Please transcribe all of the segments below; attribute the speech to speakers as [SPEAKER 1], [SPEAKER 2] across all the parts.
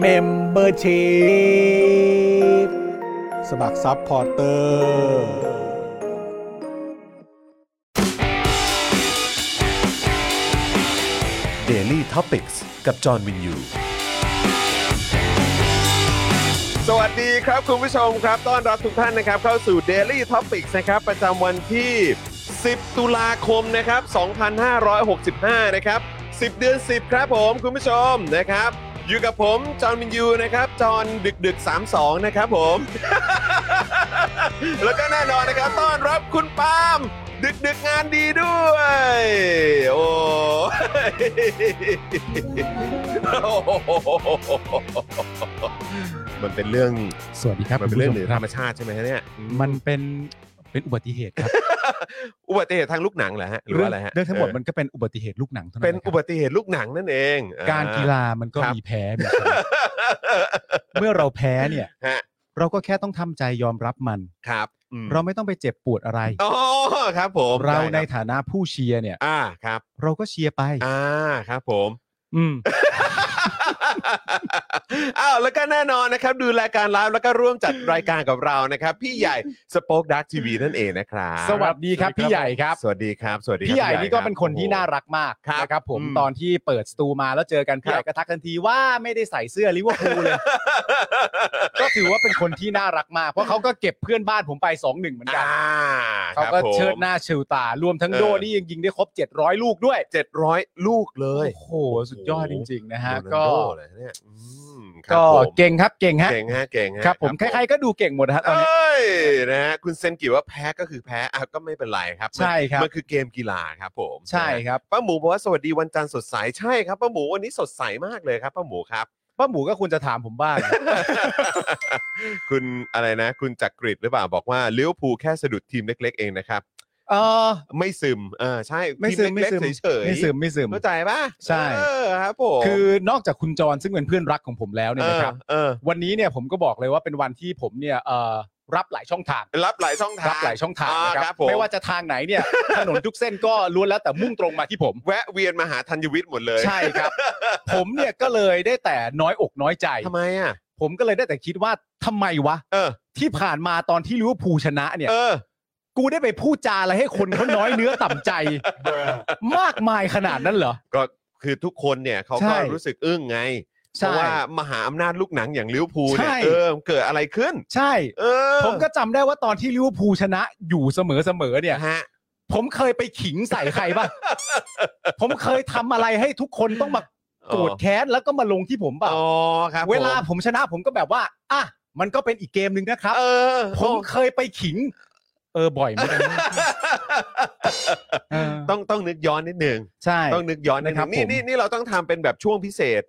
[SPEAKER 1] เมมเบอร์ชีพสมัครซัพพอร์เตอร์
[SPEAKER 2] Daily t o p i c กกับจอห์นวินยู
[SPEAKER 3] สวัสดีครับคุณผู้ชมครับ ต้อนรับทุกท่านนะครับ เข้าสู่ Daily Topics นะครับ ประจำวันที่ 10 ตุลาคมนะครับ 2565 นะครับ 10 เดือน 10 ครับผมคุณผู้ชมนะครับ อยู่กับผมจอห์นวินยูนะครับ จอห์นดึกดึกๆ32 นะครับผม แล้วก็แน่นอนนะครับ ต้อนรับคุณปาล์มดึกดึกๆงานดีด้วย โอ้ มันเป็นเรื่อง
[SPEAKER 4] สวัสดีครับ
[SPEAKER 3] มันเป็นเรื่อง
[SPEAKER 4] คุณ
[SPEAKER 3] เหนือ
[SPEAKER 4] ผู้ช
[SPEAKER 3] ธร
[SPEAKER 4] ม
[SPEAKER 3] รมชาติใช่ไหมฮะเนี่ย
[SPEAKER 4] มันเป็นเป็นอุบัติเหตุครับ
[SPEAKER 3] อุบัติเหตุทางลูกหนังเหรอฮะหรือว่าอะไรฮะ
[SPEAKER 4] เรื่องทั้งหมด
[SPEAKER 3] เ
[SPEAKER 4] มันก็เป็นอุบัติเหตุลูกหนังเท่า
[SPEAKER 3] อ
[SPEAKER 4] นั้น
[SPEAKER 3] อเป็น
[SPEAKER 4] นะครับ
[SPEAKER 3] อุบัติเหตุลูกหนังนั่นเองอ่
[SPEAKER 4] การกีฬามันก็
[SPEAKER 3] ครับ
[SPEAKER 4] มีแพ้มีชนะเมื่อเราแพ้เนี่ย
[SPEAKER 3] ฮะ
[SPEAKER 4] เราก็แค่ต้องทำใจยอมรับมัน
[SPEAKER 3] ครับอืม
[SPEAKER 4] เราไม่ต้องไปเจ็บปวดอะไร
[SPEAKER 3] อ๋อครับ ผม
[SPEAKER 4] เราใน
[SPEAKER 3] ได้ครับ
[SPEAKER 4] ฐานะผู้เชียร์เนี่ย
[SPEAKER 3] อ่าครับ
[SPEAKER 4] เราก็เชียร์ไป
[SPEAKER 3] อ่าครับผม
[SPEAKER 4] อืม
[SPEAKER 3] อ้าวแล้วก็แน่นอนนะครับ ดูรายการไลฟ์แล้วก็ร่วมจัดรายการกับเรานะครับ พี่ใหญ่สป็อคดักทีวีนั่นเองนะครับ
[SPEAKER 5] สวัสดีครับพี่ใหญ่ครับ
[SPEAKER 3] สวัสดีครับสวัสดีครับ
[SPEAKER 5] พี่ใหญ่นี่ก็เป็นคนที่น่ารักมาก
[SPEAKER 3] ครับ
[SPEAKER 5] นะครับผม
[SPEAKER 3] อืม
[SPEAKER 5] ตอนที่เปิดสตูมาแล้วเจอกันพี่
[SPEAKER 3] ครับ
[SPEAKER 5] ใหญ่ก็ทักทันทีว่าไม่ได้ใส่เสื้อลิเวอร์พูลเลย ก็ถือว่าเป็นคนที่น่ารักมากเพราะเขาก็เก็บเพื่อนบ้านผมไป2อหนึ่งเหมือนกัน
[SPEAKER 3] อ่า
[SPEAKER 5] เขา
[SPEAKER 3] ครับ
[SPEAKER 5] ก็
[SPEAKER 3] ผม
[SPEAKER 5] เชิดหน้าเชิวตารวมทั้ง
[SPEAKER 3] เออ
[SPEAKER 5] โดนี่ยังยิงได้ครบ 700 ลูกด้วย
[SPEAKER 3] เจ็ดร้อยลูกเลย
[SPEAKER 5] โอ้โหสุดยอดจริง ๆ นะฮะ
[SPEAKER 3] โรนัล
[SPEAKER 5] ก็
[SPEAKER 3] โดเหรอเนี่ยอืมครับ
[SPEAKER 5] ก็
[SPEAKER 3] ผม
[SPEAKER 5] เก่งครับเก่งฮะ
[SPEAKER 3] เก่งฮะเก่งฮะ
[SPEAKER 5] ครับผมใครๆก็ดูเก่งหมดนะฮะตอนนี้
[SPEAKER 3] เอ้ยนะฮะคุณเซนกิว่าแพ้ก็คือแพ้อ่ะก็ไม่เป็นไรครับมัน
[SPEAKER 5] ใช่ครับ
[SPEAKER 3] มันคือเกมกีฬาครับผม
[SPEAKER 5] ใช่ครับ
[SPEAKER 3] ป้าหมูบอกว่าสวัสดีวันจันทร์สดใสใช่ครับป้าหมูวันนี้สดใสมากเลยครับป้าหมูครับ
[SPEAKER 5] ป้าหมูก็ควรจะถามผมบ้าง
[SPEAKER 3] คุณอะไรนะ คุณจักริดหรือเปล่าบอกว่าเลี้ยวภูลแค่สะดุดทีมเล็ก ๆ เองนะครับ
[SPEAKER 5] เออ
[SPEAKER 3] ไม่ซึมเออใช่
[SPEAKER 4] ไม่ซึม
[SPEAKER 3] ทีเล็กๆ
[SPEAKER 4] ไม่ซึม
[SPEAKER 3] เฉยๆ
[SPEAKER 5] ไม่ซึมไม่ซึม
[SPEAKER 3] เข้าใจป่ะ
[SPEAKER 5] ใช่
[SPEAKER 3] เออครับผม
[SPEAKER 5] คือนอกจากคุณจรซึ่งเป็นเพื่อนรักของผมแล้วเนี่ยนะครับ
[SPEAKER 3] เออ
[SPEAKER 5] วันนี้เนี่ยผมก็บอกเลยว่าเป็นวันที่ผมเนี่ยเอ่อรับหลายช่องทาง
[SPEAKER 3] เออรับหลายช่องทาง
[SPEAKER 5] รับหลายช่องทาง
[SPEAKER 3] อ่าค
[SPEAKER 5] นะค
[SPEAKER 3] รั
[SPEAKER 5] รั
[SPEAKER 3] บบ ผม
[SPEAKER 5] ไม่ว่าจะทางไหนเนี่ย ถนนทุกเส้นก็ล้วนแล้วแต่มุ่งตรงมาที่ผม
[SPEAKER 3] แวะเวียนมาหาธัญวิทย์หมดเลย
[SPEAKER 5] ใช่ครับ ผมเนี่ยก็เลยได้แต่น้อยอกน้อยใจ
[SPEAKER 3] ทำไมอ่ะ
[SPEAKER 5] ผมก็เลยได้แต่คิดว่าทำไมวะ
[SPEAKER 3] เออ
[SPEAKER 5] ที่ผ่านมาตอนที่ลิเวอร์พูลชนะเนี่ย
[SPEAKER 3] เออ
[SPEAKER 5] กูได้ไปพูดจาอะไรให้คนเขาน้อยเนื้อต่ำ ใจ มากมายขนาดนั้นเหรอ
[SPEAKER 3] ก็คือทุกคนเนี่ยเขา
[SPEAKER 5] ใช่
[SPEAKER 3] ก็รู้สึกอึ้งไง เพ
[SPEAKER 5] ใช่
[SPEAKER 3] ราะว่ามหาอำนาจลูกหนังอย่างลิเวอร์พูลเนี่ย
[SPEAKER 5] ใช่
[SPEAKER 3] เออเกิดอะไรขึ้น
[SPEAKER 5] ใช่
[SPEAKER 3] เออ
[SPEAKER 5] ผมก็จำได้ว่าตอนที่ลิเวอร์พูลชนะอยู่เสมอเสมอๆเนี่ย
[SPEAKER 3] ฮะ
[SPEAKER 5] ผมเคยไปขิงใส่ใคร ป่ะ ผมเคยทำอะไรให้ทุกคนต้องมาโกรธแค้นแล้วก็มาลงที่ผมเปล่า
[SPEAKER 3] อ๋อครับ
[SPEAKER 5] เวลาผมชนะผมก็แบบว่า อ่ะ มันก็เป็นอีกเกมหนึ่งนะครับ
[SPEAKER 3] เออ
[SPEAKER 5] ผมเคยไปขิง เออ บ่อยเหมือนกันเออ
[SPEAKER 3] ต้องต้องนึกย้อนนิดนึง
[SPEAKER 5] ใช่
[SPEAKER 3] ต้องนึกย้อนนิด
[SPEAKER 5] นะค
[SPEAKER 3] นึ
[SPEAKER 5] รับ
[SPEAKER 3] งนี่
[SPEAKER 5] ผม
[SPEAKER 3] นี่นี่เราต้องทำเป็นแบบช่วงพิเศษ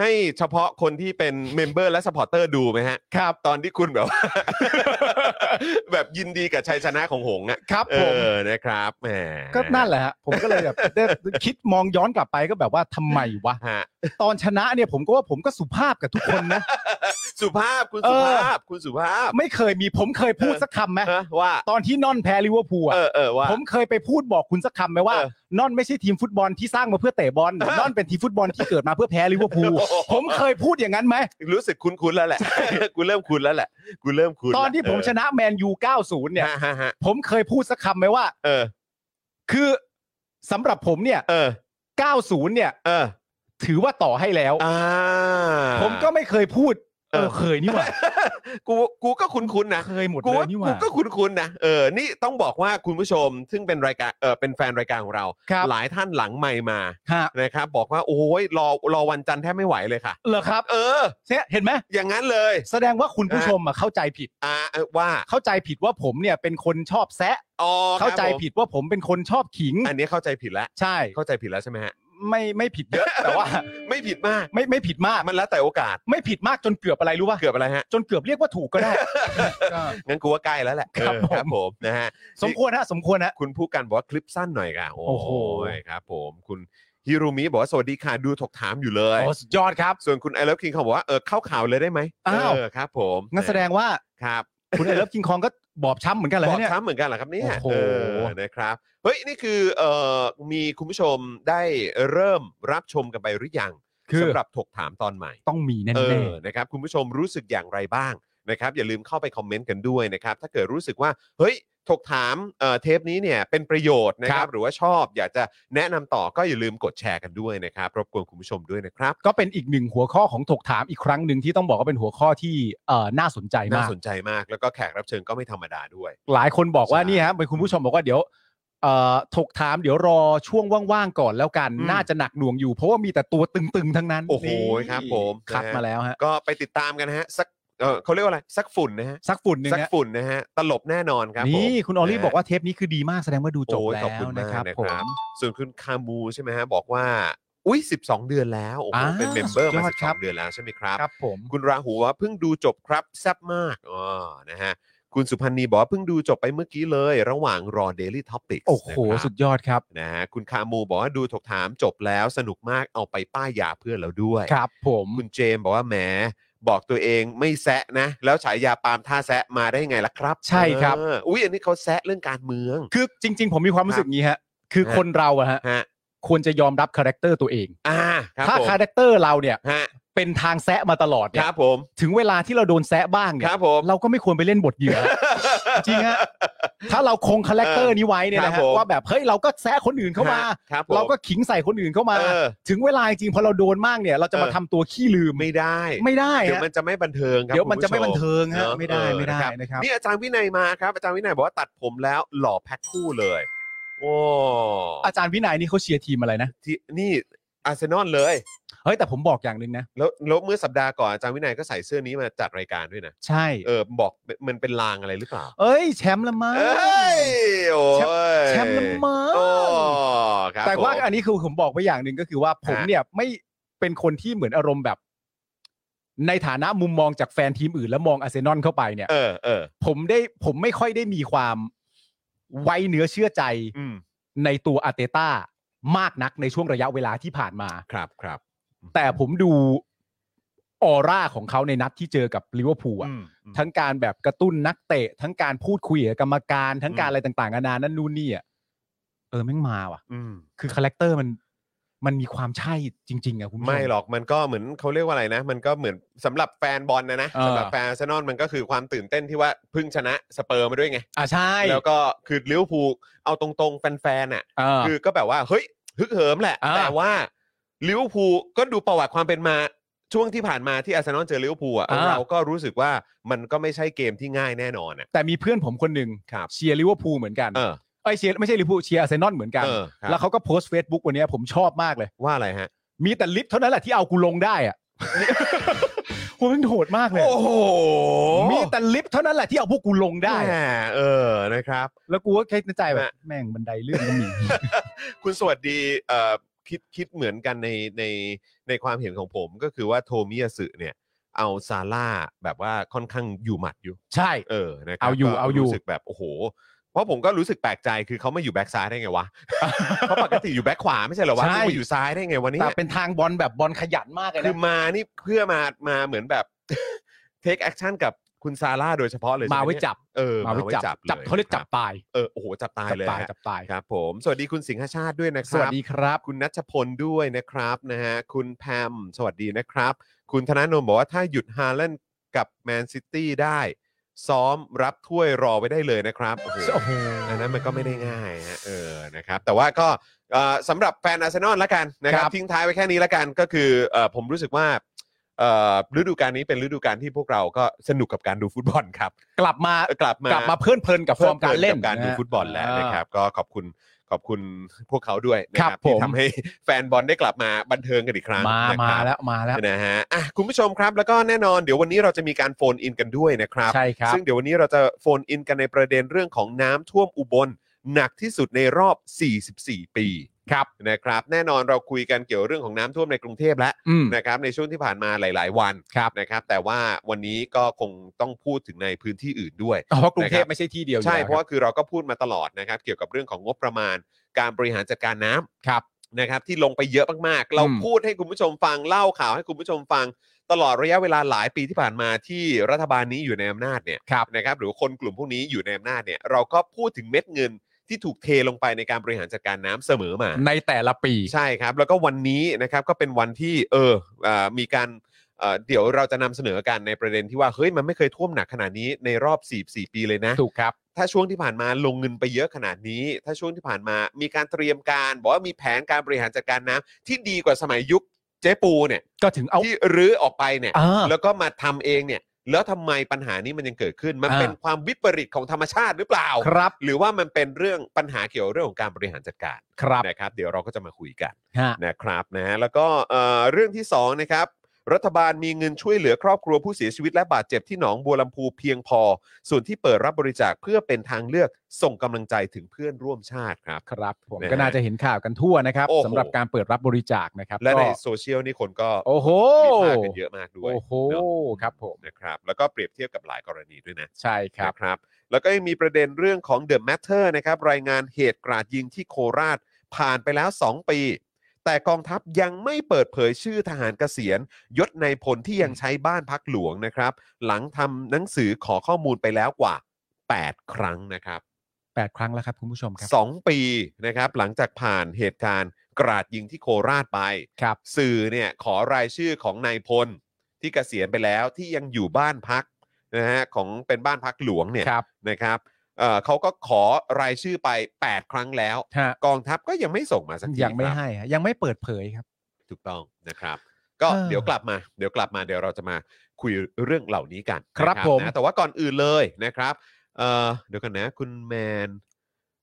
[SPEAKER 3] ให้เฉพาะคนที่เป็นเมมเบอร์และสปอร์เตอร์ดูไหมฮะ
[SPEAKER 5] ครับ
[SPEAKER 3] ตอนที่คุณแบบว่า แบบยินดีกับชัยชนะของหงส์อ่ะ
[SPEAKER 5] ครับ
[SPEAKER 3] เอ
[SPEAKER 5] ผม
[SPEAKER 3] อนะครับแหม
[SPEAKER 5] ก็นั่นแหละฮะผมก็เลยแบบได้คิดมองย้อนกลับไปก็แบบว่าทำไมวะ
[SPEAKER 3] ฮะ
[SPEAKER 5] ตอนชนะเนี่ยผมก็ว่าผมก็สุภาพกับทุกคนนะ
[SPEAKER 3] สุภาพคุณ
[SPEAKER 5] เอ
[SPEAKER 3] สุ
[SPEAKER 5] อ
[SPEAKER 3] ภาพคุณสุภาพ
[SPEAKER 5] ไม่เคยมีผมเคยพูดสักคำไหม
[SPEAKER 3] ฮะว่า
[SPEAKER 5] ตอนที่นอนแพ้ลิเวอร์พูลอะ
[SPEAKER 3] เออเออว่า
[SPEAKER 5] ผมเคยไปพูดบอกคุณสักคำไหมว่า
[SPEAKER 3] เออน
[SPEAKER 5] อนไม่ใช่ทีมฟุตบอลที่สร้างมาเพื่อเตะบอล นอนเป็นทีมฟุตบอลที่เกิดมาเพื่อแพ้ลิเวอร์พูล
[SPEAKER 3] โอ้โห
[SPEAKER 5] ผมเคยพูดอย่างนั้นไหม
[SPEAKER 3] รู้สึกคุ้นๆแล้วแหละ กูเริ่มคุ้นแล้วแหละกูเริ่มคุ้น
[SPEAKER 5] ตอนที่ผมช
[SPEAKER 3] แล้ว
[SPEAKER 5] นะแมนยู 90
[SPEAKER 3] เออ
[SPEAKER 5] เนี่ย
[SPEAKER 3] ฮะฮะฮะ
[SPEAKER 5] ผมเคยพูดสักคำไหมว่า
[SPEAKER 3] เออ
[SPEAKER 5] คือสำหรับผมเนี่ย
[SPEAKER 3] เออ
[SPEAKER 5] 90 เนี่ย
[SPEAKER 3] เออ
[SPEAKER 5] ถือว่าต่อให้แล้ว
[SPEAKER 3] อ่า
[SPEAKER 5] ผมก็ไม่เคยพูด เออเคยนี่หว่า
[SPEAKER 3] กูกูก็คุ้นๆนะ
[SPEAKER 5] เคยหมด
[SPEAKER 3] กู
[SPEAKER 5] เลย
[SPEAKER 3] ว่า
[SPEAKER 5] นี่ห
[SPEAKER 3] กู
[SPEAKER 5] ว่า
[SPEAKER 3] ก็คุ้นๆนะเออนี่ต้องบอกว่าคุณผู้ชม ซึ่งเป็นรายการเออเป็นแฟนรายการของเรา
[SPEAKER 5] ครับ
[SPEAKER 3] หลายท่านหลังไม่มา
[SPEAKER 5] ฮะ
[SPEAKER 3] นะครับ บอกว่า โอ้ยรอรอวันจันทร์แทบไม่ไหวเลยค่ะ
[SPEAKER 5] เหรอครับ
[SPEAKER 3] เออ
[SPEAKER 5] เนี่ยเห็นไหม
[SPEAKER 3] อย่างนั้นเลย
[SPEAKER 5] แสดงว่าคุณผู้ชมอะเข้าใจผิด
[SPEAKER 3] อ่าเออว่า
[SPEAKER 5] เข้าใจผิดว่าผมเนี่ยเป็นคนชอบแซะ
[SPEAKER 3] อ๋อ
[SPEAKER 5] เข้าใจ
[SPEAKER 3] ครับผม
[SPEAKER 5] ผิดว่าผมเป็นคนชอบขิง
[SPEAKER 3] อันนี้เข้าใจผิดแล้ว
[SPEAKER 5] ใช่
[SPEAKER 3] เข้าใจผิดแล้วใช่ไหมฮะ
[SPEAKER 5] ไม่ไม่ผิด เยอะ แต่ว่า
[SPEAKER 3] ไม่ผิดมาก
[SPEAKER 5] ไม่ไม่ผิดมาก
[SPEAKER 3] มันแล้วแต่โอกาส
[SPEAKER 5] ไม่ผิดมากจนเกือบอะไรรู้ป่ะ
[SPEAKER 3] เกือบอะไรฮะ
[SPEAKER 5] จนเกือบเรียกว่า ถูกก็ได้
[SPEAKER 3] งั้นกูว่าใกล้แล้วแหละ
[SPEAKER 5] ครับ
[SPEAKER 3] เออ
[SPEAKER 5] ผม
[SPEAKER 3] ครับผมนะฮะ
[SPEAKER 5] สมควรฮะสมควรฮะ
[SPEAKER 3] คุณผู้กันบอกว่าคลิปสั้นหน่อยค่ะ โอ้
[SPEAKER 5] โอ้โห
[SPEAKER 3] ครับผม คุณฮิรุมิบอกว่าสวัสดีค่ะดูถกถามอยู่เลย
[SPEAKER 5] โอ้สุดยอดครับ
[SPEAKER 3] ส่วนคุณไอ o v ฟคิงเขาบอกว่าเออเข้าข่าวเลยได้ไหม
[SPEAKER 5] อ้าว
[SPEAKER 3] เออครับ ผม
[SPEAKER 5] งั้นแสดงว่า
[SPEAKER 3] ครับ
[SPEAKER 5] คุณไอเลิฟกิงคองก็บอบช้ำเหมือนกันเหร
[SPEAKER 3] บอ
[SPEAKER 5] อก เนี่ย
[SPEAKER 3] ช้ำเหมือนกันเหรอครับเนี่ย
[SPEAKER 5] โอ้โห
[SPEAKER 3] เออนะครับเฮ้ยนี่คือเอ่อมีคุณผู้ชมได้เริ่มรับชมกันไปหรือยัง
[SPEAKER 5] คือ
[SPEAKER 3] สำหรับถกถามตอนใหม่
[SPEAKER 5] ต้องมีแน่
[SPEAKER 3] เอ
[SPEAKER 5] ๆ
[SPEAKER 3] อ นะครับ คุณผู้ชมรู้สึกอย่างไรบ้างนะครับ อย่าลืมเข้าไปคอมเมนต์กันด้วยนะครับ ถ้าเกิดรู้สึกว่า เฮ้ย ถกถามเอ่อเทปนี้เนี่ยเป็นประโยชน์นะค
[SPEAKER 5] ค
[SPEAKER 3] รั
[SPEAKER 5] รับ บ
[SPEAKER 3] หรือว่าชอบอยากจะแนะนำต่อก็อย่าลืมกดแชร์กันด้วยนะครับ รบกวนคุณผู้ชมด้วยนะครับ
[SPEAKER 5] ก็เป็นอีกหนึ่งหัวข้อของถกถามอีกครั้งหนึ่งที่ต้องบอกว่าเป็นหัวข้อที่เอ่อน่าสนใจ
[SPEAKER 3] น่าม
[SPEAKER 5] าก
[SPEAKER 3] สนใจมากแล้วก็แขกรับเชิญก็ไม่ธรรมดาด้วย
[SPEAKER 5] หลายคนบอกว่า
[SPEAKER 3] ใช่
[SPEAKER 5] นี่ฮะเป็นคุณผู้ชมบอกว่าเดี๋ยวเอ่อถกถามเดี๋ยวรอช่วงว่างๆก่อนแล้วกัน
[SPEAKER 3] อืม
[SPEAKER 5] น่าจะหนักหน่วงอยู่เพราะว่ามีแต่ตัวตึงๆทั้งนั้น
[SPEAKER 3] โอ้โห
[SPEAKER 5] นี่
[SPEAKER 3] ครับผม
[SPEAKER 5] คัด
[SPEAKER 3] นะฮะ
[SPEAKER 5] มาแล้วฮะ
[SPEAKER 3] ก็ไปติดตามกันนะฮะสักเออเขาเรียกว่าอะไรสักฝุ่นนะฮะ
[SPEAKER 5] สักฝุ่นหนึ่ง
[SPEAKER 3] สัก
[SPEAKER 5] ฮะ
[SPEAKER 3] ฝุ่นนะฮะตลบแน่นอนครับผม
[SPEAKER 5] นี่คุณออลลี่
[SPEAKER 3] นะฮะ
[SPEAKER 5] บอกว่าเทปนี้คือดีมากแสดงว่าดูจบ
[SPEAKER 3] โอ้ย
[SPEAKER 5] แล้
[SPEAKER 3] ขอบคุ
[SPEAKER 5] ว
[SPEAKER 3] ณมาก
[SPEAKER 5] นะครับ
[SPEAKER 3] นะ
[SPEAKER 5] ผ
[SPEAKER 3] ครับ
[SPEAKER 5] ม
[SPEAKER 3] ส่วนคุณคามูใช่ไหมฮะบอกว่า อุ้ย 12 เดือนแล้วโอ้โห
[SPEAKER 5] อ่า
[SPEAKER 3] เป็นเมมเบอร์
[SPEAKER 5] สุ
[SPEAKER 3] มา
[SPEAKER 5] ดยอดครับ
[SPEAKER 3] 12เดือนแล้วใช่ไหมครับ
[SPEAKER 5] ครับผม
[SPEAKER 3] คุณราหูว่าเพิ่งดูจบครับแซ่บมากอ๋อนะฮะคุณสุพันธ์นีบอกว่าเพิ่งดูจบไปเมื่อกี้เลย ระหว่างรอ Daily Topics
[SPEAKER 5] โอ้โห
[SPEAKER 3] นะครับ
[SPEAKER 5] สุดยอดครับ
[SPEAKER 3] นะฮะคุณคามูบอกว่าดูถกถามจบแล้วสนุกมากเอาไปป้ายยาเพื่อนแล้วด้วย
[SPEAKER 5] ครับผม
[SPEAKER 3] คุณเจมส์บอกว่าแหมบอกตัวเองไม่แซะนะ แล้วฉายาปาล์มท่าแซะมาได้ไงล่ะครับ
[SPEAKER 5] ใช่ครับ
[SPEAKER 3] เอออุ้ยอันนี้เขาแซะเรื่องการเมือง
[SPEAKER 5] คือจริง ๆ ผมมีความรู้สึกอย่างนี้ฮะคือ
[SPEAKER 3] ฮะ
[SPEAKER 5] คนเราอะฮะ
[SPEAKER 3] ฮะ
[SPEAKER 5] ควรจะยอมรับคาแรคเตอร์ตัวเอง
[SPEAKER 3] อ่าครับ
[SPEAKER 5] ถ้า
[SPEAKER 3] ผม
[SPEAKER 5] คาแรคเตอร์เราเนี่ย
[SPEAKER 3] ฮะ
[SPEAKER 5] เป็นทางแซะมาตลอด
[SPEAKER 3] ค
[SPEAKER 5] เนี่ย
[SPEAKER 3] รับผม
[SPEAKER 5] ถึงเวลาที่เราโดนแซะบ้าง
[SPEAKER 3] ค
[SPEAKER 5] เนี่ย
[SPEAKER 3] รับผม
[SPEAKER 5] เราก็ไม่ควรไปเล่นบท เหยื่อ จริงฮะ ถ้าเราคงคาแรคเตอร์นี้ไว้เนี่ยนะ
[SPEAKER 3] ครับ
[SPEAKER 5] ฮะ
[SPEAKER 3] ผม
[SPEAKER 5] ว่าแบบเฮ้ยเราก็แซะคนอื่นเข้ามา
[SPEAKER 3] ครับผม
[SPEAKER 5] เราก็ขิงใส่คนอื่นเข้ามา
[SPEAKER 3] เออ
[SPEAKER 5] ถึงเวลาจริงๆพอเราโดนมากเนี่ย เราจะมา
[SPEAKER 3] เออ
[SPEAKER 5] ทำตัวขี้ลืม
[SPEAKER 3] ไม่ได้
[SPEAKER 5] ไม่ได้
[SPEAKER 3] เดี๋ยว
[SPEAKER 5] ฮะ
[SPEAKER 3] มันจะไม่บันเทิงครับ
[SPEAKER 5] เดี๋ยวมันจะ
[SPEAKER 3] คุณ
[SPEAKER 5] ไม่
[SPEAKER 3] ผู้ช
[SPEAKER 5] บันเทิงฮะ
[SPEAKER 3] เนอะ
[SPEAKER 5] ไม่ได้
[SPEAKER 3] เออ
[SPEAKER 5] ไม่ได้
[SPEAKER 3] นะครับ
[SPEAKER 5] นะครับ
[SPEAKER 3] นี่อาจารย์วินัยมาครับอาจารย์วินัยบอกว่าตัดผมแล้วหล่อแพ็คคู่เลย โอ้
[SPEAKER 5] อาจารย์วินัยนี่เขาเชียร์ทีมอะไรนะ
[SPEAKER 3] ที่นี่อาร์เซนอลเลย
[SPEAKER 5] เฮ้ยแต่ผมบอกอย่างหนึ่งนะ
[SPEAKER 3] แล้วแล้วเมื่อสัปดาห์ก่อนอาจารย์วินัยก็ใส่เสื้อนี้มาจัดรายการด้วยนะ
[SPEAKER 5] ใช่
[SPEAKER 3] เออบอกมันเป็นลางอะไรหรือเปล่า
[SPEAKER 5] เอ้ยแชมป์ละมั้ง
[SPEAKER 3] เอ้ยโอ้ย
[SPEAKER 5] แชมป์ละมั้ง
[SPEAKER 3] โอ้ครับ
[SPEAKER 5] แต่ว่า
[SPEAKER 3] ผม
[SPEAKER 5] อันนี้คือผมบอกไปอย่างหนึ่งก็คือว่าผม
[SPEAKER 3] ฮะ
[SPEAKER 5] เนี่ยไม่เป็นคนที่เหมือนอารมณ์แบบ ในฐานะมุมมองจากแฟนทีมอื่นแล้วมองอาร์เซนอลเข้าไปเนี่ย
[SPEAKER 3] เออเออ
[SPEAKER 5] ผมได้ผมไม่ค่อยได้มีความไว้เนื้อเชื่อใจ
[SPEAKER 3] อืม
[SPEAKER 5] ในตัวอาร์เตต้ามากนักในช่วงระยะเวลาที่ผ่านมา
[SPEAKER 3] ครับครับ
[SPEAKER 5] แต่ผมดูออร่าของเขาในนัดที่เจอกับลิเวอร์พูลอะ
[SPEAKER 3] อืมอืม
[SPEAKER 5] ทั้งการแบบกระตุ้นนักเตะ ทั้งการพูดคุยกับกรรมการ ทั้งการ
[SPEAKER 3] อืม
[SPEAKER 5] อะไรต่างๆนานานั่นนู่นนี่อ่ะเออแม่งมาว่ะ
[SPEAKER 3] อืม
[SPEAKER 5] คือคาแรคเตอร์มันมันมีความใช่จริง ๆอะคุณผู้ช
[SPEAKER 3] ไม่หรอกมันก็เหมือนเขาเรียกว่าอะไรนะ มันก็เหมือนสำหรับแฟนบอลนะนะ
[SPEAKER 5] เออ
[SPEAKER 3] สำหรับแฟนอาร์เซนอลมันก็คือความตื่นเต้นที่ว่าเพึ่งชนะสเปอร์มาด้วยไง
[SPEAKER 5] อ่ะใช่
[SPEAKER 3] แล้วก็คือลิเวอร์พูลเอาตรงๆ แฟนๆอ่ะ
[SPEAKER 5] เออ
[SPEAKER 3] คือก็แบบว่า เฮ้ย ฮึกเหิมแหละ
[SPEAKER 5] อ่า
[SPEAKER 3] แต่ว่าลิเวอร์พูลก็ดูประวัติความเป็นมาช่วงที่ผ่านมาที่อาร์เซนอลเจอลิเวอร์พูลอ่ะเราก็รู้สึกว่ามันก็ไม่ใช่เกมที่ง่ายแน่นอนอ่ะ
[SPEAKER 5] แต่มีเพื่อนผมคนหนึ่ง
[SPEAKER 3] ครับ
[SPEAKER 5] เชียร์ลิเวอร์พูลเหมือนกัน
[SPEAKER 3] เออ
[SPEAKER 5] ไอยเชียร์ไม่ใช่ลิเวอร์พูลเชียร์อาร์เซนอลเหมือนกัน
[SPEAKER 3] เออครับ
[SPEAKER 5] แล้วเขาก็โพสต์ Facebook วันเนี้ยผมชอบมากเลย
[SPEAKER 3] ว่าอะไรฮะ
[SPEAKER 5] มีแต่ลิฟต์เท่านั้นแหละที่เอากูลงได้ อะ คุณมันโหดมากเลย
[SPEAKER 3] โอ้โห
[SPEAKER 5] มีแต่ลิฟต์เท่านั้นแหละที่เอาพวกกูลงได้
[SPEAKER 3] แห
[SPEAKER 5] อะ
[SPEAKER 3] ม่เออนะครับ
[SPEAKER 5] แล้วกูก็คิดในใจแบ
[SPEAKER 3] ฮะ
[SPEAKER 5] บแม่งบันไดเลื่อน ก็มี
[SPEAKER 3] คุณสวัสดีเอ่อคิดคิดเหมือนกันในในในความเห็นของผมก็คือว่าโทมิยาสึเนี่ย เอาซาร่าแบบว่าค่อนข้างอยู่หมัดอยู่
[SPEAKER 5] ใช่
[SPEAKER 3] เออนะครับ
[SPEAKER 5] เอาอยู่
[SPEAKER 3] ก็
[SPEAKER 5] เอาอยู่
[SPEAKER 3] รู้สึกแบบ โอ้โห เพราะผมก็รู้สึกแปลกใจคือเขามาอยู่แบ็กซ้ายได้ไง วะ เขาะปกติอยู่แบ็กขวาไม่ใช่เหรอวะ
[SPEAKER 5] ใช่
[SPEAKER 3] นี่มาอยู่ซ้ายได้ไงวันนี้
[SPEAKER 5] แต่เป็นทางบอลแบบบอลขยันมากเลย
[SPEAKER 3] คื
[SPEAKER 5] นะ
[SPEAKER 3] อมานี่เพื่อมามาเหมือนแบบ เทคแอคชั่นกับคุณซาร่าโดยเฉพาะเลยใช่ห
[SPEAKER 5] มาไว้จับ
[SPEAKER 3] เออมาไว้จับ
[SPEAKER 5] จับ
[SPEAKER 3] ล
[SPEAKER 5] เขาเรียกจับ
[SPEAKER 3] ค
[SPEAKER 5] ตาย
[SPEAKER 3] เออโอ้โหจับตาย
[SPEAKER 5] จั
[SPEAKER 3] เลย
[SPEAKER 5] ตาย
[SPEAKER 3] ฮะ
[SPEAKER 5] จับตาย
[SPEAKER 3] ครับผมสวัสดีคุณสิงหชาติด้วยนะค
[SPEAKER 5] ส
[SPEAKER 3] รับ
[SPEAKER 5] วัสดีครับ
[SPEAKER 3] คุณนัชพลด้วยนะครับนะฮะคุณแพมสวัสดีนะครับ คุณธนาโนมบอกว่าถ้าหยุดฮาเลนด์กับแมนซิตี้ได้ ซ้อมรับถ้วยรอไว้ได้เลยนะครับ โอ้โห
[SPEAKER 5] โอ้โห
[SPEAKER 3] อันนั้นมันก็ไม่ได้ง่ายฮะเออนะครับ แต่ว่าก็เอ่อสำหรับแฟนอาร์เซนอลละกันนะครับ
[SPEAKER 5] ครับ
[SPEAKER 3] ทิ้งท้ายไว้แค่นี้ละกันก็คือเอ่อผมรู้สึกว่า เอ่อฤดูกาลนี้เป็นฤดูกาลที่พวกเราก็สนุกกับการดูฟุตบอลครับ
[SPEAKER 5] กลับมา
[SPEAKER 3] เอ่อกลับมาก ก
[SPEAKER 5] ลับมาเพลินเพลินกับฟอร์มการเล่น
[SPEAKER 3] บการดู
[SPEAKER 5] นะฮะ
[SPEAKER 3] ฟุตบอลแล้วนะครับ ก็ขอบคุณขอบคุณพวกเขาด้วยนะค
[SPEAKER 5] ครั
[SPEAKER 3] รับบ
[SPEAKER 5] ผม
[SPEAKER 3] ที่ทำให้แฟนบอลได้กลับมาบันเทิงกันอีกครั้ง
[SPEAKER 5] มา
[SPEAKER 3] นะครับ
[SPEAKER 5] มาแล้วมาแล้ว
[SPEAKER 3] นะฮะอ่ะคุณผู้ชมครับแล้วก็แน่นอนเดี๋ยววันนี้เราจะมีการโฟนอินกันด้วยนะครับ
[SPEAKER 5] ใช่ครับ
[SPEAKER 3] ซึ่งเดี๋ยววันนี้เราจะโฟนอินกันในประเด็นเรื่องของน้ำท่วมอุบล หนักที่สุดในรอบ 44 ปีครับนะครับแน่นอนเราคุยกันเกี่ยวเรื่องของน้ำท่วมในกรุงเทพแล้ว
[SPEAKER 5] อืม
[SPEAKER 3] นะครับในช่วงที่ผ่านมาหลาย ๆ วัน
[SPEAKER 5] ครับ
[SPEAKER 3] นะครับ แต่ว่าวันนี้ก็คงต้องพูดถึงในพื้นที่อื่นด้วย
[SPEAKER 5] เพราะกรุง
[SPEAKER 3] นะค
[SPEAKER 5] เท
[SPEAKER 3] รั
[SPEAKER 5] พ
[SPEAKER 3] บ
[SPEAKER 5] ไม่ใช่ที่เดียวอยู่
[SPEAKER 3] ใช่
[SPEAKER 5] แล้ว
[SPEAKER 3] เพราะว่าคือเราก็พูดมาตลอดนะครับ เกี่ยวกับเรื่องของงบประมาณการบริหารจัดการน้ำ
[SPEAKER 5] ครับ
[SPEAKER 3] นะครับที่ลงไปเยอะมากๆ เรา
[SPEAKER 5] อืม
[SPEAKER 3] พูดให้คุณผู้ชมฟังเล่าข่าวให้คุณผู้ชมฟังตลอดระยะเวลาหลายปีที่ผ่านมาที่รัฐบาลนี้อยู่ในอำนาจเนี่ย
[SPEAKER 5] ครับ
[SPEAKER 3] นะครับหรือว่าคนกลุ่มพวกนี้อยู่ในอำนาจเนี่ยเราก็พูดถึงเม็ดเงินที่ถูกเทลงไปในการบริหารจัดการน้ำเสมอมา
[SPEAKER 5] ในแต่ละปี
[SPEAKER 3] ใช่ครับ แล้วก็วันนี้นะครับก็เป็นวันที่เออเอ่อมีการเอ่อเดี๋ยวเราจะนำเสนอกันในประเด็นที่ว่าเฮ้ยมันไม่เคยท่วมหนักขนาดนี้ในรอบ 44 ปีเลยนะ
[SPEAKER 5] ถูกครับ
[SPEAKER 3] ถ้าช่วงที่ผ่านมาลงเงินไปเยอะขนาดนี้ ถ้าช่วงที่ผ่านมามีการเตรียมการ บอกว่ามีแผนการบริหารจัดการน้ำที่ดีกว่าสมัยยุคเจ๊ปูเนี่ย
[SPEAKER 5] ก็ถึงเอา
[SPEAKER 3] ที่รื้อออกไปเนี่ย
[SPEAKER 5] อ่า
[SPEAKER 3] แล้วก็มาทำเองเนี่ย แล้วทำไมปัญหานี้มันยังเกิดขึ้น มัน
[SPEAKER 5] อ่า
[SPEAKER 3] เป็นความวิปริตของธรรมชาติหรือเปล่า
[SPEAKER 5] ครับ
[SPEAKER 3] หรือว่ามันเป็นเรื่องปัญหาเกี่ยวเรื่องของการบริหารจัดการ
[SPEAKER 5] ครับ
[SPEAKER 3] นะครับ เดี๋ยวเราก็จะมาคุยกัน
[SPEAKER 5] ฮะ
[SPEAKER 3] นะครับนะแล้วก็เอ่อเรื่องที่สองนะครับ รัฐบาลมีเงินช่วยเหลือครอบครัวผู้เสียชีวิตและบาดเจ็บที่หนองบัวลำพูเพียงพอ ส่วนที่เปิดรับบริจาคเพื่อเป็นทางเลือกส่งกำลังใจถึงเพื่อนร่วมชาติครับ
[SPEAKER 5] ครับ ผม
[SPEAKER 3] นะฮะ
[SPEAKER 5] ก็น่าจะเห็นข่าวกันทั่วนะครับ
[SPEAKER 3] โอ้โห
[SPEAKER 5] สำหรับการเปิดรับบริจาคนะครับ
[SPEAKER 3] และใน
[SPEAKER 5] ก็
[SPEAKER 3] โซเชียลนี่คนก็
[SPEAKER 5] โอ้โห
[SPEAKER 3] วิพากษ์กันเยอะมากด้วย
[SPEAKER 5] โอ้โห
[SPEAKER 3] เนอะ
[SPEAKER 5] ครับผม
[SPEAKER 3] นะครับ แล้วก็เปรียบเทียบกับหลายกรณีด้วยนะ
[SPEAKER 5] ใช่ครับ
[SPEAKER 3] นะครับแล้วก็ยังมีประเด็นเรื่องของ The Matter นะครับรายงานเหตุกราดยิงที่โคราชผ่านไปแล้ว 2 ปี แต่กองทัพยังไม่เปิดเผยชื่อทหารเกษียณยศในพลที่ยังใช้บ้านพักหลวงนะครับ หลังทำหนังสือขอข้อมูลไปแล้วกว่า 8 ครั้งนะครับ
[SPEAKER 5] 8 ครั้งแล้วครับคุณผู้ชมครับ
[SPEAKER 3] 2 ปีนะครับหลังจากผ่านเหตุการณ์กราดยิงที่โคราชไป
[SPEAKER 5] ครับ
[SPEAKER 3] สื่อเนี่ยขอรายชื่อของนายพลที่เกษียณไปแล้วที่ยังอยู่บ้านพักนะฮะของเป็นบ้านพักหลวงเนี่ย
[SPEAKER 5] ครับ
[SPEAKER 3] นะครับเอ่อเขาก็ขอรายชื่อไป 8 ครั้งแล้ว
[SPEAKER 5] ฮะ
[SPEAKER 3] กองทัพก็ยังไม่ส่งมาสักที
[SPEAKER 5] ยังไม่
[SPEAKER 3] ครับ
[SPEAKER 5] ให้ฮะยังไม่เปิดเผยครับ
[SPEAKER 3] ถูกต้องนะครับ ก็
[SPEAKER 5] เออ
[SPEAKER 3] เดี๋ยวกลับมา เดี๋ยวกลับมาเดี๋ยวเราจะมาคุยเรื่องเหล่านี้กัน
[SPEAKER 5] ครับ
[SPEAKER 3] นะ
[SPEAKER 5] ผม
[SPEAKER 3] นะแต่ว่าก่อนอื่นเลยนะครับเอ่อเดี๋ยวกันนะ คุณแมน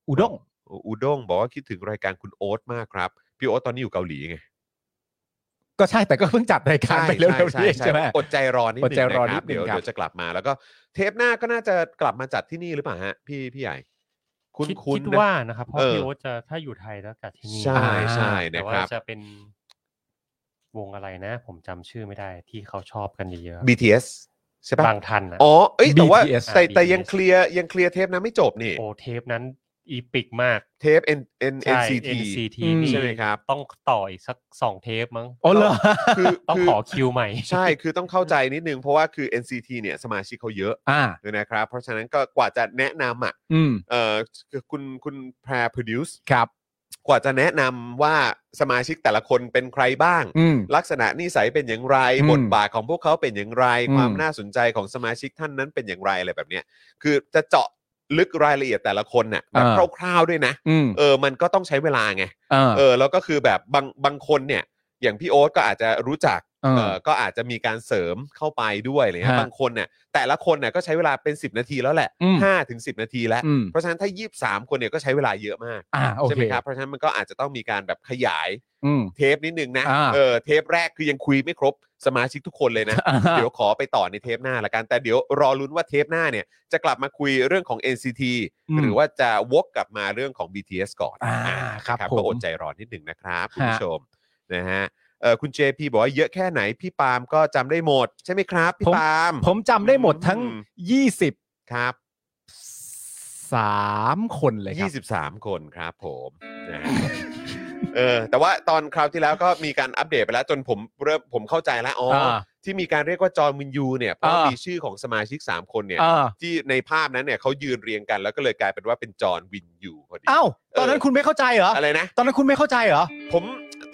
[SPEAKER 5] อุด้ง
[SPEAKER 3] อุด้งบอกว่าคิดถึงรายการคุณโอ๊ตมากครับ พี่โอ๊ตตอนนี้อยู่เกาหลีไง
[SPEAKER 5] ก็ใช่แต่ก็เพิ่งจัดรายการไปเร็วๆนี้เองใช่ไหม
[SPEAKER 3] อดใจรอนิด
[SPEAKER 5] อด
[SPEAKER 3] นึ
[SPEAKER 5] ใจ
[SPEAKER 3] ง
[SPEAKER 5] รอ
[SPEAKER 3] นะค
[SPEAKER 5] นิ
[SPEAKER 3] รับ
[SPEAKER 5] ดนึง
[SPEAKER 3] เดี๋ยว
[SPEAKER 5] ครับ
[SPEAKER 3] เดี๋ยวจะกลับมาแล้วก็เทปหน้าก็น่าจะกลับมาจัดที่นี่หรือเปล่าฮะพี่พี่ใหญ่ คุ้น
[SPEAKER 6] คิด
[SPEAKER 3] ๆ
[SPEAKER 6] คิด
[SPEAKER 3] นะ
[SPEAKER 6] ว่านะครับเพราะ
[SPEAKER 3] เออ
[SPEAKER 6] พี่โอ๊ตจะถ้าอยู่ไทยแล้วจัดที่นี่
[SPEAKER 3] ใช่ใช่
[SPEAKER 6] แต่
[SPEAKER 3] นะครั
[SPEAKER 6] ว่า
[SPEAKER 3] บ
[SPEAKER 6] จะเป็นวงอะไรนะ ผมจำชื่อไม่ได้ที่เขาชอบกันเยอะ
[SPEAKER 3] BTS ใช่ปะ
[SPEAKER 6] บางทันนะ
[SPEAKER 3] อ๋อ เอ้ย แต่ว่า
[SPEAKER 5] BTS
[SPEAKER 3] แต่แต่
[SPEAKER 6] อ่ะ
[SPEAKER 3] ยังเคลียร์ยังเคลียร์เทปนั้นไม่จบนี่
[SPEAKER 6] โอเทปนั้นอีปิกมาก
[SPEAKER 3] เทป N N
[SPEAKER 6] ใช่
[SPEAKER 3] N C T
[SPEAKER 6] NCT
[SPEAKER 5] อืม
[SPEAKER 6] นี่
[SPEAKER 3] ใช่ไหมครับ
[SPEAKER 6] ต้องต่ออีกสักสองเทปมั้ง
[SPEAKER 5] อ๋อเหรอ
[SPEAKER 3] คือ
[SPEAKER 6] ต้อง
[SPEAKER 3] คื
[SPEAKER 6] ขอคิวใหม่
[SPEAKER 3] ใช่ คือต้องเข้าใจนิดนึง เพราะว่าคือ N C T เนี่ย สมาชิกเขาเยอะ
[SPEAKER 5] อ่า
[SPEAKER 3] ด้วยนะครับ เพราะฉะนั้นก็กว่าจะแนะนำอ่ะ
[SPEAKER 5] อืม
[SPEAKER 3] เอ่อคือคุณคุณแพร produce
[SPEAKER 5] ครับ
[SPEAKER 3] กว่าจะแนะนำว่าสมาชิกแต่ละคนเป็นใครบ้าง
[SPEAKER 5] อืม
[SPEAKER 3] ลักษณะนิสัยเป็นอย่างไร
[SPEAKER 5] อืม
[SPEAKER 3] บทบาทของพวกเขาเป็นอย่างไร
[SPEAKER 5] อืม
[SPEAKER 3] ความน่าสนใจของสมาชิกท่านนั้นเป็นอย่างไรอะไรแบบเนี้ยคือจะเจาะลึกรายละเอียดแต่ละคนน่ะแบบคร่าวๆด้วยนะ
[SPEAKER 5] อืม
[SPEAKER 3] เออ มันก็ต้องใช้เวลาไง
[SPEAKER 5] เออ
[SPEAKER 3] เออ แล้วก็คือแบบบางบางคนเนี่ย อย่างพี่โอ๊ตก็อาจจะรู้จัก
[SPEAKER 5] เอ
[SPEAKER 3] เอ
[SPEAKER 5] อ
[SPEAKER 3] อ ก็อาจจะมีการเสริมเข้าไปด้วยอะไรเลย
[SPEAKER 5] ฮะ
[SPEAKER 3] บางคนเนี่ยแต่ละคนเนี่ยก็ใช้เวลาเป็น 10 นาทีแล้วแหละ
[SPEAKER 5] อืม
[SPEAKER 3] 5ถึง10 นาทีแล้ว
[SPEAKER 5] อืม
[SPEAKER 3] เพราะฉะนั้นถ้า 23 คนเนี่ยก็ใช้เวลาเยอะมาก
[SPEAKER 5] อ่าโอ
[SPEAKER 3] ใช่
[SPEAKER 5] เค
[SPEAKER 3] ไหมครับ เพราะฉะนั้นมันก็อาจจะต้องมีการแบบขยาย
[SPEAKER 5] อืม
[SPEAKER 3] เทปนิดนึงนะ
[SPEAKER 5] อ่า
[SPEAKER 3] เออ เทปแรกคือยังคุยไม่ครบสมาชิกทุกคนเลยนะ
[SPEAKER 5] อ่า
[SPEAKER 3] เดี๋ยวขอไปต่อในเทปหน้าละกัน แต่เดี๋ยวรอลุ้นว่าเทปหน้าเนี่ยจะกลับมาคุยเรื่องของ NCT
[SPEAKER 5] อืม
[SPEAKER 3] หรือว่าจะวกกลับมาเรื่องของ BTS ก่อน
[SPEAKER 5] อ่า
[SPEAKER 3] อ่า
[SPEAKER 5] ครับ
[SPEAKER 3] นะ
[SPEAKER 5] ผม
[SPEAKER 3] ก็อดใจรอนิดหนึ่งนะครับ คุณผู้
[SPEAKER 5] ฮะ
[SPEAKER 3] ชมนะฮะเอ่อคุณ JP บอกว่าเยอะแค่ไหนพี่ปาล์มก็จำได้หมด ใช่ไหมครับ พี่ปาล์ม
[SPEAKER 5] ผมจำได้หมดทั้ง
[SPEAKER 3] อืม ครับ
[SPEAKER 5] 23 คนเลยครับ
[SPEAKER 3] 23 คนครับผมนะฮะเออแต่ว่าตอนคราวที่แล้วก็มีการอัปเดตไปแล้วจนผมเริ่มผมเข้าใจแล้วอ๋ออา ที่มีการเรียกว่าจอห์นวินยูเนี่ยเพราะว่า
[SPEAKER 5] อ่ามี
[SPEAKER 3] มีชื่อของสมาชิก 3 คนเนี่ย
[SPEAKER 5] เออ
[SPEAKER 3] ที่ในภาพนั้นเนี่ยเขายืนเรียงกันแล้วก็เลยกลายเป็นว่าเป็นจอห์นวินยูพอดี
[SPEAKER 5] เอ้า ตอนนั้นคุณไม่เข้าใจเหรอ
[SPEAKER 3] อะไรนะ
[SPEAKER 5] ตอนนั้นคุณไม่เข้าใจเหรอ
[SPEAKER 3] ผม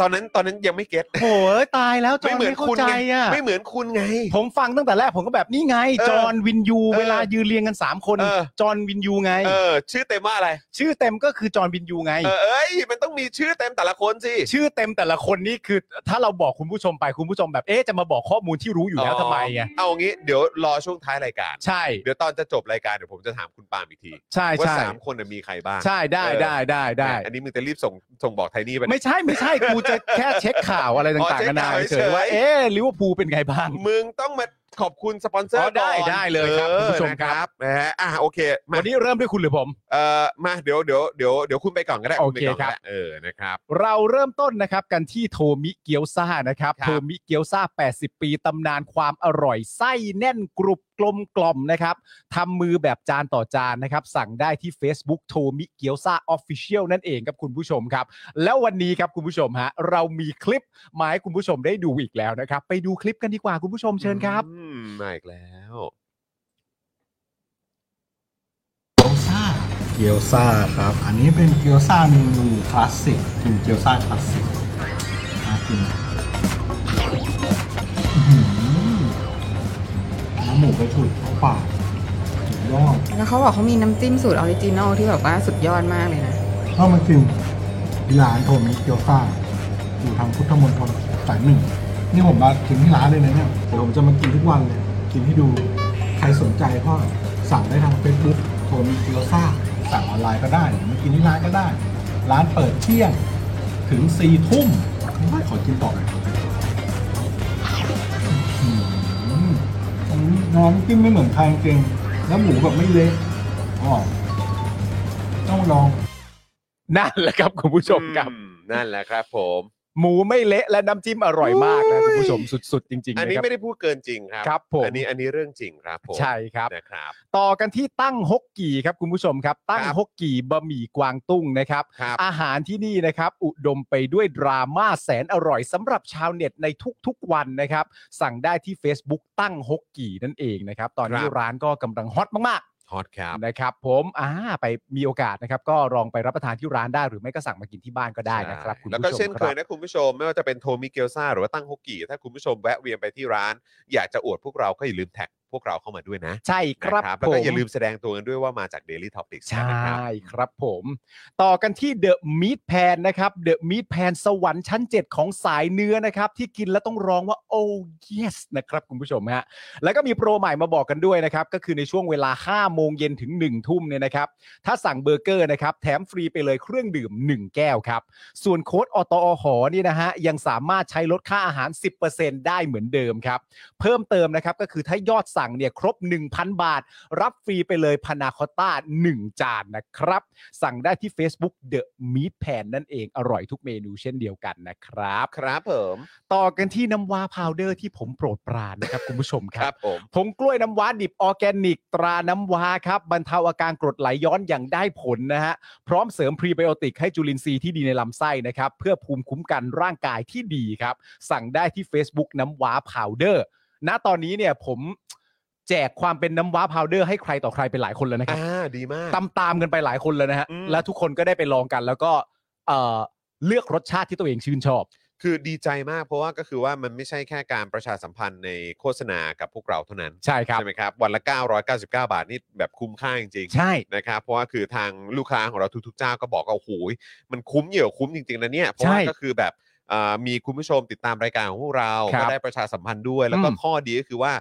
[SPEAKER 3] ตอนนั้นตอนนั้นยังไม่เก็ต
[SPEAKER 5] โอ้ยตายแล้วจอ
[SPEAKER 3] ไม่
[SPEAKER 5] ห์น
[SPEAKER 3] เหมือน
[SPEAKER 5] ไม่เข้า
[SPEAKER 3] คุณ
[SPEAKER 5] ใจ
[SPEAKER 3] ไง
[SPEAKER 5] อ่ะ
[SPEAKER 3] ไม่เหมือนคุณไง
[SPEAKER 5] ผมฟังตั้งแต่แรกผมก็แบบนี่ไง
[SPEAKER 3] เออ
[SPEAKER 5] จอห์นวินยู
[SPEAKER 3] เออ
[SPEAKER 5] เวลายืนเรียงกันสามคน
[SPEAKER 3] เออ
[SPEAKER 5] จอห์นวินยูไง
[SPEAKER 3] เออชื่อเต็มว่าอะไร
[SPEAKER 5] ชื่อเต็มก็คือจอห์นวินยูไง
[SPEAKER 3] เออเอ้ยมันต้องมีชื่อเต็มแต่ละคนสิ
[SPEAKER 5] ชื่อเต็มแต่ละคนนี่คือ ถ้าเราบอกคุณผู้ชมไปคุณผู้ชมแบบเอ๊ะจะมาบอกข้อมูลที่รู้อยู่แล้ว
[SPEAKER 3] อ๋อ
[SPEAKER 5] ทำไมไง
[SPEAKER 3] เอางี้เดี๋ยวรอช่วงท้ายรายการ
[SPEAKER 5] ใช่
[SPEAKER 3] เดี๋ยวตอนจะจบรายการเดี๋ยวผมจะถามคุณปาล์มอีกที
[SPEAKER 5] ใช่
[SPEAKER 3] ว่า
[SPEAKER 5] ใช่
[SPEAKER 3] สามคนน่ะมีใครบ้าง
[SPEAKER 5] ใช่ได้
[SPEAKER 3] เออ
[SPEAKER 5] ได้ได้ได้
[SPEAKER 3] อันนี้มึงจะรีบส่งส่งบอกไทนี่ไป
[SPEAKER 5] ไม่ใช่ไม่ใช่กูจะแค่เช็คข่าวอะไร
[SPEAKER 3] อ๋อ
[SPEAKER 5] ต่าง
[SPEAKER 3] เช็
[SPEAKER 5] ๆ
[SPEAKER 3] ค
[SPEAKER 5] กันา
[SPEAKER 3] ข่าว
[SPEAKER 5] เฉ
[SPEAKER 3] เฉ
[SPEAKER 5] ย
[SPEAKER 3] ย
[SPEAKER 5] ๆว่าเอ๊ะลิเวอร์พูลเป็นไงบ้าง
[SPEAKER 3] มึงต้องมาขอบคุณสปอนเซอ
[SPEAKER 5] อ๋
[SPEAKER 3] ร์
[SPEAKER 5] อได้
[SPEAKER 3] ก่อน
[SPEAKER 5] ได้เลยครับ
[SPEAKER 3] ออ
[SPEAKER 5] คุณผู้ชมครับ
[SPEAKER 3] นะฮะอ่ะโอเคมา
[SPEAKER 5] วันนี้เริ่มด้วยคุณหรือผม
[SPEAKER 3] เอ่อมาเดี๋ยวเดี๋ยวเดี๋ยวเดี๋ยวคุณไปก่อนก็ได้ณไปก่นก็
[SPEAKER 5] โอเคครั
[SPEAKER 3] ได้
[SPEAKER 5] บ
[SPEAKER 3] เออนะครับ
[SPEAKER 5] เราเริ่มต้นนะครับกันที่โทมิเกียวซานะครับ
[SPEAKER 3] ครับ
[SPEAKER 5] โทมิเกียวซา80 ปีตำนานความอร่อยไส้แน่นกรุบกลมกล่อมนะครับทำมือแบบจานต่อจานนะครับสั่งได้ที่ Facebook โทมิเกียวซาออฟฟิเชียลนั่นเองครับคุณผู้ชมครับ แล้ววันนี้ครับคุณผู้ชมฮะเรามีคลิปมาให้คุณผู้ชมได้ดูอีกแล้วนะครับไปดูคลิปกันดีกว่าคุณผู้ชมเชิญครับ
[SPEAKER 3] อืมมาอีกแล้ว
[SPEAKER 7] เกี๊ยวซ่าครับ อันนี้เป็นเกี๊ยวซ่าเมนูคลาสสิกกินเกี๊ยวซ่าคลาสสิกมากินอื้อหือน้ำหมูกระฉุดเข้าปากสุดยอด
[SPEAKER 8] แล้วเขาบอกเขามีน้ำจิ้มสูตรออริจินอลที่แบบว่าสุดยอดมากเลยนะ
[SPEAKER 7] ถ้ามากินที่ร้านโทมิเกี๊ยวซ่าอยู่ทางพุทธมณฑลสายหนึ่งนี่ผมมากินที่ร้านเลยนะเนี่ยเดี๋ยวผมจะมากินทุกวันเลย กินให้ดูใครสนใจก็สั่งได้ทาง Facebook โทมิเกี๊ยวซ่าสั่งออนไลน์ก็ได้หรือมากินที่ร้านก็ได้ ร้านเปิดเที่ยง ถึงสี่ทุ่มไม่ขอกินต่อเลยอืมอืมน้ำจิ้มไม่เหมือนใครจริงๆแล้วหมูแบบไม่เละอ๋อต้องลอง
[SPEAKER 5] นั่นแหละครับคุณผู้ชมครับ
[SPEAKER 3] อืมนั่นแหละครับผม
[SPEAKER 5] หมูไม่เละและน้ำจิ้มอร่อยมากนะคุณผู้ชมสุดๆ จริงๆ
[SPEAKER 3] อัน
[SPEAKER 5] นะ
[SPEAKER 3] นี้
[SPEAKER 5] ครับ
[SPEAKER 3] ไม่ได้พูดเกินจริงครับ
[SPEAKER 5] ครับผม
[SPEAKER 3] อันนี้อันนี้เรื่องจริงครับผม
[SPEAKER 5] ใช่ครับ
[SPEAKER 3] นะครับ
[SPEAKER 5] ต่อกันที่ตั้งฮกกี่ครับคุณผู้ชมครับ ตั้ง
[SPEAKER 3] ครับ
[SPEAKER 5] ฮกกี่บะหมี่กวางตุ้งนะครับ
[SPEAKER 3] ครับ
[SPEAKER 5] อาหารที่นี่นะครับ อุดมไปด้วยดราม่าแสนอร่อยสำหรับชาวเน็ตในทุกๆวันนะครับ สั่งได้ที่ Facebook ตั้งฮกกี่นั่นเองนะครับ ตอนนี้
[SPEAKER 3] ครับ
[SPEAKER 5] ร้านก็กำลังฮอตมาก
[SPEAKER 3] ฮอตครับ
[SPEAKER 5] ๆนะครับ ผมอ่าไปมีโอกาสนะครับ ก็ลองไปรับประทานที่ร้านได้หรือไม่ก็สั่งมากินที่บ้านก็ได้นะครับคุณ
[SPEAKER 3] แล้ว
[SPEAKER 5] ผู้ชม
[SPEAKER 3] ก็เช่น
[SPEAKER 5] ค
[SPEAKER 3] เครับ ยนะคุณผู้ชม ไม่ว่าจะเป็นโทมิเกียวซาหรือว่าตั้งฮกกี้ถ้าคุณผู้ชมแวะเวียนไปที่ร้าน อยากจะอวดพวกเราก็อย่าลืมแท็กพวกเราเข้ามาด้วยนะ
[SPEAKER 5] ใช่ครับ
[SPEAKER 3] นะ
[SPEAKER 5] ผ
[SPEAKER 3] แล้วก็
[SPEAKER 5] ม
[SPEAKER 3] อย่าลืมแสดงตัวกันด้วยว่ามาจาก Daily Topics
[SPEAKER 5] ใช
[SPEAKER 3] นะครั่ บ
[SPEAKER 5] ครับผม ต่อกันที่เดอะม a ทแพนนะครับเดอะม a ทแพนสวรรค์ชั้น 7 ของสายเนื้อนะครับ ที่กินแล้วต้องร้องว่า oh yes นะครับคุณผู้ชมฮะแล้วก็มีโปรใหม่มาบอกกันด้วยนะครับ ก็คือในช่วงเวลา 5 โมงเย็นถึง 1 ทุ่มเนี่ยนะครับ ถ้าสั่งเบอร์เกอร์นะครับ แถมฟรีไปเลยเครื่องดื่ม 1 แก้วครับ ส่วนโค้ดอตอหอนี่นะฮะยังสามารถใช้ลดค่าอาหาร 10%ได้เหมือนเดิมครับ เพิ่มเติมนะครับก็คือถ้ายอดสั่งเนี่ยครบ 1,000 บาท รับฟรีไปเลยพานาคอตต้า 1 จานนะครับ สั่งได้ที่ Facebook The Meat Pan นั่นเองอร่อยทุกเมนูเช่นเดียวกันนะครับ
[SPEAKER 3] ครับผม
[SPEAKER 5] ต่อกันที่น้ำว้าพาวเดอร์ที่ผมโปรดปรานนะครับ คุณผู้ชมค
[SPEAKER 3] ครับ รับผม
[SPEAKER 5] ผงกล้วยน้ำว้าดิบออร์แกนิก ตราน้ำว้าครับบรรเทาอาการกรดไหลย้อนอย่างได้ผลนะฮะ พร้อมเสริมพรีไบโอติกให้จุลินทรีย์ที่ดีในลำไส้นะครับ เพื่อภูมิคุ้มกันร่างกายที่ดีครับ สั่งได้ที่ Facebook น้ำว้าพาวเดอร์ ณตอนนี้เนี่ยผมแจกความเป็นน้ำว้าพาวเดอร์ให้ใครต่อใครไปหลายคนแล้วนะครับ
[SPEAKER 3] อ่า ดีมาก
[SPEAKER 5] ตามตามๆกันไปหลายคนแล้วนะฮะ
[SPEAKER 3] อืม
[SPEAKER 5] แล้วทุกคนก็ได้ไปลองกัน แล้วก็เอ่อเลือกรสชาติที่ตัวเองชื่นชอบ
[SPEAKER 3] คือดีใจมากเพราะว่าก็คือว่ามันไม่ใช่แค่การประชาสัมพันธ์ในโฆษณากับพวกเราเท่านั้น
[SPEAKER 5] ใช่ครับ
[SPEAKER 3] ใช่ไหมครับ วันละ 999 บาทนี่แบบคุ้มค่าจริงๆ
[SPEAKER 5] ใช่
[SPEAKER 3] นะครับเพราะว่าคือทางลูกค้าของเราทุกๆเจ้าก็บอกว่าโอ้โหมันคุ้มเหยื่อคุ้มจริงๆนะเนี่ยเพราะว่า
[SPEAKER 5] ใช่
[SPEAKER 3] ก็คือแบบอ่ามีคุณผู้ชมติดตามรายการของพวกเรา
[SPEAKER 5] ครับ
[SPEAKER 3] ก็ได้ประชาสัมพันธ์ด้วย แล้วก็
[SPEAKER 5] อืม
[SPEAKER 3] ข้อดีก็คือว่า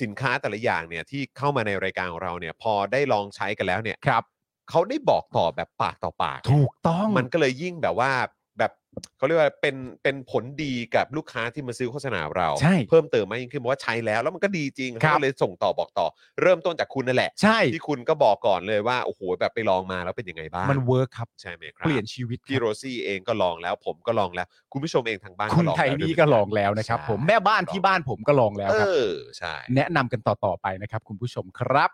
[SPEAKER 3] สินค้าแต่ละอย่างเนี่ยที่เข้ามาในรายการของเราเนี่ยพอได้ลองใช้กันแล้วเนี่ย
[SPEAKER 5] ครับ
[SPEAKER 3] เขาได้บอกต่อแบบปากต่อปาก
[SPEAKER 5] ถูกต้อง
[SPEAKER 3] มันก็เลยยิ่งแบบว่าแบบเขาเรียกว่าเป็นเป็นผลดีกับลูกค้าที่มาซื้อโฆษณาเรา
[SPEAKER 5] ใช่
[SPEAKER 3] เพิ่มเติมมากยิ่งขึ้นเพราะว่าใช้แล้วแล้วมันก็ดีจริง
[SPEAKER 5] ครับ
[SPEAKER 3] เขาก็เลยส่งต่อบอกต่อ เริ่มต้นจากคุณนั่นแหละ
[SPEAKER 5] ใช่
[SPEAKER 3] ที่คุณก็บอกก่อนเลยว่า โอ้โห แบบไปลองมาแล้วเป็นยังไงบ้าง
[SPEAKER 5] มันเวิร์คครับ
[SPEAKER 3] ใช่ไหมครับ
[SPEAKER 5] เปลี่ยนชีวิตครับ
[SPEAKER 3] พี่โรซี่เองก็ลองแล้ว ผมก็ลองแล้ว คุณผู้ชมเองทางบ้าน
[SPEAKER 5] คุ
[SPEAKER 3] ก็
[SPEAKER 5] ณ
[SPEAKER 3] ลอง
[SPEAKER 5] ไทย
[SPEAKER 3] แล้วด้วย
[SPEAKER 5] นี้ก็ลองแล้วนะครับ
[SPEAKER 3] ใช่
[SPEAKER 5] ผมแม่บ้านที่บ้านผมก็ลองแล้ว
[SPEAKER 3] เอ
[SPEAKER 5] ครับ
[SPEAKER 3] อใช่
[SPEAKER 5] แนะนำกันต่อ ๆ ไปนะครับคุณผู้ชมครับ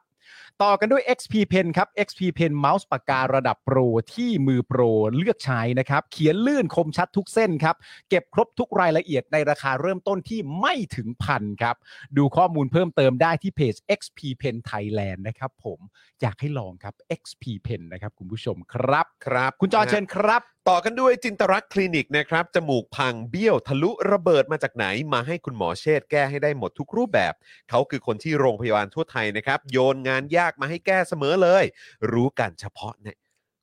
[SPEAKER 5] ต่อกันด้วย XP Pen ครับ XP Pen เมาส์ปากการะดับโปรที่มือโปรเลือกใช้นะครับ เขียนลื่นคมชัดทุกเส้นครับ เก็บครบทุกรายละเอียดในราคาเริ่มต้นที่ไม่ถึงพันครับ ดูข้อมูลเพิ่มเติมได้ที่เพจ XP Pen Thailand นะครับผมอยากให้ลองครับ XP Pen นะครับคุณผู้ชมครับ
[SPEAKER 3] ครับ
[SPEAKER 5] คุณจอ
[SPEAKER 3] นะฮะ
[SPEAKER 5] เชิญครับ
[SPEAKER 3] ต่อกันด้วยจินตรักษณ์คลินิกนะครับ จมูกพังเบี้ยวทะลุระเบิดมาจากไหน มาให้คุณหมอเชษฐ์แก้ให้ได้หมดทุกรูปแบบ เขาคือคนที่โรงพยาบาลทั่วไทยนะครับ โยนงานยากมาให้แก้เสมอเลย รู้กันเฉพาะเนี่ย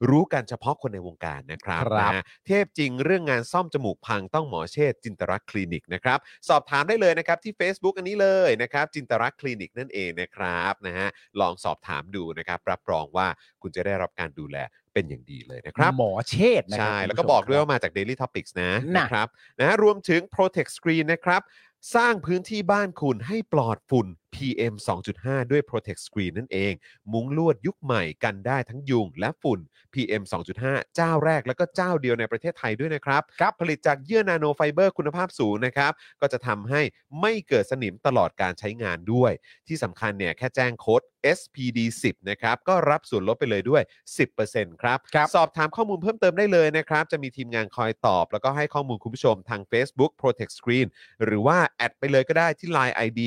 [SPEAKER 3] รู้กันเฉพาะคนในวงการนะครับ
[SPEAKER 5] ครับ
[SPEAKER 3] นะเทพจริงเรื่องงานซ่อมจมูกพังต้องหมอเชษฐ์จินตรักษณ์คลินิกนะครับ สอบถามได้เลยนะครับที่ Facebook อันนี้เลยนะครับ จินตรักษณ์คลินิกนั่นเองนะครับนะฮะลองสอบถามดูนะครับ รับรองว่าคุณจะได้รับการดูแลเป็นอย่างดีเลยนะครับ
[SPEAKER 5] หมอเชษฐ์นะครั
[SPEAKER 3] ใช่
[SPEAKER 5] คุณผู้ชม
[SPEAKER 3] แล้วก็บอกด้วยว่ามาจาก Daily Topics นะ
[SPEAKER 5] น่ะ
[SPEAKER 3] นะครับนะรวมถึง Protect Screen นะครับ สร้างพื้นที่บ้านคุณให้ปลอดฝุ่น PM 2.5 ด้วย Protect Screen นั่นเอง มุ้งลวดยุคใหม่กันได้ทั้งยุงและฝุ่น PM 2.5 เจ้าแรกแล้วก็เจ้าเดียวในประเทศไทยด้วยนะครับ ผลิตจากเยื่อนาโนไฟเบอร์คุณภาพสูงนะครับ ก็จะทำให้ไม่เกิดสนิมตลอดการใช้งานด้วย ที่สำคัญเนี่ยแค่แจ้งโค้ด SPD 10นะครับ ก็รับส่วนลดไปเลยด้วย 10%ครับ
[SPEAKER 5] ครับ
[SPEAKER 3] สอบถามข้อมูลเพิ่มเติมได้เลยนะครับ จะมีทีมงานคอยตอบ แล้วก็ให้ข้อมูลคุณผู้ชมทาง Facebook Protect Screen หรือว่า แอดไปเลยก็ได้ที่ Line ID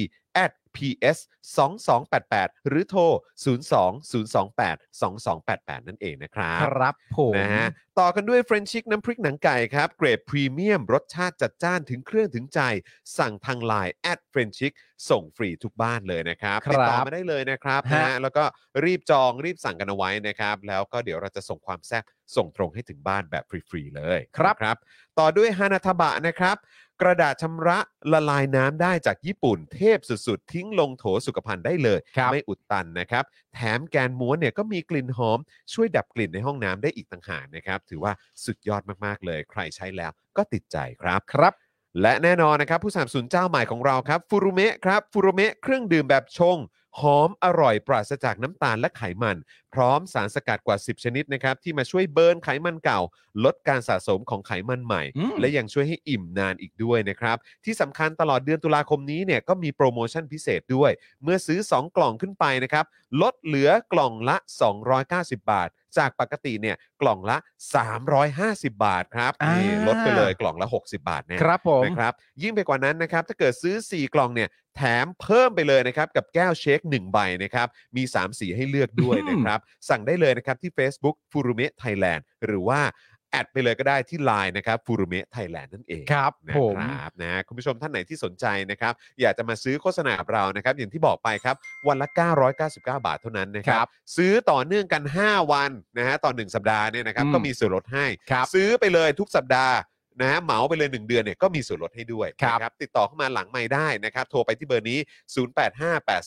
[SPEAKER 3] at ps 2 2 8 8หรือโทร 0 2 0 2 8 2 2 8 8 นั่นเองนะครับ
[SPEAKER 5] ครับผม
[SPEAKER 3] นะฮะต่อกันด้วยเฟรนชิกน้ำพริกหนังไก่ครับ เกรดพรีเมียม รสชาติจัดจ้านถึงเครื่องถึงใจ สั่งทางไลน์แอดเฟรนชิกส่งฟรีทุกบ้านเลยนะครับ
[SPEAKER 5] ครับ
[SPEAKER 3] ติดต่อมาได้เลยนะครับ
[SPEAKER 5] ฮะ
[SPEAKER 3] นะฮะแล้วก็รีบจองรีบสั่งกันเอาไว้นะครับ แล้วก็เดี๋ยวเราจะส่งความแซ่บส่งตรงให้ถึงบ้านแบบฟรี ๆ เลยนะครับ ต่อด้วยฮานาทบะนะครับ กระดาษชำระละลายน้ำได้จากญี่ปุ่น เทพสุดๆ ทิ้งลงโถสุขภัณฑ์ได้เลย
[SPEAKER 5] ครับ
[SPEAKER 3] ไม่อุดตันนะครับ แถมแกนม้วนเนี่ยก็มีกลิ่นหอม ช่วยดับกลิ่นในห้องน้ำได้อีกต่างหากนะครับ ถือว่าสุดยอดมากๆเลย ใครใช้แล้วก็ติดใจครับ
[SPEAKER 5] ครับ
[SPEAKER 3] และแน่นอนนะครับ ผู้สามสูนเจ้าใหม่ของเราครับฟูรุเมะครับฟูรุเมะเครื่องดื่มแบบชง หอมอร่อยปราศจากน้ำตาลและไขมัน พร้อมสารสกัดกว่า 10 ชนิดนะครับ ที่มาช่วยเบิร์นไขมันเก่า ลดการสะสมของไขมันใหม่
[SPEAKER 5] อืม
[SPEAKER 3] และยังช่วยให้อิ่มนานอีกด้วยนะครับ ที่สำคัญตลอดเดือนตุลาคมนี้เนี่ยก็มีโปรโมชั่นพิเศษด้วย เมื่อซื้อ 2 กล่องขึ้นไปนะครับ ลดเหลือกล่องละ 290 บาท จากปกติเนี่ยกล่องละ 350 บาทครับนี่ลดไปเลยกล่องละ 60 บาทแน่
[SPEAKER 5] ครับผม
[SPEAKER 3] นะครับยิ่งไปกว่านั้นนะครับ ถ้าเกิดซื้อ 4 กล่องเนี่ยแถมเพิ่มไปเลยนะครับ กับแก้วเชค 1 ใบนะครับ มี 3 สีให้เลือกด้วยนะครับ สั่งได้เลยนะครับที่ Facebook f u r u m e Thailand หรือว่า แอดไปเลยก็ได้ที่ Line นะครับ f u r u m e Thailand นั่นเอง
[SPEAKER 5] ครับ
[SPEAKER 3] นะ
[SPEAKER 5] ผม
[SPEAKER 3] ครับนะคุณผู้ชมท่านไหนที่สนใจนะครับ อยากจะมาซื้อโฆษณากับเรานะครับ อย่างที่บอกไปครับ วันละ 999 บาทเท่านั้นนะค
[SPEAKER 5] ค
[SPEAKER 3] รั
[SPEAKER 5] รับ บ
[SPEAKER 3] ซื้อต่อเนื่องกัน 5 วันนะฮะต่อ 1 สัปดาห์เนี่ยนะครับ
[SPEAKER 5] อืม
[SPEAKER 3] ก็มีส่วนลดให้
[SPEAKER 5] ครับ
[SPEAKER 3] ซื้อไปเลยทุกสัปดาห์นะฮะเหมาไปเลย 1 เดือนเนี่ยก็มีส่วนลดให้ด้วย
[SPEAKER 5] ครับ
[SPEAKER 3] นะติดต่อเข้ามาหลังไม่ได้นะครับ โทรไปที่เบอร์นี้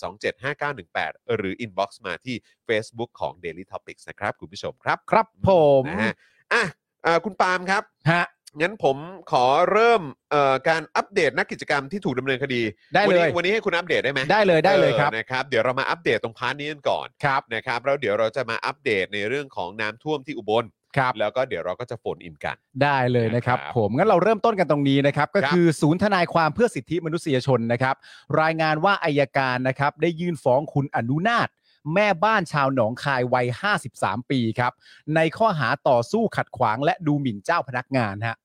[SPEAKER 3] 0858275918 หรือ inbox มาที่ Facebook ของ Daily Topics นะครับ คุณผู้ชมครับ
[SPEAKER 5] ครับผม
[SPEAKER 3] นะฮะอ่ะเอ่อคุณปาล์มครับ
[SPEAKER 5] ฮะ
[SPEAKER 3] งั้นผมขอเริ่มเอ่อการอัปเดตนักกิจกรรมที่ถูกดำเนินคดี
[SPEAKER 5] ได้
[SPEAKER 3] วัน
[SPEAKER 5] เล
[SPEAKER 3] นี้
[SPEAKER 5] ย
[SPEAKER 3] วันนี้ให้คุณอัปเดตได้ไหม
[SPEAKER 5] ได้เลยได้เลยครับ
[SPEAKER 3] ออนะครับ เดี๋ยวเรามาอัปเดตตรงพาร์ทนี้กันก่อน
[SPEAKER 5] ครับ
[SPEAKER 3] นะครับแล้วเดี๋ยวเราจะมาอัปเดตในเรื่องของน้ำท่วมที่อุบล
[SPEAKER 5] ครับ
[SPEAKER 3] แล้วก็เดี๋ยวเราก็จะโฟนอินกัน
[SPEAKER 5] ได้เลยนะครับ
[SPEAKER 3] นะครับ
[SPEAKER 5] ผมงั้นเราเริ่มต้นกันตรงนี้นะครับ ก็
[SPEAKER 3] ครับ
[SPEAKER 5] คือศูนย์ทนายความเพื่อสิทธิมนุษยชนนะครับ รายงานว่าอายการนะครับได้ยื่นฟ้องคุณอนุนาตแม่บ้านชาวหนองคายวัย 53 ปีครับ ในข้อหาต่อสู้ขัดขวางและดูหมิ่นเจ้าพนักงานฮะ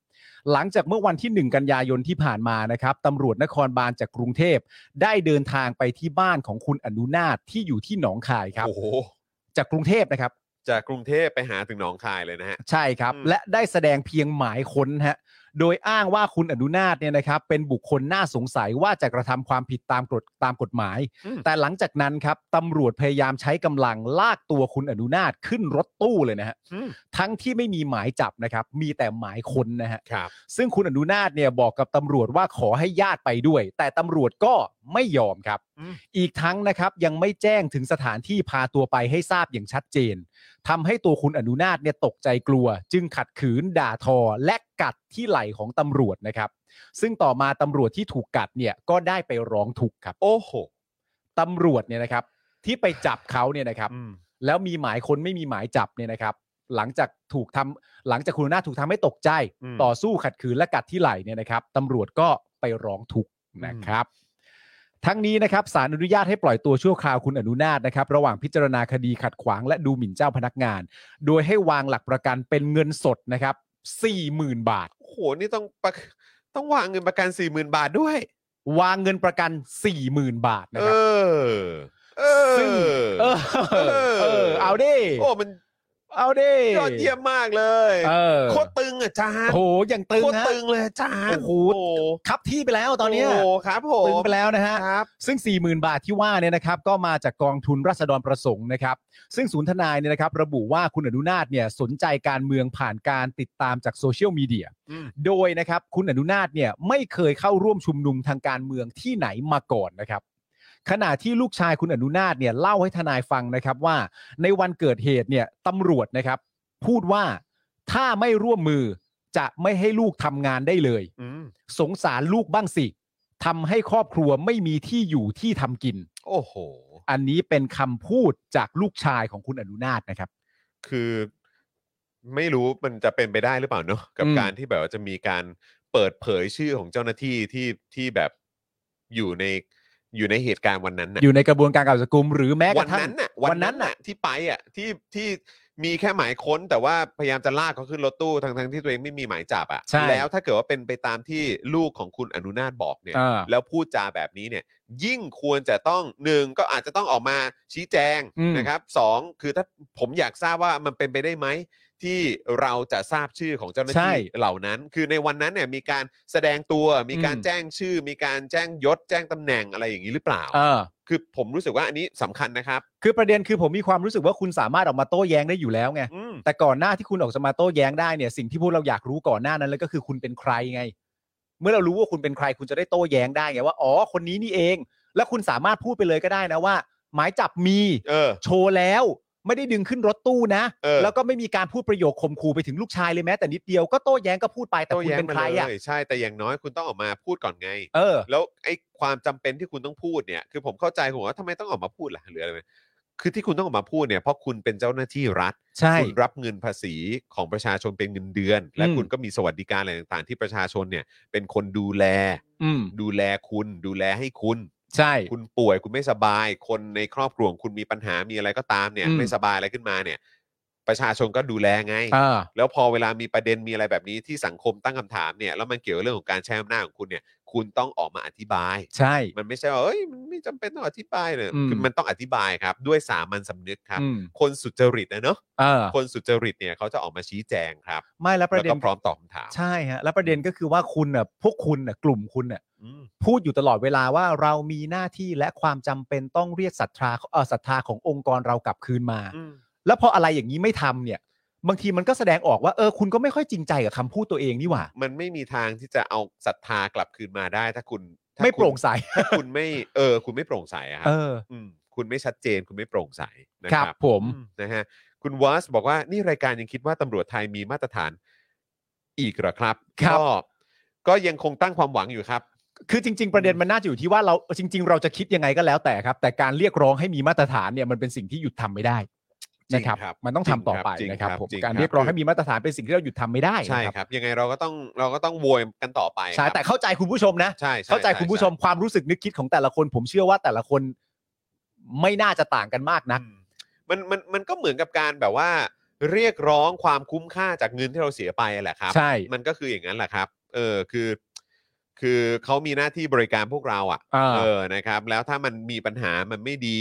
[SPEAKER 5] หลังจากเมื่อวันที่ 1 กันยายนที่ผ่านมานะครับตำรวจนครบาลจากกรุงเทพ ได้เดินทางไปที่บ้านของคุณอนุนาตที่อยู่ที่หนองคายครับ
[SPEAKER 3] โอ้โห
[SPEAKER 5] จากกรุงเทพนะครับ
[SPEAKER 3] จากกรุงเทพไปหาถึงหนองคายเลยนะฮะ
[SPEAKER 5] ใช่ครับ
[SPEAKER 3] อืม
[SPEAKER 5] และได้แสดงเพียงหมายค้นฮะโดยอ้างว่าคุณอนุนาตเนี่ยนะครับ เป็นบุคคลน่าสงสัยว่าจะกระทำความผิดตามกฎตามกฎหมาย
[SPEAKER 3] อืม
[SPEAKER 5] แต่หลังจากนั้นครับตำรวจพยายามใช้กำลังลากตัวคุณอนุนาตขึ้นรถตู้เลยนะฮะ
[SPEAKER 3] อืม
[SPEAKER 5] ทั้งที่ไม่มีหมายจับนะครับ มีแต่หมายค้นนะฮะ
[SPEAKER 3] ครับ
[SPEAKER 5] ซึ่งคุณอนุนาตเนี่ยบอกกับตำรวจว่าขอให้ญาติไปด้วย แต่ตำรวจก็ไม่ยอมครับ
[SPEAKER 3] อืม
[SPEAKER 5] อีกทั้งนะครับยังไม่แจ้งถึงสถานที่พาตัวไปให้ทราบอย่างชัดเจน ทำให้ตัวคุณอนุนาตเนี่ยตกใจกลัว จึงขัดขืนด่าทอและกัดที่ไหล่ของตำรวจนะครับ ซึ่งต่อมาตำรวจที่ถูกกัดเนี่ยก็ได้ไปร้องทุกข์ครับ
[SPEAKER 3] โอ้โห
[SPEAKER 5] ตำรวจเนี่ยนะครับ ที่ไปจับเขาเนี่ยนะครับ
[SPEAKER 3] อืม
[SPEAKER 5] แล้วมีหมายคนไม่มีหมายจับเนี่ยนะครับ หลังจากถูกทำหลังจากคุณอนุนาตถูกทำให้ตกใจ ต่อสู้ขัดขืนและกัดที่ไหล่เนี่ยนะครับตำรวจก็ไปร้องทุกข์นะครับ ทั้งนี้นะครับสารอนุญาตให้ปล่อยตัวชั่วคราวคุณอนุนาตนะครับ ระหว่างพิจารณาคดีขัดขวางและดูหมิ่นเจ้าพนักงาน โดยให้วางหลักประกันเป็นเงินสดนะครับ40,000 บาท
[SPEAKER 3] โอ้โห นี่ต้องประต้องวางเงินประกัน4ี่หมื่นบาทด้วย
[SPEAKER 5] วางเงินประกัน 40,000 บาทนะ
[SPEAKER 3] เอ
[SPEAKER 5] ครั
[SPEAKER 3] อ
[SPEAKER 5] บ
[SPEAKER 3] เออ
[SPEAKER 5] ซึ่ง เออเออเอาดิ
[SPEAKER 3] โอ้ มัน
[SPEAKER 5] เอาดิ
[SPEAKER 3] ยอดเยี่ยมมากเลย
[SPEAKER 5] เออ
[SPEAKER 3] โคตรตึง อ่ะจาน
[SPEAKER 5] โอ้โหอย่างตึง
[SPEAKER 3] โคตร
[SPEAKER 5] ฮะ
[SPEAKER 3] ตึงเลยอาจาน
[SPEAKER 5] โอ้โห ครับที่ไปแล้วต
[SPEAKER 3] ต
[SPEAKER 5] อ
[SPEAKER 3] อน น
[SPEAKER 5] เนี้
[SPEAKER 3] นี้
[SPEAKER 5] ย
[SPEAKER 3] โอ้ครับผ
[SPEAKER 5] ตึง
[SPEAKER 3] ม
[SPEAKER 5] ไปแล้วนะฮะ
[SPEAKER 3] ครับ
[SPEAKER 5] ซึ่ง 40,000 บาทที่ว่าเนี่ยนะครับก็มาจากกองทุนราษฎรประสงค์นะครับ ซึ่งศูนย์ทนายเนี่ยนะครับ ระบุว่าคุณอนุนาตเนี่ยสนใจการเมืองผ่านการติดตามจากโซเชียลมีเดีย
[SPEAKER 3] อืม
[SPEAKER 5] โดยนะครับคุณอนุนาตเนี่ยไม่เคยเข้าร่วมชุมนุมทางการเมืองที่ไหนมาก่อนนะครับ ขณะที่ลูกชายคุณอนุนาตเนี่ยเล่าให้ทนายฟังนะครับว่า ในวันเกิดเหตุเนี่ยตำรวจนะครับ พูดว่าถ้าไม่ร่วมมือจะไม่ให้ลูกทำงานได้เลย
[SPEAKER 3] อืม
[SPEAKER 5] สงสารลูกบ้างสิทำให้ครอบครัวไม่มีที่อยู่ที่ทำกิน
[SPEAKER 3] โอ้โห
[SPEAKER 5] อันนี้เป็นคำพูดจากลูกชายของคุณอนุนาตนะครับ
[SPEAKER 3] คือไม่รู้มันจะเป็นไปได้หรือเปล่าเนอะกับ
[SPEAKER 5] อืม
[SPEAKER 3] การที่แบบว่าจะมีการเปิดเผยชื่อของเจ้าหน้าที่ที่ที่แบบอยู่ในอยู่ในเหตุการณ์วันนั้นน่ะ
[SPEAKER 5] อยู่ในกระบวนการกล่าวจับกุมหรือแม้ก
[SPEAKER 3] วั
[SPEAKER 5] ระทั่ง
[SPEAKER 3] นั้นน่ะ
[SPEAKER 5] วันนั้นน่ะ
[SPEAKER 3] ที่ไปอ่ะที่ที่มีแค่หมายค้น แต่ว่าพยายามจะลากเขาขึ้นรถตู้ทั้งทั้งที่ตัวเองไม่มีหมายจับอ่ะ
[SPEAKER 5] ใช่
[SPEAKER 3] แล้วถ้าเกิดว่าเป็นไปตามที่ลูกของคุณอนุนาถบอกเนี่ย
[SPEAKER 5] อ่า
[SPEAKER 3] แล้วพูดจาแบบนี้เนี่ย ยิ่งควรจะต้องหนึ่งก็อาจจะต้องออกมาชี้แจง
[SPEAKER 5] อืม
[SPEAKER 3] นะครับสองคือถ้าผมอยากทราบว่ามันเป็นไปได้ไหม ที่เราจะทราบชื่อของเจ้าหน้า
[SPEAKER 5] ใช่
[SPEAKER 3] ที่เหล่านั้น คือในวันนั้นเนี่ยมีการแสดงตัวมีการ
[SPEAKER 5] อืม
[SPEAKER 3] แจ้งชื่อ มีการแจ้งยศ แจ้งตำแหน่งอะไรอย่างนี้หรือเปล่า
[SPEAKER 5] เออ
[SPEAKER 3] คือผมรู้สึกว่าอันนี้สำคัญนะครับ
[SPEAKER 5] คือประเด็นคือผมมีความรู้สึกว่าคุณสามารถออกมาโต้แย้งได้อยู่แล้วไง
[SPEAKER 3] อืม
[SPEAKER 5] แต่ก่อนหน้าที่คุณออกจะมาโต้แย้งได้เนี่ยสิ่งที่พวกเราอยากรู้ก่อนหน้านั้นเลยก็คือคุณเป็นใครไง เมื่อเรารู้ว่าคุณเป็นใครคุณจะได้โต้แย้งได้ไงว่าอ๋อคนนี้นี่เอง แล้วคุณสามารถพูดไปเลยก็ได้นะว่า หมายจับมี
[SPEAKER 3] เออ
[SPEAKER 5] โชว์แล้วไม่ได้ดึงขึ้นรถตู้นะ
[SPEAKER 3] เออ
[SPEAKER 5] แล้วก็ไม่มีการพูดประโยคข่มขู่ไปถึงลูกชายเลยแม้แต่นิดเดียวก็โต้แย้งก็พูดไปแต่
[SPEAKER 3] โต้
[SPEAKER 5] คุณ
[SPEAKER 3] แย้ง
[SPEAKER 5] เป็น
[SPEAKER 3] มา
[SPEAKER 5] ใครอ่ะ
[SPEAKER 3] เลยใช่แต่อย่างน้อยคุณต้องออกมาพูดก่อนไง
[SPEAKER 5] เออ
[SPEAKER 3] แล้วไอ้ความจำเป็นที่คุณต้องพูดเนี่ย คือผมเข้าใจผมว่าทำไมต้องออกมาพูดล่ะหรืออะไรไหมคือที่คุณต้องออกมาพูดเนี่ยเพราะคุณเป็นเจ้าหน้าที่รัฐ
[SPEAKER 5] ใช่
[SPEAKER 3] คุณรับเงินภาษีของประชาชนเป็นเงินเดือน และ
[SPEAKER 5] อืม
[SPEAKER 3] คุณก็มีสวัสดิการอะไรต่างๆ ที่ประชาชนเนี่ยเป็นคนดูแล
[SPEAKER 5] อืม
[SPEAKER 3] ดูแลคุณ ดูแลให้คุณ
[SPEAKER 5] ใช่
[SPEAKER 3] คุณป่วยคุณไม่สบาย คนในครอบครัวของคุณมีปัญหามีอะไรก็ตามเนี่ย
[SPEAKER 5] อืม
[SPEAKER 3] ไม่สบายอะไรขึ้นมาเนี่ย ประชาชนก็ดูแลไง
[SPEAKER 5] เออ
[SPEAKER 3] แล้วพอเวลามีประเด็นมีอะไรแบบนี้ที่สังคมตั้งคำถามเนี่ยแล้วมันเกี่ยวกับเรื่องของการใช้อำนาจของคุณเนี่ย คุณต้องออกมาอธิบาย
[SPEAKER 5] ใช่
[SPEAKER 3] มันไม่ใช่ว่าเอ้ยมันไม่จำเป็นต้องอธิบายเลย
[SPEAKER 5] อืม
[SPEAKER 3] คือมันต้องอธิบายครับ ด้วยสามัญสำนึกครับ
[SPEAKER 5] อืม
[SPEAKER 3] คนสุจริตนะเนอะ
[SPEAKER 5] เออ
[SPEAKER 3] คนสุจริตเนี่ยเขาจะออกมาชี้แจงครับ
[SPEAKER 5] ไม่แล้วป
[SPEAKER 3] แล้ว
[SPEAKER 5] ระเด็
[SPEAKER 3] ก็
[SPEAKER 5] น
[SPEAKER 3] พร้อมตอบคำถาม
[SPEAKER 5] ใช่ฮะแล้วประเด็นก็คือว่าคุณน่ะพวกคุณน่ะกลุ่มคุณน่ะ
[SPEAKER 3] อืม
[SPEAKER 5] พูดอยู่ตลอดเวลาว่าเรามีหน้าที่และความจำเป็นต้องเรียกศรัทธาเออศรัทธาขององค์กรเรากลับคืนมา
[SPEAKER 3] อืม
[SPEAKER 5] แล้วพออะไรอย่างนี้ไม่ทำเนี่ย บางทีมันก็แสดงออกว่าเออคุณก็ไม่ค่อยจริงใจกับคำพูดตัวเองนี่หว่า
[SPEAKER 3] มันไม่มีทางที่จะเอาศรัทธากลับคืนมาได้ ถ้าคุณถ้า
[SPEAKER 5] ไม่
[SPEAKER 3] คุณ
[SPEAKER 5] โปร่งใส
[SPEAKER 3] ถ้าคุณไม่เออ คุณไม่โปร่งใสอะครั
[SPEAKER 5] เอบ อ
[SPEAKER 3] มคุณไม่ชัดเจนคุณไม่โปร่งใสนะ
[SPEAKER 5] ค
[SPEAKER 3] ค
[SPEAKER 5] รั
[SPEAKER 3] รั
[SPEAKER 5] บบ ผม
[SPEAKER 3] อืนะฮะคุณวอสบอกว่านี่รายการยังคิดว่าตำรวจไทยมีมาตรฐานอีกเหรอครับ
[SPEAKER 5] ครับ
[SPEAKER 3] ก็ก็ยังคงตั้งความหวังอยู่ครับ
[SPEAKER 5] คือจริง ๆ ประเด็นมันน่าจะอยู่ที่ว่าเราจริง ๆ เราจะคิดยังไงก็แล้วแต่ครับ แต่การเรียกร้องให้มีมาตรฐานเนี่ยมันเป็นสิ่งที่หยุดทำไม่ได้
[SPEAKER 3] จริ
[SPEAKER 5] นะ
[SPEAKER 3] ง
[SPEAKER 5] ค
[SPEAKER 3] ครั
[SPEAKER 5] รั
[SPEAKER 3] บบ
[SPEAKER 5] มันต้องทำต่อไป
[SPEAKER 3] จริง
[SPEAKER 5] นะครับ
[SPEAKER 3] ครับ
[SPEAKER 5] ผม
[SPEAKER 3] จริงครับ
[SPEAKER 5] การเรียกร้องให้มีมาตรฐานเป็นสิ่งที่เราหยุดทำไม่ได้
[SPEAKER 3] ใช่
[SPEAKER 5] นะครับ
[SPEAKER 3] ยังไงเราก็ต้องเราก็ต้องโวยกันต่อไปค
[SPEAKER 5] ใช่
[SPEAKER 3] รับ
[SPEAKER 5] แต่เข้าใจคุณผู้ชมนะ
[SPEAKER 3] ใช่ช่
[SPEAKER 5] เข้าใจคุณผู้ชม
[SPEAKER 3] ใ
[SPEAKER 5] ความรู้สึกนึกคิดของแต่ละคน ผมเชื่อว่าแต่ละคนไม่น่าจะต่างกันมากนัก
[SPEAKER 3] อืมมันมันมันก็เหมือนกับการแบบว่า เรียกร้องความคุ้มค่าจากเงินที่เราเสียไปแหละครับ
[SPEAKER 5] ใช่
[SPEAKER 3] มันก็คืออย่างนั้นแหละครับ เออคือ คือเขามีหน้าที่บริการพวกเราอ่ะ
[SPEAKER 5] อ่า
[SPEAKER 3] เออนะครับ แล้วถ้ามันมีปัญหามันไม่ดี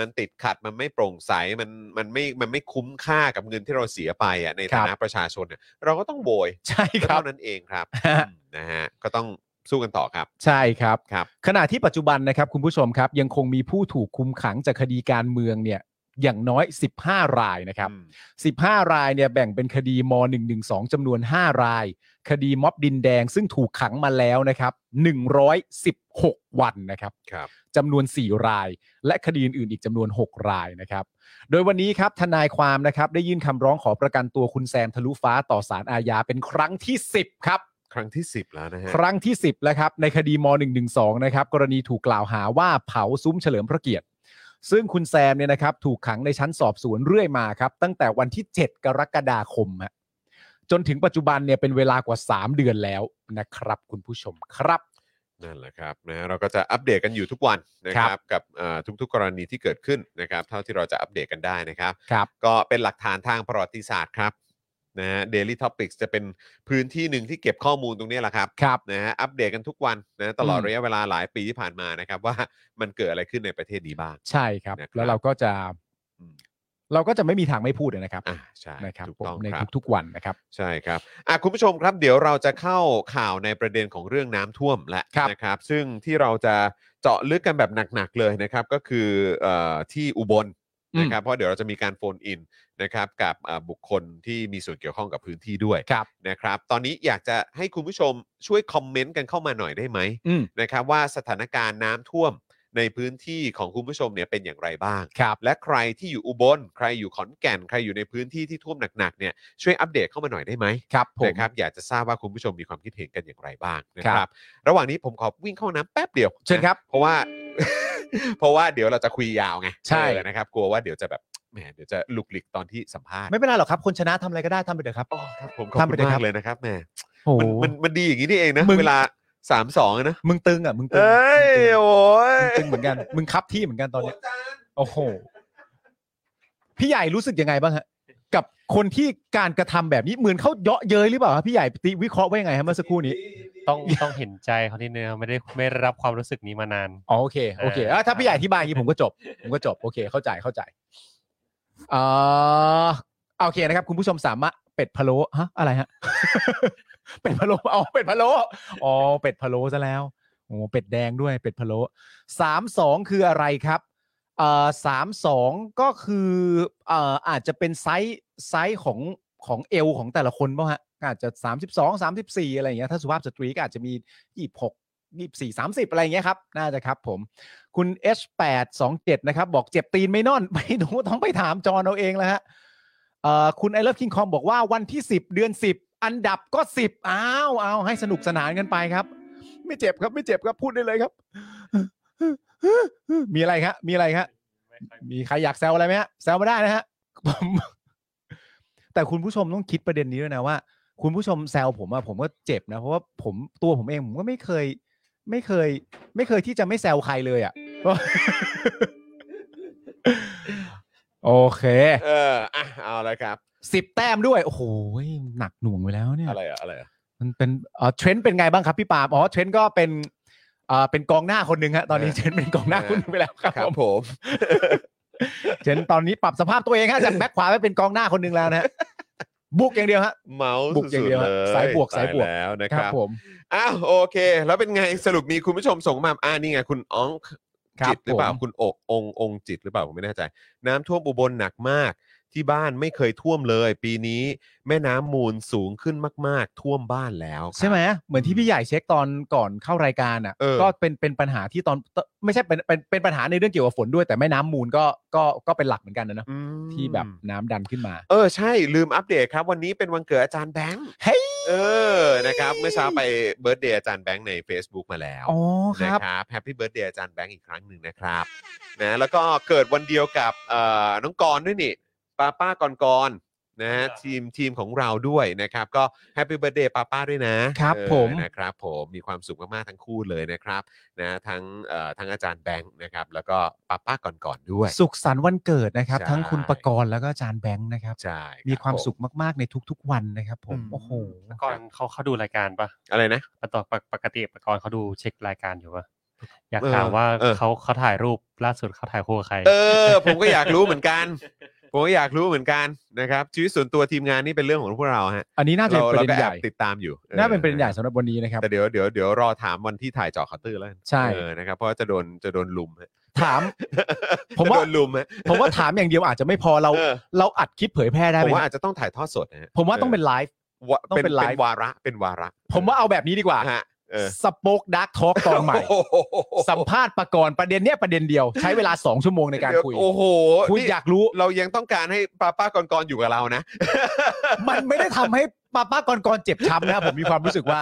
[SPEAKER 3] มันติดขัดมันไม่โปร่งใสมันมันไม่มันไม่คุ้มค่ากับเงินที่เราเสียไปอ่ะในฐานะประชาชนเนี่ยเราก็ต้องโวย
[SPEAKER 5] ใช่
[SPEAKER 3] ก็
[SPEAKER 5] ครับ
[SPEAKER 3] เท่านั้นเองครับ
[SPEAKER 5] ฮะ
[SPEAKER 3] อืมนะฮะก็ต้องสู้กันต่อครับ
[SPEAKER 5] ใช่ครับ
[SPEAKER 3] ครับ
[SPEAKER 5] ขณะที่ปัจจุบันนะครับคุณผู้ชมครับ ยังคงมีผู้ถูกคุมขังจากคดีการเมืองเนี่ยอย่างน้อย 15 รายนะครับ
[SPEAKER 3] อืม
[SPEAKER 5] 15 รายเนี่ยแบ่งเป็นคดีม .112 จำนวน 5 ราย คดีม็อบดินแดงซึ่งถูกขังมาแล้วนะครับ 116 วันนะครับ
[SPEAKER 3] ครับ
[SPEAKER 5] จำนวน 4 ราย และคดีอื่นๆอีกจำนวน 6 รายนะครับ โดยวันนี้ครับทนายความนะครับได้ยื่นคำร้องขอประกันตัวคุณแซมทะลุฟ้าต่อศาลอาญาเป็นครั้งที่ 10 ครับ
[SPEAKER 3] ครั้งที่ 10 แล้วนะฮะ
[SPEAKER 5] ครั้งที่ 10 แล้วครับ ในคดีม .112 นะครับกรณีถูกกล่าวหาว่าเผาซุ้มเฉลิมพระเกียรติ ซึ่งคุณแซมเนี่ยนะครับถูกขังในชั้นสอบสวนเรื่อยมาครับ ตั้งแต่วันที่ 7 กรกฎาคมฮะจนถึงปัจจุบันเนี่ยเป็นเวลากว่า 3 เดือนแล้วนะครับ คุณผู้ชมครับ
[SPEAKER 3] นั่นแหละครับนะฮะเราก็จะอัปเดตกันอยู่ทุกวันนะค
[SPEAKER 5] ครั
[SPEAKER 3] รับ
[SPEAKER 5] บ
[SPEAKER 3] กับเอ่อทุกๆกรณีที่เกิดขึ้นนะครับ เท่าที่เราจะอัปเดตกันได้นะครับ
[SPEAKER 5] ครับ
[SPEAKER 3] ก็เป็นหลักฐานทางประวัติศาสตร์ครับนะฮะ Daily Topics จะเป็นพื้นที่หนึ่งที่เก็บข้อมูลตรงนี้แหละครับ
[SPEAKER 5] ครับ
[SPEAKER 3] นะฮะอัปเดตกันทุกวันนะตลอด
[SPEAKER 5] อืม
[SPEAKER 3] ระยะเวลาหลายปีที่ผ่านมานะครับ ว่ามันเกิดอะไรขึ้นในประเทศนี้บ้าง
[SPEAKER 5] ใช่ครับ
[SPEAKER 3] นะครับ
[SPEAKER 5] แล้วเราก็จะ
[SPEAKER 3] อืม
[SPEAKER 5] เราก็จะไม่มีทางไม่พูดนะครับ
[SPEAKER 3] อ่าใช่
[SPEAKER 5] นะครับ
[SPEAKER 3] ถูก
[SPEAKER 5] ผม
[SPEAKER 3] ต้อง
[SPEAKER 5] ใน
[SPEAKER 3] ครับ
[SPEAKER 5] ทุกๆวันนะครับ
[SPEAKER 3] ใช่ครับอ่ะคุณผู้ชมครับ เดี๋ยวเราจะเข้าข่าวในประเด็นของเรื่องน้ำท่วมและ
[SPEAKER 5] ครับ
[SPEAKER 3] นะครับ ซึ่งที่เราจะเจาะลึกกันแบบหนักๆเลยนะครับ ก็คือเอ่อที่อุบลนะครับ เพราะเดี๋ยวเราจะมีการโฟนอินนะครับกับอ่าบุคคลที่มีส่วนเกี่ยวข้องกับพื้นที่ด้วย
[SPEAKER 5] ครับ
[SPEAKER 3] นะครับ ตอนนี้อยากจะให้คุณผู้ชมช่วยคอมเมนต์กันเข้ามาหน่อยได้ไหม
[SPEAKER 5] อืม
[SPEAKER 3] นะครับว่าสถานการณ์น้ำท่วมในพื้นที่ของคุณผู้ชมเนี่ยเป็นอย่างไรบ้าง
[SPEAKER 5] ครับ
[SPEAKER 3] และใครที่อยู่อุบล ใครอยู่ขอนแก่น ใครอยู่ในพื้นที่ที่ท่วมหนักๆเนี่ยช่วยอัปเดตเข้ามาหน่อยได้ไหม
[SPEAKER 5] ครับผม
[SPEAKER 3] นะครับอยากจะทราบว่าคุณผู้ชมมีความคิดเห็นกันอย่างไรบ้างนะค
[SPEAKER 5] ครั
[SPEAKER 3] รับบ ระหว่างนี้ผมขอวิ่งเข้าห้องน้ำแป๊บเดียว
[SPEAKER 5] เชิญครับ
[SPEAKER 3] นะเพราะว่า เพราะว่าเดี๋ยวเราจะคุยยาวไง
[SPEAKER 5] ใช่
[SPEAKER 3] เออนะครับ กลัวว่าเดี๋ยวจะแบบแหมเดี๋ยวจะหลุกหลิกตอนที่สัมภาษณ์
[SPEAKER 5] ไม่เป็นไรหรอกครับ คนชนะทำอะไรก็ได้ทำไปเถอะครับ
[SPEAKER 3] อ๋อครับผมขอบ
[SPEAKER 5] ทำ
[SPEAKER 3] คุ
[SPEAKER 5] ไป
[SPEAKER 3] ณ
[SPEAKER 5] เถอะ
[SPEAKER 3] มา
[SPEAKER 5] ครั
[SPEAKER 3] ก
[SPEAKER 5] บ
[SPEAKER 3] เลยนะครับแหม
[SPEAKER 5] โอ้โห
[SPEAKER 3] มันมันมันดีอย่างนี้นี่เองนะ
[SPEAKER 5] มึง
[SPEAKER 3] เวลาสามสองนะ
[SPEAKER 5] มึงตึงอ่ะมึงตึ
[SPEAKER 3] เอ้ยโอ้ย
[SPEAKER 5] มึงตึงเหมือนกันมึงครับที่เหมือนกันตอนเนี้ย
[SPEAKER 3] โจาน
[SPEAKER 5] โอ้โห พี่ใหญ่รู้สึกยังไงบ้างฮะ กับคนที่การกระทำแบบนี้เหมือนเขาเยาะเย้ยหรือเปล่าฮะพี่ใหญ่ติวิเคราะห์ว่ายังไงฮะเมื่อสักครู่นี้
[SPEAKER 6] ต้องต้องเห็นใจเขานิดนึงครับไม่ได้ไม่ได้รับความรู้สึกนี้มานาน
[SPEAKER 5] อ๋อโอเคโอเคอ่ะถ้าพี่ใหญ่อธิบายอย่างนี้ผมก็จบ ผมก็จบ โอเค เข้าใจเข้าใจอ่าโอเคนะครับ คุณผู้ชมสามารถเป็ดพะโล้ฮะอะไรฮะ เป็ดพะโล้เอาเป็ดพะโล้อ๋อเป็ดพะโล้ซะแล้วโอ้เป็ดแดงด้วย เป็ดพะโล้สามสองคืออะไรครับ เอ่อสามสองก็คือเอ่ออาจจะเป็นไซส์ไซส์ของของเอวของแต่ละคนป่ะฮะอาจจะ 32 34 อะไรอย่างเงี้ยถ้าสุภาพสตรีก็อาจจะมี 26 24 30 อะไรอย่างเงี้ยครับ น่าจะครับผม คุณ H8 27 นะครับ บอกเจ็บตีนไม่น อน ไม่รู้ต้องไปถามจอนเอาเองแล้วฮะเอ่อคุณไอเลิฟคิงคอมบอกว่าวันที่ 10 เดือน 10 อันดับก็ 10 อ้าวอ้าวให้สนุกสนานกันไปครับ ไม่เจ็บครับไม่เจ็บครับพูดได้เลยครับ มีอะไรครับมีอะไรครับ มีใครอยากแซวอะไรไหมฮะแซวมาได้นะฮ ะผมแต่คุณผู้ชมต้องคิดประเด็นนี้ด้วยนะว่า คุณผู้ชมแซวผมอะผมก็เจ็บนะ เพราะว่าผมตัวผมเองผมก็ไม่เคย ไม่เคย ไม่เคยที่จะไม่แซวใครเลยอะ โอเค
[SPEAKER 3] เอออ่ะเอาละครับ
[SPEAKER 5] สิบแต้มด้วย โอ้โหหนักหน่วงไปแล้วเนี่ย
[SPEAKER 3] อะไรอะอะไรอะ
[SPEAKER 5] มันเป็นเอ่อเทรนด์เป็นไงบ้างครับพี่ปาล์มอ๋อเทรนด์ก็เป็นเอ่อเป็นกองหน้าคนหนึ่งฮะตอนนี้เทรนด์เป็นกองหน้าคนหนึ่งไปแล้วครับ
[SPEAKER 3] ครับ
[SPEAKER 5] ผ
[SPEAKER 3] ผม
[SPEAKER 5] มเทรนด์ตอนนี้ปรับสภาพตัวเองฮะจากแบ็คขวาไปเป็นกองหน้าคนหนึ่งแล้วนะฮะบุกอย่างเดียวฮะ
[SPEAKER 3] เมาส์
[SPEAKER 5] บุกอย่าง
[SPEAKER 3] สุด
[SPEAKER 5] เดียว
[SPEAKER 3] ๆ
[SPEAKER 5] ฮะ
[SPEAKER 3] เลย
[SPEAKER 5] สายบวก
[SPEAKER 3] ต
[SPEAKER 5] สายบวก
[SPEAKER 3] แล้วนะครับ
[SPEAKER 5] ผม
[SPEAKER 3] อ้าวโอเค แล้วเป็นไงสรุปมีคุณผู้ชมส่งมาอ่านี่ไง คุณอ้อง
[SPEAKER 5] ครั
[SPEAKER 3] จิ
[SPEAKER 5] บ
[SPEAKER 3] ตหรือเปล่า
[SPEAKER 5] ผม
[SPEAKER 3] คุณอกองค์องค์จิตหรือเปล่าผมไม่แน่ใจ น้ำท่วมอุบลหนักมาก ที่บ้านไม่เคยท่วมเลย ปีนี้แม่น้ำมูลสูงขึ้นมาก ๆ ท่วมบ้านแล้วครับ
[SPEAKER 5] ใช่ไหมเหมือนที่พี่ใหญ่เช็คตอนก่อนเข้ารายการอ่ะ
[SPEAKER 3] เออ
[SPEAKER 5] ก็เป็นเป็นปัญหาที่ตอนไม่ใช่เป็นเป็นเป็นปัญหาในเรื่องเกี่ยวกับฝนด้วยแต่แม่น้ำมูลก็ก็ก็เป็นหลักเหมือนกันนะเนอะ
[SPEAKER 3] อืม
[SPEAKER 5] ที่แบบน้ำดันขึ้นมา
[SPEAKER 3] เออ ใช่ลืมอัปเดตครับ วันนี้เป็นวันเกิดอาจารย์แบงค์
[SPEAKER 5] เฮ้ย
[SPEAKER 3] เออนะครับเมื่อเช้าไปเบิร์ดเดย์อาจารย์แบงค์ใน Facebook มาแล้ว
[SPEAKER 5] อ๋อค
[SPEAKER 3] นะ
[SPEAKER 5] รับ
[SPEAKER 3] ครับแฮปปี้เบิร์ดเดย์อาจารย์แบงค์อีกครั้งหนึ่งนะครับนะแล้วก็เกิดวันเดียวกับเอ่อน้องกรณ์ด้วยนี่ป้าป้ากรกรณ์นะฮะทีมทีมของเราด้วยนะครับ ก็แฮปปี้เบิร์ดเดย์ป้าป้าด้วยนะครับ เออ
[SPEAKER 5] ผม
[SPEAKER 3] นะครับผมมีความสุขมากๆทั้งคู่เลยนะครับนะทั้งเอ่อทั้งอาจารย์แบงค์นะครับแล้วก็ป้าป้ากรกรณ์ด้วย
[SPEAKER 5] สุขสันต์วันเกิดนะครับ
[SPEAKER 3] ใช่
[SPEAKER 5] ทั้งคุณประกรณ์แล้วก็อาจารย์แบงค์นะครับ
[SPEAKER 3] ใช่รับ
[SPEAKER 5] มีความสุ
[SPEAKER 3] ผ
[SPEAKER 5] ขมาก ๆ ในทุก ๆ วันนะครับผม
[SPEAKER 3] อืม
[SPEAKER 5] โอ้โห
[SPEAKER 6] ก่อนเขาเขาดูรายการปะ
[SPEAKER 3] อะไรนะ
[SPEAKER 6] ปกติปกติก่อนเขาดูเช็ครายการอยู่ปะอยาก
[SPEAKER 3] เออ
[SPEAKER 6] ถามว่า
[SPEAKER 3] เออ
[SPEAKER 6] เขาเขาถ่ายรูปล่าสุดเขาถ่ายคู่กับใคร
[SPEAKER 3] เออ ผมก็อยากรู้เหมือนกัน ผมก็อยากรู้เหมือนกันนะครับชีวิตส่วนตัวทีมงานนี่เป็นเรื่องของพวกเราฮะ
[SPEAKER 5] อันนี้น่าจะ
[SPEAKER 3] เรา
[SPEAKER 5] เป็น
[SPEAKER 3] เรา
[SPEAKER 5] ประเด็
[SPEAKER 3] ก็
[SPEAKER 5] น
[SPEAKER 3] แอ
[SPEAKER 5] ให
[SPEAKER 3] บ
[SPEAKER 5] ญ่
[SPEAKER 3] ติดตามอยู่ออ
[SPEAKER 5] น่าเป็นประเด็นใหญ่สำหรับวันนี้นะครับ
[SPEAKER 3] แต่เดี๋ยวเดี๋ยวเดี๋ยวรอถามวันที่ถ่ายเจอข่าวตื้อแล้วกัน
[SPEAKER 5] ใช่
[SPEAKER 3] เออนะครับเพราะว่าจะโดนจะโดนลุมฮะ
[SPEAKER 5] ถาม ผมว่า
[SPEAKER 3] จะโดนลุมฮะ
[SPEAKER 5] ผมว่าถามอย่างเดียวอาจจะไม่พอเรา
[SPEAKER 3] เออ
[SPEAKER 5] เราอัดคลิปเผยแพร่ได้
[SPEAKER 3] ผม
[SPEAKER 5] ไหม
[SPEAKER 3] ว่าอาจจะต้องถ่ายทอดสดนะฮะ
[SPEAKER 5] ผมว่าต้องเป็นไลฟ์
[SPEAKER 3] วะ
[SPEAKER 5] ต้อง
[SPEAKER 3] เป็น
[SPEAKER 5] เป็
[SPEAKER 3] เป็
[SPEAKER 5] น
[SPEAKER 3] น
[SPEAKER 5] ไลฟ์
[SPEAKER 3] วาระเป็นวาระ
[SPEAKER 5] ผมว่าเอาแบบนี้ดีกว่า
[SPEAKER 3] ฮะเออ
[SPEAKER 5] สป o อ e ดักทอ l k ตอนใหม่
[SPEAKER 3] โโ
[SPEAKER 5] สัมภาษณ์ประกรณ์ประเด็นเนี้ยประเด็นเดียว ใช้เวลา 2 ชั่วโมงในการ
[SPEAKER 3] เดี๋ว
[SPEAKER 5] คุย
[SPEAKER 3] โอ้โห
[SPEAKER 5] คุย
[SPEAKER 3] นี่
[SPEAKER 5] อยากรู้
[SPEAKER 3] เรายังต้องการให้ป้าป้ากรกรอยู่กับเรานะ
[SPEAKER 5] มันไม่ได้ทำให้ป้าป้ากรกรเจ็บช้ำนะครับผมมีความรู้สึกว่า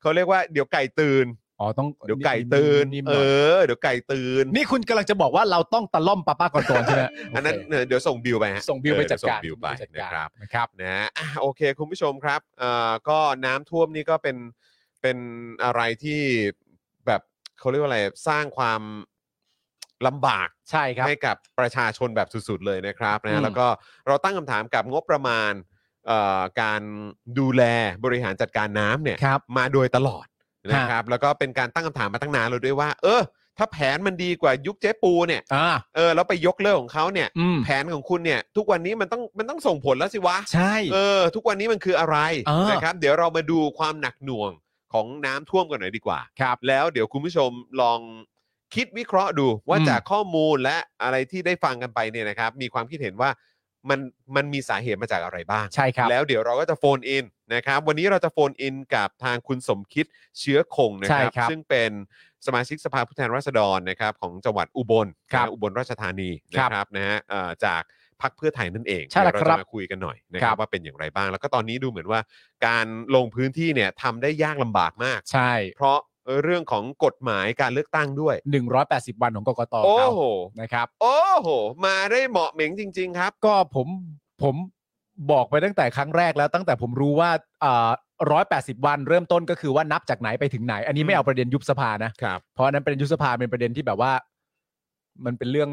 [SPEAKER 3] เขาเรียกว่าเดี๋ยวไก่ตื่น
[SPEAKER 5] อ๋อต้อง
[SPEAKER 3] เดี๋ยวไก่ตื่น
[SPEAKER 5] มๆห
[SPEAKER 3] เอ
[SPEAKER 5] อย
[SPEAKER 3] อเดี๋ยวไก่ตื่น
[SPEAKER 5] นี่คุณกำลังจะบอกว่าเราต้องตะล่อมป้าป้าก่อนก่อนใช่ไหม
[SPEAKER 3] อันนั้น
[SPEAKER 5] โเค
[SPEAKER 3] เออเดี๋ยวส่งบิลไปฮะ
[SPEAKER 5] ส่งบิวไปจัดการ
[SPEAKER 3] เออเยวส่งบิลไป
[SPEAKER 5] ส่งบิล
[SPEAKER 3] นะครับ
[SPEAKER 5] นะครับ
[SPEAKER 3] นะฮะอ่ะโอเค คุณผู้ชมครับเอ่อก็น้ำท่วมนี่ก็เป็นเป็นอะไรที่แบบเขาเรียกว่าอะไรสร้างความลำบาก
[SPEAKER 5] ใช่ครับ
[SPEAKER 3] ให้กับประชาชนแบบสุดๆเลยนะครับนะฮะ
[SPEAKER 5] อืม
[SPEAKER 3] แล้วก็เราตั้งคำถามกับงบประมาณเอ่อการดูแลบริหารจัดการน้ำเนี่ย
[SPEAKER 5] ครับ
[SPEAKER 3] มาโดยตลอดนะครับ แล้วก็เป็นการตั้งคำถามมาตั้งนานแล้วด้วยว่า เออ ถ้าแผนมันดีกว่ายุคเจ๊ปูเนี่ย
[SPEAKER 5] อ่า
[SPEAKER 3] เออแล้วไปยกเลิกของเขาเนี่ย
[SPEAKER 5] อืม
[SPEAKER 3] แผนของคุณเนี่ย ทุกวันนี้มันต้องมันต้องส่งผลแล้วสิวะ
[SPEAKER 5] ใช่
[SPEAKER 3] เออ ทุกวันนี้มันคืออะไร
[SPEAKER 5] เออ
[SPEAKER 3] นะครับ เดี๋ยวเรามาดูความหนักหน่วงของน้ำท่วมกันหน่อยดีกว่า
[SPEAKER 5] ครับ
[SPEAKER 3] แล้วเดี๋ยวคุณผู้ชมลองคิดวิเคราะห์ดูว่า
[SPEAKER 5] อืม
[SPEAKER 3] จากข้อมูลและอะไรที่ได้ฟังกันไปเนี่ยนะครับ มีความคิดเห็นว่ามันมันมีสาเหตุมาจากอะไรบ้าง
[SPEAKER 5] ใช่ครับ
[SPEAKER 3] แล้วเดี๋ยวเราก็จะโฟนอินนะครับ วันนี้เราจะโฟนอินกับทางคุณสมคิดเชื้อคงนะครั
[SPEAKER 5] ใช่ครับ
[SPEAKER 3] ซึ่งเป็นสมาชิกสภาผู้แทนราษฎรนะครับของจังหวัดอุบล
[SPEAKER 5] ครับ
[SPEAKER 3] นะอุบลราชธานี
[SPEAKER 5] ค
[SPEAKER 3] นะ
[SPEAKER 5] รับ
[SPEAKER 3] ครับนะฮะเอ่อจากพักเพื่อไทยนั่นเอง
[SPEAKER 5] ใช่แล้ว
[SPEAKER 3] เดี๋ยว
[SPEAKER 5] ครั
[SPEAKER 3] เรา
[SPEAKER 5] บ
[SPEAKER 3] จะมาคุยกันหน่อยนะครับ
[SPEAKER 5] ครับ
[SPEAKER 3] ว่าเป็นอย่างไรบ้าง แล้วก็ตอนนี้ดูเหมือนว่าการลงพื้นที่เนี่ยทำได้ยากลำบากมาก
[SPEAKER 5] ใช่
[SPEAKER 3] เพราะเรื่องของกฎหมายการเลือกตั้งด้วย
[SPEAKER 5] 180 วันของกกต
[SPEAKER 3] โอ้
[SPEAKER 5] เขา
[SPEAKER 3] โห
[SPEAKER 5] นะครับ
[SPEAKER 3] โอ้โห มาได้เหมาะเหม็งจริง ๆ ครับ
[SPEAKER 5] ก็ผมผมบอกไปตั้งแต่ครั้งแรกแล้วตั้งแต่ผมรู้ว่าร้อยแปดสิบวันเริ่มต้นก็คือว่านับจากไหนไปถึงไหน อันนี้ไม่เอาประเด็นยุบสภานะครับ เพราะอันนั้นประเด็นยุบสภาเป็นประเด็นที่แบบว่า มันเป็นเรื่อง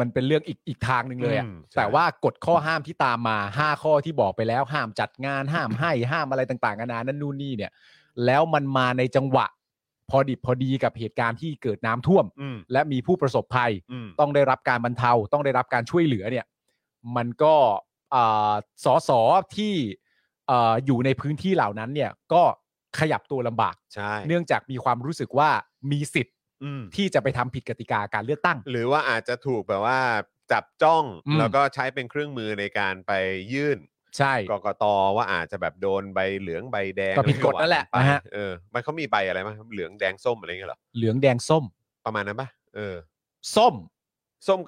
[SPEAKER 5] มันเป็นเรื่องอีกอีกทางหนึ่งเลยอะ
[SPEAKER 3] อืมใช่
[SPEAKER 5] แต่ว่ากฎข้อห้ามที่ตามมาห้าข้อที่บอกไปแล้ว ห้ามจัดงานห้ามให้ห้ามอะไรต่างๆนานานั่นนู่นนี่เนี่ย แล้วมันมาในจังหวะ พอดิบพอดีกับเหตุการณ์ที่เกิดน้ำท่วม
[SPEAKER 3] อืม
[SPEAKER 5] และมีผู้ประสบภัย
[SPEAKER 3] อืม
[SPEAKER 5] ต้องได้รับการบรรเทาต้องได้รับการช่วยเหลือเนี่ย มันก็อ่าสอสอที่อ่าอยู่ในพื้นที่เหล่านั้นเนี่ยก็ขยับตัวลำบาก
[SPEAKER 3] ใช่
[SPEAKER 5] เนื่องจากมีความรู้สึกว่ามีสิทธิ์
[SPEAKER 3] อืม
[SPEAKER 5] ที่จะไปทำผิดกติกาการเลือกตั้ง
[SPEAKER 3] หรือว่าอาจจะถูกแบบว่าจับจ้อง
[SPEAKER 5] อืม
[SPEAKER 3] แล้วก็ใช้เป็นเครื่องมือในการไปยื่น
[SPEAKER 5] ใช่
[SPEAKER 3] กกตว่าอาจจะแบบโดนใบเหลืองใบแดง
[SPEAKER 5] ก็ผิดกฎนั่นแหละ
[SPEAKER 3] ไป
[SPEAKER 5] นะฮะ
[SPEAKER 3] เออมันเขามีใบอะไรมั้ยเหลืองแดงส้มอะไรเงี้ยเหรอ
[SPEAKER 5] เหลืองแดงส้ม
[SPEAKER 3] ประมาณนั้นปะเออ
[SPEAKER 5] ส้ม
[SPEAKER 3] ส้ม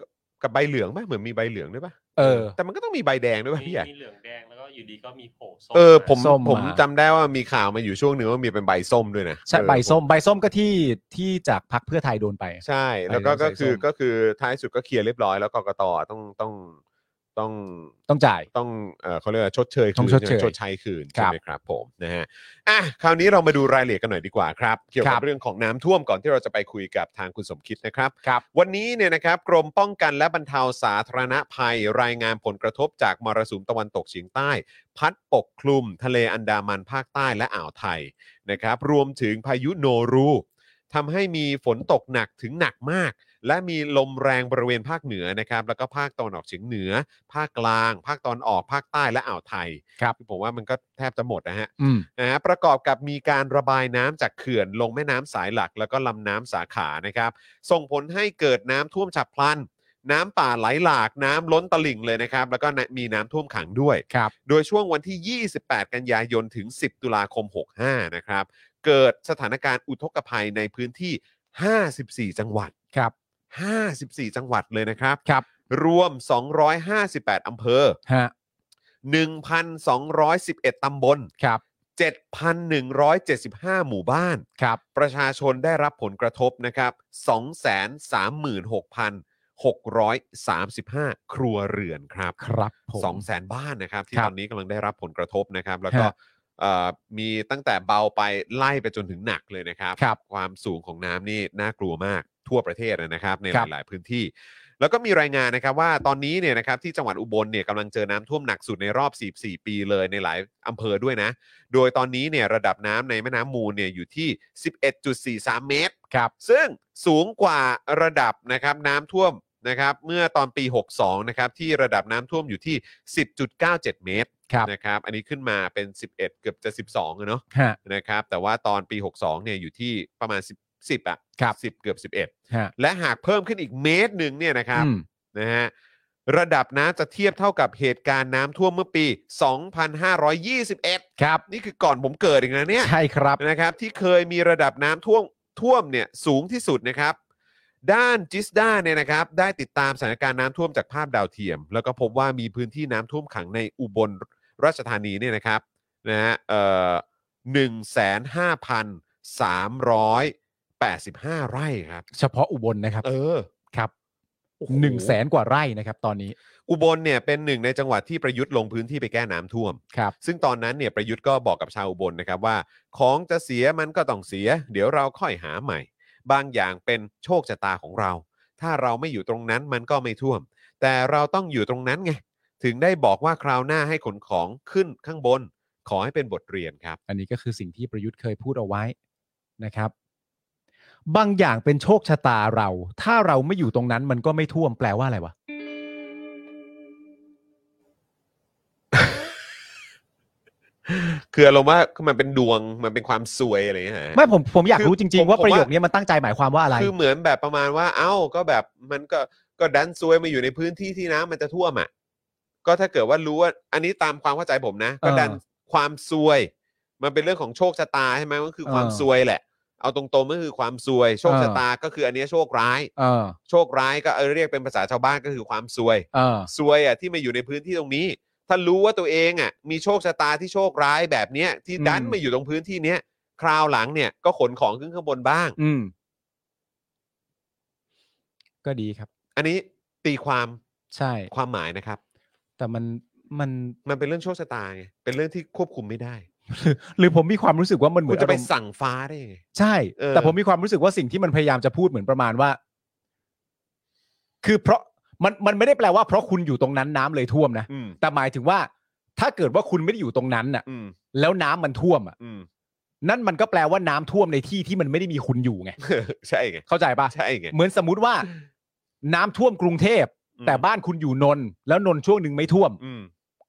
[SPEAKER 3] กับใบเหลืองปะเหมือนมีใบเหลืองด้วยปะ
[SPEAKER 5] เออ
[SPEAKER 3] แต่มันก็ต้องมีใบแดงด้วยปะ
[SPEAKER 6] มี
[SPEAKER 3] พี่ใหญ่
[SPEAKER 6] มีเหลืองแดงแล้วก็อยู่ดีก็มีโผล่ส้ม
[SPEAKER 3] เออ
[SPEAKER 6] มา
[SPEAKER 3] ผม
[SPEAKER 5] ส้ม
[SPEAKER 3] ผม
[SPEAKER 5] มา
[SPEAKER 3] จำได้ว่ามีข่าวมาอยู่ช่วงหนึ่งว่ามีเป็นใบส้มด้วยนะ
[SPEAKER 5] ใช่
[SPEAKER 3] เออ
[SPEAKER 5] ใบส้ม
[SPEAKER 3] ผ
[SPEAKER 5] ใบส้มก็ที่ที่จากพักเพื่อไทยโดนไป
[SPEAKER 3] ใช่ แล้วก็
[SPEAKER 5] ใบส้ม
[SPEAKER 3] ก็คือ
[SPEAKER 5] ใบส้ม
[SPEAKER 3] ก็คือท้ายสุดก็เคลียร์เรียบร้อยแล้วกกตต้องต้องต้อง
[SPEAKER 5] ต้องจ่าย
[SPEAKER 3] ต้องเอ่อเขาเรียกว่าชดเชย
[SPEAKER 5] ต้
[SPEAKER 3] คื
[SPEAKER 5] อน ง
[SPEAKER 3] ใช่
[SPEAKER 5] ชดเช
[SPEAKER 3] ไหม
[SPEAKER 5] ย
[SPEAKER 3] ชดใช้คืน
[SPEAKER 5] ค
[SPEAKER 3] ใช่
[SPEAKER 5] รับ
[SPEAKER 3] ไหมครับผมนะฮะอ่ะคราวนี้เรามาดูรายละเอียดกันหน่อยดีกว่าครับ เกี่ยว
[SPEAKER 5] ค
[SPEAKER 3] กั
[SPEAKER 5] รั
[SPEAKER 3] บบ เรื่องของน้ำท่วมก่อนที่เราจะไปคุยกับทางคุณสมคิดนะครับ
[SPEAKER 5] ครับ
[SPEAKER 3] วันนี้เนี่ยนะครับกรมป้องกันและบรรเทาสาธารณภัย รายงานผลกระทบจากมรสุมตะวันตกเฉียงใต้ พัดปกคลุม ทะเลอันดามันภาคใต้และอ่าวไทยนะครับรวมถึงพายุโนรูทำให้มีฝนตกหนักถึงหนักมาก และมีลมแรงบริเวณภาคเหนือนะครับแล้วก็ภาคตอนออกเฉียงเหนือ ภาคกลาง ภาคตอนออกภาคใต้และอ่าวไทย
[SPEAKER 5] ครับ
[SPEAKER 3] อผมว่ามันก็แทบจะหมดนะฮะ
[SPEAKER 5] อืม
[SPEAKER 3] นะฮะประกอบกับมีการระบายน้ำจากเขื่อนลงแม่น้ำสายหลัก แล้วก็ลำน้ำสาขานะครับ ส่งผลให้เกิดน้ำท่วมฉับพลัน น้ำป่าไหลหลากน้ำล้นตลิ่งเลยนะครับ แล้วก็มีน้ำท่วมขังด้วย
[SPEAKER 5] ครับ
[SPEAKER 3] โดยช่วงวันที่ 28 กันยายนถึง 10 ตุลาคม 65 นะครับ เกิดสถานการณ์อุทกภัยในพื้นที่ 54 จังหวัด
[SPEAKER 5] ครับ
[SPEAKER 3] 54 จังหวัดเลยนะครับ
[SPEAKER 5] ครับ
[SPEAKER 3] รวม 258 อำเภอ
[SPEAKER 5] ฮะ
[SPEAKER 3] 1,211 ตำบล
[SPEAKER 5] ครับ
[SPEAKER 3] 7,175 หมู่บ้าน
[SPEAKER 5] ครับ
[SPEAKER 3] ประชาชนได้รับผลกระทบนะครับ 236,635 ครัวเรือนครับ
[SPEAKER 5] ครับผม
[SPEAKER 3] 200,000 บ้านนะครับ ที่
[SPEAKER 5] ค
[SPEAKER 3] ต
[SPEAKER 5] รับ
[SPEAKER 3] อนนี้กำลังได้รับผลกระทบนะครับ แล้วก็
[SPEAKER 5] ฮะ
[SPEAKER 3] เอ่อมีตั้งแต่เบาไปไล่ไปจนถึงหนักเลยนะครับ
[SPEAKER 5] ครับ
[SPEAKER 3] ความสูงของน้ำนี่น่ากลัวมากทั่วประเทศนะครับ ใน
[SPEAKER 5] ครับ
[SPEAKER 3] หลาย ๆ พื้นที่ แล้วก็มีรายงานนะครับว่าตอนนี้เนี่ยนะครับที่จังหวัดอุบลเนี่ยกำลังเจอน้ำท่วมหนักสุดในรอบ 44 ปีเลยในหลายอำเภอด้วยนะ โดยตอนนี้เนี่ยระดับน้ำในแม่น้ำมูลเนี่ยอยู่ที่ 11.43 เมตร
[SPEAKER 5] ครับ
[SPEAKER 3] ซึ่งสูงกว่าระดับนะครับน้ำท่วมนะครับเมื่อตอนปี 62 นะครับที่ระดับน้ำท่วมอยู่ที่ 10.97 เมตร
[SPEAKER 5] ครับ
[SPEAKER 3] นะครับอันนี้ขึ้นมาเป็น 11 เกือบจะ 12อะเนาะ
[SPEAKER 5] ฮะ
[SPEAKER 3] นะครับแต่ว่าตอนปี 62 เนี่ยอยู่ที่ประมาณ 10 10อ่ะ
[SPEAKER 5] ครับ
[SPEAKER 3] 10 เกือบ 11
[SPEAKER 5] ฮะ
[SPEAKER 3] และหากเพิ่มขึ้นอีกเมตรหนึ่งเนี่ยนะครับ
[SPEAKER 5] อืม
[SPEAKER 3] นะฮะระดับน้ำจะเทียบเท่ากับเหตุการณ์น้ำท่วมเมื่อปี 2521
[SPEAKER 5] ครับ
[SPEAKER 3] นี่คือก่อนผมเกิดอีกนะเนี่ย
[SPEAKER 5] ใช่ครับ
[SPEAKER 3] นะครับ ที่เคยมีระดับน้ำท่วมท่วมเนี่ยสูงที่สุดนะครับ ด้านจิสดาเนี่ยนะครับ ได้ติดตามสถานการณ์น้ำท่วมจากภาพดาวเทียม แล้วก็พบว่ามีพื้นที่น้ำท่วมขังในอุบลราชธานีเนี่ยนะครับนะฮะเอ่อหนึ่งแสนห้าพันสามร้อยแปดสิบห้าไร่ครับ
[SPEAKER 5] เฉพาะอุบลนะครับ
[SPEAKER 3] เออ
[SPEAKER 5] ครับ
[SPEAKER 3] โอ้โห
[SPEAKER 5] หนึ่งแสนกว่าไร่นะครับตอนนี้
[SPEAKER 3] อุบลเนี่ยเป็นหนึ่งในจังหวัดที่ประยุทธ์ลงพื้นที่ไปแก้น้ำท่วม
[SPEAKER 5] ครับ
[SPEAKER 3] ซึ่งตอนนั้นเนี่ยประยุทธ์ก็บอกกับชาวอุบลนะครับว่า ของจะเสียมันก็ต้องเสีย เดี๋ยวเราค่อยหาใหม่ บางอย่างเป็นโชคชะตาของเรา ถ้าเราไม่อยู่ตรงนั้นมันก็ไม่ท่วม แต่เราต้องอยู่ตรงนั้นไง ถึงได้บอกว่าคราวหน้าให้ขนของขึ้นข้างบน ขอให้เป็นบทเรียนครับ
[SPEAKER 5] อันนี้ก็คือสิ่งที่ประยุทธ์เคยพูดเอาไว้นะครับ บางอย่างเป็นโชคชะตาเรา ถ้าเราไม่อยู่ตรงนั้นมันก็ไม่ท่วมแปลว่าอะไรวะ
[SPEAKER 3] คืออารมณ์ว่ามันเป็นดวงมันเป็นความซวยอะไรอย่างเงี้ยฮะ
[SPEAKER 5] ไม่ผมผมอยากรู้จริง
[SPEAKER 3] ผม
[SPEAKER 5] ๆ ว่า
[SPEAKER 3] ผมว่า
[SPEAKER 5] ประโยคนี้มันตั้งใจหมายความว่าอะไร
[SPEAKER 3] คือเหมือนแบบประมาณว่า เอ้าก็แบบมันก็ก็ดันซวยมาอยู่ในพื้นที่ที่น้ำมันจะท่วมอ่ะก็ถ้าเกิดว่ารู้ว่าอันนี้ตามความเข้าใจผมนะ ก็
[SPEAKER 5] เออ
[SPEAKER 3] ดันความซวย มันเป็นเรื่องของโชคชะตาใช่ไหมมันคือความ
[SPEAKER 5] เออ
[SPEAKER 3] ซวยแหละ เอาตรงๆก็คือความซวย โชค
[SPEAKER 5] เออ
[SPEAKER 3] ชะตาก็คืออันเนี้ยโชคร้าย
[SPEAKER 5] เออ
[SPEAKER 3] โชคร้ายก็เออเรียกเป็นภาษาชาวบ้านก็คือความซวย
[SPEAKER 5] เออ
[SPEAKER 3] ซวยอ่ะที่มาอยู่ในพื้นที่ตรงนี้ ถ้ารู้ว่าตัวเองอ่ะมีโชคชะตาที่โชคร้ายแบบเนี้ยที่ดัน
[SPEAKER 5] อืม
[SPEAKER 3] มาอยู่ตรงพื้นที่เนี้ยคราวหลังเนี่ยก็ขนของขึ้นข้างบนบ้าง
[SPEAKER 5] อืม ก็ดีครับ
[SPEAKER 3] อันนี้ตีความ
[SPEAKER 5] ใช่
[SPEAKER 3] ความหมายนะครับ
[SPEAKER 5] แต่มันมัน
[SPEAKER 3] มันเป็นเรื่องโชคชะตาไงเป็นเรื่องที่ควบคุมไม่ได้
[SPEAKER 5] หรือผมมีความรู้สึกว่ามันเหมื
[SPEAKER 3] คุ
[SPEAKER 5] อ
[SPEAKER 3] ณ
[SPEAKER 5] น
[SPEAKER 3] จะไป
[SPEAKER 5] อารมณ์
[SPEAKER 3] สั่งฟ้าได้ยังไง
[SPEAKER 5] ใช่
[SPEAKER 3] เออ
[SPEAKER 5] แต่ผมมีความรู้สึกว่าสิ่งที่มันพยายามจะพูดเหมือนประมาณว่า คือเพราะมันมันไม่ได้แปลว่าเพราะคุณอยู่ตรงนั้นน้ำเลยท่วมนะ
[SPEAKER 3] อืม
[SPEAKER 5] แต่หมายถึงว่า ถ้าเกิดว่าคุณไม่ได้อยู่ตรงนั้นน่ะ
[SPEAKER 3] อืม
[SPEAKER 5] แล้วน้ำมันท่วมอ่ะ
[SPEAKER 3] อืม
[SPEAKER 5] นั่นมันก็แปลว่าน้ำท่วมในที่ที่มันไม่ได้มีคุณอยู่ไง
[SPEAKER 3] ใช่ไง
[SPEAKER 5] เข้าใจปะ
[SPEAKER 3] ใช่ไง
[SPEAKER 5] เหมือนสมมุติว่า น้ำท่วมกรุงเทพ
[SPEAKER 3] อืม
[SPEAKER 5] แต่บ้านคุณอยู่นนท์แล้วนนท์ช่วงหนึ่งไม่ท่วม
[SPEAKER 3] อืม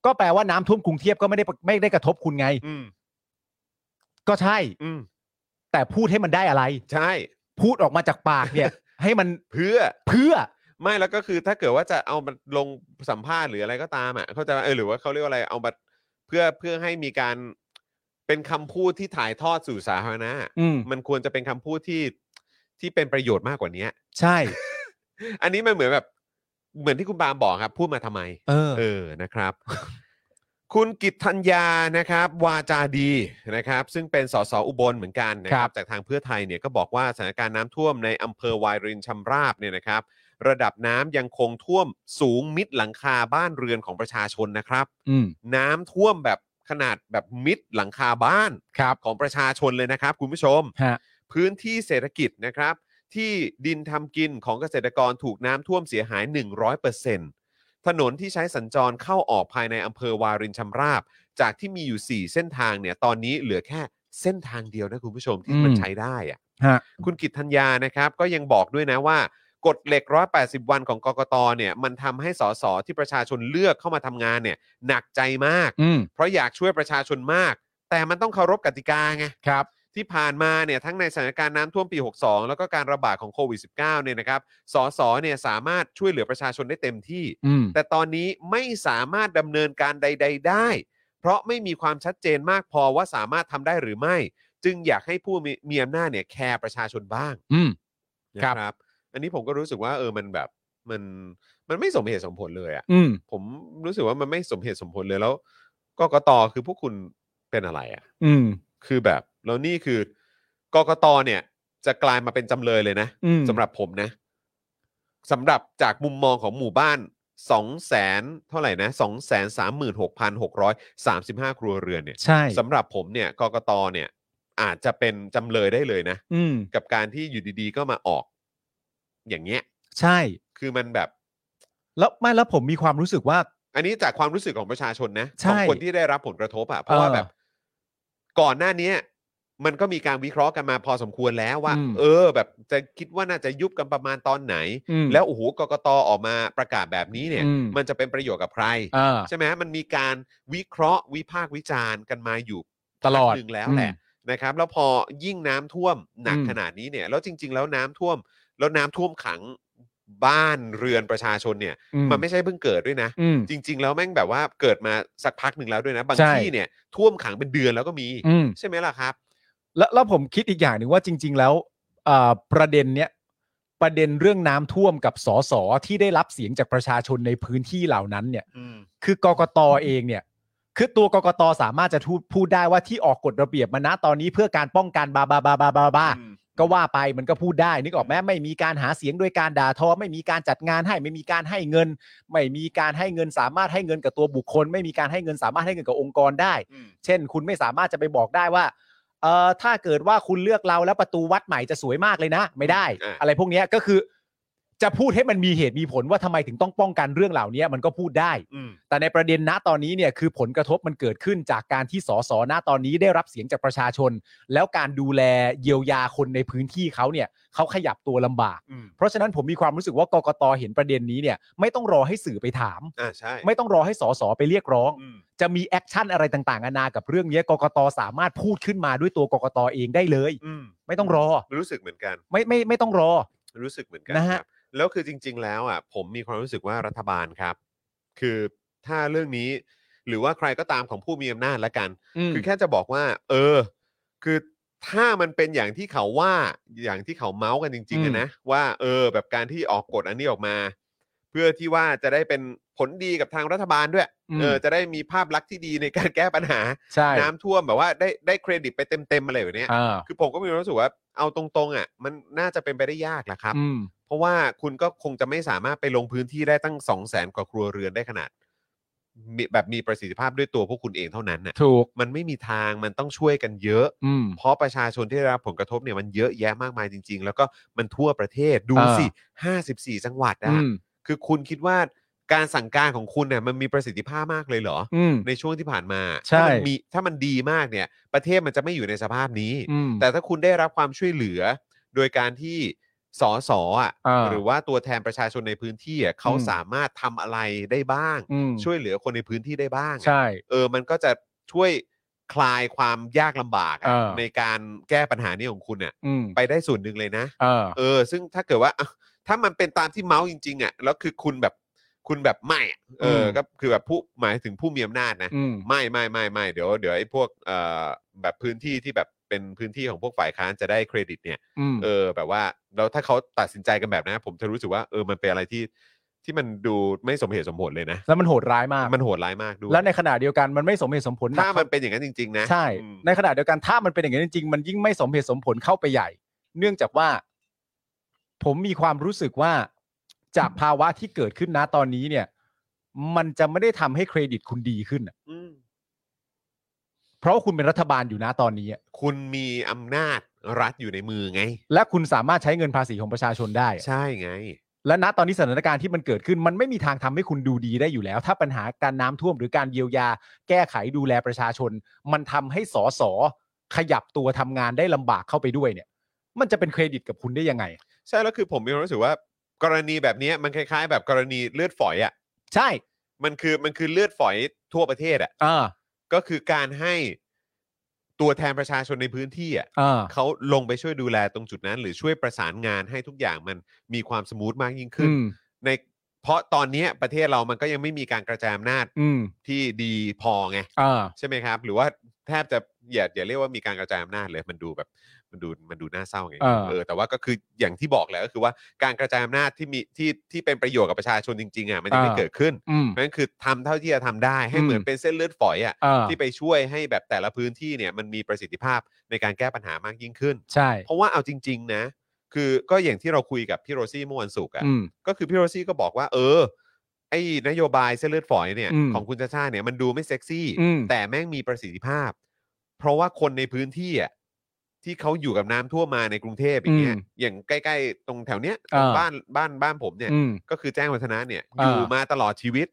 [SPEAKER 5] ก็แปลว่าน้ำท่วมกรุงเทพก็ไม่ได้ไม่ได้กระทบคุณไง
[SPEAKER 3] อืม
[SPEAKER 5] ก็ใช่
[SPEAKER 3] อืม
[SPEAKER 5] แต่พูดให้มันได้อะไร
[SPEAKER 3] ใช่
[SPEAKER 5] พูดออกมาจากปากเนี่ย ให้มัน
[SPEAKER 3] เพื่อ
[SPEAKER 5] เพื่อ
[SPEAKER 3] ไม่แล้วก็คือถ้าเกิดว่าจะเอามาลงสัมภาษณ์หรืออะไรก็ตามอ่ะเขาใจะเออหรือว่าเขาเรียกว่าอะไรเอามาเพื่อเพื่อให้มีการเป็นคำพูดที่ถ่ายทอดสู่สาธารณะ
[SPEAKER 5] อืม
[SPEAKER 3] มันควรจะเป็นคำพูดที่ที่เป็นประโยชน์มากกว่านี้
[SPEAKER 5] ใช่
[SPEAKER 3] อันนี้มันเหมือนแบบเหมือนที่คุณปาล์มบอกครับ พูดมาทำไม
[SPEAKER 5] เออ
[SPEAKER 3] เออ นะครับ คุณกิตธัญญา นะครับ วาจาดีนะครับ ซึ่งเป็นสสอุบลเหมือนกันนะค
[SPEAKER 5] ครั
[SPEAKER 3] รับ
[SPEAKER 5] บ
[SPEAKER 3] จากทางเพื่อไทยเนี่ยก็บอกว่าสถานการณ์น้ำท่วมในอำเภอวายรินชำราบเนี่ยนะครับ ระดับน้ำยังคงท่วมสูงมิดหลังคาบ้านเรือนของประชาชนนะครับ
[SPEAKER 5] อืม
[SPEAKER 3] น้ำท่วมแบบขนาดแบบมิดหลังคาบ้าน
[SPEAKER 5] ครับ
[SPEAKER 3] ของประชาชนเลยนะครับ คุณผู้ชม
[SPEAKER 5] ฮะ
[SPEAKER 3] พื้นที่เศรษฐกิจนะครับ ที่ดินทำกินของเกษตรกรถูกน้ำท่วมเสียหาย 100%ถนนที่ใช้สัญจรเข้าออกภายในอำเภอวารินชำราบ จากที่มีอยู่ 4 เส้นทางเนี่ย ตอนนี้เหลือแค่เส้นทางเดียวนะคุณผู้ชมที่มัน
[SPEAKER 5] อืม
[SPEAKER 3] ใช้ได้อะ
[SPEAKER 5] ฮะ
[SPEAKER 3] คุณกิตธัญญานะครับ ก็ยังบอกด้วยนะว่ากฎเหล็ก 180 วันของกกตเนี่ย มันทำให้สสที่ประชาชนเลือกเข้ามาทำงานเนี่ยหนักใจมาก
[SPEAKER 5] อืม
[SPEAKER 3] เพราะอยากช่วยประชาชนมาก แต่มันต้องเคารพกติกาไง
[SPEAKER 5] ครับ
[SPEAKER 3] ที่ผ่านมาเนี่ยทั้งในสถานการณ์น้ำท่วมปี 62 แล้วก็การระบาดของโควิด -19 เนี่ยนะครับ สสเนี่ยสามารถช่วยเหลือประชาชนได้เต็มที่
[SPEAKER 5] อืม
[SPEAKER 3] แต่ตอนนี้ไม่สามารถดำเนินการใด ๆ ได้ เพราะไม่มีความชัดเจนมากพอว่าสามารถทำได้หรือไม่ จึงอยากให้ผู้มีมีอำนาจเนี่ยแคร์ประชาชนบ้าง
[SPEAKER 5] อืม
[SPEAKER 3] นะครับ ครับ อันนี้ผมก็รู้สึกว่าเออมันแบบมันมันไม่สมเหตุสมผลเลยอะ่ะ
[SPEAKER 5] อืม
[SPEAKER 3] ผมรู้สึกว่ามันไม่สมเหตุสมผลเลยแล้วกกตคือพวกคุณเป็นอะไรอ่ะ
[SPEAKER 5] อืม
[SPEAKER 3] คือแบบแล้วนี่คือกกตเนี่ย จะกลายมาเป็นจำเลยเลยนะ
[SPEAKER 5] อืม
[SPEAKER 3] สำหรับผมนะสำหรับจากมุมมองของหมู่บ้าน2 0 0แสนเท่าไหร่นะ2 3 6 6 3 5 ครัวเรือนเนี่ย
[SPEAKER 5] ใช่
[SPEAKER 3] สำหรับผมเนี่ยกกตเนี่ย อาจจะเป็นจำเลยได้เลยนะ
[SPEAKER 5] อืม
[SPEAKER 3] กับการที่อยู่ดีๆ ก็มาออก อย่างเงี้ย
[SPEAKER 5] ใช่
[SPEAKER 3] คือมันแบบ
[SPEAKER 5] แล้วไม่แล้วผมมีความรู้สึกว่า
[SPEAKER 3] อันนี้จากความรู้สึกของประชาชนนะ
[SPEAKER 5] ใช่
[SPEAKER 3] ของคนที่ได้รับผลกระทบอะเพราะว่า
[SPEAKER 5] เออ
[SPEAKER 3] แบบก่อนหน้าเนี้ย มันก็มีการวิเคราะห์กันมาพอสมควรแล้วว่า
[SPEAKER 5] อืม
[SPEAKER 3] เออ แบบจะคิดว่าน่าจะยุบกันประมาณตอนไหน
[SPEAKER 5] อืม
[SPEAKER 3] แล้วโอ้โหกกตออกมาประกาศแบบนี้เนี่ย
[SPEAKER 5] อืม
[SPEAKER 3] มันจะเป็นประโยชน์กับใคร
[SPEAKER 5] เออ
[SPEAKER 3] ใช่ไหมมันมีการวิเคราะห์วิพากษ์วิจารณ์กันมาอยู่
[SPEAKER 5] ตลอด
[SPEAKER 3] พักหนึ่งแล้วแหละนะครับ แล้วพอยิ่งน้ำท่วมหนัก
[SPEAKER 5] อืม
[SPEAKER 3] ขนาดนี้เนี่ย แล้วจริง ๆ แล้วน้ำท่วม แล้วน้ำท่วมขังบ้านเรือนประชาชนเนี่ย
[SPEAKER 5] อื
[SPEAKER 3] มันไม่ใช่เพิ่งเกิดด้วยนะ
[SPEAKER 5] อืม
[SPEAKER 3] จริง ๆ แล้วแม่งแบบว่าเกิดมาสักพักหนึ่งแล้วด้วยนะ บาง
[SPEAKER 5] ใช่
[SPEAKER 3] ที่เนี่ย ท่วมขังเป็นเดือนแล้วก็มี
[SPEAKER 5] อืม
[SPEAKER 3] ใช่ไหมล่ะครับ
[SPEAKER 5] แล้วแล้วผมคิดอีกอย่างหนึ่งว่าจริง ๆ แล้วเอ่อประเด็นเนี้ยประเด็นเรื่องน้ำท่วมกับสสที่ได้รับเสียงจากประชาชนในพื้นที่เหล่านั้นเนี่ย
[SPEAKER 3] อืม
[SPEAKER 5] คือกกตเองเนี่ย คือตัวกกตสามารถจะทูพูดได้ว่าที่ออกกฎระเบียบมานะตอนนี้เพื่อการป้องกันบาบาบาบาบาบาก็ว่าไปมันก็พูดได้ นึกออกไหมไม่มีการหาเสียงโดยการด่าทอ ไม่มีการจัดงานให้ไม่มีการให้เงิน ไม่มีการให้เงินสามารถให้เงินกับตัวบุคคล ไม่มีการให้เงินสามารถให้เงินกับองค์กรได้ เช่น คุณไม่สามารถจะไปบอกได้ว่าเอ่อถ้าเกิดว่าคุณเลือกเราแล้วประตูวัดใหม่จะสวยมากเลยนะ ไม่ได้
[SPEAKER 3] อ่า
[SPEAKER 5] อะไรพวกเนี้ยก็คือ จะพูดให้มันมีเหตุมีผลว่าทำไมถึงต้องป้องกันเรื่องเหล่านี้มันก็พูดได้
[SPEAKER 3] อืม
[SPEAKER 5] แต่ในประเด็นณตอนนี้เนี่ยคือผลกระทบมันเกิดขึ้นจากการที่สสณตอนนี้ได้รับเสียงจากประชาชน แล้วการดูแลเยียวยาคนในพื้นที่เขาเนี่ยเขาขยับตัวลำบาก
[SPEAKER 3] อืม
[SPEAKER 5] เพราะฉะนั้นผมมีความรู้สึกว่ากกตเห็นประเด็นนี้เนี่ยไม่ต้องรอให้สื่อไปถาม
[SPEAKER 3] อ่าใช่
[SPEAKER 5] ไม่ต้องรอให้สสไปเรียกร้อง
[SPEAKER 3] อืม
[SPEAKER 5] จะมีแอคชั่นอะไรต่างๆนานากับเรื่องเนี้ยกกตสามารถพูดขึ้นมาด้วยตัวกกตเองได้เลย
[SPEAKER 3] อืม
[SPEAKER 5] ไม่ต้องรอ
[SPEAKER 3] รู้สึกเหมือนกัน
[SPEAKER 5] ไม่ไม่ไม่ต้องรอ
[SPEAKER 3] รู้สึกเหมือนกัน
[SPEAKER 5] นะ
[SPEAKER 3] ครั
[SPEAKER 5] ฮะ
[SPEAKER 3] บแล้วคือจริง ๆ แล้วอ่ะผมมีความรู้สึกว่ารัฐบาลครับ คือถ้าเรื่องนี้ หรือว่าใครก็ตามของผู้มีอำนาจละกัน คือแค่จะบอกว่า เออ คือถ้ามันเป็นอย่างที่เขาว่าอย่างที่เขาเมาส์กันจริงๆ
[SPEAKER 5] อืม
[SPEAKER 3] อะนะว่า เออ แบบการที่ออกกฎอันนี้ออกมา เพื่อที่ว่าจะได้เป็นผลดีกับทางรัฐบาลด้วย เออ จะได้มีภาพลักษณ์ที่ดีในการแก้ปัญหา
[SPEAKER 5] ใช่
[SPEAKER 3] น้ำท่วมแบบว่าได้ได้เครดิตไปเต็มๆอะไรแบบเนี้ย
[SPEAKER 5] อ่า
[SPEAKER 3] คือผมก็มีความรู้สึกว่าเอาตรงๆอ่ะมันน่าจะเป็นไปได้ยากแหละครับ
[SPEAKER 5] อืม
[SPEAKER 3] เพราะว่าคุณก็คงจะไม่สามารถไปลงพื้นที่ได้ตั้ง 2 0 0แสนกว่าครัวเรือนได้ขนาดมีแบบมีประสิทธิภาพด้วยตัวพวกคุณเองเท่านั้นน่ะ
[SPEAKER 5] ถูก
[SPEAKER 3] มันไม่มีทางมันต้องช่วยกันเยอะ
[SPEAKER 5] อืม
[SPEAKER 3] เพราะประชาชนที่ได้รับผลกระทบเนี่ยมันเยอะแยะมากมายจริง ๆ แล้วก็มันทั่วประเทศดู
[SPEAKER 5] อ่า
[SPEAKER 3] สิ 54 จังหวัด
[SPEAKER 5] อื
[SPEAKER 3] นะ
[SPEAKER 5] ม
[SPEAKER 3] คือคุณคิดว่าการสั่งการของคุณเนี่ยมันมีประสิทธิภาพมากเลยเหรอ
[SPEAKER 5] อืม
[SPEAKER 3] ในช่วงที่ผ่านมา
[SPEAKER 5] ใช่
[SPEAKER 3] ถ้ามันมีถ้ามันดีมากเนี่ย ประเทศมันจะไม่อยู่ในสภาพนี้
[SPEAKER 5] อืม
[SPEAKER 3] แต่ถ้าคุณได้รับความช่วยเหลือ โดยการที่สอสอะ
[SPEAKER 5] อ่า
[SPEAKER 3] หรือว่าตัวแทนประชาชนในพื้นที่อะเขา
[SPEAKER 5] อืม
[SPEAKER 3] สามารถทำอะไรได้บ้าง
[SPEAKER 5] อืม
[SPEAKER 3] ช่วยเหลือคนในพื้นที่ได้บ้างอะ
[SPEAKER 5] ใช่
[SPEAKER 3] เออ มันก็จะช่วยคลายความยากลำบากอะ
[SPEAKER 5] เออ
[SPEAKER 3] ในการแก้ปัญหานี้ของคุณเนี่ย
[SPEAKER 5] อืม
[SPEAKER 3] ไปได้ส่วนหนึ่งเลยนะ
[SPEAKER 5] เออ
[SPEAKER 3] เออ ซึ่งถ้าเกิดว่าอ่ะถ้ามันเป็นตามที่เมาส์จริง ๆอะแล้วคือคุณแบบคุณแบบไม่อะเออ
[SPEAKER 5] อืม
[SPEAKER 3] ก็คือแบบผู้หมายถึงผู้มีอำนาจนะ
[SPEAKER 5] อืม
[SPEAKER 3] ไม่ไม่ไม่ไม่เดี๋ยวเดี๋ยวไอ้พวกเอ่อแบบพื้นที่ที่แบบเป็นพื้นที่ของพวกฝ่ายค้านจะได้เครดิตเนี่ย
[SPEAKER 5] อืม
[SPEAKER 3] เออแบบว่าแล้วถ้าเขาตัดสินใจกันแบบนั้นผมจะรู้สึกว่าเออมันเป็นอะไรที่ที่มันดูไม่สมเหตุสมผลเลยนะ
[SPEAKER 5] แล้วมันโหดร้ายมาก
[SPEAKER 3] มันโหดร้ายมากด้วย
[SPEAKER 5] แล้วในขณะเดียวกันมันไม่สมเหตุสมผล
[SPEAKER 3] ถ้ามัน
[SPEAKER 5] หก
[SPEAKER 3] เป็นอย่างนั้นจริง ๆ นะ
[SPEAKER 5] ใช่
[SPEAKER 3] อืม
[SPEAKER 5] ในขณะเดียวกันถ้ามันเป็นอย่างนั้นจริงๆ มันยิ่งไม่สมเหตุสมผลเข้าไปใหญ่ เนื่องจากว่า ผมมีความรู้สึกว่าจากภาวะที่เกิดขึ้นนะตอนนี้เนี่ย มันจะไม่ได้ทำให้เครดิตคุณดีขึ้นอะ
[SPEAKER 3] อืม
[SPEAKER 5] เพราะว่าคุณเป็นรัฐบาลอยู่นะตอนนี้อะ
[SPEAKER 3] คุณมีอำนาจรัฐอยู่ในมือไง
[SPEAKER 5] และคุณสามารถใช้เงินภาษีของประชาชนได้อะ
[SPEAKER 3] ใช่ไง
[SPEAKER 5] และณตอนนี้สถานการณ์ที่มันเกิดขึ้น มันไม่มีทางทำให้คุณดูดีได้อยู่แล้ว ถ้าปัญหาการน้ำท่วมหรือการเยียวยา แก้ไขดูแลประชาชน มันทำให้สอสอขยับตัวทำงานได้ลำบากเข้าไปด้วยเนี่ย มันจะเป็นเครดิตกับคุณได้ยังไง
[SPEAKER 3] ใช่แล้วคือผมมีความรู้สึกว่า กรณีแบบเนี้ยมันคล้าย ๆ แบบกรณีเลือดฝอยอะ่ะ
[SPEAKER 5] ใช่
[SPEAKER 3] มันคือมันคือเลือดฝอยทั่วประเทศอ่ะ
[SPEAKER 5] อ่า
[SPEAKER 3] ก็คือการให้ตัวแทนประชาชนในพื้นที่อ่ะ
[SPEAKER 5] อ่า
[SPEAKER 3] เขาลงไปช่วยดูแลตรงจุดนั้น หรือช่วยประสานงานให้ทุกอย่างมันมีความสมูทมากยิ่งขึ้
[SPEAKER 5] อื
[SPEAKER 3] น
[SPEAKER 5] ม
[SPEAKER 3] ในเพราะตอนเนี้ยประเทศเรามันก็ยังไม่มีการกระจายอำนาจ
[SPEAKER 5] อืม
[SPEAKER 3] ที่ดีพอไง
[SPEAKER 5] อ่า
[SPEAKER 3] ใช่ไหมครับ หรือว่าแทบจะอย่าอย่าเรียกว่ามีการกระจายอำนาจเลยมันดูแบบมันดูมันดูน่าเศร้าไง
[SPEAKER 5] อ่า
[SPEAKER 3] เออแต่ว่าก็คืออย่างที่บอกแหล้วก็คือว่าการกระจายอำนาจที่มีที่ที่เป็นประโยชน์กับประชาชนจริงๆอ่ะมันยังไม่เกิดขึ้น
[SPEAKER 5] อืม
[SPEAKER 3] เพราะฉะนั้นคือทำเท่าที่จะทำได้ให้เหมือน
[SPEAKER 5] อืม
[SPEAKER 3] เป็นเส้นเลือดฝอยอ่ะ
[SPEAKER 5] อ่า
[SPEAKER 3] ที่ไปช่วยให้แบบแต่ละพื้นที่เนี่ยมันมีประสิทธิภาพในการแก้ปัญหามากยิ่งขึ้น
[SPEAKER 5] ใช่
[SPEAKER 3] เพราะว่าเอาจริง ๆ นะ คือก็อย่างที่เราคุยกับพี่โรซี่เมื่อวันศุกร์อะ
[SPEAKER 5] อืม
[SPEAKER 3] ก็คือพี่โรซี่ก็บอกว่า เออ ไอ้นโยบายเส้นเลือดฝอยเนี่ย
[SPEAKER 5] อืม
[SPEAKER 3] ของคุณชาชาติเนี่ยมันดูไม่เซ็กซี่
[SPEAKER 5] อืม
[SPEAKER 3] แต่แม่งมีประสิทธิภาพ เพราะว่าคนในพื้นที่อะที่เขาอยู่กับน้ำท่วมมาในกรุงเทพอย่างเงี้ยอย่างใกล้ๆ ตรงแถวเนี้ยตรงบ้านบ้านบ้านผมเนี่ย
[SPEAKER 5] อืม
[SPEAKER 3] ก็คือแจ้งวัฒนะเนี่ย
[SPEAKER 5] อ่า
[SPEAKER 3] อยู่มาตลอดชีวิต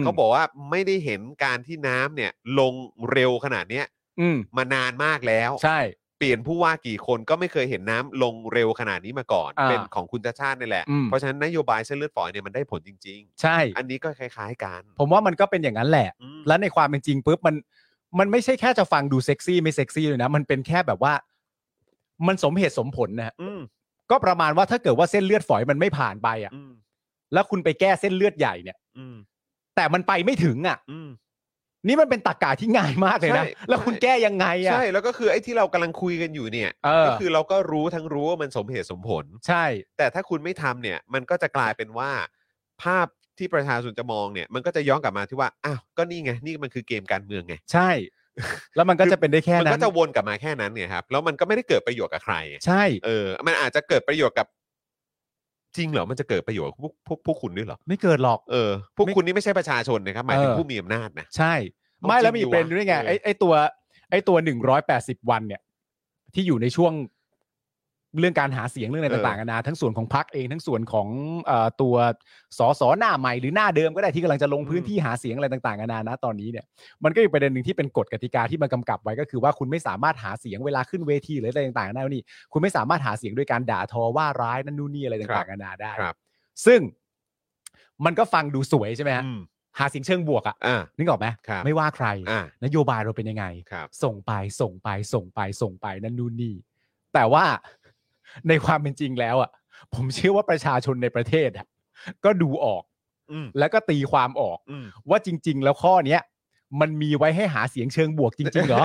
[SPEAKER 5] ม
[SPEAKER 3] เขาบอกว่าไม่ได้เห็นการที่น้ำเนี่ยลงเร็วขนาดเนี้ย
[SPEAKER 5] อืม
[SPEAKER 3] มานานมากแล้ว
[SPEAKER 5] ใช่
[SPEAKER 3] เปลี่ยนผู้ว่ากี่คนก็ไม่เคยเห็นน้ำลงเร็วขนาดนี้มาก่อน
[SPEAKER 5] อ่า
[SPEAKER 3] เป็นของคุณชาติชาตินี่แหละ
[SPEAKER 5] อืม
[SPEAKER 3] เพราะฉะนั้นนโยบายเส้นเลือดฝอยเนี่ยมันได้ผลจริง
[SPEAKER 5] ใช่
[SPEAKER 3] ๆ อันนี้ก็คล้ายๆกัน
[SPEAKER 5] ผมว่ามันก็เป็นอย่างนั้นแหละ
[SPEAKER 3] อืม
[SPEAKER 5] และในความเป็นจริงปุ๊บมันมันไม่ใช่แค่จะฟังดูเซ็กซี่ไม่เซ็กซี่เลยนะ มันเป็นแค่แบบว่า มันสมเหตุสมผลนะฮะ
[SPEAKER 3] อืม
[SPEAKER 5] ก็ประมาณว่าถ้าเกิดว่าเส้นเลือดฝอยมันไม่ผ่านไปอ่ะ
[SPEAKER 3] อืม
[SPEAKER 5] แล้วคุณไปแก้เส้นเลือดใหญ่เนี่ย
[SPEAKER 3] อืม
[SPEAKER 5] แต่มันไปไม่ถึงอ่ะ
[SPEAKER 3] อืม
[SPEAKER 5] นี่มันเป็นตรกกาที่ง่ายมากเลยนะ
[SPEAKER 3] ใช่
[SPEAKER 5] แล้วคุณแก้ยังไงอ่ะ
[SPEAKER 3] ใช่แล้วก็คือไอ้ที่เรากำลังคุยกันอยู่เนี่ย
[SPEAKER 5] เออ
[SPEAKER 3] ก็คือเราก็รู้ทั้งรู้ว่ามันสมเหตุสมผล
[SPEAKER 5] ใช่
[SPEAKER 3] แต่ถ้าคุณไม่ทำเนี่ย มันก็จะกลายเป็นว่า ภาพที่ประชาชนจะมองเนี่ย มันก็จะย้อนกลับมาที่ว่าอ้าวก็นี่ไงนี่มันคือเกมการเมืองไง
[SPEAKER 5] ใช่ แล้วมันก็จะเป็นได้แค่
[SPEAKER 3] มัน
[SPEAKER 5] นั้
[SPEAKER 3] ก็
[SPEAKER 5] น
[SPEAKER 3] จะวนกลับมาแค่นั้นเนี่ยครับ แล้วมันก็ไม่ได้เกิดประโยชน์กับใคร
[SPEAKER 5] ใช่
[SPEAKER 3] เออ มันอาจจะเกิดประโยชน์กับ จริงเหรอ มันจะเกิดประโยชน์กับพวกพวกพวกคุณด้วยเหรอ
[SPEAKER 5] ไม่เกิดหรอก
[SPEAKER 3] เออ พวก
[SPEAKER 5] ไม่
[SPEAKER 3] คุณนี่ไม่ใช่ประชาชนนะครับ หมายถึง
[SPEAKER 5] เออ
[SPEAKER 3] ผู้มีอำนาจนะ
[SPEAKER 5] ใช่ ไม่
[SPEAKER 3] เอาจริง
[SPEAKER 5] แล้วมี
[SPEAKER 3] ดีวะ
[SPEAKER 5] เป็นด้วยไง
[SPEAKER 3] เออ
[SPEAKER 5] ไอ้ไอ้ตัว ไอ้ตัวหนึ่งร้อยแปดสิบวันเนี่ย ที่อยู่ในช่วง เรื่องการหาเสียงเรื่องอะไร
[SPEAKER 3] เออ
[SPEAKER 5] ต่างๆกันานาทั้งส่วนของพักเองทั้งส่วนของเอ่อตัวสสหน้าใหม่หรือหน้าเดิมก็ได้ที่กำลังจะลงพื้นที่หาเสียงอะไรต่างๆกันานานะตอนนี้เนี่ยมันก็มีประเด็นหนึ่งที่เป็นกฎกติกาที่มันกำกับไว้ก็คือว่าคุณไม่สามารถหาเสียงเวลาขึ้นเวทีหรืออะไรต่างๆได้นี่คุณไม่สามารถหาเสียงด้วยการด่าทอว่าร้ายนั่นนู่นนี่อะไรต่างๆกันานาได้
[SPEAKER 3] ครับ
[SPEAKER 5] ซึ่งมันก็ฟังดูสวยใช่ไหมฮะ
[SPEAKER 4] อืม
[SPEAKER 5] หาเสียงเชิงบวกอะ
[SPEAKER 3] อ่า
[SPEAKER 5] นึกออกไหม
[SPEAKER 3] ครับ
[SPEAKER 5] ไม่ว่าใคร
[SPEAKER 3] อ่าน
[SPEAKER 5] โยบายเราเป็นยังไง
[SPEAKER 3] ครับ
[SPEAKER 5] ส่งไปส่งไปส่งไปส่งไปนั่นนู่นนี่ แต่ว่า ในความเป็นจริงแล้วอ่ะ ผมเชื่อว่าประชาชนในประเทศอ่ะก็ดูออก
[SPEAKER 4] อืม
[SPEAKER 5] แล้วก็ตีความออก
[SPEAKER 4] อืม
[SPEAKER 5] ว่าจริง ๆ แล้วข้อเนี้ยมันมีไว้ให้หาเสียงเชิงบวกจริงๆเหร อ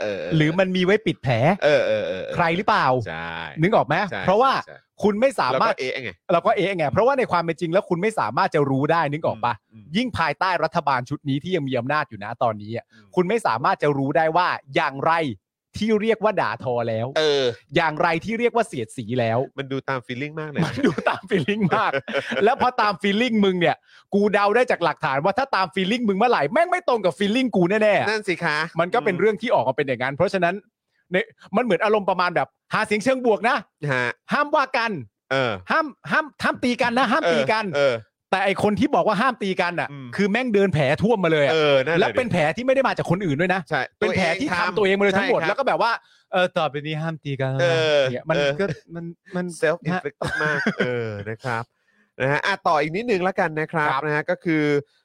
[SPEAKER 3] เออ
[SPEAKER 5] หรือมันมีไว้ปิดแผล
[SPEAKER 3] เออเออเออเออ
[SPEAKER 5] ใครหรือเปล่า
[SPEAKER 3] ใช่
[SPEAKER 5] นึกออกไหม
[SPEAKER 3] ใช่
[SPEAKER 5] เพราะว่า
[SPEAKER 3] ใช่
[SPEAKER 5] คุณไม่สา
[SPEAKER 3] แล้ว
[SPEAKER 5] มาร
[SPEAKER 3] ก็
[SPEAKER 5] ถ
[SPEAKER 3] เอะไง
[SPEAKER 5] เราก็เอ๊ะไง เพราะว่าในความเป็นจริงแล้วคุณไม่สามารถจะรู้ได้นึกออกปะยิ่งภายใต้รัฐบาลชุดนี้ที่ยังมีอำนาจอยู่นะตอนนี้อะคุณไม่สามารถจะรู้ได้ว่าอย่างไรที่เรียกว่าด่าทอแล้ว
[SPEAKER 3] เออ
[SPEAKER 5] อย่างไรที่เรียกว่าเสียดสีแล้ว
[SPEAKER 3] มันดูตามฟีลลิ่งมากเลย
[SPEAKER 5] มันดูตามฟีลลิ่งมาก แล้วพอตามฟีลลิ่งมึงเนี่ย กูเดาได้จากหลักฐานว่าถ้าตามฟีลลิ่งมึงเมื่อไหร่แม่งไม่ตรงกับฟีลลิ่งกูแน่ๆอะ
[SPEAKER 3] นั่นสิคะ
[SPEAKER 5] มันก็เป็นเรื่องที่ออกมาเป็นอย่างนั้นเพราะฉะนั้นเนี่ยมันเหมือนอารมณ์ประมาณแบบ หาเสียงเชิงบวกนะ
[SPEAKER 3] ฮะ
[SPEAKER 5] ห้ามว่ากัน
[SPEAKER 3] เออ
[SPEAKER 5] ห้ามห้ามห้ามตีกันนะ ห้ามตีกัน
[SPEAKER 3] เออ
[SPEAKER 5] แต่ไอคนที่บอกว่าห้ามตีกันอ่ะ
[SPEAKER 3] อืม
[SPEAKER 5] คือแม่งเดินแผลท่วมมาเลยอะ
[SPEAKER 3] เออนั่น
[SPEAKER 5] แล้วเป็นแผลที่ไม่ได้มาจากคนอื่นด้วยนะ
[SPEAKER 3] ใช่
[SPEAKER 5] เป็นแผลที่ทำตัวเองมาเลยทั้งหมด
[SPEAKER 3] ใช่ครับ
[SPEAKER 5] แล้วก็แบบว่าเออต่อไปนี้ห้ามตีกันแล้วนะ
[SPEAKER 3] เออ
[SPEAKER 5] เนี่ยมัน
[SPEAKER 3] เออ
[SPEAKER 5] ก็มันมัน
[SPEAKER 3] เซลฟ์อินฟลิก มาก เออ นะครับ นะฮะอ่ะต่ออีกนิดนึงแล้วกันนะครับ
[SPEAKER 5] ครับ
[SPEAKER 3] นะฮะ ก็คือ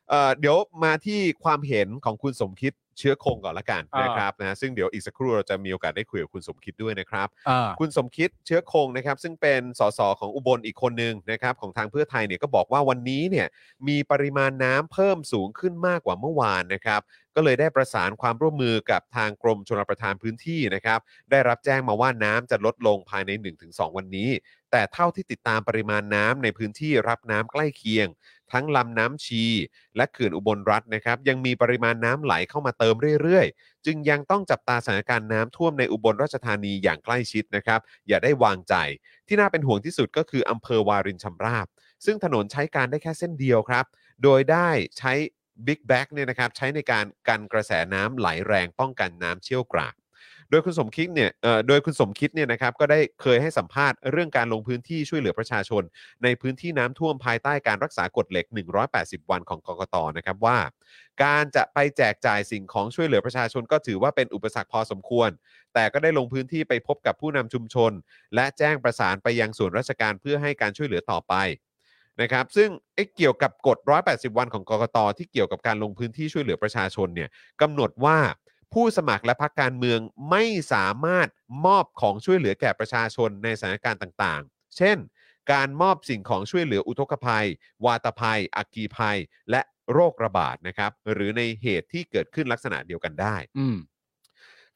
[SPEAKER 3] เอ่อ เดี๋ยวมาที่ความเห็นของคุณสมคิดเชื้อคงก่อนละกัน
[SPEAKER 5] อ่าน
[SPEAKER 3] นะครับ นะฮะซึ่งเดี๋ยวอีกสักครู่เราจะมีโอกาสได้คุยกับคุณสมคิดด้วยนะครับ
[SPEAKER 5] อ่า
[SPEAKER 3] คุณสมคิดเชื้อคงนะครับ ซึ่งเป็นสสของอุบลอีกคนหนึ่งนะครับ ของทางเพื่อไทยเนี่ยก็บอกว่าวันนี้เนี่ยมีปริมาณน้ำเพิ่มสูงขึ้นมากกว่าเมื่อวานนะครับ ก็เลยได้ประสานความร่วมมือกับทางกรมชลประทานพื้นที่นะครับ ได้รับแจ้งมาว่าน้ำจะลดลงภายใน 1-2 วันนี้ แต่เท่าที่ติดตามปริมาณน้ำในพื้นที่รับน้ำใกล้เคียง ทั้งลำน้ำชี และเขื่อนอุบลรัฐนะครับ ยังมีปริมาณน้ำไหลเข้ามาเติมเรื่อยๆ จึงยังต้องจับตาสถานการณ์น้ำท่วมในอุบลราชธานีอย่างใกล้ชิดนะครับ อย่าได้วางใจ ที่น่าเป็นห่วงที่สุดก็คืออำเภอวารินชำราบ ซึ่งถนนใช้การได้แค่เส้นเดียวครับ โดยได้ใช้บิ๊กแบ็กเนี่ยนะครับใช้ในการกันกระแสน้ำไหลแรงป้องกันน้ำเชี่ยวกราก โดยคุณสมคิดเนี่ยเอ่อโดยคุณสมคิดเนี่ยนะครับก็ได้เคยให้สัมภาษณ์เรื่องการลงพื้นที่ช่วยเหลือประชาชน ในพื้นที่น้ำท่วมภายใต้การรักษากฎเหล็ก 180 วันของกกตนะครับว่า การจะไปแจกจ่ายสิ่งของช่วยเหลือประชาชนก็ถือว่าเป็นอุปสรรคพอสมควร แต่ก็ได้ลงพื้นที่ไปพบกับผู้นำชุมชน และแจ้งประสานไปยังส่วนราชการเพื่อให้การช่วยเหลือต่อไปนะครับ ซึ่งเอ๊ะเกี่ยวกับกฎ 180 วันของกกตที่เกี่ยวกับการลงพื้นที่ช่วยเหลือประชาชนเนี่ยกำหนดว่าผู้สมัครและพักการเมืองไม่สามารถมอบของช่วยเหลือแก่ประชาชนในสถานการณ์ต่างๆ เช่น การมอบสิ่งของช่วยเหลืออุทกภัย วาตภัย อักกีภัย และโรคระบาดนะครับ หรือในเหตุที่เกิดขึ้นลักษณะเดียวกันได้
[SPEAKER 5] อืม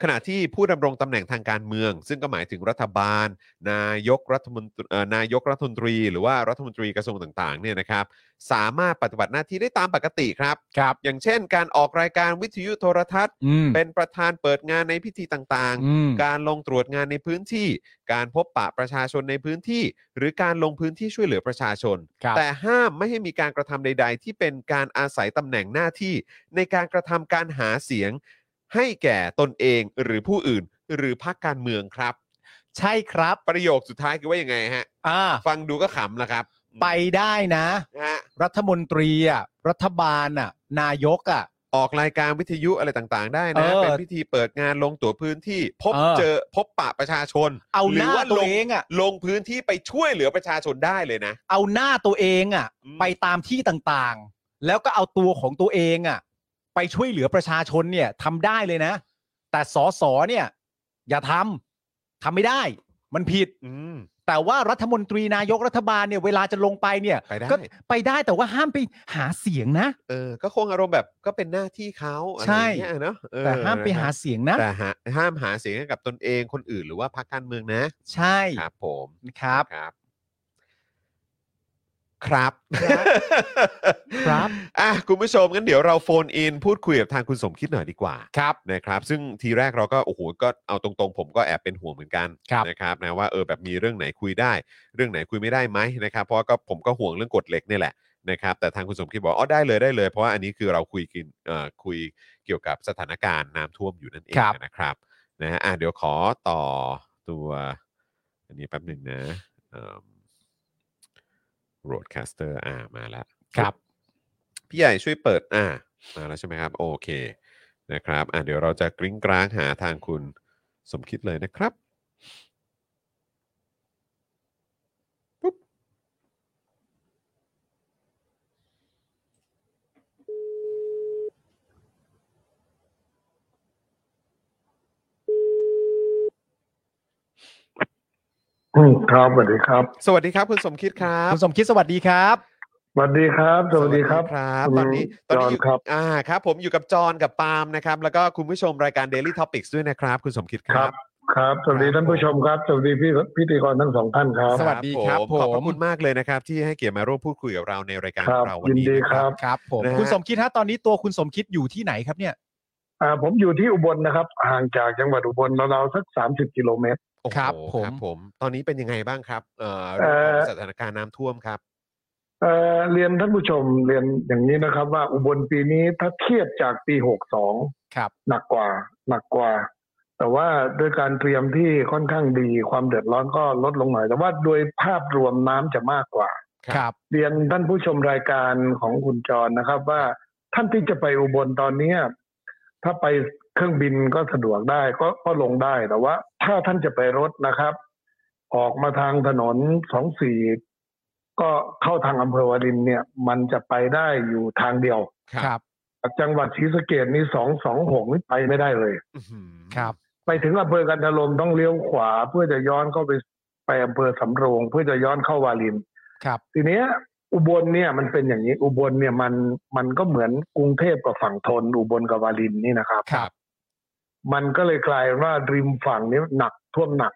[SPEAKER 3] ขณะที่ผู้ดำรงตำแหน่งทางการเมือง ซึ่งก็หมายถึงรัฐบาล นายกรัฐมนตรีเอ่อนายกรัฐมนตรี หรือว่ารัฐมนตรีกระทรวงต่างๆเนี่ยนะครับ สามารถปฏิบัติหน้าที่ได้ตามปกติครับ
[SPEAKER 5] ครับ
[SPEAKER 3] อย่างเช่น การออกรายการวิทยุโทรทัศน์
[SPEAKER 5] อืม
[SPEAKER 3] เป็นประธานเปิดงานในพิธีต่างๆ
[SPEAKER 5] อืม
[SPEAKER 3] การลงตรวจงานในพื้นที่ การพบปะประชาชนในพื้นที่ หรือการลงพื้นที่ช่วยเหลือประชาชน
[SPEAKER 5] ครับ
[SPEAKER 3] แต่ห้ามไม่ให้มีการกระทำใด ๆ ที่เป็นการอาศัยตำแหน่งหน้าที่ ในการกระทำการหาเสียง ให้แก่ตนเองหรือผู้อื่น หรือพรรคการเมืองครับ
[SPEAKER 5] ใช่ครับ
[SPEAKER 3] ประโยคสุดท้ายคือว่ายังไงฮะ
[SPEAKER 5] อ่า
[SPEAKER 3] ฟังดูก็ขำละครับ
[SPEAKER 5] ไปได้นะ
[SPEAKER 3] นะฮะ
[SPEAKER 5] รัฐมนตรีอ่ะรัฐบาลอ่ะ นายกอ่ะ
[SPEAKER 3] ออกรายการวิทยุอะไรต่างๆ ได้
[SPEAKER 5] เอ
[SPEAKER 3] นะ
[SPEAKER 5] อ
[SPEAKER 3] เป็นพิธีเปิดงานลงตัวพื้นที่ พบ
[SPEAKER 5] เออ
[SPEAKER 3] เจอพบปะประชาชน
[SPEAKER 5] เอา
[SPEAKER 3] ห
[SPEAKER 5] ห
[SPEAKER 3] รือ
[SPEAKER 5] น้า
[SPEAKER 3] ว่า
[SPEAKER 5] ตั
[SPEAKER 3] ล
[SPEAKER 5] ว
[SPEAKER 3] ง
[SPEAKER 5] เองอ่ะ
[SPEAKER 3] ลงพื้นที่ไปช่วยเหลือประชาชนได้เลยนะ
[SPEAKER 5] เอาหน้าตัวเองอ่ะ
[SPEAKER 3] อืม
[SPEAKER 5] ไปตามที่ต่างๆ แล้วก็เอาตัวของตัวเองอ่ะ ไปช่วยเหลือประชาชนเนี่ยทำได้เลยนะ แต่สอสอเนี่ย อย่าทำทำไม่ได้ มันผิด
[SPEAKER 3] อืม
[SPEAKER 5] แต่ว่ารัฐมนตรีนายกรัฐบาลเนี่ย เวลาจะลงไปเนี่ย
[SPEAKER 3] ไปได้
[SPEAKER 5] ก็ไปได้แต่ว่าห้ามไปหาเสียงนะ
[SPEAKER 3] เออ ก็คงอารมณ์แบบก็เป็นหน้าที่เขาอะไร
[SPEAKER 5] ใช่
[SPEAKER 3] อย่างเงี้ยเนาะเออ
[SPEAKER 5] แต่ห้ามไป
[SPEAKER 3] นะค
[SPEAKER 5] หา
[SPEAKER 3] รับ
[SPEAKER 5] เสียงนะ
[SPEAKER 3] แต่หาห้ามหาเสียงให้กับตนเองคนอื่นหรือว่าพรรคการเมืองนะ
[SPEAKER 5] ใช่
[SPEAKER 3] ครับผม
[SPEAKER 5] นะครับ
[SPEAKER 3] ครับ ครับ
[SPEAKER 5] ครับ
[SPEAKER 3] อ่ะคุณผู้ชมงั้นเดี๋ยวเราโฟนอิน พูดคุยกับทางคุณสมคิดหน่อยดีกว่า
[SPEAKER 5] ครับ
[SPEAKER 3] นะครับซึ่งทีแรกเราก็โอ้โหก็เอาตรงๆ ผมก็แอบเป็นห่วงเหมือนกัน
[SPEAKER 5] ครับ
[SPEAKER 3] นะครับนะว่าเออแบบมีเรื่องไหนคุยได้ เรื่องไหนคุยไม่ได้ไหมนะครับเพราะก็ผมก็ห่วงเรื่องกฎเหล็กเนี่ยแหละนะครับแต่ทางคุณสมคิดบอกอ๋อได้เลยได้เลย เพราะว่าอันนี้คือเราคุยกินเอ่อคุยเกี่ยวกับสถานการณ์น้ำท่วมอยู่นั่นเอง
[SPEAKER 5] ครับ
[SPEAKER 3] นะครับนะฮะอ่ะเดี๋ยวขอต่อตัว อันนี้แป๊บหนึ่งนะโรดแคสเตอร์อ่ามาแล้ว
[SPEAKER 5] ครับ
[SPEAKER 3] พี่ใหญ่ช่วยเปิดอ่ามาแล้วใช่ไหมครับ โอเคนะครับ อ่าเดี๋ยวเราจะกริ้งกร้างหาทางคุณสมคิดเลยนะครับปุ๊บ
[SPEAKER 9] อืมครับสวัสดีครับ
[SPEAKER 3] สวัสดีครับคุณสมคิดครับ
[SPEAKER 5] คุณสมคิดสวัสดีครับ
[SPEAKER 9] สวัสดีครับ สวัสดีครับ
[SPEAKER 3] ครับ
[SPEAKER 9] คุณ
[SPEAKER 3] ตอนนี้ตอนนี้อยู่
[SPEAKER 9] จอห์นครับ
[SPEAKER 3] อ่าครับ ผมอยู่กับจอห์นกับปาล์มนะครับ แล้วก็คุณผู้ชมรายการ Daily Topics ด้วยนะครับ คุณสมคิดค
[SPEAKER 9] ค
[SPEAKER 3] รั
[SPEAKER 9] รับ บ ครับ สวัสดีท่านผู้ชมครับ สวัสดีพี่พิธีกรทั้งสองท่านครับ
[SPEAKER 5] สวัสดีครับผม
[SPEAKER 3] ขอบพระคุณมากเลยนะครับ ที่ให้เกียรติมาร่วมพูดคุยกับเราในรายการข
[SPEAKER 9] ครั
[SPEAKER 3] อบ งเราวัน
[SPEAKER 9] ยิน
[SPEAKER 3] นี้
[SPEAKER 9] ดี
[SPEAKER 3] นะ
[SPEAKER 9] ค
[SPEAKER 3] ค
[SPEAKER 9] รั
[SPEAKER 3] รับ
[SPEAKER 9] บ
[SPEAKER 5] ครับผม
[SPEAKER 3] นะฮะ
[SPEAKER 5] คุณสมคิดฮะตอนนี้ตัวคุณสมคิดอยู่ที่ไหนครับเนี่ย
[SPEAKER 9] อ่า ผมอยู่ที่อุบลนะครับ ห่างจากจังหวัดอุบลราวๆสักสามสิบกิโลเมตร
[SPEAKER 3] โอ้โห
[SPEAKER 5] ครับผม
[SPEAKER 3] ครับผม ตอนนี้เป็นยังไงบ้างครับเอ่อ
[SPEAKER 9] เอ่อ
[SPEAKER 3] สถานการณ์น้ำท่วมครับ
[SPEAKER 9] เอ่อเรียนท่านผู้ชมเรียนอย่างนี้นะครับ ว่าอุบลปีนี้ถ้าเทียบจากปีหกสอง
[SPEAKER 5] ครับ
[SPEAKER 9] หนักกว่า หนักกว่า แต่ว่าด้วยการเตรียมที่ค่อนข้างดีความเดือดร้อนก็ลดลงหน่อย แต่ว่าโดยภาพรวมน้ำจะมากกว่า
[SPEAKER 5] ครับ
[SPEAKER 9] เรียนท่านผู้ชมรายการของคุณจรนะครับ ว่าท่านที่จะไปอุบลตอนเนี้ยถ้าไปเครื่องบินก็สะดวกได้ก็ก็ลงได้แต่ว่า ถ้าท่านจะไปรถนะครับ ออกมาทางถนนสองสี่ก็เข้าทางอำเภอวารินเนี่ย มันจะไปได้อยู่ทางเดียว
[SPEAKER 5] ครับ
[SPEAKER 9] จากจังหวัดศรีสะเกดนี่สองสองหกนี่ไปไม่ได้เลย
[SPEAKER 3] อื้อหือ
[SPEAKER 5] ครับ
[SPEAKER 9] ไปถึงอำเภอกันทลมต้องเลี้ยวขวา เพื่อจะย้อนเข้าไปไปอำเภอสำโรง เพื่อจะย้อนเข้าวาริน
[SPEAKER 5] ครับ
[SPEAKER 9] ทีเนี้ยอุบลเนี่ยมันเป็นอย่างนี้อุบลเนี่ยมันมันก็เหมือนกรุงเทพกับฝั่งทนอุบลกับวารินนี่นะครับ
[SPEAKER 5] ครับ
[SPEAKER 9] มันก็เลยกลายว่าริมฝั่งนี้หนักท่วมหนัก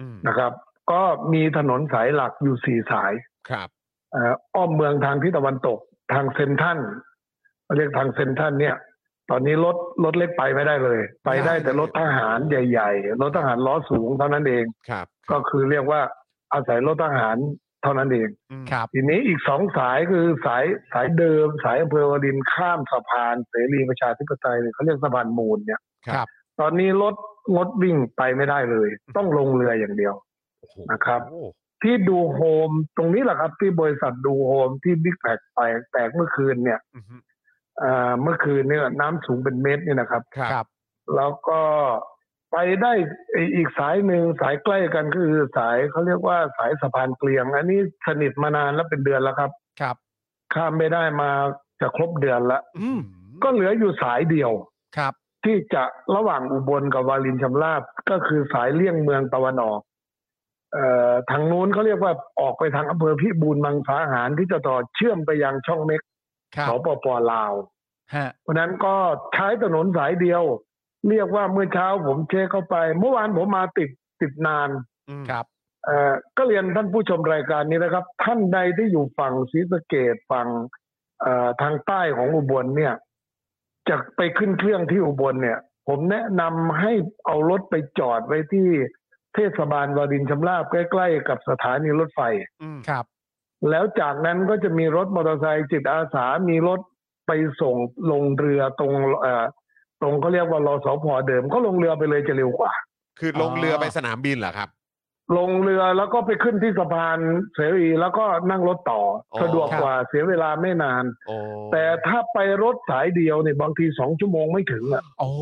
[SPEAKER 3] อืม
[SPEAKER 9] นะครับ ก็มีถนนสายหลักอยู่สี่สาย
[SPEAKER 3] ครับ
[SPEAKER 9] เอ่ออ้อมเมืองทางทิศตะวันตกทางเซนทรันเรียกทางเซนทรันเนี่ย ตอนนี้รถรถเล็กไปไม่ได้เลย ไปได้แต่รถทหารใหญ่ๆรถทหารล้อสูงเท่านั้นเอง
[SPEAKER 3] ครับ
[SPEAKER 9] ก็คือเรียกว่าอาศัยรถทหารเท่านั้นเอง
[SPEAKER 3] อืม
[SPEAKER 5] ครับ
[SPEAKER 9] ทีนี้อีกสองสายคือสายสายเดิม สายอำเภอวดินทร์ข้ามสะพานเสรีประชาธิปไตยเนี่ยเขาเรียกสะพานมูลเนี่ย
[SPEAKER 5] ครับ
[SPEAKER 9] ตอนนี้รถงดวิ่งไปไม่ได้เลย ต้องลงเรืออย่างเดียว
[SPEAKER 3] โอ้โห
[SPEAKER 9] นะครับ
[SPEAKER 3] โอ้โห
[SPEAKER 9] ที่ดูโฮมตรงนี้แหละครับ ที่บริษัทดูโฮมที่บิ๊กแพคแตกแตกเมื่อคืนเนี่ย
[SPEAKER 3] อื้อหือ
[SPEAKER 9] เอ่อเมื่อคืนเนี่ยน้ำสูงเป็นเมตรเนี่ยนะครับ
[SPEAKER 3] ครับ
[SPEAKER 5] ครับ
[SPEAKER 9] แล้วก็ไปได้อีกสายหนึ่งสายใกล้กันก็คือสายเขาเรียกว่าสายสะพานเกลียง อันนี้สนิทมานานแล้วเป็นเดือนแล้วครับ
[SPEAKER 5] ครับ
[SPEAKER 9] ข้ามไม่ได้มาจะครบเดือนละ
[SPEAKER 5] อืม
[SPEAKER 9] ก็เหลืออยู่สายเดียว
[SPEAKER 5] ครับ
[SPEAKER 9] ที่จะระหว่างอุบลกับวารินชำราบก็คือสายเลี่ยงเมืองตะวันออกเอ่อทางนู้นเขาเรียกว่าออกไปทางอำเภอพิบูลมังสาหารที่จะต่อเชื่อมไปยังช่องเม็ก
[SPEAKER 5] ครับ
[SPEAKER 9] สปปลาว
[SPEAKER 5] ฮะ
[SPEAKER 9] เพราะฉะนั้นก็ใช้ถนนสายเดียว เรียกว่าเมื่อเช้าผมเช็คเข้าไป เมื่อวานผมมาติดติดนาน
[SPEAKER 3] อืม
[SPEAKER 5] ครับ
[SPEAKER 9] เอ่อก็เรียนท่านผู้ชมรายการนี้นะครับ ท่านใดที่อยู่ฝั่งศรีสะเกดฝั่งเอ่อทางใต้ของอุบลเนี่ยจะไปขึ้นเครื่องที่อุบลเนี่ย ผมแนะนำให้เอารถไปจอดไว้ที่เทศบาลวารินชำราบใกล้ๆกับสถานีรถไฟ
[SPEAKER 5] ครับ
[SPEAKER 9] แล้วจากนั้นก็จะมีรถมอเตอร์ไซค์จิตอาสา มีรถไปส่งลงเรือตรงเอ่อตรงเขาเรียกว่ารอสพเดิม ก็ลงเรือไปเลยจะเร็วกว่า
[SPEAKER 3] คือลงเรือไปสนามบินเหรอครับ
[SPEAKER 9] ลงเรือแล้วก็ไปขึ้นที่สะพานเสรีแล้วก็นั่งรถต่อ
[SPEAKER 3] อ๋อ
[SPEAKER 9] สะดวกกว่าเสียเวลาไม่นาน
[SPEAKER 3] โอ้
[SPEAKER 9] แต่ถ้าไปรถสายเดียวเนี่ยบางทีสองชั่วโมงไม่ถึงอ่ะ
[SPEAKER 5] โอ้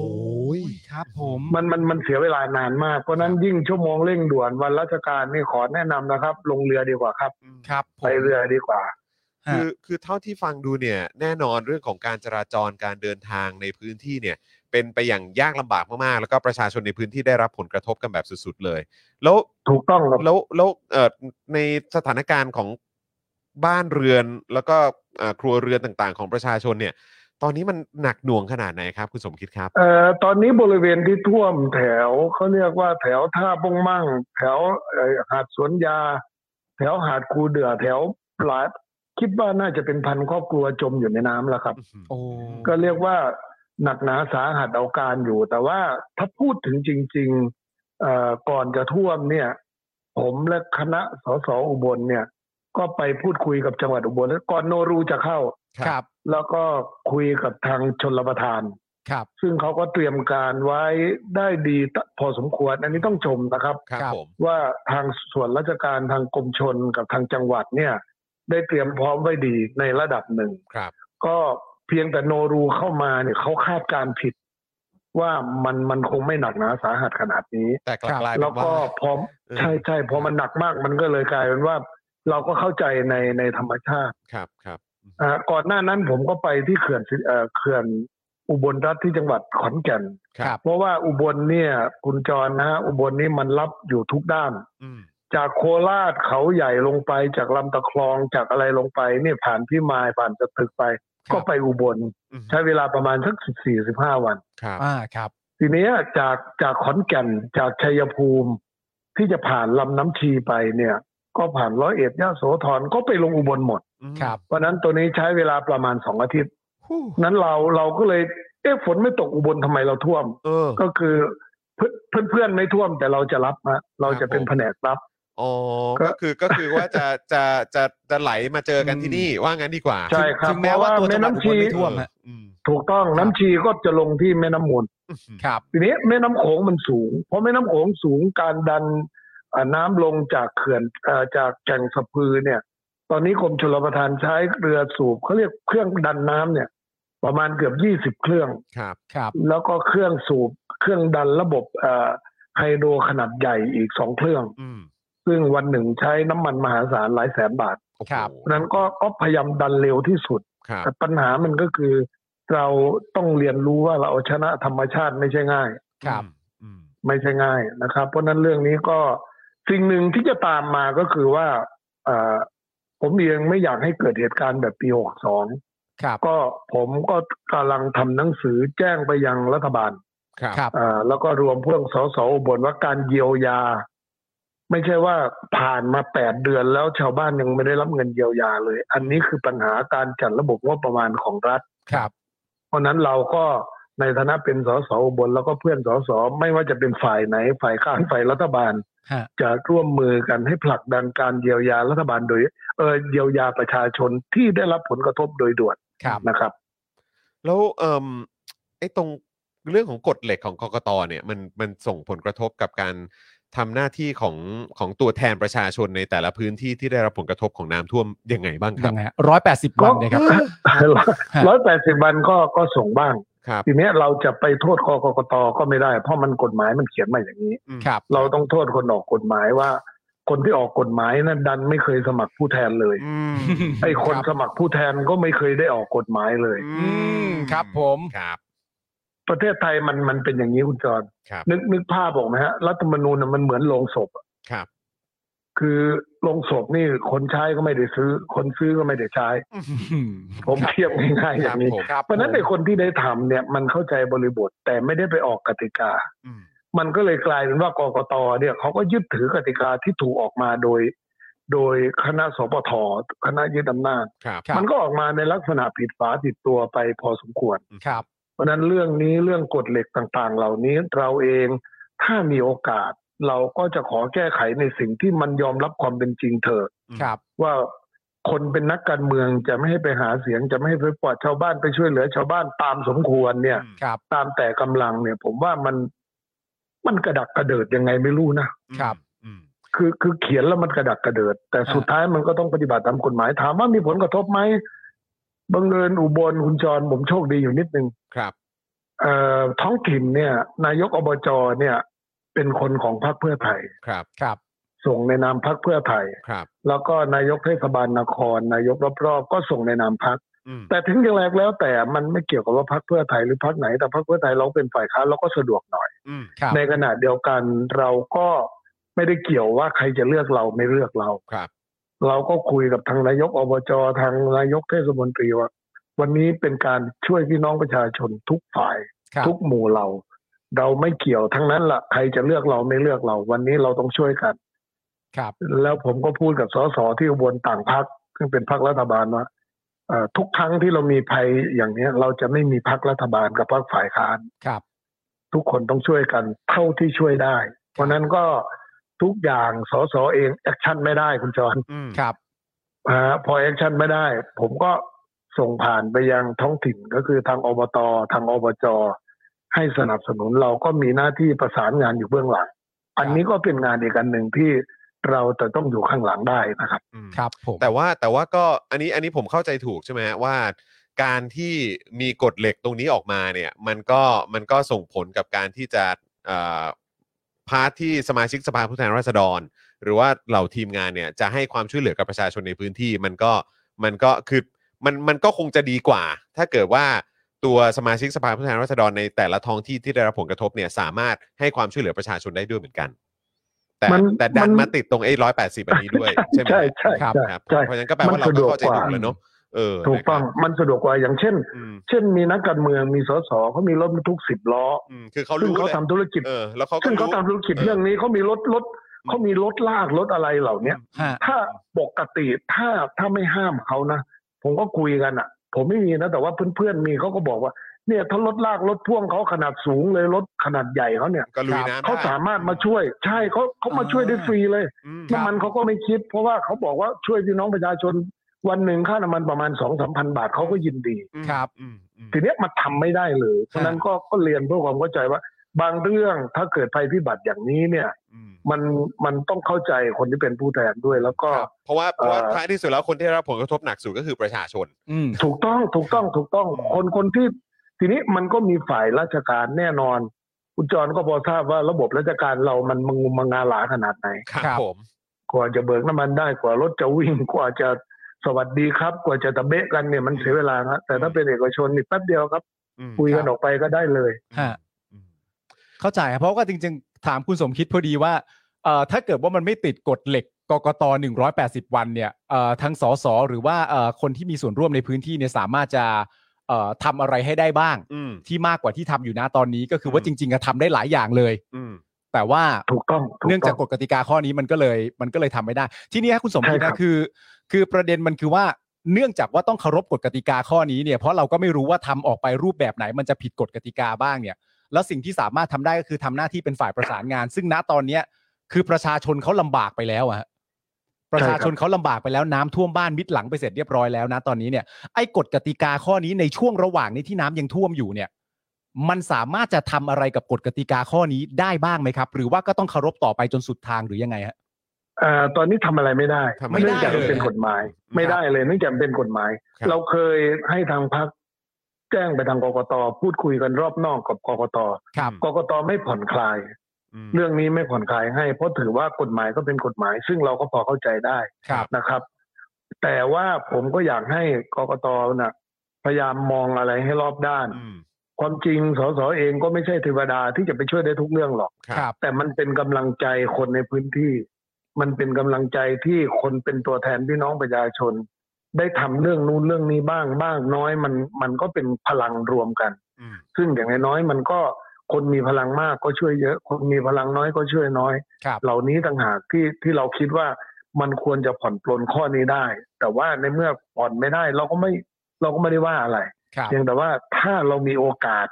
[SPEAKER 5] ยครับผม
[SPEAKER 9] มันมันมันเสียเวลานานมาก เพราะฉะนั้นยิ่งชั่วโมงเร่งด่วนวันราชการนี่ขอแนะนำนะครับ ลงเรือดีกว่าครับ
[SPEAKER 3] อืม
[SPEAKER 5] ครับผม
[SPEAKER 9] ไปเรือดีกว่า
[SPEAKER 5] ฮะ
[SPEAKER 3] คือคือเท่าที่ฟังดูเนี่ย แน่นอนเรื่องของการจราจรการเดินทางในพื้นที่เนี่ย เป็นไปอย่างยากลำบากมากๆ แล้วก็ประชาชนในพื้นที่ได้รับผลกระทบกันแบบสุดๆเลย แล้ว
[SPEAKER 9] ถูกต้องครับ
[SPEAKER 3] แล้วแล้วเอ่อในสถานการณ์ของบ้านเรือนแล้วก็เอ่อครัวเรือนต่างๆ ของประชาชนเนี่ย ตอนนี้มันหนักหน่วงขนาดไหนครับ คุณสมคิดครับ
[SPEAKER 9] เอ่อตอนนี้บริเวณที่ท่วมแถวเขาเรียกว่าแถวท่าบงมั่ง แถวเอ่อหาดสวนยา แถวหาดคูเดือแถวหลายคิดว่าน่าจะเป็นพันครอบครัวจมอยู่ในน้ำแล้วครับ
[SPEAKER 5] โอ้
[SPEAKER 9] ก็เรียกว่าหนักหนาสาหัสเอาการอยู่ แต่ว่าถ้าพูดถึงจริงๆเอ่อก่อนจะท่วมเนี่ย ผมและคณะสสอุบลเนี่ย ก็ไปพูดคุยกับจังหวัดอุบลแล้วก่อนโนรูจะเข้า
[SPEAKER 5] ครับ
[SPEAKER 9] แล้วก็คุยกับทางชนรประทาน
[SPEAKER 5] ครับ
[SPEAKER 9] ซึ่งเขาก็เตรียมการไว้ได้ดีพอสมควร อันนี้ต้องชมนะครับ
[SPEAKER 5] ครับ
[SPEAKER 3] ผม
[SPEAKER 9] ว่าทางส่วนราชการทางกรมชนกับทางจังหวัดเนี่ย ได้เตรียมพร้อมไว้ดีในระดับหนึ่ง
[SPEAKER 3] ครับ
[SPEAKER 9] ก็เพียงแต่โนรูเข้ามาเนี่ยเขาคาดการณ์ผิด ว่ามันมันคงไม่หนักหนาสาหัสขนาดนี้
[SPEAKER 3] แต่กลับกลาย
[SPEAKER 9] แล้
[SPEAKER 3] เป็
[SPEAKER 9] วน
[SPEAKER 3] ว่า
[SPEAKER 9] ก็พร้อม
[SPEAKER 3] เออ
[SPEAKER 9] ใช่ใช่พอมันหนักมากมันก็เลยกลายเป็นว่า เราก็เข้าใจในในธรรมชาติ
[SPEAKER 3] ครับครับ
[SPEAKER 9] อ่าก่อนหน้านั้นผมก็ไปที่เขื่อนสิเอ่อเขื่อนอุบลรัฐที่จังหวัดขอนแก่น
[SPEAKER 5] ครับ
[SPEAKER 9] เพราะว่าอุบลเนี่ยคุณจรนะฮะอุบลนี่มันรับอยู่ทุกด้าน
[SPEAKER 3] อืม
[SPEAKER 9] จากโคราชเขาใหญ่ลงไปจากลำตะคลองจากอะไรลงไปเนี่ยผ่านพี่มายผ่านจะตึกไป ก็ไปอุบล
[SPEAKER 3] อืม
[SPEAKER 9] ใช้เวลาประมาณสักสิบสี่สิบห้าวัน
[SPEAKER 3] ครับ
[SPEAKER 5] อ่าครับ
[SPEAKER 9] ทีเนี้ยจากจากขอนแก่นจากชัยภูมิ ที่จะผ่านลำน้ำชีไปเนี่ย ก็ผ่านร้อยเอ็ดยะโสธรก็ไปลงอุบลหมด
[SPEAKER 3] อืม
[SPEAKER 5] ครับ
[SPEAKER 9] วันนั้นตัวนี้ใช้เวลาประมาณสองอาทิตย์นั้นเราเราก็เลยเอ๊ะฝนไม่ตกอุบลทำไมเราท่วม
[SPEAKER 3] เออ
[SPEAKER 9] ก็คือเพื่อนเพื่อนๆไม่ท่วมแต่เราจะรับฮะเราจะเป็น
[SPEAKER 3] ครับผม
[SPEAKER 9] แผนกรับ
[SPEAKER 3] อ๋อ
[SPEAKER 9] ก็
[SPEAKER 3] ก็คือก็คือว่าจะจะจะจะไหลมาเจอกันที่นี่ว่างั้นดีกว่า
[SPEAKER 9] ใช่ครับ
[SPEAKER 5] ถึงแม้ว่าตัวจังหวัดอุบลไม่ท่วมฮะ
[SPEAKER 3] อืม
[SPEAKER 9] ถูกต้องน้ำชีก็จะลงที่แม่น้ำมูล
[SPEAKER 5] ครับ
[SPEAKER 9] ทีนี้แม่น้ำโขงมันสูง เพราะแม่น้ำโขงสูงการดันเอ่อน้ำลงจากเขื่อนเอ่อจากแก่งสะพือเนี่ย ตอนนี้กรมชลประทานใช้เรือสูบเขาเรียกเครื่องดันน้ำเนี่ย ประมาณเกือบยี่สิบ20 เครื่อง
[SPEAKER 3] ครับ
[SPEAKER 5] ครับ
[SPEAKER 9] แล้วก็เครื่องสูบเครื่องดันระบบเอ่อไฮโดรขนาดใหญ่อีกสองเครื่อง
[SPEAKER 3] อืม
[SPEAKER 9] ซึ่งวันหนึ่งใช้น้ำมันมหาศาลหลายแสนบาท
[SPEAKER 3] โอ้โห
[SPEAKER 5] ครับ
[SPEAKER 9] เพราะฉะนั้นก็ก็พยายามดันเร็วที่สุด
[SPEAKER 3] ครับ
[SPEAKER 9] แต่ปัญหามันก็คือเราต้องเรียนรู้ว่าเราเอาชนะธรรมชาติไม่ใช่ง่าย
[SPEAKER 5] ครับ
[SPEAKER 3] อืม
[SPEAKER 9] ไม่ใช่ง่ายนะครับ เพราะฉะนั้นเรื่องนี้ก็สิ่งหนึ่งที่จะตามมาก็คือว่าเอ่อผมเองไม่อยากให้เกิดเหตุการณ์แบบปี
[SPEAKER 5] ครับ
[SPEAKER 9] 62 ก็ผมก็กำลังทำหนังสือแจ้งไปยังรัฐบาล
[SPEAKER 3] ครับ
[SPEAKER 5] ครับ
[SPEAKER 9] เอ่อแล้วก็รวมพวกสสอบนว่าการเยียวยา ไม่ใช่ว่าผ่านมาแปดเดือนแล้วชาวบ้านยังไม่ได้รับเงินเยียวยาเลย อันนี้คือปัญหาการจัดระบบงบประมาณของรัฐ
[SPEAKER 5] ครับ
[SPEAKER 9] เพราะฉะนั้นเราก็ในฐานะเป็นสสอุบนแล้วก็เพื่อนสสไม่ว่าจะเป็นฝ่ายไหนฝ่ายข้างฝ่ายรัฐบาล
[SPEAKER 5] ฮะ
[SPEAKER 9] จะร่วมมือกันให้ผลักดันการเยียวยารัฐบาลโดยเออเยียวยาประชาชนที่ได้รับผลกระทบโดยด่วน
[SPEAKER 5] ครับ
[SPEAKER 9] นะครับ
[SPEAKER 3] แล้วเอ่มไอ้ตรงเรื่องของกฎเหล็กของกกตเนี่ยมันมันส่งผลกระทบกับการทำหน้าที่ของของตัวแทนประชาชนในแต่ละพื้นที่ที่ได้รับผลกระทบของน้ำท่วมยังไงบ้างครั
[SPEAKER 5] ยั
[SPEAKER 3] บ
[SPEAKER 5] งไงร้อยแปดสิบวันเนะครับ
[SPEAKER 9] ร้อยแปดสิบวันก็ก็ส่งบ้าง
[SPEAKER 3] ครับ
[SPEAKER 9] ทีเนี้ยเราจะไปโทษกกตก็ไม่ได้ เพราะมันกฎหมายมันเขียนมาอย่างนี้
[SPEAKER 3] อืม
[SPEAKER 5] ครับ
[SPEAKER 9] เราต้องโทษคนออกกฎหมายว่า คนที่ออกกฎหมายนั้นดันไม่เคยสมัครผู้แทนเลย
[SPEAKER 3] อืม
[SPEAKER 9] ไอ้คน
[SPEAKER 5] ครับ
[SPEAKER 9] สมัครผู้แทนก็ไม่เคยได้ออกกฎหมายเลย
[SPEAKER 5] อืมครับผม
[SPEAKER 3] ครับ
[SPEAKER 9] ประเทศไทยมันมันเป็นอย่างนี้คุณจร
[SPEAKER 3] ครับ
[SPEAKER 9] นึกนึกภาพออกไหมฮะรัฐธรรมนูญน่ะมันเหมือนโรงศพอะ
[SPEAKER 3] ครับ
[SPEAKER 9] คือโรงศพนี่คนใช้ก็ไม่ได้ซื้อ คนซื้อก็ไม่ได้ใช้ ผมเทียบง่ายๆอย่างนี้
[SPEAKER 3] ผม
[SPEAKER 5] ครับ
[SPEAKER 9] เพราะฉะนั้นในคนที่ได้ทำเนี่ยมันเข้าใจบริบทแต่ไม่ได้ไปออกกติกา
[SPEAKER 3] อืม
[SPEAKER 9] มันก็เลยกลายเป็นว่ากกตเนี่ยเขาก็ยึดถือกติกาที่ถูกออกมาโดย โดยคณะสปทคณะยึดอำนาจ
[SPEAKER 3] ครับ
[SPEAKER 5] ครับ
[SPEAKER 9] มันก็ออกมาในลักษณะผิดฝาผิดตัวไปพอสมควร
[SPEAKER 5] ครับ
[SPEAKER 9] เพราะฉะนั้นเรื่องนี้เรื่องกฎเหล็กต่างๆ เหล่านี้เราเองถ้ามีโอกาส เราก็จะขอแก้ไขในสิ่งที่มันยอมรับความเป็นจริงเถอะ
[SPEAKER 5] ครับ
[SPEAKER 9] ว่าคนเป็นนักการเมืองจะไม่ให้ไปหาเสียงจะไม่ให้ไปปลอดชาวบ้านไปช่วยเหลือชาวบ้านตามสมควรเนี่ย
[SPEAKER 5] ครับ
[SPEAKER 9] ตามแต่กำลังเนี่ย ผมว่ามันมันกระดักกระเดิดยังไงไม่รู้นะครับ
[SPEAKER 3] อืม
[SPEAKER 9] คือคือเขียนแล้วมันกระดักกระเดิด แต่สุดท้ายมันก็ต้องปฏิบัติตามกฎหมายถามว่ามีผลกระทบไหมบังเอิญอุบลคุณจรผมโชคดีอยู่นิดนึง
[SPEAKER 3] ครับ
[SPEAKER 9] เอ่อท้องถิ่นเนี่ยนายกอบจเนี่ย เป็นคนของพรรคเพื่อไทย
[SPEAKER 3] ครับ
[SPEAKER 5] ครับ
[SPEAKER 9] ส่งในนามพรรคเพื่อไทย
[SPEAKER 3] ครับ
[SPEAKER 9] แล้วก็นายกเทศบาลนคร นายกรอบๆก็ส่งในนามพรรค
[SPEAKER 3] อืม
[SPEAKER 9] แต่ถึงอย่างไรก็แล้ว แต่มันไม่เกี่ยวกับว่าพรรคเพื่อไทยหรือพรรคไหนแต่พรรคเพื่อไทยเราเป็นฝ่ายค้านเราก็สะดวกหน่อย
[SPEAKER 3] อืม
[SPEAKER 5] ครับ
[SPEAKER 9] ในขณะเดียวกันเราก็ไม่ได้เกี่ยวว่าใครจะเลือกเราไม่เลือกเรา
[SPEAKER 3] ครับ
[SPEAKER 9] เราก็คุยกับทางนายกอบจทางนายกเทศมนตรีว่า วันนี้เป็นการช่วยพี่น้องประชาชนทุกฝ่าย
[SPEAKER 5] ครับ
[SPEAKER 9] ทุกหมู่เรา เราไม่เกี่ยวทั้งนั้นละ่ะใครจะเลือกเราไม่เลือกเรา วันนี้เราต้องช่วยกัน
[SPEAKER 5] ครับ
[SPEAKER 9] แล้วผมก็พูดกับสสที่อุบลต่างพักซึ่งเป็นพักรัฐบาลว่าเอ่อทุกครั้งที่เรามีภัยอย่างเนี้ย เราจะไม่มีพักรัฐบาลกับพักฝ่ายค้าน
[SPEAKER 5] ครับ
[SPEAKER 9] ทุกคนต้องช่วยกันเท่าที่ช่วยได้ เพราะนั้นก็ทุกอย่างสสเองแอคชั่นไม่ได้คุณจร
[SPEAKER 3] อืม
[SPEAKER 5] ครับ
[SPEAKER 9] อ่าพอแอคชั่นไม่ได้ ผมก็ ส่งผ่านไปยังท้องถิ่นก็คือทางอบตทางอบจให้สนับสนุนเราก็มีหน้าที่ประสานงานอยู่เบื้องหลัง อันนี้ก็เป็นงานอีกอันหนึ่งที่เราจะต้องอยู่ข้างหลังได้นะครับ
[SPEAKER 3] อืม
[SPEAKER 5] ครับผม
[SPEAKER 3] แต่ว่าแต่ว่าก็อันนี้อันนี้ผมเข้าใจถูกใช่ไหมฮะว่า การที่มีกฎเหล็กตรงนี้ออกมาเนี่ยมันก็มันก็ส่งผลกับการที่จะเอ่อพาร์ทที่สมาชิกสภาผู้แทนราษฎร หรือว่าเหล่าทีมงานเนี่ยจะให้ความช่วยเหลือกับประชาชนในพื้นที่ มันก็มันก็คือมันมันก็คงจะดีกว่า ถ้าเกิดว่าตัวสมาชิกสภาผู้แทนราษฎรในแต่ละท้องที่ที่ได้รับผลกระทบเนี่ยสามารถให้ความช่วยเหลือประชาชนได้ด้วยเหมือนกัน แต่
[SPEAKER 9] มัน
[SPEAKER 3] แต่ดัน
[SPEAKER 9] มัน
[SPEAKER 3] มาติดตรงไอ้ร้อยแปดสิบอันนี้ด้วยใช่ไหม
[SPEAKER 9] ใช่
[SPEAKER 3] ฮะ
[SPEAKER 9] ใช่ใช่
[SPEAKER 3] ครับครับ
[SPEAKER 9] ใช่
[SPEAKER 3] เพราะฉะนั้นก็แปลว่าเรา
[SPEAKER 9] มัน
[SPEAKER 3] ก็
[SPEAKER 9] สะดวก
[SPEAKER 3] เข้าใจ
[SPEAKER 9] กว่า
[SPEAKER 3] ถูกแล้วเนาะเออ
[SPEAKER 9] ถูกต้อง
[SPEAKER 3] นะครับ
[SPEAKER 9] มันสะดวกกว่าอย่างเช่น
[SPEAKER 3] อืม
[SPEAKER 9] เช่นมีนักการเมืองมีสสเขามีรถบรรทุกสิบล้อ
[SPEAKER 3] อืมคือเขา
[SPEAKER 9] ซึ่ง
[SPEAKER 3] รู้
[SPEAKER 9] เขา
[SPEAKER 3] เลย
[SPEAKER 9] ทำธุรกิจ
[SPEAKER 3] เออ แล้วเขาก็
[SPEAKER 9] ซึ่งเขา
[SPEAKER 3] รู้
[SPEAKER 9] ทำธุรกิจเรื่องนี้เขามีรถรถ
[SPEAKER 3] อืม
[SPEAKER 9] เขามีรถลากรถอะไรเหล่าเนี้ย
[SPEAKER 5] ฮะ
[SPEAKER 9] ถ้าปกติถ้าถ้าไม่ห้ามเขานะผมก็คุยกันอ่ะ ผมไม่มีนะแต่ว่าเพื่อนๆมีเขาก็บอกว่า เนี่ยถ้ารถลากรถพ่วงเขาขนาดสูงเลยรถขนาดใหญ่เขาเนี่ย
[SPEAKER 3] ก็ลุยน้ำ
[SPEAKER 9] เขา
[SPEAKER 3] ได้
[SPEAKER 9] สามารถมาช่วย ใช่เขาเขามาช่วยได้ฟรีเลย
[SPEAKER 3] อืม
[SPEAKER 9] น้ำมันเขาก็ไม่คิด เพราะว่าเขาบอกว่าช่วยพี่น้องประชาชนวันหนึ่งค่าน้ำมันประมาณสองสามพันบาทเขาก็ยินดี
[SPEAKER 5] ครับ
[SPEAKER 3] อืมอืม
[SPEAKER 9] ทีเนี้ยมันทำไม่ได้เลยเพราะฉะนั้นก็ก็เรียนเพื่อความเข้าใจว่า บางเรื่องถ้าเกิดภัยพิบัติอย่างนี้เนี่ย
[SPEAKER 3] อืม
[SPEAKER 9] มันมันต้องเข้าใจคนที่เป็นผู้แทนด้วย แล้วก็
[SPEAKER 3] ครับเพราะว่าเพราะว่า
[SPEAKER 9] เอ่อ
[SPEAKER 3] ท้ายที่สุดแล้วคนที่ได้รับผลกระทบหนักสุดก็คือประชาชน
[SPEAKER 5] อืม
[SPEAKER 9] ถูกต้องถูกต้องถูกต้องคนคนที่ ทีนี้มันก็มีฝ่ายราชการแน่นอน คุณจรก็พอทราบว่าระบบราชการเรามันมังงุมมังงาหลาขนาดไหน
[SPEAKER 3] ครับ
[SPEAKER 5] ครับ
[SPEAKER 3] ผม
[SPEAKER 9] กว่าจะเบิกน้ำมันได้กว่ารถจะวิ่งกว่าจะสวัสดีครับ กว่าจะตะเบะกันเนี่ยมันเสียเวลานะแต่ถ้าเป็นเอกชนนี่แป๊บเดียวครับ
[SPEAKER 3] อืม
[SPEAKER 9] คุยกันออกไปก็ได้เลย
[SPEAKER 5] ฮะ
[SPEAKER 3] อืม
[SPEAKER 5] เข้าใจครับเพราะว่าจริงๆ ถามคุณสมคิดพอดีว่าเอ่อถ้าเกิดว่ามันไม่ติดกฎเหล็กกกต180 วันเนี่ยเอ่อทั้งสสหรือว่าเอ่อคนที่มีส่วนร่วมในพื้นที่เนี่ยสามารถจะเอ่อทำอะไรให้ได้บ้าง
[SPEAKER 3] อืม
[SPEAKER 5] ที่มากกว่าที่ทำอยู่นะตอนนี้ก็คือว่า
[SPEAKER 3] อื
[SPEAKER 5] จ
[SPEAKER 3] ม
[SPEAKER 5] ริงๆก็ทำได้หลายอย่างเลย
[SPEAKER 3] อืม
[SPEAKER 5] แต่ว่า
[SPEAKER 9] ถูกต้องถู
[SPEAKER 5] เนื่องจาก
[SPEAKER 9] ต้
[SPEAKER 5] กฎกติกาข้อนี้มันก็เลยมันก็เลยทำไม่ได้ ทีนี้ครับคุณสมคิด
[SPEAKER 9] ใช่ครั
[SPEAKER 5] นะ
[SPEAKER 9] บ
[SPEAKER 5] คือ คือประเด็นมันคือว่าเนื่องจากว่าต้องเคารพกฎกติกาข้อนี้เนี่ยเพราะเราก็ไม่รู้ว่าทำออกไปรูปแบบไหน มันจะผิดกฎกติกาบ้างเนี่ย แล้วสิ่งที่สามารถทำได้ก็คือทำหน้าที่เป็นฝ่ายประสานงาน ซึ่งณตอนเนี้ยคือประชาชนเขาลำบากไปแล้วอะฮะประชาชนเขาลำบากไปแล้วน้ำท่วมบ้านมิดหลังไปเสร็จเรียบร้อยแล้วนะตอนนี้เนี่ยไอ้กฎกติกาข้อนี้ในช่วงระหว่างนี้ที่น้ำยังท่วมอยู่เนี่ย มันสามารถจะทำอะไรกับกฎกติกาข้อนี้ได้บ้างไหมครับ หรือว่าก็ต้องเคารพต่อไปจนสุดทางหรือยังไงฮะ
[SPEAKER 9] เอ่อตอนนี้ทำอะไรไม่ได้
[SPEAKER 3] ทำไม่ได้
[SPEAKER 9] เนื่องจากมันเป็น
[SPEAKER 5] เลย
[SPEAKER 9] กฎหมาย
[SPEAKER 3] ครับ
[SPEAKER 9] ไม่ได้เลยเนื่องจากมันเป็นกฎหมาย
[SPEAKER 3] ครับ
[SPEAKER 9] เราเคยให้ทางพักแจ้งไปทางกกตพูดคุยกันรอบนอกกับกกต
[SPEAKER 5] ครับ
[SPEAKER 9] กกตไม่ผ่อนคลาย
[SPEAKER 3] อืม
[SPEAKER 9] เรื่องนี้ไม่ผ่อนคลายให้ เพราะถือว่ากฎหมายก็เป็นกฎหมาย ซึ่งเราก็พอเข้าใจได้
[SPEAKER 5] ครับ
[SPEAKER 9] นะครับ แต่ว่าผมก็อยากให้กกตน่ะ พยายามมองอะไรให้รอบด้าน
[SPEAKER 3] อืม
[SPEAKER 9] ความจริงสสเองก็ไม่ใช่เทวดาที่จะไปช่วยได้ทุกเรื่องหรอก
[SPEAKER 5] ครับ
[SPEAKER 9] แต่มันเป็นกำลังใจคนในพื้นที่ มันเป็นกำลังใจที่คนเป็นตัวแทนพี่น้องประชาชน ได้ทำเรื่องนู้นเรื่องนี้บ้างบ้างน้อยมันมันก็เป็นพลังรวมกัน
[SPEAKER 3] อืม
[SPEAKER 9] ซึ่งอย่างน้อยๆมันก็คนมีพลังมากก็ช่วยเยอะ คนมีพลังน้อยก็ช่วยน้อย
[SPEAKER 5] ครับ
[SPEAKER 9] เหล่านี้ต่างหากที่ที่เราคิดว่ามันควรจะผ่อนปลนข้อนี้ได้ แต่ว่าในเมื่อผ่อนไม่ได้ เราก็ไม่เราก็ไม่ได้ว่าอะไร
[SPEAKER 5] ครับ
[SPEAKER 9] เพียงแต่ว่าถ้าเรามีโอกาส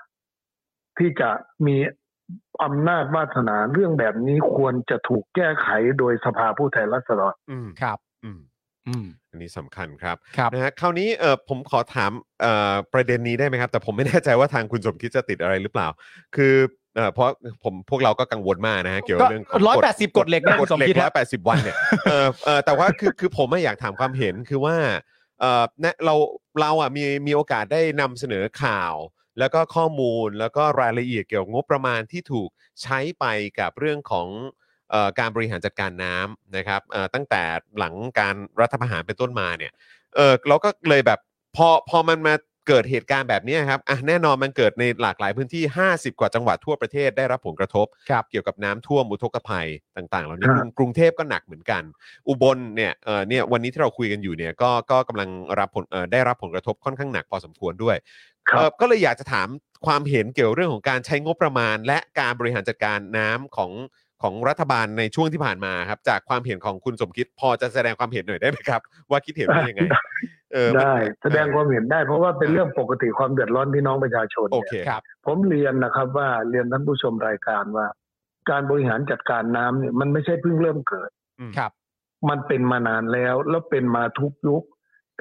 [SPEAKER 9] ที่จะมีอำนาจวาสนาเรื่องแบบนี้ควรจะถูกแก้ไขโดยสภาผู้แทนราษฎร
[SPEAKER 3] อืม
[SPEAKER 5] ครับ
[SPEAKER 3] อืม
[SPEAKER 5] อืม
[SPEAKER 3] อันนี้สำคัญครับ
[SPEAKER 5] ครับ
[SPEAKER 3] นะฮะคราวนี้เออผมขอถามเอ่อประเด็นนี้ได้ไหมครับ แต่ผมไม่แน่ใจว่าทางคุณสมคิดจะติดอะไรหรือเปล่า คือเอ่อเพราะผมพวกเราก็กังวลมากนะฮะเกี่ยวกับเรื่องของ
[SPEAKER 5] ร้อยแปดสิบกฎเหล็กนะ
[SPEAKER 3] ก
[SPEAKER 5] คุ
[SPEAKER 3] ฎ
[SPEAKER 5] ณสม
[SPEAKER 3] เหล็
[SPEAKER 5] คิ
[SPEAKER 3] ก
[SPEAKER 5] ดฮะ
[SPEAKER 3] ร้อยแปดสิบวันเนี่ยเออเออแต่ว่าคือคือผมอะอยากถามความเห็นคือว่าเออแนะเราเราอ่ะมีมีโอกาสได้นำเสนอข่าว แล้วก็ข้อมูลแล้วก็รายละเอียดเกี่ยวกับงบประมาณที่ถูกใช้ไปกับเรื่องของ เอ่อการบริหารจัดการน้ำนะครับเอ่อตั้งแต่หลังการรัฐประหารเป็นต้นมาเนี่ยเออเราก็เลยแบบพอพอมันมาเกิดเหตุการณ์แบบเนี้ยครับอ่ะแน่นอนมันเกิดในหลากหลายพื้นที่ 50 กว่าจังหวัดทั่วประเทศได้รับผลกระทบ
[SPEAKER 5] ครับ
[SPEAKER 3] เกี่ยวกับน้ำท่วมอุทกภัยต่าง ๆ เหล่านี้
[SPEAKER 9] ครั
[SPEAKER 3] กรุ
[SPEAKER 9] บ
[SPEAKER 3] งกรุงเทพก็หนักเหมือนกัน อุบลเนี่ยเออเนี่ยวันนี้ที่เราคุยกันอยู่เนี่ยก็ก็กำลังรับผลเอ่อได้รับผลกระทบค่อนข้างหนักพอสมควรด้วย
[SPEAKER 9] ครั
[SPEAKER 3] เอ่อบ ก็เลยอยากจะถามความเห็นเกี่ยวเรื่องของการใช้งบประมาณ และการบริหารจัดการน้ำของของรัฐบาลในช่วงที่ผ่านมาครับ จากความเห็นของคุณสมคิดพอจะแสดงความเห็นหน่อยได้ไหมครับ ว่าคิดเห็นว่ายังไงเออมัน
[SPEAKER 9] ได้ แสดงความเห็นได้ เพราะว่าเป็นเรื่องปกติความเดือดร้อนพี่น้องประชาชน
[SPEAKER 3] โอ
[SPEAKER 9] เนี่ย
[SPEAKER 3] เค
[SPEAKER 5] ครับ
[SPEAKER 9] ผมเรียนนะครับ ว่าเรียนท่านผู้ชมรายการว่า การบริหารจัดการน้ำเนี่ยมันไม่ใช่เพิ่งเริ่มเกิด
[SPEAKER 3] อืม
[SPEAKER 5] ครับ
[SPEAKER 9] มันเป็นมานานแล้ว แล้วเป็นมาทุกยุค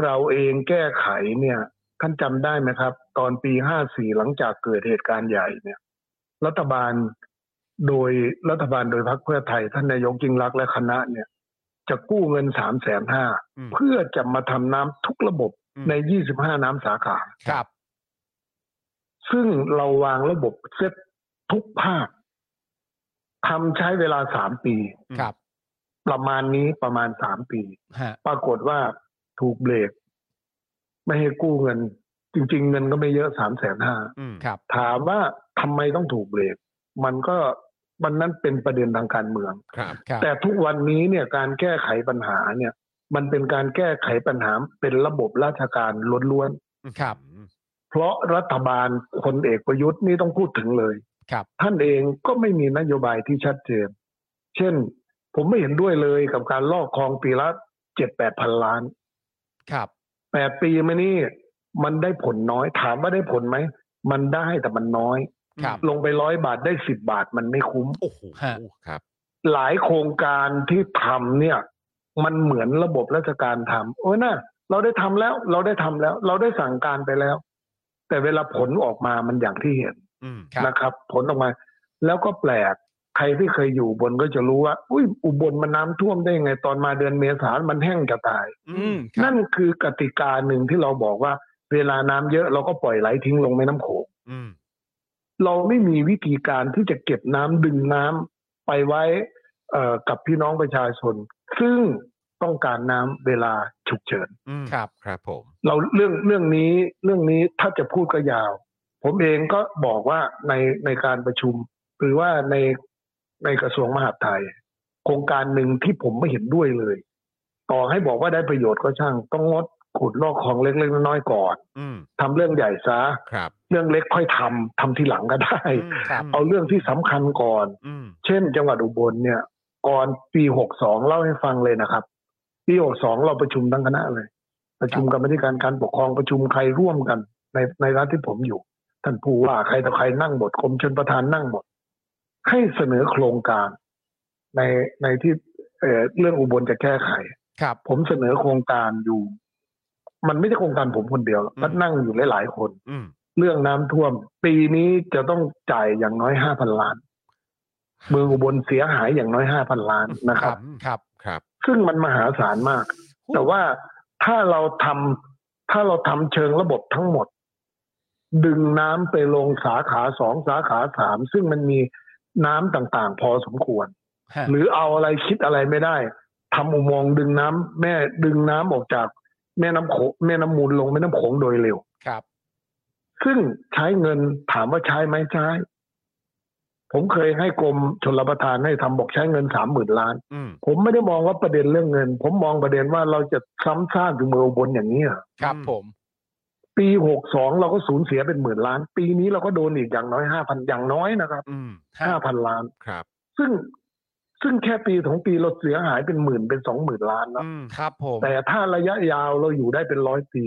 [SPEAKER 9] เราเองแก้ไขเนี่ย ท่านจำได้ไหมครับ ตอนปี 54 หลังจากเกิดเหตุการณ์ใหญ่เนี่ย รัฐบาลโดยรัฐบาลโดยพรรคเพื่อไทย ท่านนายกยิ่งรักษณ์และคณะเนี่ย จะกู้เงิน 3 5 0 0 0 0า
[SPEAKER 5] อืม
[SPEAKER 9] เพื่อจะมาทำน้ำทุกระบบ
[SPEAKER 5] อืม
[SPEAKER 9] ใน 25 น้ำสาขา
[SPEAKER 5] ครับ
[SPEAKER 9] ซึ่งเราวางระบบเซตทุกภาคทำใช้เวลา 3 ปี
[SPEAKER 5] ครับ
[SPEAKER 9] ประมาณนี้ประมาณ 3 ปี
[SPEAKER 5] ฮะ
[SPEAKER 9] ปรากฏว่าถูกเบรก ไม่ให้กู้เงิน จริง ๆ เงินก็ไม่เยอะสามแสนห้า
[SPEAKER 5] ครับ
[SPEAKER 9] ถามว่าทำไมต้องถูกเบรก มันก็มันนั้นเป็นประเด็นทางการเมือง
[SPEAKER 3] ครับ
[SPEAKER 5] ครับ
[SPEAKER 9] แต่ทุกวันนี้เนี่ยการแก้ไขปัญหาเนี่ย มันเป็นการแก้ไขปัญหาเป็นระบบราชการล้วน
[SPEAKER 5] ครับ
[SPEAKER 9] ๆ เพราะรัฐบาลคนเอกประยุทธ์นี่ต้องพูดถึงเลย
[SPEAKER 5] ครับ
[SPEAKER 9] ท่านเองก็ไม่มีนโยบายที่ชัดเจน เช่น ผมไม่เห็นด้วยเลยกับการลอกคลองปีละเจ็ดแปดพันล้าน
[SPEAKER 5] ครับ
[SPEAKER 9] แปดปีมานี่มันได้ผลน้อยถามว่าได้ผลไหม มันได้แต่มันน้อย
[SPEAKER 5] ครับ
[SPEAKER 9] ลงไปร้อยบาทได้สิบบาทมันไม่คุ้ม
[SPEAKER 3] โอ้โห
[SPEAKER 5] ฮะ
[SPEAKER 3] ครับ
[SPEAKER 9] หลายโครงการที่ทำเนี่ย มันเหมือนระบบราชการทำโอ้ยน่ะเราได้ทำแล้ว เราได้ทำแล้ว เราได้สั่งการไปแล้ว แต่เวลาผลออกมามันอย่างที่เห็น
[SPEAKER 3] อืม
[SPEAKER 5] ครับ
[SPEAKER 9] นะครับ ผลออกมา แล้วก็แปลก ใครที่เคยอยู่อุบนก็จะรู้ว่า อุ้ยอุบลมันน้ำท่วมได้ยังไงตอนมาเดือนเมษามันแห้งจะตาย
[SPEAKER 5] อืมครั
[SPEAKER 9] นั่
[SPEAKER 5] บ
[SPEAKER 9] นคือกติกาหนึ่งที่เราบอกว่า เวลาน้ำเยอะเราก็ปล่อยไหลทิ้งลงแม่น้ำโขง
[SPEAKER 3] อืม
[SPEAKER 9] เราไม่มีวิธีการที่จะเก็บน้ำดึงน้ำไปไว้เอ่อกับพี่น้องประชาชน ซึ่งต้องการน้ำเวลาฉุกเฉิน
[SPEAKER 3] อืม
[SPEAKER 5] ครับ
[SPEAKER 3] ครับผม
[SPEAKER 9] เราเรื่องเรื่องนี้เรื่องนี้ถ้าจะพูดก็ยาว ผมเองก็บอกว่าในในการประชุม หรือว่าในในกระทรวงมหาดไทย โครงการหนึ่งที่ผมไม่เห็นด้วยเลย ต่อให้บอกว่าได้ประโยชน์ก็ช่าง ต้องงดขุดลอกคลองเล็กๆน้อยๆก่อน
[SPEAKER 3] อืม
[SPEAKER 9] ทำเรื่องใหญ่ซะ
[SPEAKER 3] ครับ
[SPEAKER 9] เรื่องเล็กค่อยทำทำทีหลังก็ได้
[SPEAKER 3] อืม
[SPEAKER 5] ครับ
[SPEAKER 9] เอาเรื่องที่สำคัญก่อน
[SPEAKER 3] อืม
[SPEAKER 9] เช่น จังหวัดอุบลเนี่ย ก่อนปี 62 เล่าให้ฟังเลยนะครับ ปี 62 เราประชุมทั้งคณะเลย ประชุมกรรมาธิการการปกครองประชุมใครร่วมกัน ในในรัฐที่ผมอยู่ ท่านผู้ว่าใครต่อใครนั่งหมดกรมชนประธานนั่งหมด ให้เสนอโครงการในในที่เอ่อเรื่องอุบลจะแก้ไข
[SPEAKER 5] ครับ
[SPEAKER 9] ผมเสนอโครงการอยู่ มันไม่ใช่โครงการผมคนเดียวหรอกมันนั่งอยู่หลายๆคน
[SPEAKER 3] อืม
[SPEAKER 9] เรื่องน้ำท่วม ปีนี้จะต้องจ่ายอย่างน้อยห้าพันล้าน เมืองอุบลเสียหายอย่างน้อยห้าพันล้านนะ
[SPEAKER 5] ค
[SPEAKER 9] ค
[SPEAKER 5] รั
[SPEAKER 9] รั
[SPEAKER 5] บบ ครับ
[SPEAKER 3] ครับ
[SPEAKER 9] ซึ่งมันมหาศาลมาก แต่ว่าถ้าเราทำถ้าเราทำเชิงระบบทั้งหมด ดึงน้ำไปลงสาขาสองสาขาสามซึ่งมันมีน้ำต่างๆ พอสมควร
[SPEAKER 5] ฮะ
[SPEAKER 9] หรือเอาอะไรคิดอะไรไม่ได้ทำอุโมงค์ดึงน้ำแม่ดึงน้ำออกจากแม่น้ำโขงแม่น้ำมูลลงแม่น้ำโขงโดยเร็ว
[SPEAKER 5] ครับ
[SPEAKER 9] ซึ่งใช้เงินถามว่าใช้ไหมใช้ ผมเคยให้กรมชลประทานให้ทำบอกใช้เงินสามหมื่นล้าน
[SPEAKER 3] อืม
[SPEAKER 9] ผมไม่ได้มองว่าประเด็นเรื่องเงิน ผมมองประเด็นว่าเราจะซ้ำซากอยู่เมืองอุบนอย่างนี้เหรอ
[SPEAKER 5] ครับผม
[SPEAKER 9] ปีหกสองเราก็สูญเสียเป็นหมื่นล้าน ปีนี้เราก็โดนอีกอย่างน้อยห้าพันอย่างน้อยนะครับ
[SPEAKER 3] อืม
[SPEAKER 5] ฮะ
[SPEAKER 9] ห้าพันล้าน
[SPEAKER 3] ครับ
[SPEAKER 9] ซึ่งซึ่งแค่ปีสองปีเราเสียหายเป็นหมื่นเป็นสองหมื่นล้านแล้ว
[SPEAKER 3] อืม
[SPEAKER 5] ครับผม
[SPEAKER 9] แต่ถ้าระยะยาวเราอยู่ได้เป็นร้อยปี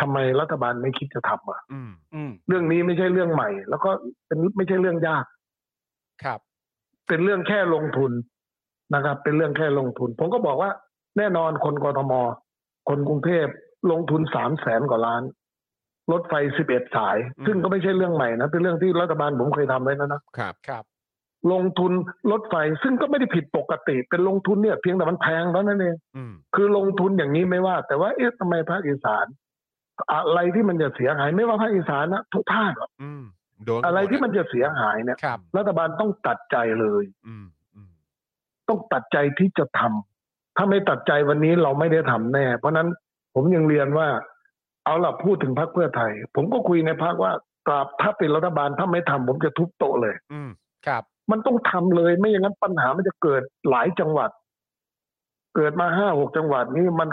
[SPEAKER 9] ทำไมรัฐบาลไม่คิดจะทำอ่ะ
[SPEAKER 3] อืม
[SPEAKER 5] อืม
[SPEAKER 9] เรื่องนี้ไม่ใช่เรื่องใหม่ แล้วก็เป็นไม่ใช่เรื่องยาก
[SPEAKER 5] ครับ
[SPEAKER 9] เป็นเรื่องแค่ลงทุนนะครับ เป็นเรื่องแค่ลงทุน ผมก็บอกว่า แน่นอนคนกทม คนกรุงเทพลงทุนสามแสนกว่าล้าน รถไฟสิบเอ็ดสาย ซึ่งก็ไม่ใช่เรื่องใหม่นะ เป็นเรื่องที่รัฐบาลผมเคยทำไว้นะนะครับ
[SPEAKER 5] ครับ
[SPEAKER 9] ลงทุนรถไฟซึ่งก็ไม่ได้ผิดปกติ เป็นลงทุนเนี่ยเพียงแต่มันแพงเท่านั้นเอง
[SPEAKER 3] อืม
[SPEAKER 9] คือลงทุนอย่างนี้ไม่ว่า แต่ว่าเอ๊ะทำไมภาคอีสาน อะไรที่มันจะเสียหายไม่ว่าภาคอีสานนะทุกภาคอะ
[SPEAKER 3] อืมโดน
[SPEAKER 9] อะไรที่มันจะเสียหายเนี่ย
[SPEAKER 5] ครับ
[SPEAKER 9] รัฐบาลต้องตัดใจเลย
[SPEAKER 3] อืมอืม
[SPEAKER 9] ต้องตัดใจที่จะทำ ถ้าไม่ตัดใจวันนี้เราไม่ได้ทำแน่ เพราะฉะนั้นผมยังเรียนว่า เอาล่ะพูดถึงพรรคเพื่อไทย ผมก็คุยในพรรคว่าตราบถ้าเป็นรัฐบาลถ้าไม่ทำผมจะทุบโต๊ะเลย
[SPEAKER 3] อืม
[SPEAKER 5] ครับ
[SPEAKER 9] มันต้องทำเลย ไม่อย่างนั้นปัญหามันจะเกิดหลายจังหวัด เกิดมาห้าหกจังหวัดนี่มัน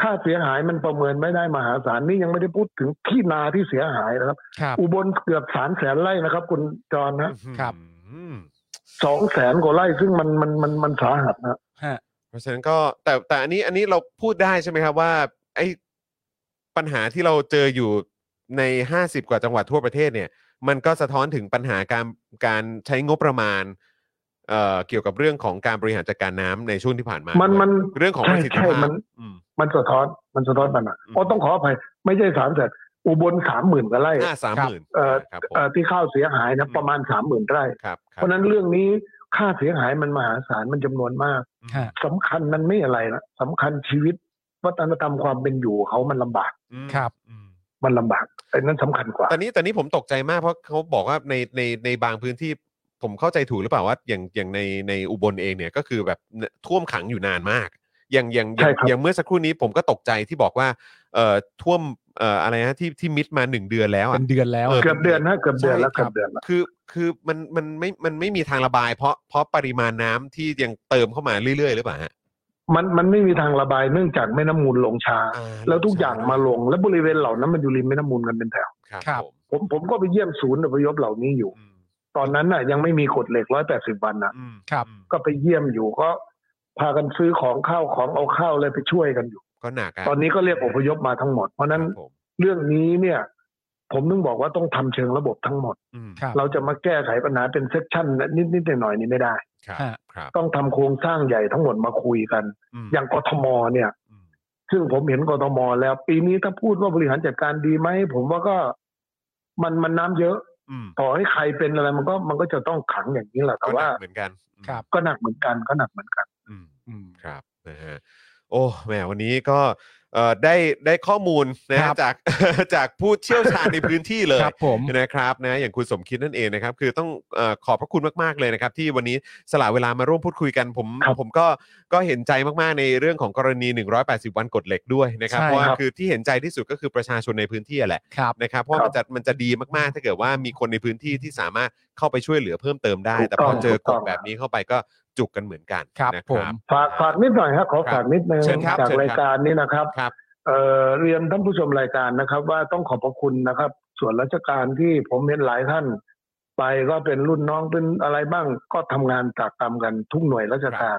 [SPEAKER 9] ค่าเสียหายมันประเมินไม่ได้มหาศาลนี่ยังไม่ได้พูดถึงที่นาที่เสียหายนะครับ
[SPEAKER 5] ครับ
[SPEAKER 9] อุบลเกือบสามแสนไร่นะครับ คุณจรนะ
[SPEAKER 3] อืม
[SPEAKER 5] ครับ
[SPEAKER 3] อืม
[SPEAKER 9] สองแสนกว่าไร่ซึ่งมันมันมันมันสาหัสนะ
[SPEAKER 5] ฮะ
[SPEAKER 3] เพราะฉะนั้นก็แต่แต่อันนี้อันนี้เราพูดได้ใช่ไหมครับว่าไอ้ปัญหาที่เราเจออยู่ใน 50 กว่าจังหวัดทั่วประเทศเนี่ย มันก็สะท้อนถึงปัญหาการการใช้งบประมาณเอ่อเกี่ยวกับเรื่องของการบริหารจัดการน้ำในช่วงที่ผ่านมา
[SPEAKER 9] มัน
[SPEAKER 3] ด้วย
[SPEAKER 9] มัน
[SPEAKER 3] เรื่องของป
[SPEAKER 9] ใช่
[SPEAKER 3] ระสิทธิ
[SPEAKER 9] ใช่
[SPEAKER 3] ภา
[SPEAKER 9] มั
[SPEAKER 3] พ
[SPEAKER 9] น
[SPEAKER 3] อืม
[SPEAKER 9] มันสะท้อนมันสะท้อนปัญหา
[SPEAKER 3] อืม
[SPEAKER 9] อ๋อต้องขออภัย ไม่ใช่สามแสน อุบลสามหมื่นกว่าไร่
[SPEAKER 3] อ่าสามหมื่น
[SPEAKER 9] เอ่อ
[SPEAKER 3] ครับผม
[SPEAKER 9] เอ่อที่ข้าวเสียหาย
[SPEAKER 3] อื
[SPEAKER 9] นะ
[SPEAKER 3] ม
[SPEAKER 9] ประมาณสามหมื่นไร่
[SPEAKER 3] ครับค
[SPEAKER 9] เพ
[SPEAKER 3] บ
[SPEAKER 9] ราะฉะนั้นเรื่องนี้ค่าเสียหายมันมหาศาลมันจำนวนมาก
[SPEAKER 5] ฮะ
[SPEAKER 9] สำคัญมันไม่อะไรนะสำคัญชีวิตวัฒนธรรมความเป็นอยู่เขามันลำบาก
[SPEAKER 3] อืม
[SPEAKER 5] ครับ
[SPEAKER 3] อืม
[SPEAKER 9] มันลำบากไอ้นั่นสำคัญกว่า
[SPEAKER 3] แต่นี้แต่นี้ผมตกใจมากเพราะเขาบอกว่าในในในบางพื้นที่ผมเข้าใจถูกหรือเปล่าว่าอย่างอย่างในในอุบลเองเนี่ยก็คือแบบท่วมขังอยู่นานมาก อย่างอย่างอย่า
[SPEAKER 9] ใช่
[SPEAKER 3] ง
[SPEAKER 9] ครับ
[SPEAKER 3] อย่างเมื่อสักครู่นี้ผมก็ตกใจที่บอกว่าเอ่อท่วมเอ่ออะไรนะที่ที่มิดมาหนึ่งเดือนแล้วอ่ะ
[SPEAKER 5] เป็นเดือนแล้ว
[SPEAKER 3] เอ
[SPEAKER 9] เกือบเดือนนะเกือบเดือนแล้ว
[SPEAKER 3] ใช่ค
[SPEAKER 9] เกื
[SPEAKER 3] รั
[SPEAKER 9] อบ บเดือนแล้ว
[SPEAKER 3] คือคือมันมันไม่มันไม่มีทางระบาย เพราะเพราะปริมาณน้ำที่ยังเติมเข้ามาเรื่อยๆหรือเปล่าฮะ
[SPEAKER 9] มันมันไม่มีทางระบายเนื่องจากแม่น้ำมูลลงช้า
[SPEAKER 3] อ่า
[SPEAKER 9] แล้วทุกอย่างมาลง และบริเวณเหล่านั้นมันอยู่ริมแม่น้ำมูลกันเป็นแถว
[SPEAKER 3] ครับ
[SPEAKER 5] ครับ
[SPEAKER 3] ผม
[SPEAKER 9] ผมผมก็ไปเยี่ยมศูนย์อพยพเหล่านี้อยู่
[SPEAKER 3] อืม
[SPEAKER 9] ตอนนั้นน่ะยังไม่มีกฎเหล็กร้อยแปดสิบวันนะ
[SPEAKER 3] อืม
[SPEAKER 5] ครับ
[SPEAKER 3] อืม
[SPEAKER 9] ก็ไปเยี่ยมอยู่ก็พากันซื้อของข้าวของเอาข้าวอะไรไปช่วยกันอยู่
[SPEAKER 3] ก็หนักะ
[SPEAKER 9] ตอนนี้ก็เรียกอพยพมาทั้งหมด เพราะฉะนั้น
[SPEAKER 3] ครับผม
[SPEAKER 9] เรื่องนี้เนี่ย ผมต้องบอกว่าต้องทำเชิงระบบทั้งหมด
[SPEAKER 3] อืม
[SPEAKER 5] ครับ
[SPEAKER 9] เราจะมาแก้ไขปัญหาเป็นเซกชันนิดนิดๆหน่อยๆนี่ไม่ได้
[SPEAKER 3] ครับ
[SPEAKER 5] ฮะ
[SPEAKER 3] ครับ
[SPEAKER 9] ต้องทำโครงสร้างใหญ่ทั้งหมดมาคุยกัน
[SPEAKER 3] ม
[SPEAKER 9] อย่างกทมเนี่ย
[SPEAKER 3] อืม
[SPEAKER 9] ซึ่งผมเห็นกทมแล้ว ปีนี้ถ้าพูดว่าบริหารจัดการดีไหมผมว่าก็มันมันน้ำเยอะ
[SPEAKER 3] อืม
[SPEAKER 9] ต่อให้ใครเป็นอะไรมันก็มันก็จะต้องขังอย่างนี้แหละ
[SPEAKER 3] ก็
[SPEAKER 9] แต่
[SPEAKER 3] ห
[SPEAKER 9] ว่า
[SPEAKER 3] นักเหมือนกันอืม
[SPEAKER 5] ครับ
[SPEAKER 9] ก็หนักเหมือนกันก็หนักเหมือนกัน
[SPEAKER 3] อืม
[SPEAKER 5] อืม
[SPEAKER 3] ครับนะฮะโอ้แหมวันนี้ก็เอ่อได้ได้ข้อมูลนะฮะ
[SPEAKER 5] ครับ
[SPEAKER 3] จาก จากผู้เชี่ยวชาญในพื้นที่เลย
[SPEAKER 5] ครับผม
[SPEAKER 3] นะครับนะอย่างคุณสมคิดนั่นเองนะครับ คือต้องเอ่อขอบพระคุณมาก ๆ เลยนะครับ ที่วันนี้สละเวลามาร่วมพูดคุยกันผม
[SPEAKER 9] ครับ
[SPEAKER 3] ผมก็ก็เห็นใจมาก ๆ ในเรื่องของกรณี 180 วันกฎเหล็กด้วยนะครับ
[SPEAKER 5] ใช่
[SPEAKER 3] เพราะว่า
[SPEAKER 9] ครับ
[SPEAKER 3] คือที่เห็นใจที่สุดก็คือประชาชนในพื้นที่แหละ
[SPEAKER 5] ครับ
[SPEAKER 3] นะครับเพราะ
[SPEAKER 9] ครับ
[SPEAKER 3] มันจะมันจะดีมากๆ ถ้าเกิดว่ามีคนในพื้นที่ที่สามารถเข้าไปช่วยเหลือเพิ่มเติมได้
[SPEAKER 9] ถูก
[SPEAKER 3] แต่พอ
[SPEAKER 9] ต้อง
[SPEAKER 3] เจอ
[SPEAKER 9] ถูก
[SPEAKER 3] กฎ
[SPEAKER 9] ต้อง
[SPEAKER 3] แบบนี้เข้าไปก็จุกกันเหมือนกัน
[SPEAKER 5] ครับ
[SPEAKER 3] นะ
[SPEAKER 5] ผม
[SPEAKER 9] ฝากฝากนิดหน่อยครับขอฝากนิดนึง
[SPEAKER 3] เชิญครับ
[SPEAKER 9] จาก
[SPEAKER 3] เชิญครับ
[SPEAKER 9] รายการนี้นะครับ
[SPEAKER 3] ครับ
[SPEAKER 9] เอ่อเรียนท่านผู้ชมรายการนะครับ ว่าต้องขอบพระคุณนะครับ ส่วนราชการที่ผมเห็นหลายท่าน ไปก็เป็นรุ่นน้องเป็นอะไรบ้างก็ทำงานตากตามกันทุกหน่วยราชการ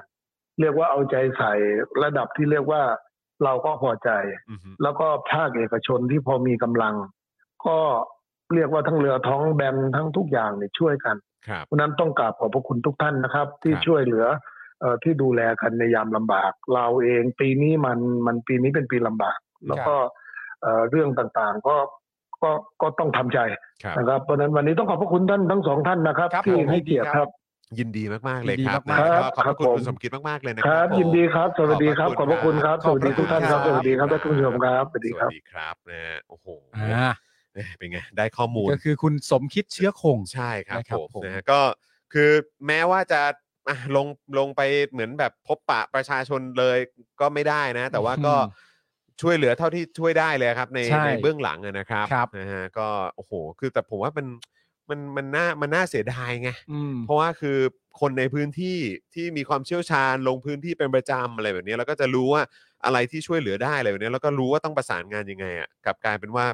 [SPEAKER 9] เรียกว่าเอาใจใส่ระดับที่เรียกว่าเราก็พอใจ
[SPEAKER 3] อือฮึ
[SPEAKER 9] แล้วก็ภาคเอกชนที่พอมีกำลัง ก็เรียกว่าทั้งเรือท้องแบนทั้งทุกอย่างเนี่ยช่วยกัน
[SPEAKER 3] ครับ
[SPEAKER 9] เพราะฉะนั้นต้องกราบขอบพระคุณทุกท่านนะครับ ที่
[SPEAKER 3] ครับ
[SPEAKER 9] ช่วยเหลือเอ่อที่ดูแลกันในยามลำบาก เราเองปีนี้มันมันปีนี้เป็นปีลำบาก แล้วก็เอ่อเรื่องต่างๆก็ก็ก็ต้องทำใจ
[SPEAKER 3] ครับ
[SPEAKER 9] นะครับ เพราะฉะนั้นวันนี้ต้องขอบพระคุณท่านทั้งสองท่านนะครับ
[SPEAKER 5] ครับ
[SPEAKER 9] ที่
[SPEAKER 5] ผม
[SPEAKER 9] ให้เกียรติครับ
[SPEAKER 3] ยินดีมากๆเลย
[SPEAKER 5] ยินดี
[SPEAKER 3] ครับ
[SPEAKER 5] มาก
[SPEAKER 9] ๆ
[SPEAKER 3] นะครับ ขอบพระคุณ
[SPEAKER 9] ครับผม
[SPEAKER 3] คุณสมคิดมากๆเลยนะ
[SPEAKER 9] ค
[SPEAKER 3] ค
[SPEAKER 9] รั
[SPEAKER 3] รับบ
[SPEAKER 9] ยินดี
[SPEAKER 3] ผม
[SPEAKER 9] ครับ สวัสดีครับ
[SPEAKER 3] ข
[SPEAKER 9] ข
[SPEAKER 3] อ
[SPEAKER 9] อ
[SPEAKER 3] บบ พ
[SPEAKER 9] พ
[SPEAKER 3] ระ
[SPEAKER 9] ระ
[SPEAKER 3] คุ
[SPEAKER 9] คุณ ณ
[SPEAKER 3] ค
[SPEAKER 9] ค
[SPEAKER 3] รั
[SPEAKER 9] รั
[SPEAKER 3] บบ
[SPEAKER 9] สวัสดีทุกท่านครับ
[SPEAKER 3] ขอบพระ
[SPEAKER 9] ส
[SPEAKER 3] คุณครับ
[SPEAKER 9] วัสดีครับท่านผู้ชมครับสวัสดี
[SPEAKER 3] ส
[SPEAKER 9] ครั
[SPEAKER 3] วั
[SPEAKER 9] บ
[SPEAKER 3] สดีครับนะฮะโอ้โห
[SPEAKER 5] อ่า
[SPEAKER 3] เอ้ยเป็นไงได้ข้อมูล
[SPEAKER 5] ก็คือคุณสมคิดเชื้อคง
[SPEAKER 3] ใช่ครับ
[SPEAKER 5] นะค
[SPEAKER 3] ผ
[SPEAKER 5] รับ
[SPEAKER 3] ม
[SPEAKER 5] ผม
[SPEAKER 3] นะฮะก็คือแม้ว่าจะอ่ะ ลงลงไปเหมือนแบบพบปะประชาชนเลยก็ไม่ได้นะ แต่ว่าก็
[SPEAKER 5] อืม
[SPEAKER 3] ช่วยเหลือเท่าที่ช่วยได้เลยครับ ใน
[SPEAKER 5] ใช่
[SPEAKER 3] ในเบื้องหลังอะนะครับ
[SPEAKER 5] ครับ
[SPEAKER 3] นะฮะก็โอ้โหคือแต่ผมว่ามันมันมันน่ามันน่าเสียดายไง
[SPEAKER 5] อืม
[SPEAKER 3] เพราะว่าคือคนในพื้นที่ที่มีความเชี่ยวชาญลงพื้นที่เป็นประจำอะไรแบบนี้แล้วก็จะรู้ว่าอะไรที่ช่วยเหลือได้อะไรแบบนี้แล้วก็รู้ว่าต้องประสานงานยังไงอ่ะกลับกลายเป็นว่า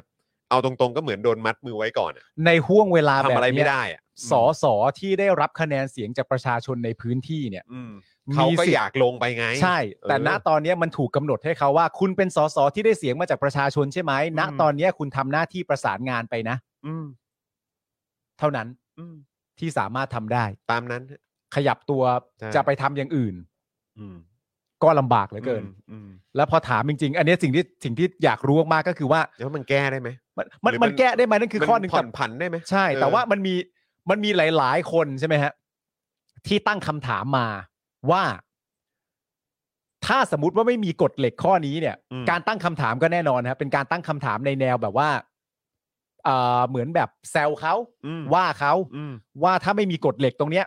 [SPEAKER 3] เอาตรงๆก็เหมือนโดนมัดมือไว้ก่อนอะ
[SPEAKER 5] ในห่วงเวลาแบ
[SPEAKER 3] ทำ
[SPEAKER 5] บ
[SPEAKER 3] อะไรไม่
[SPEAKER 5] เนี้ย
[SPEAKER 3] ได้อ่ะ
[SPEAKER 5] สอสอที่ได้รับคะแนนเสียงจากประชาชนในพื้นที่เนี่ย
[SPEAKER 3] อืม
[SPEAKER 5] มี
[SPEAKER 3] เขาก็
[SPEAKER 5] สิทธิ์
[SPEAKER 3] อยากลงไปไง
[SPEAKER 5] ใช่ แต่
[SPEAKER 3] เออ
[SPEAKER 5] ณตอนเนี้ยมันถูกกำหนดให้เขาว่า คุณเป็นสสที่ได้เสียงมาจากประชาชนใช่ไหมณ
[SPEAKER 3] อืม
[SPEAKER 5] ตอนเนี้ยคุณทำหน้าที่ประสานงานไปนะ
[SPEAKER 3] อืม
[SPEAKER 5] เท่านั้น
[SPEAKER 3] อืม
[SPEAKER 5] ที่สามารถทำได้
[SPEAKER 3] ตามนั้น
[SPEAKER 5] ขยับตัว
[SPEAKER 3] ใช่
[SPEAKER 5] จะไปทำอย่างอื่น
[SPEAKER 3] อืม
[SPEAKER 5] ก็ลำบากเหลือเกิน
[SPEAKER 3] อืม
[SPEAKER 5] แล้วพอถามจริง ๆ อันเนี้ยสิ่งที่สิ่งที่อยากรู้มากๆก็คือว่า
[SPEAKER 3] แล้วมันแก้ได้ไหม
[SPEAKER 5] มันมัน
[SPEAKER 3] หรือมั
[SPEAKER 5] มัน นแก้ได้ไหมนั่นคือข้อหนึ่ง
[SPEAKER 3] มัผ่
[SPEAKER 5] แต่
[SPEAKER 3] อนผันได้ไหม
[SPEAKER 5] ใช่
[SPEAKER 3] เออ
[SPEAKER 5] แต่ว่ามันมีมันมีหลาย ๆ คนใช่ไหมฮะที่ตั้งคำถามมาว่า ถ้าสมมติว่าไม่มีกฎเหล็กข้อนี้เนี่ย
[SPEAKER 3] อืม
[SPEAKER 5] การตั้งคำถามก็แน่นอนนะครับเป็นการตั้งคำถามในแนวแบบว่าเอ่อเหมือนแบบแซวเขา
[SPEAKER 3] อืม
[SPEAKER 5] ว่าเขา
[SPEAKER 3] อืม
[SPEAKER 5] ว่าถ้าไม่มีกฎเหล็กตรงเนี้ย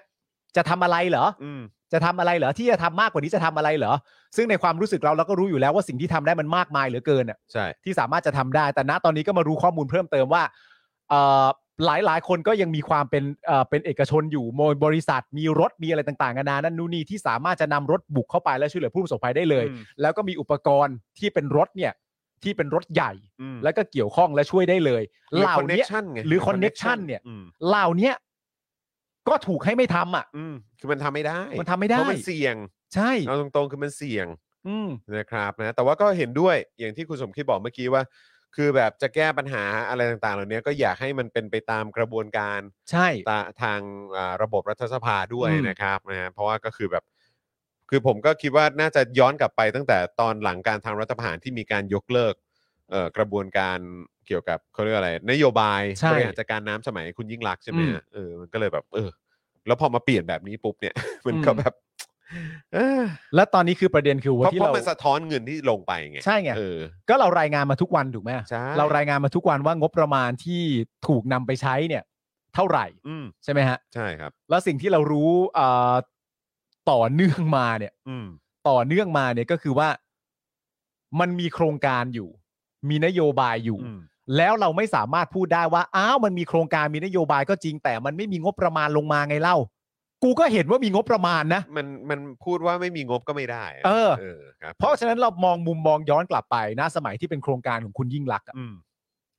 [SPEAKER 5] จะทำอะไรเหรอ
[SPEAKER 3] อืม
[SPEAKER 5] จะทำอะไรเหรอที่จะทำมากกว่านี้จะทำอะไรเหรอ ซึ่งในความรู้สึกเราเราก็รู้อยู่แล้วว่าสิ่งที่ทำได้มันมากมายเหลือเกินอะ
[SPEAKER 3] ใช่
[SPEAKER 5] ที่สามารถจะทำได้ แต่ณตอนนี้ก็มารู้ข้อมูลเพิ่มเติมว่าเอ่อหลายหลายๆ คนก็ยังมีความเป็นเอ่อเป็นเอกชนอยู่มบริษัทมีรถมีอะไรต่างๆนานานั่นนู่นนี่ที่สามารถจะนำรถบุกเข้าไปและช่วยเหลือผู้ประสบภัยได้เลย
[SPEAKER 3] อืม
[SPEAKER 5] แล้วก็มีอุปกรณ์ที่เป็นรถเนี่ยที่เป็นรถใหญ่
[SPEAKER 3] อืม
[SPEAKER 5] แล้วก็เกี่ยวข้องและช่วยได้เลย
[SPEAKER 3] หรือ
[SPEAKER 5] เหล่าเนี้ย
[SPEAKER 3] connection ไง
[SPEAKER 5] หรือ
[SPEAKER 3] connection
[SPEAKER 5] connection เนี่ย
[SPEAKER 3] อืม
[SPEAKER 5] เหล่าเนี้ยก็ถูกให้ไม่ทำอ่ะ
[SPEAKER 3] อืมคือมันทำไม่ได้
[SPEAKER 5] มันทำไม่ได้
[SPEAKER 3] เพราะมันเสี่ยง
[SPEAKER 5] ใช่
[SPEAKER 3] เอาตรงๆคือมันเสี่ยง
[SPEAKER 5] อืม
[SPEAKER 3] นะครับนะแต่ว่าก็เห็นด้วยอย่างที่คุณสมคิดบอกเมื่อกี้ว่า คือแบบจะแก้ปัญหาอะไรต่างๆ เหล่านี้ก็อยากให้มันเป็นไปตามกระบวนการ
[SPEAKER 5] ใช่
[SPEAKER 3] ตาทางอ่าระบบรัฐสภาด้วย
[SPEAKER 5] อืม
[SPEAKER 3] นะครับนะฮะเพราะว่าก็คือแบบ คือผมก็คิดว่าน่าจะย้อนกลับไปตั้งแต่ตอนหลังการทางรัฐประหารที่มีการยกเลิก เอ่อกระบวนการเกี่ยวกับเขาเรียกอะไร นโยบาย
[SPEAKER 5] ใช่
[SPEAKER 3] บริหารจัดการน้ำสมัยคุณยิ่งรักษณ์ใช่ไหม
[SPEAKER 5] อืม
[SPEAKER 3] ฮะเออมันก็เลยแบบเออ แล้วพอมาเปลี่ยนแบบนี้ปุ๊บเนี่ย มันก็
[SPEAKER 5] อืม
[SPEAKER 3] แบบเออ
[SPEAKER 5] และตอนนี้คือประเด็นคือ
[SPEAKER 3] เพ
[SPEAKER 5] ว่า
[SPEAKER 3] ราะ
[SPEAKER 5] ที่
[SPEAKER 3] เพราะ
[SPEAKER 5] เรา
[SPEAKER 3] มันสะท้อนเงินที่ลงไปไง
[SPEAKER 5] ใช่ไง
[SPEAKER 3] เออ
[SPEAKER 5] ก็เรารายงานมาทุกวันถูกไหม
[SPEAKER 3] ใช่
[SPEAKER 5] เรารายงานมาทุกวันว่างบประมาณที่ถูกนำไปใช้เนี่ย เท่าไหร่
[SPEAKER 3] อืม
[SPEAKER 5] ใช่ไหมฮะ
[SPEAKER 3] ใช่ครับ
[SPEAKER 5] แล้วสิ่งที่เรารู้เอ่อต่อเนื่องมาเนี่ย
[SPEAKER 3] อืม
[SPEAKER 5] ต่อเนื่องมาเนี่ยก็คือว่ามันมีโครงการอยู่ มีนโยบายอยู่
[SPEAKER 3] อืม
[SPEAKER 5] แล้วเราไม่สามารถพูดได้ว่าอ้าวมันมีโครงการมีนโยบายก็จริง แต่มันไม่มีงบประมาณลงมาไงเล่า กูก็เห็นว่ามีงบประมาณนะ
[SPEAKER 3] มันมันพูดว่าไม่มีงบก็ไม่ได้ะ
[SPEAKER 5] เออ
[SPEAKER 3] เออครับ
[SPEAKER 5] เพราะฉะนั้นเรามองมุมมองย้อนกลับไปนะสมัยที่เป็นโครงการของคุณยิ่งลักษณ์อะ
[SPEAKER 3] อืม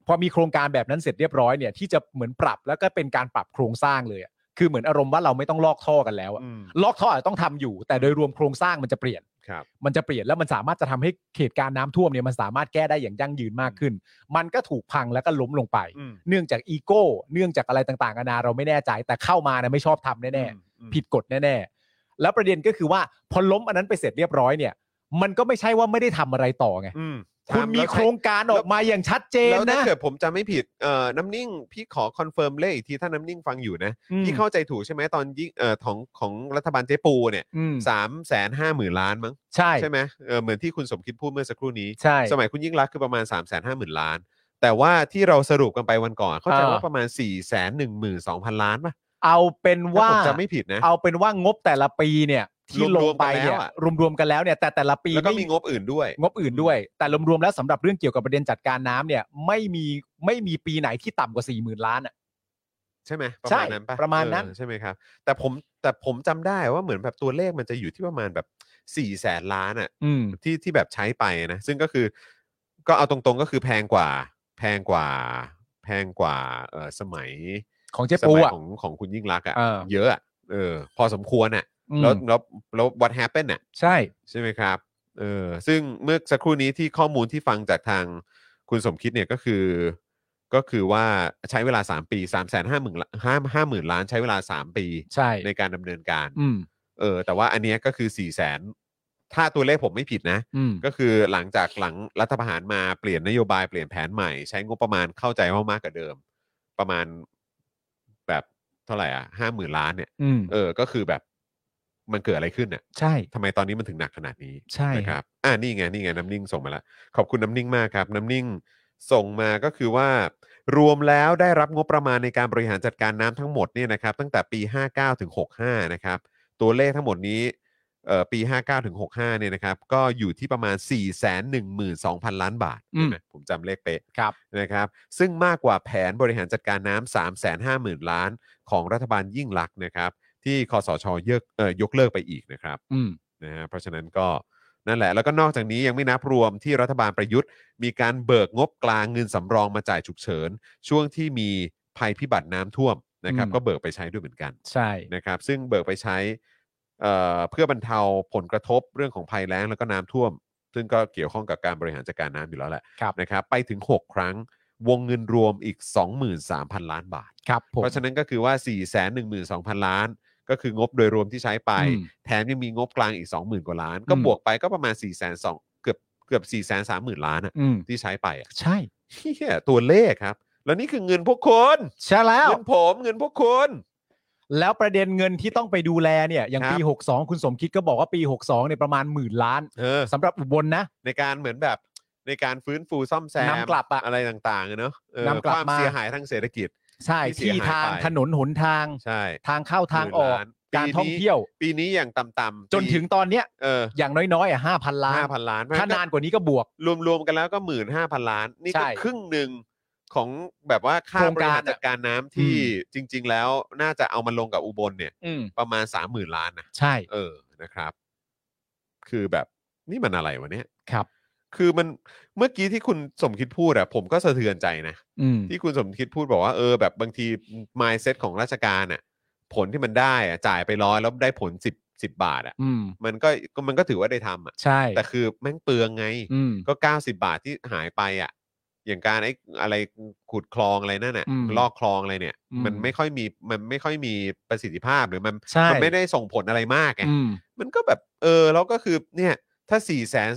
[SPEAKER 5] พอมีโครงการแบบนั้นเสร็จเรียบร้อยเนี่ยที่จะเหมือนปรับแล้วก็เป็นการปรับโครงสร้างเลยอะคือเหมือนอารมณ์ว่าเราไม่ต้องลอกท่อกันแล้วอะ
[SPEAKER 3] อืม
[SPEAKER 5] ลอกท่ออาจจะต้องทำอยู่ แต่โดยรวมโครงสร้างมันจะเปลี่ยน
[SPEAKER 3] ครับ
[SPEAKER 5] มันจะเปลี่ยนแล้วมันสามารถจะทำให้เขตการน้ำท่วมเนี่ยมันสามารถแก้ได้อย่างยั่งยืนมากขึ้น มันก็ถูกพังแล้วก็ล้มลงไป
[SPEAKER 3] อืม
[SPEAKER 5] เนื่องจากอีโก้ เนื่องจากอะไรต่างๆนานาเราไม่แน่ใจ แต่เข้ามานะไม่ชอบทำแน่
[SPEAKER 3] อืม
[SPEAKER 5] ๆ ผิดกฎแน่ๆ แล้วประเด็นก็คือว่าพอล้มอันนั้นไปเสร็จเรียบร้อยเนี่ย มันก็ไม่ใช่ว่าไม่ได้ทำอะไรต่อไง
[SPEAKER 3] อืม
[SPEAKER 5] คุณมี
[SPEAKER 3] แล้ว
[SPEAKER 5] โค
[SPEAKER 3] ถ้า
[SPEAKER 5] รงการออกมาอย่างชัดเจน
[SPEAKER 3] แล้วถ้า
[SPEAKER 5] นะ
[SPEAKER 3] เกิดผมจำไม่ผิดเอ่อน้ำนิ่งพี่ขอคอนเฟิร์มเลขอีกทีถ้าน้ำนิ่งฟังอยู่นะ
[SPEAKER 5] อืม
[SPEAKER 3] พี่เข้าใจถูกใช่ไหมตอนยิ่งเอ่อของของรัฐบาลเจ๊ปูเนี่ย
[SPEAKER 5] อืม
[SPEAKER 3] สามแสนห้าหมื่นล้านมั้ง
[SPEAKER 5] ใช่
[SPEAKER 3] ใช่ไหมเออเหมือนที่คุณสมคิดพูดเมื่อสักครู่นี้
[SPEAKER 5] ใช่
[SPEAKER 3] สมัยคุณยิ่งรักษณ์คือประมาณ 3 5 0 0 0 0 ล้าน แต่ว่าที่เราสรุปกันไปวันก่อน เข้าใจว่า
[SPEAKER 5] อ่า
[SPEAKER 3] ประมาณ 4 1 2 0 0 0 ล้านป่ะ
[SPEAKER 5] เอาเป็น
[SPEAKER 3] ถ้
[SPEAKER 5] ว่า
[SPEAKER 3] ผมจำไม่ผิดนะ
[SPEAKER 5] เอาเป็นว่างบแต่ละปีเนี่ยที่ลงไปเนี่ย
[SPEAKER 3] รวมๆกันแล้วอะ
[SPEAKER 5] รวมๆกันแล้วเนี่ย แต่แต่ละปี
[SPEAKER 3] แล้วก็
[SPEAKER 5] ไ
[SPEAKER 3] มีงบอื่นด้วย
[SPEAKER 5] งบอื่นด้วย แต่รวมๆแล้วสำหรับเรื่องเกี่ยวกับประเด็นจัดการน้ำเนี่ย ไม่มีไม่มีปีไหนที่ต่ำกว่า4ี่หมื่นล้านอ่ะ
[SPEAKER 3] ใช่ไหมประ
[SPEAKER 5] ใช่
[SPEAKER 3] มาณนั้นปะ
[SPEAKER 5] ประมาณนั้น
[SPEAKER 3] เออใช่ไหมครับ แต่ผมแต่ผมจำได้ว่าเหมือนแบบตัวเลขมันจะอยู่ที่ประมาณแบบ4ี่แสนล้านอ่ะ
[SPEAKER 5] อืม
[SPEAKER 3] ที่ที่แบบใช้ไปนะซึ่งก็คือก็เอาตรงๆก็คือแพงกว่า แพงกว่า แพงกว่าเออสมัย
[SPEAKER 5] ของเจ๊
[SPEAKER 3] ส
[SPEAKER 5] ปู
[SPEAKER 3] มัย
[SPEAKER 5] อะ
[SPEAKER 3] ของของคุณยิ่งรักษณ์อ่ะ
[SPEAKER 5] เออ
[SPEAKER 3] เยอะอะเออ พอสมควรอ่ะ
[SPEAKER 5] อืม
[SPEAKER 3] แล้วแล้วแล้ว what happened น่ะ
[SPEAKER 5] ใช่
[SPEAKER 3] ใช่ไหมครับเออซึ่งเมื่อสักครู่นี้ที่ข้อมูลที่ฟังจากทางคุณสมคิดเนี่ยก็คือ ก็คือว่าใช้เวลา 3 ปี 3 5 0 0 0 0 0 5 5 0,000 ล้านใช้เวลา 3 ปี
[SPEAKER 5] ใช่
[SPEAKER 3] ในการดำเนินการ
[SPEAKER 5] อืม
[SPEAKER 3] เออ แต่ว่าอันเนี้ยก็คือ4 0 0 0 0 0ถ้าตัวเลขผมไม่ผิดนะ
[SPEAKER 5] อืม
[SPEAKER 3] ก็คือหลังจากหลังรัฐประหารมาเปลี่ยนนโยบายเปลี่ยนแผนใหม่ ใช้งบประมาณเข้าใจว่ามากกว่าเดิม ประมาณแบบเท่าไหร่อ่ะห้าหมื่นล้านเนี่ย
[SPEAKER 5] อืม
[SPEAKER 3] เออก็คือแบบมันเกิดอะไรขึ้นเนี่ย
[SPEAKER 5] ใช่
[SPEAKER 3] ทำไมตอนนี้มันถึงหนักขนาดนี้
[SPEAKER 5] ใช่
[SPEAKER 3] นะครับอ่านี่ไงนี่ไงน้ำนิ่งส่งมาละขอบคุณน้ำนิ่งมากครับ น้ำนิ่งส่งมาก็คือว่า รวมแล้วได้รับงบประมาณในการบริหารจัดการน้ำทั้งหมดเนี่ยนะครับ ตั้งแต่ปี 59ถึง65นะครับ ตัวเลขทั้งหมดนี้เอ่อปี 59ถึง65เนี่ยนะครับ ก็อยู่ที่ประมาณ 412,000 ล้านบาทใช่ไหมผมจำเลขเป๊ะ
[SPEAKER 5] ครับ
[SPEAKER 3] นะครับ ซึ่งมากกว่าแผนบริหารจัดการน้ำ350,000 ล้านของรัฐบาลยิ่งลักษณ์นะครับ ที่คอสชยกเอ่อยกเลิกไปอีกนะครับ
[SPEAKER 5] อืม
[SPEAKER 3] นะฮะเพราะฉะนั้นก็นั่นแหละ แล้วก็นอกจากนี้ยังไม่นับรวมที่รัฐบาลประยุทธ์ มีการเบิกงบกลางเงินสำรองมาจ่ายฉุกเฉิน ช่วงที่มีภัยพิบัติน้ำท่วมนะครับ
[SPEAKER 5] อืม
[SPEAKER 3] ก็เบิกไปใช้ด้วยเหมือนกัน
[SPEAKER 5] ใช่
[SPEAKER 3] นะครับซึ่งเบิกไปใช้เอ่อเพื่อบรรเทาผลกระทบเรื่องของภัยแล้งแล้วก็น้ำท่วม ซึ่งก็เกี่ยวข้องกับการบริหารจัดการน้ำอยู่แล้วแหละ
[SPEAKER 5] ครับ
[SPEAKER 3] นะครับไปถึง 6 ครั้งวงเงินรวมอีก 23,000 ล้านบาท
[SPEAKER 5] ครับผม
[SPEAKER 3] เพราะฉะนั้นก็คือว่า 4 1 2 0 0 0 ล้าน ก็คืองบโดยรวมที่ใช้ไป
[SPEAKER 5] อืม
[SPEAKER 3] แถมยังมีงบกลางอีก 20,000 กว่าล้าน ก็
[SPEAKER 5] อืม
[SPEAKER 3] บวกไปก็ประมาณ 4 2 0 0 0เกือบเกือบ 4 3 0 0 0 0 ล้านอะ
[SPEAKER 5] อืม
[SPEAKER 3] ที่ใช้ไปอะ
[SPEAKER 5] ใช่
[SPEAKER 3] เฮียตัวเลขครับ แล้วนี่คือเงินพวกคุณ
[SPEAKER 5] ใช่แล้ว
[SPEAKER 3] เงินผมเงินพวกคุณ
[SPEAKER 5] แล้วประเด็นเงินที่ต้องไปดูแลเนี่ย อย่าง
[SPEAKER 3] ครับ
[SPEAKER 5] ปี 62 คุณสมคิดก็บอกว่าปี 62เนี่ยประมาณหมื่นล้าน
[SPEAKER 3] เออ
[SPEAKER 5] สำหรับอุบลนะ
[SPEAKER 3] ในการเหมือนแบบในการฟื้นฟูซ่อมแซม
[SPEAKER 5] นำกลับอะ
[SPEAKER 3] อะไรต่างๆอะเนอะเออน
[SPEAKER 5] ำกลั
[SPEAKER 3] ค
[SPEAKER 5] บ
[SPEAKER 3] วาม
[SPEAKER 5] มา
[SPEAKER 3] เสียหายทางเศรษฐกิจ
[SPEAKER 5] ใช่
[SPEAKER 3] ที่เสีย
[SPEAKER 5] ที่
[SPEAKER 3] หาย
[SPEAKER 5] ทาง
[SPEAKER 3] ไป
[SPEAKER 5] ถนนหนทาง
[SPEAKER 3] ใช่
[SPEAKER 5] ทางเข้าทางออก
[SPEAKER 3] หมื่นล้น
[SPEAKER 5] กา
[SPEAKER 3] ปี
[SPEAKER 5] ร
[SPEAKER 3] นี้
[SPEAKER 5] ท่องเที่ยว
[SPEAKER 3] ปีนี้อย่างต่ำๆ
[SPEAKER 5] จนถึงตอนเนี้ย
[SPEAKER 3] เออ
[SPEAKER 5] อย่างน้อยๆอ่ะห้าพันล้าน
[SPEAKER 3] ห้าพันล้าน
[SPEAKER 5] ถ้านานกว่านี้ก็บวก
[SPEAKER 3] รวมๆกันแล้วก็หมื่นห้าพันล้าน นี่
[SPEAKER 5] ใช่
[SPEAKER 3] ก็ครึ่งหนึ่งของแบบว่าค่า
[SPEAKER 5] โครง
[SPEAKER 3] บริ
[SPEAKER 5] การ
[SPEAKER 3] หารจัดการน้ำที่จริง ๆ แล้วน่าจะเอามาลงกับอุบลเนี่ย
[SPEAKER 5] อืม
[SPEAKER 3] ประมาณสามหมื่นล้านนะ
[SPEAKER 5] ใช่
[SPEAKER 3] เออนะครับ คือแบบนี่มันอะไรวะเนี่ย
[SPEAKER 5] ครับ
[SPEAKER 3] คือมันเมื่อกี้ที่คุณสมคิดพูดอะผมก็สะเทือนใจนะ
[SPEAKER 5] อืม
[SPEAKER 3] ที่คุณสมคิดพูดบอกว่าเออแบบบางที mindset ของราชการอะผลที่มันได้อะจ่ายไปร้อยแล้วได้ผลสิบสิบบาทอะ
[SPEAKER 5] อืม
[SPEAKER 3] มันก็ก็มันก็ถือว่าได้ทำอะ
[SPEAKER 5] ใช่
[SPEAKER 3] แต่คือแม่งเปลืองไง
[SPEAKER 5] อืม
[SPEAKER 3] ก็ 90 บาทที่หายไปอ่ะ อย่างการไอ้อะไรขุดคลองอะไรนั่นน่ะ
[SPEAKER 5] อืม
[SPEAKER 3] ลอกคลองอะไรเนี่ย
[SPEAKER 5] อืม
[SPEAKER 3] มันไม่ค่อยมีมันไม่ค่อยมีประสิทธิภาพหรือมัน
[SPEAKER 5] ใช่
[SPEAKER 3] มัไม่ได้ส่งผลอะไรมากไง
[SPEAKER 5] อืม
[SPEAKER 3] มันก็แบบเออแล้วก็คือเนี่ยถ้า4ี่แสน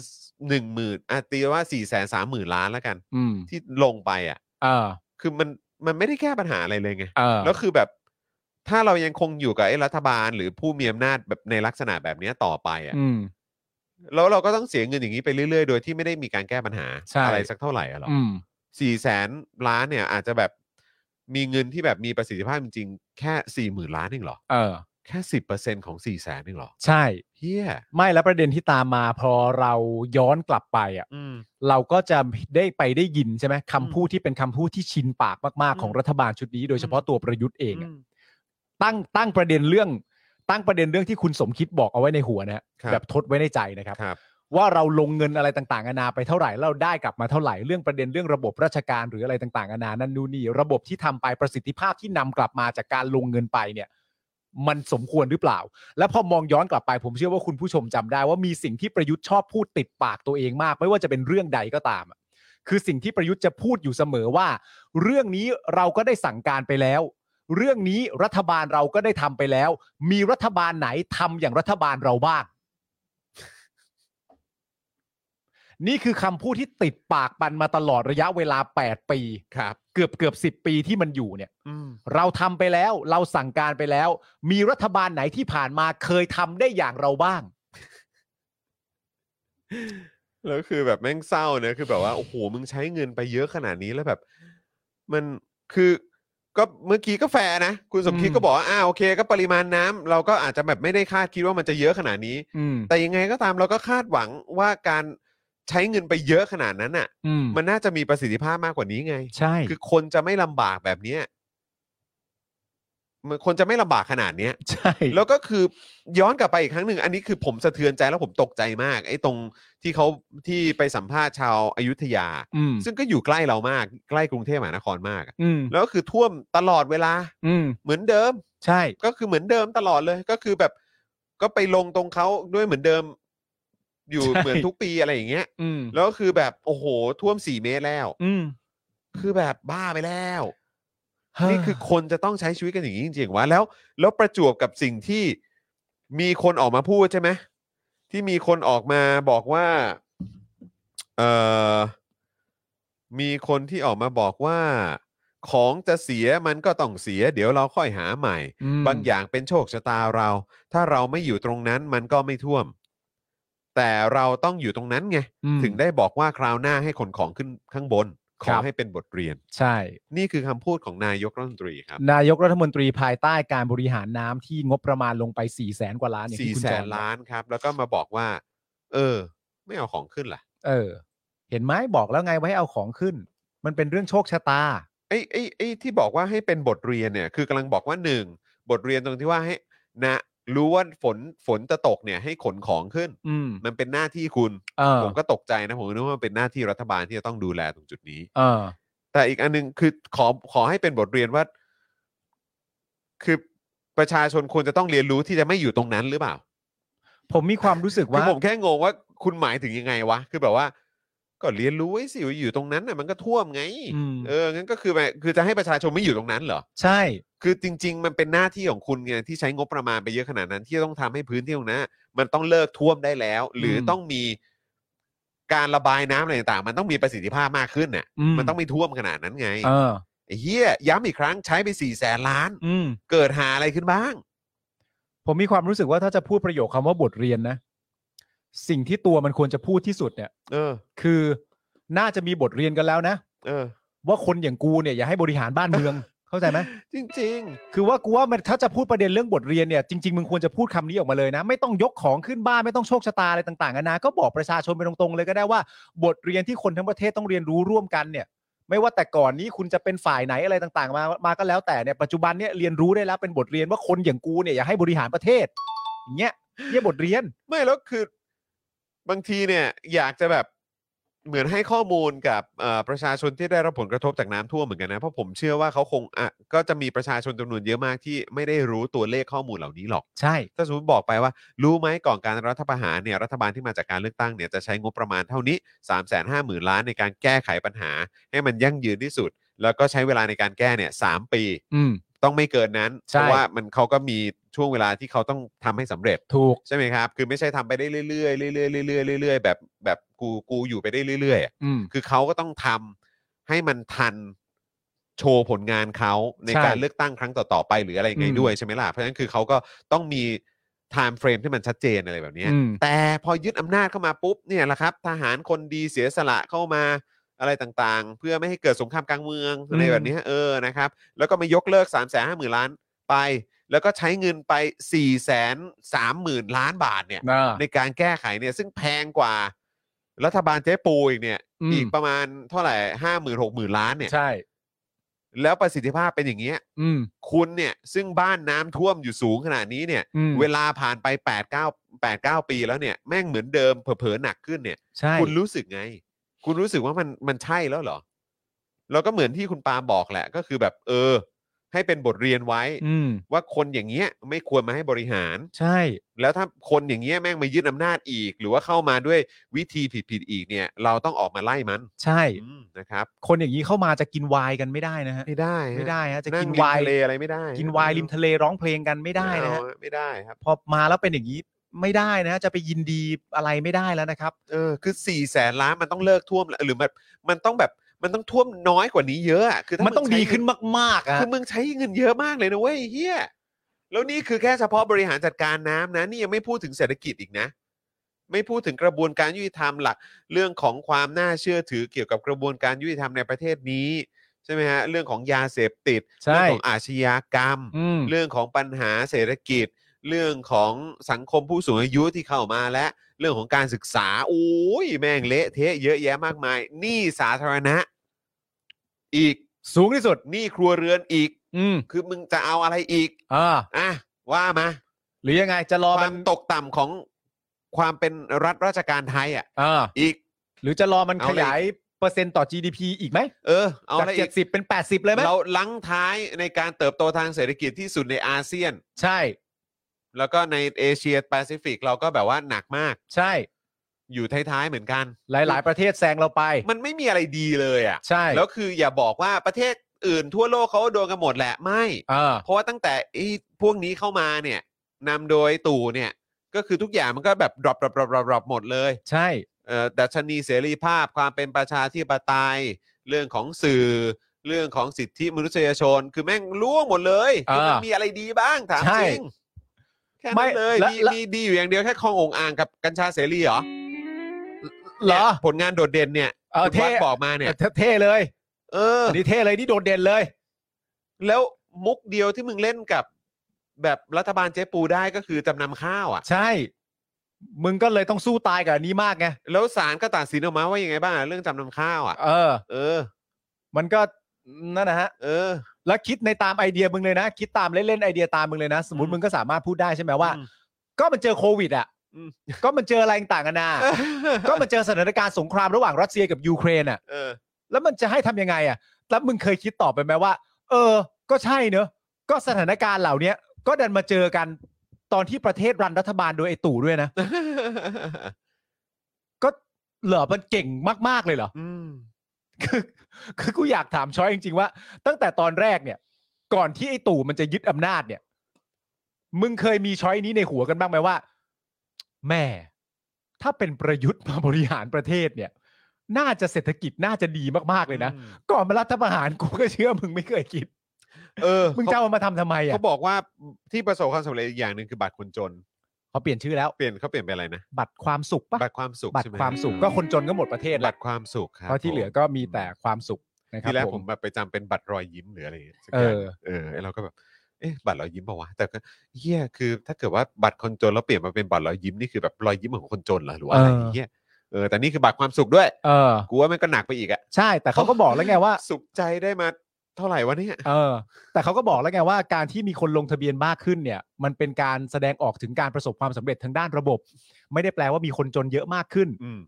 [SPEAKER 3] หนึ่งหมื่นอ่ะตีว่าสี่แสนสามหมื่นล้านแล้วกัน
[SPEAKER 5] อืม
[SPEAKER 3] ที่ลงไปอ่ะ
[SPEAKER 5] เออ
[SPEAKER 3] คือมันมันไม่ได้แก้ปัญหาอะไรเลยไง
[SPEAKER 5] เออ
[SPEAKER 3] แล้วคือแบบถ้าเรายังคงอยู่กับไอ้รัฐบาลหรือผู้มีอำนาจแบบในลักษณะแบบเนี้ยต่อไปอ่ะ
[SPEAKER 5] อืม
[SPEAKER 3] แล้วเราก็ต้องเสียเงินอย่างนี้ไปเรื่อยๆ โดยที่ไม่ได้มีการแก้ปัญหา
[SPEAKER 5] ใช่
[SPEAKER 3] อะไรสักเท่าไหร่อะหรอ
[SPEAKER 5] อืม
[SPEAKER 3] สี่แสนล้านเนี่ยอาจจะแบบมีเงินที่แบบมีประสิทธิภาพจริงๆ แค่สี่หมื่นล้านเองเหรอ
[SPEAKER 5] เออ
[SPEAKER 3] แค่สิบเปอร์เซ็นของสี่แสนเองเหรอ
[SPEAKER 5] ใช่
[SPEAKER 3] เฮีย
[SPEAKER 5] ไม่แล้วประเด็นที่ตามมาพอเราย้อนกลับไปอ่ะ
[SPEAKER 3] อืม
[SPEAKER 5] เราก็จะได้ไปได้ยินใช่ไหมคำพูดที่เป็นคำพูดที่ชินปากมาก ๆ ของ
[SPEAKER 3] อืม
[SPEAKER 5] รัฐบาลชุดนี้ โดยเฉพาะตัวประยุทธ์เองอะ
[SPEAKER 3] อืม
[SPEAKER 5] ตั้งตั้งประเด็นเรื่อง ตั้งประเด็นเรื่องที่คุณสมคิดบอกเอาไว้ในหัวนะฮะ
[SPEAKER 3] ครับ
[SPEAKER 5] แบบทดไว้ในใจนะครับ
[SPEAKER 3] ครับ
[SPEAKER 5] ว่าเราลงเงินอะไรต่างๆนานาไปเท่าไหร่เราได้กลับมาเท่าไหร่เรื่องประเด็นเรื่องระบบราชการหรืออะไรต่างๆนานานั่นนู่นนี่ระบบที่ทำไปประสิทธิภาพที่นำกลับมาจากการลงเงินไปเนี่ย มันสมควรหรือเปล่า และพอมองย้อนกลับไป ผมเชื่อว่าคุณผู้ชมจำได้ว่ามีสิ่งที่ประยุทธ์ชอบพูดติดปากตัวเองมาก ไม่ว่าจะเป็นเรื่องใดก็ตามอะคือสิ่งที่ประยุทธ์จะพูดอยู่เสมอว่า เรื่องนี้เราก็ได้สั่งการไปแล้ว เรื่องนี้รัฐบาลเราก็ได้ทำไปแล้ว มีรัฐบาลไหนทำอย่างรัฐบาลเราบ้าง นี่คือคำพูดที่ติดปากปันมาตลอดระยะเวลา 8 ปีครับ เกือบเกือบสิปีที่มันอยู่เนี่ย
[SPEAKER 3] อืม
[SPEAKER 5] เราทำไปแล้วเราสั่งการไปแล้ว มีรัฐบาลไหนที่ผ่านมาเคยทำได้อย่างเราบ้าง
[SPEAKER 3] แล้วคือแบบแม่งเศร้านะคือแบบว่าโอ้โหมึงใช้เงินไปเยอะขนาดนี้แล้วแบบ มันคือก็เมื่อกี้ก็แฟร์นะ คุณสมคิด
[SPEAKER 5] อืม
[SPEAKER 3] ก็บอกว่าอ่าโอเค ก็ปริมาณน้ำเราก็อาจจะแบบไม่ได้คาดคิดว่ามันจะเยอะขนาดนี้
[SPEAKER 5] อืม
[SPEAKER 3] แต่ยังไงก็ตามเราก็คาดหวังว่าการใช้เงินไปเยอะขนาดนั้นอ่ะ
[SPEAKER 5] อืม
[SPEAKER 3] มันน่าจะมีประสิทธิภาพมากกว่านี้ไง
[SPEAKER 5] ใช่
[SPEAKER 3] คือคนจะไม่ลำบากแบบเนี้ยมันคนจะไม่ลำบากขนาดเนี้ย
[SPEAKER 5] ใช่
[SPEAKER 3] แล้วก็คือย้อนกลับไปอีกครั้งหนึ่ง อันนี้คือผมสะเทือนใจแล้วผมตกใจมาก ไอ้ตรงที่เขาที่ไปสัมภาษณ์ชาวอายุทยา
[SPEAKER 5] อืม
[SPEAKER 3] ซึ่งก็อยู่ใกล้เรามาก ใกล้กรุงเทพมหานครมากอะ
[SPEAKER 5] อืม
[SPEAKER 3] แล้วก็คือท่วมตลอดเวลา
[SPEAKER 5] อืม
[SPEAKER 3] เหมือนเดิม
[SPEAKER 5] ใช่
[SPEAKER 3] ก็คือเหมือนเดิมตลอดเลย ก็คือแบบก็ไปลงตรงเขาด้วยเหมือนเดิม อยู่เหมือนทุกปีอะไรอย่างเงี้ย
[SPEAKER 5] อืม
[SPEAKER 3] แล้วก็คือแบบโอ้โห ท่วมสี่เมตรแล้ว
[SPEAKER 5] อืม
[SPEAKER 3] คือแบบบ้าไปแล้ว นี่คือคนจะต้องใช้ชีวิตกันอย่างนี้จริงๆวะแล้ว แล้วประจวบกับสิ่งที่มีคนออกมาพูดใช่ไหมที่มีคนออกมาบอกว่าเออมีคนที่ออกมาบอกว่า ของจะเสียมันก็ต้องเสีย เดี๋ยวเราค่อยหาใหม่
[SPEAKER 5] อืม
[SPEAKER 3] บางอย่างเป็นโชคชะตาเรา ถ้าเราไม่อยู่ตรงนั้นมันก็ไม่ท่วม แต่เราต้องอยู่ตรงนั้นไง
[SPEAKER 5] อืม
[SPEAKER 3] ถึงได้บอกว่าคราวหน้าให้ขนของขึ้นข้างบนข
[SPEAKER 5] ค
[SPEAKER 3] อ
[SPEAKER 5] รับ
[SPEAKER 3] ให้เป็นบทเรียน
[SPEAKER 5] ใช่
[SPEAKER 3] นี่คือคำพูดของนายกรัฐมนตรีครับ
[SPEAKER 5] นายกรัฐมนตรีภายใต้การบริหารน้ำที่งบประมาณลงไป4ี่แสนกว่าล้านอย่าง
[SPEAKER 3] สี่
[SPEAKER 5] ที่คุณ
[SPEAKER 3] แส
[SPEAKER 5] จอน ห์
[SPEAKER 3] ล้านครับ แล้วก็มาบอกว่า เออ ไม่เอาของขึ้นล่ะ
[SPEAKER 5] เออ เห็นไหมบอกแล้วไงไวาให้เอาของขึ้น มันเป็นเรื่องโชคชะตา
[SPEAKER 3] ไอ้ไอ้ไอ้ที่บอกว่าให้เป็นบทเรียนเนี่ย คือกำลังบอกว่าหนึ่งบทเรียนตรงที่ว่าให้นะรู้ว่าฝนฝนจะตกเนี่ยให้ขนของขึ้น
[SPEAKER 5] อืม
[SPEAKER 3] มันเป็นหน้าที่คุณ
[SPEAKER 5] เออ
[SPEAKER 3] ผมก็ตกใจนะ ผมนึกว่ามันเป็นหน้าที่รัฐบาลที่จะต้องดูแลตรงจุดนี้
[SPEAKER 5] เออ
[SPEAKER 3] แต่อีกอันหนึงคือขอขอให้เป็นบทเรียนว่า คือประชาชนควรจะต้องเรียนรู้ที่จะไม่อยู่ตรงนั้นหรือเปล่า
[SPEAKER 5] ผมมีความรู้สึก
[SPEAKER 3] คือ
[SPEAKER 5] ว่า
[SPEAKER 3] ผมแค่งงว่าคุณหมายถึงยังไงวะ คือแบบว่า ก็เรียนรู้ไว้สิว่าอยู่ตรงนั้นน่ะมันก็ท่วมไง
[SPEAKER 5] อืม
[SPEAKER 3] เอองั้นก็คือแบบคือจะให้ประชาชนไม่อยู่ตรงนั้นเหรอ
[SPEAKER 5] ใช่
[SPEAKER 3] คือจริง ๆ มันเป็นหน้าที่ของคุณไงที่ใช้งบประมาณไปเยอะขนาดนั้น ที่จะต้องทำให้พื้นที่ตรงนั้นน่ะมันต้องเลิกท่วมได้แล้ว หรืออ
[SPEAKER 5] ม
[SPEAKER 3] ต้องมีการระบายน้ำอะไรต่างๆ มันต้องมีประสิทธิภาพมากขึ้นน่ะ มันต้องไม่ท่วมขนาดนั้นไง
[SPEAKER 5] เออ
[SPEAKER 3] ไอ้เฮียย้ำอีกครั้งใช้ไปสี่แสนล้าน
[SPEAKER 5] อืม
[SPEAKER 3] เกิดหาอะไรขึ้นบ้าง
[SPEAKER 5] ผมมีความรู้สึกว่าถ้าจะพูดประโยคคำว่าบทเรียนนะ สิ่งที่ตัวมันควรจะพูดที่สุดเนี่ย
[SPEAKER 3] เออ
[SPEAKER 5] คือน่าจะมีบทเรียนกันแล้วนะ
[SPEAKER 3] เออ
[SPEAKER 5] ว่าคนอย่างกูเนี่ยอย่าให้บริหารบ้าน เมือง เข้าใจไหม
[SPEAKER 3] จริง
[SPEAKER 5] คือว่ากูว่ามันถ้าจะพูดประเด็นเรื่องบทเรียนเนี่ยจริงๆมึงควรจะพูดคำนี้ออกมาเลยนะ ไม่ต้องยกของขึ้นบ้านไม่ต้องโชคชะตาอะไรต่างๆนานาก็บอกประชาชนไปตรงๆเลยก็ได้ว่า บทเรียนที่คนทั้งประเทศต้องเรียนรู้ร่วมกันเนี่ย ไม่ว่าแต่ก่อนนี้คุณจะเป็นฝ่ายไหนอะไรต่างๆ มามาก็แล้วแต่เนี่ยปัจจุบันเนี่ยเรียนรู้ได้แล้วเป็นบทเรียนว่าคนอย่างกูเนี่ยอย่าให้บริหารประเทศอย่างเงี้ยเนี่ยบทเรียน
[SPEAKER 3] ไม่แล้วคือบางทีเนี่ยอยากจะแบบเหมือนให้ข้อมูลกับเอ่อประชาชนที่ได้รับผลกระทบจากน้ำท่วมเหมือนกันนะ เพราะผมเชื่อว่าเขาคงอ่ะก็จะมีประชาชนจำนวนเยอะมากที่ไม่ได้รู้ตัวเลขข้อมูลเหล่านี้หรอก
[SPEAKER 5] ใช่
[SPEAKER 3] ถ้าสมมติบอกไปว่า รู้ไหมก่อนการรัฐประหารเนี่ยรัฐบาลที่มาจากการเลือกตั้งเนี่ยจะใช้งบประมาณเท่านี้ 3 5 0 0 0 0 ล้านในการแก้ไขปัญหา ให้มันยั่งยืนที่สุด แล้วก็ใช้เวลาในการแก้เนี่ยสามปี
[SPEAKER 5] อืม
[SPEAKER 3] ต้องไม่เกินนั้นเพ
[SPEAKER 5] ใช่
[SPEAKER 3] ราะว่ามันเขาก็มี ช่วงเวลาที่เขาต้องทำให้สำเร็จ
[SPEAKER 5] ถูก
[SPEAKER 3] ใช่ไหมครับ คือไม่ใช่ทำไปได้เรื่อยๆเรื่อยๆเรื่อยๆเรื่อยๆแบบแบบกูกูอยู่ไปได้เรื่อยๆอะ
[SPEAKER 5] อืม
[SPEAKER 3] คือเขาก็ต้องทำให้มันทันโชว์ผลงานเขาใน
[SPEAKER 5] ใช่
[SPEAKER 3] การเลือกตั้งครั้งต่อๆไปหรืออะไรยังไง
[SPEAKER 5] อืม
[SPEAKER 3] ด้วยใช่ไหมล่ะ เพราะฉะนั้นคือเขาก็ต้องมีไทม์เฟรมที่มันชัดเจนอะไรแบบเนี้ย
[SPEAKER 5] อืม
[SPEAKER 3] แต่พอยึดอำนาจเข้ามาปุ๊บเนี่ยแหละครับ ทหารคนดีเสียสละเข้ามาอะไรต่างๆ เพื่อไม่ให้เกิดสงครามกลางเมืองอะไรแบบเนี้ยเออนะครับ แล้วก็มายกเลิก3ามแสนห้าหมื่นล้านไป แล้วก็ใช้เงินไป4ี่แสนสามหมื่นล้านบาทเนี่ย
[SPEAKER 5] อ่า
[SPEAKER 3] ในการแก้ไขเนี่ยซึ่งแพงกว่า รัฐบาลเจ๊ปูอีกเนี่ย
[SPEAKER 5] อืม
[SPEAKER 3] อีกประมาณเท่าไหร่ห้าหมื่นหกหมื่นล้านเนี่ย
[SPEAKER 5] ใช่
[SPEAKER 3] แล้วประสิทธิภาพเป็นอย่างเงี้ย
[SPEAKER 5] อืม
[SPEAKER 3] คุณเนี่ยซึ่งบ้านน้ำท่วมอยู่สูงขนาดนี้เนี่ย
[SPEAKER 5] อืม
[SPEAKER 3] เวลาผ่านไป8ปดเก้าแปดเก้าปีแล้วเนี่ยแม่งเหมือนเดิมเผลอๆหนักขึ้นเนี่ย
[SPEAKER 5] ใช่
[SPEAKER 3] คุณรู้สึกไง คุณรู้สึกว่ามันมันใช่แล้วเหรอ แล้วก็เหมือนที่คุณปาล์มบอกแหละ ก็คือแบบเออ ให้เป็นบทเรียนไว้
[SPEAKER 5] อืม
[SPEAKER 3] ว่าคนอย่างเงี้ยไม่ควรมาให้บริหาร
[SPEAKER 5] ใช่
[SPEAKER 3] แล้วถ้าคนอย่างเงี้ยแม่งมายึดอำนาจอีก หรือว่าเข้ามาด้วยวิธีผิดๆอีกเนี่ย เราต้องออกมาไล่มัน
[SPEAKER 5] ใช่
[SPEAKER 3] อืมนะครับ
[SPEAKER 5] คนอย่างนี้เข้ามาจะกินไวายกันไม่ได้นะฮะ
[SPEAKER 3] ไม่ได้ฮ
[SPEAKER 5] ไม่ได้ฮะจะ
[SPEAKER 3] นั่
[SPEAKER 5] กิ
[SPEAKER 3] ง
[SPEAKER 5] น
[SPEAKER 3] ริม
[SPEAKER 5] ไวาย
[SPEAKER 3] ทะเลอะไรไม่ได้
[SPEAKER 5] กินไวายริมทะเลร้องเพลงกันไม่ได้นะ
[SPEAKER 3] เอา
[SPEAKER 5] ฮะ
[SPEAKER 3] ไม่ได้ครับ
[SPEAKER 5] พอมาแล้วเป็นอย่างนี้ไม่ได้นะฮะจะไปยินดีอะไรไม่ได้แล้วนะครับ
[SPEAKER 3] เออคือสี่แสนล้านมันต้องเลิกท่วมแล้วหรือมันมันต้องแบบมันต้องท่วมน้อยกว่านี้เยอะอะคือถ้า
[SPEAKER 5] มันต้อง
[SPEAKER 3] ใช้
[SPEAKER 5] ดี
[SPEAKER 3] เ
[SPEAKER 5] ขึ้นมากๆอ่ะ
[SPEAKER 3] คือมึงใช้เงินเยอะมากเลยนะเว้ยเฮียแล้วนี่คือแค่เฉพาะบริหารจัดการน้ำนะ นี่ยังไม่พูดถึงเศรษฐกิจอีกนะ ไม่พูดถึงกระบวนการยุติธรรมหลัก เรื่องของความน่าเชื่อถือเกี่ยวกับกระบวนการยุติธรรมในประเทศนี้ใช่ไหมฮะเรื่องของยาเสพติด
[SPEAKER 5] ใช่
[SPEAKER 3] เรื่องของอาชญากรรม
[SPEAKER 5] อืม
[SPEAKER 3] เรื่องของปัญหาเศรษฐกิจ เรื่องของสังคมผู้สูงอายุที่เข้ามาและ เรื่องของการศึกษาโอ้ยแม่งเละเทะเยอะแยะมากมายหนี้สาธารณะ อีก
[SPEAKER 5] สูงที่สุด
[SPEAKER 3] หนี้ครัวเรือนอีก
[SPEAKER 5] อืม
[SPEAKER 3] คือมึงจะเอาอะไรอีก
[SPEAKER 5] อ่า
[SPEAKER 3] อ่ะ ว่ามา
[SPEAKER 5] หรือยังไงจะรอ
[SPEAKER 3] ค
[SPEAKER 5] มั
[SPEAKER 3] วาน มตกต่ำของความเป็นรัฐราชการไทยอ่ะ
[SPEAKER 5] อ่า
[SPEAKER 3] อีก
[SPEAKER 5] หรือจะรอมัน
[SPEAKER 3] เอา
[SPEAKER 5] ข
[SPEAKER 3] เลย
[SPEAKER 5] ยายเปอร์เซ็นต์ต่อ GDP อีกไหม
[SPEAKER 3] เออ เอาอะ
[SPEAKER 5] จาก
[SPEAKER 3] ไรอี
[SPEAKER 5] เจ็ด
[SPEAKER 3] ก
[SPEAKER 5] สิบเป็นแปดสิบเลยไหม
[SPEAKER 3] เราลังท้ายในการเติบโตทางเศรษฐกิจที่สุดในอาเซียน
[SPEAKER 5] ใช่
[SPEAKER 3] แล้วก็ในเอเชียแปซิฟิกเราก็แบบว่าหนักมาก
[SPEAKER 5] ใช่
[SPEAKER 3] อยู่ท้ายๆเหมือนกัน
[SPEAKER 5] หลาย ๆ ประเทศแซงเราไป
[SPEAKER 3] มันไม่มีอะไรดีเลยอ่ะ
[SPEAKER 5] ใช่
[SPEAKER 3] แล้วคืออย่าบอกว่าประเทศอื่นทั่วโลกเขาโดนกันหมดแหละ ไม่
[SPEAKER 5] อ่า
[SPEAKER 3] เพราะว่าตั้งแต่ไอ้พวกนี้เข้ามาเนี่ยนำโดยตู่เนี่ย ก็คือทุกอย่างมันก็แบบดรอปดรอปดรอปดรอปหมดเลย
[SPEAKER 5] ใช่
[SPEAKER 3] เอ่อดัชนีเสรีภาพความเป็นประชาธิปไตย เรื่องของสื่อ เรื่องของสิทธิมนุษยชน คือแม่งล่วงหมดเลย
[SPEAKER 5] อ่า
[SPEAKER 3] คือมันมีอะไรดีบ้างถาม
[SPEAKER 5] ใช่
[SPEAKER 3] จริงแค่
[SPEAKER 5] ไม่
[SPEAKER 3] นั้นเลย
[SPEAKER 5] และ
[SPEAKER 3] มี
[SPEAKER 5] และ
[SPEAKER 3] มีดีอยู่อย่างเดียวแค่คลององอ่างกับกัญชาเสรีเหรอ
[SPEAKER 5] เหรอ
[SPEAKER 3] นี่ยผลงานโดดเด่นเนี่ย
[SPEAKER 5] เออ
[SPEAKER 3] คุณวัด
[SPEAKER 5] เท่
[SPEAKER 3] บอกมาเนี่ย
[SPEAKER 5] เท่ๆเลย
[SPEAKER 3] เออ
[SPEAKER 5] อันนี้เท่เลยนี่โดดเด่นเลย
[SPEAKER 3] แล้วมุกเดียวที่มึงเล่นกับ แบบรัฐบาลเจ๊ปูได้ก็คือจำนำข้าวอ่ะ
[SPEAKER 5] ใช่ มึงก็เลยต้องสู้ตายกับอันนี้มากไง
[SPEAKER 3] แล้วศาลก็ตัดสินออกมาว่ายังไงบ้างอะเรื่องจำนำข้าวอ่ะ
[SPEAKER 5] เออ
[SPEAKER 3] เออ
[SPEAKER 5] มันก็นั่นนะฮะ
[SPEAKER 3] เออ
[SPEAKER 5] แล้วคิดในตามไอเดียมึงเลยนะ คิดตามเล่นๆไอเดียตามมึงเลยนะ สมมติมึงก็สามารถพูดได้ใช่ไหมว่า
[SPEAKER 3] อืม
[SPEAKER 5] ก็มันเจอโควิดอ่ะ
[SPEAKER 3] อืม
[SPEAKER 5] ก็มันเจออะไรต่าง กันานา ก็มันเจอสถานการณ์สงครามระหว่างรัสเซียกับยูเครนอ่ะ
[SPEAKER 3] เออ
[SPEAKER 5] แล้วมันจะให้ทำยังไงอ่ะ แล้วมึงเคยคิดต่อไปไหมว่า เออ ก็ใช่เนอะ ก็สถานการณ์เหล่าเนี้ยก็ดันมาเจอกันตอนที่ประเทศรันรัฐบาลโดยไอตู่ด้วยนะ ก็เหรอมันเก่งมากๆเลยเหรอ
[SPEAKER 3] อืม
[SPEAKER 5] คือคือกูอยากถามช้อยจริงๆว่า ตั้งแต่ตอนแรกเนี่ย ก่อนที่ไอ้ตู่มันจะยึดอำนาจเนี่ย มึงเคยมีช้อยนี้ในหัวกันบ้างไหมว่า แม่ ถ้าเป็นประยุทธ์มาบริหารประเทศเนี่ย น่าจะเศรษฐกิจน่าจะดีมากๆเลยนะ
[SPEAKER 3] อืม
[SPEAKER 5] ก่อนมารัฐประหารกูก็เชื่อมึงไม่เคยคิด
[SPEAKER 3] เออ
[SPEAKER 5] มึงจะ
[SPEAKER 3] เขา
[SPEAKER 5] เอามาทำทำไมอ่ะ
[SPEAKER 3] เขาบอกว่าที่ประสบความสำเร็จอีกอย่างหนึ่งคือบัตรคนจน
[SPEAKER 5] เขาเปลี่ยนชื่อแล้ว
[SPEAKER 3] เปลี่ยนเขาเปลี่ยนไปนอะไรนะ
[SPEAKER 5] บัตรความสุขปะ
[SPEAKER 3] บัตรความสุข
[SPEAKER 5] บัต
[SPEAKER 3] ใช่
[SPEAKER 5] ร
[SPEAKER 3] ไห
[SPEAKER 5] ความสุขก็คนจนก็หมดประเทศ
[SPEAKER 3] บั
[SPEAKER 5] ละ
[SPEAKER 3] ตรความสุขครับ
[SPEAKER 5] เพราะที่เหลือก็มีแต่ความสุขนะครั
[SPEAKER 3] ที
[SPEAKER 5] บ
[SPEAKER 3] แรก
[SPEAKER 5] ผ
[SPEAKER 3] ผม มแบบไปจำเป็นบัตรรอยยิ้มหรืออะไรอย่างเงี้ยสัก
[SPEAKER 5] เอย่าง อ
[SPEAKER 3] เออไอ้เราก็แบบเอ๊ะบัตรรอยยิ้มเปล่าวะแต่ก็เฮียคือถ้าเกิดว่าบัตรคนจนแล้วเปลี่ยนมาเป็นบัตรรอยยิ้มนี่คือแบบรอยยิ้มของคนจนเหรอหรือว่าอะไรอย่างเงี้ยเออแต่นี่คือบัตรความสุขด้วย
[SPEAKER 5] เออ
[SPEAKER 3] กูว่ามันก็หนักไปอีกอะ
[SPEAKER 5] ใช่ แต่เขาก็บอกแล้วไงว่า
[SPEAKER 3] สุขใจได้มาเท่าไหร่วะเนี่ย
[SPEAKER 5] เออแต่เขาก็บอกแล้วไงว่าการที่มีคนลงทะเบียนมากขึ้นเนี่ย มันเป็นการแสดงออกถึงการประสบความสำเร็จทางด้านระบบ ไม่ได้แปลว่ามีคนจนเยอะมากขึ้น
[SPEAKER 3] อืม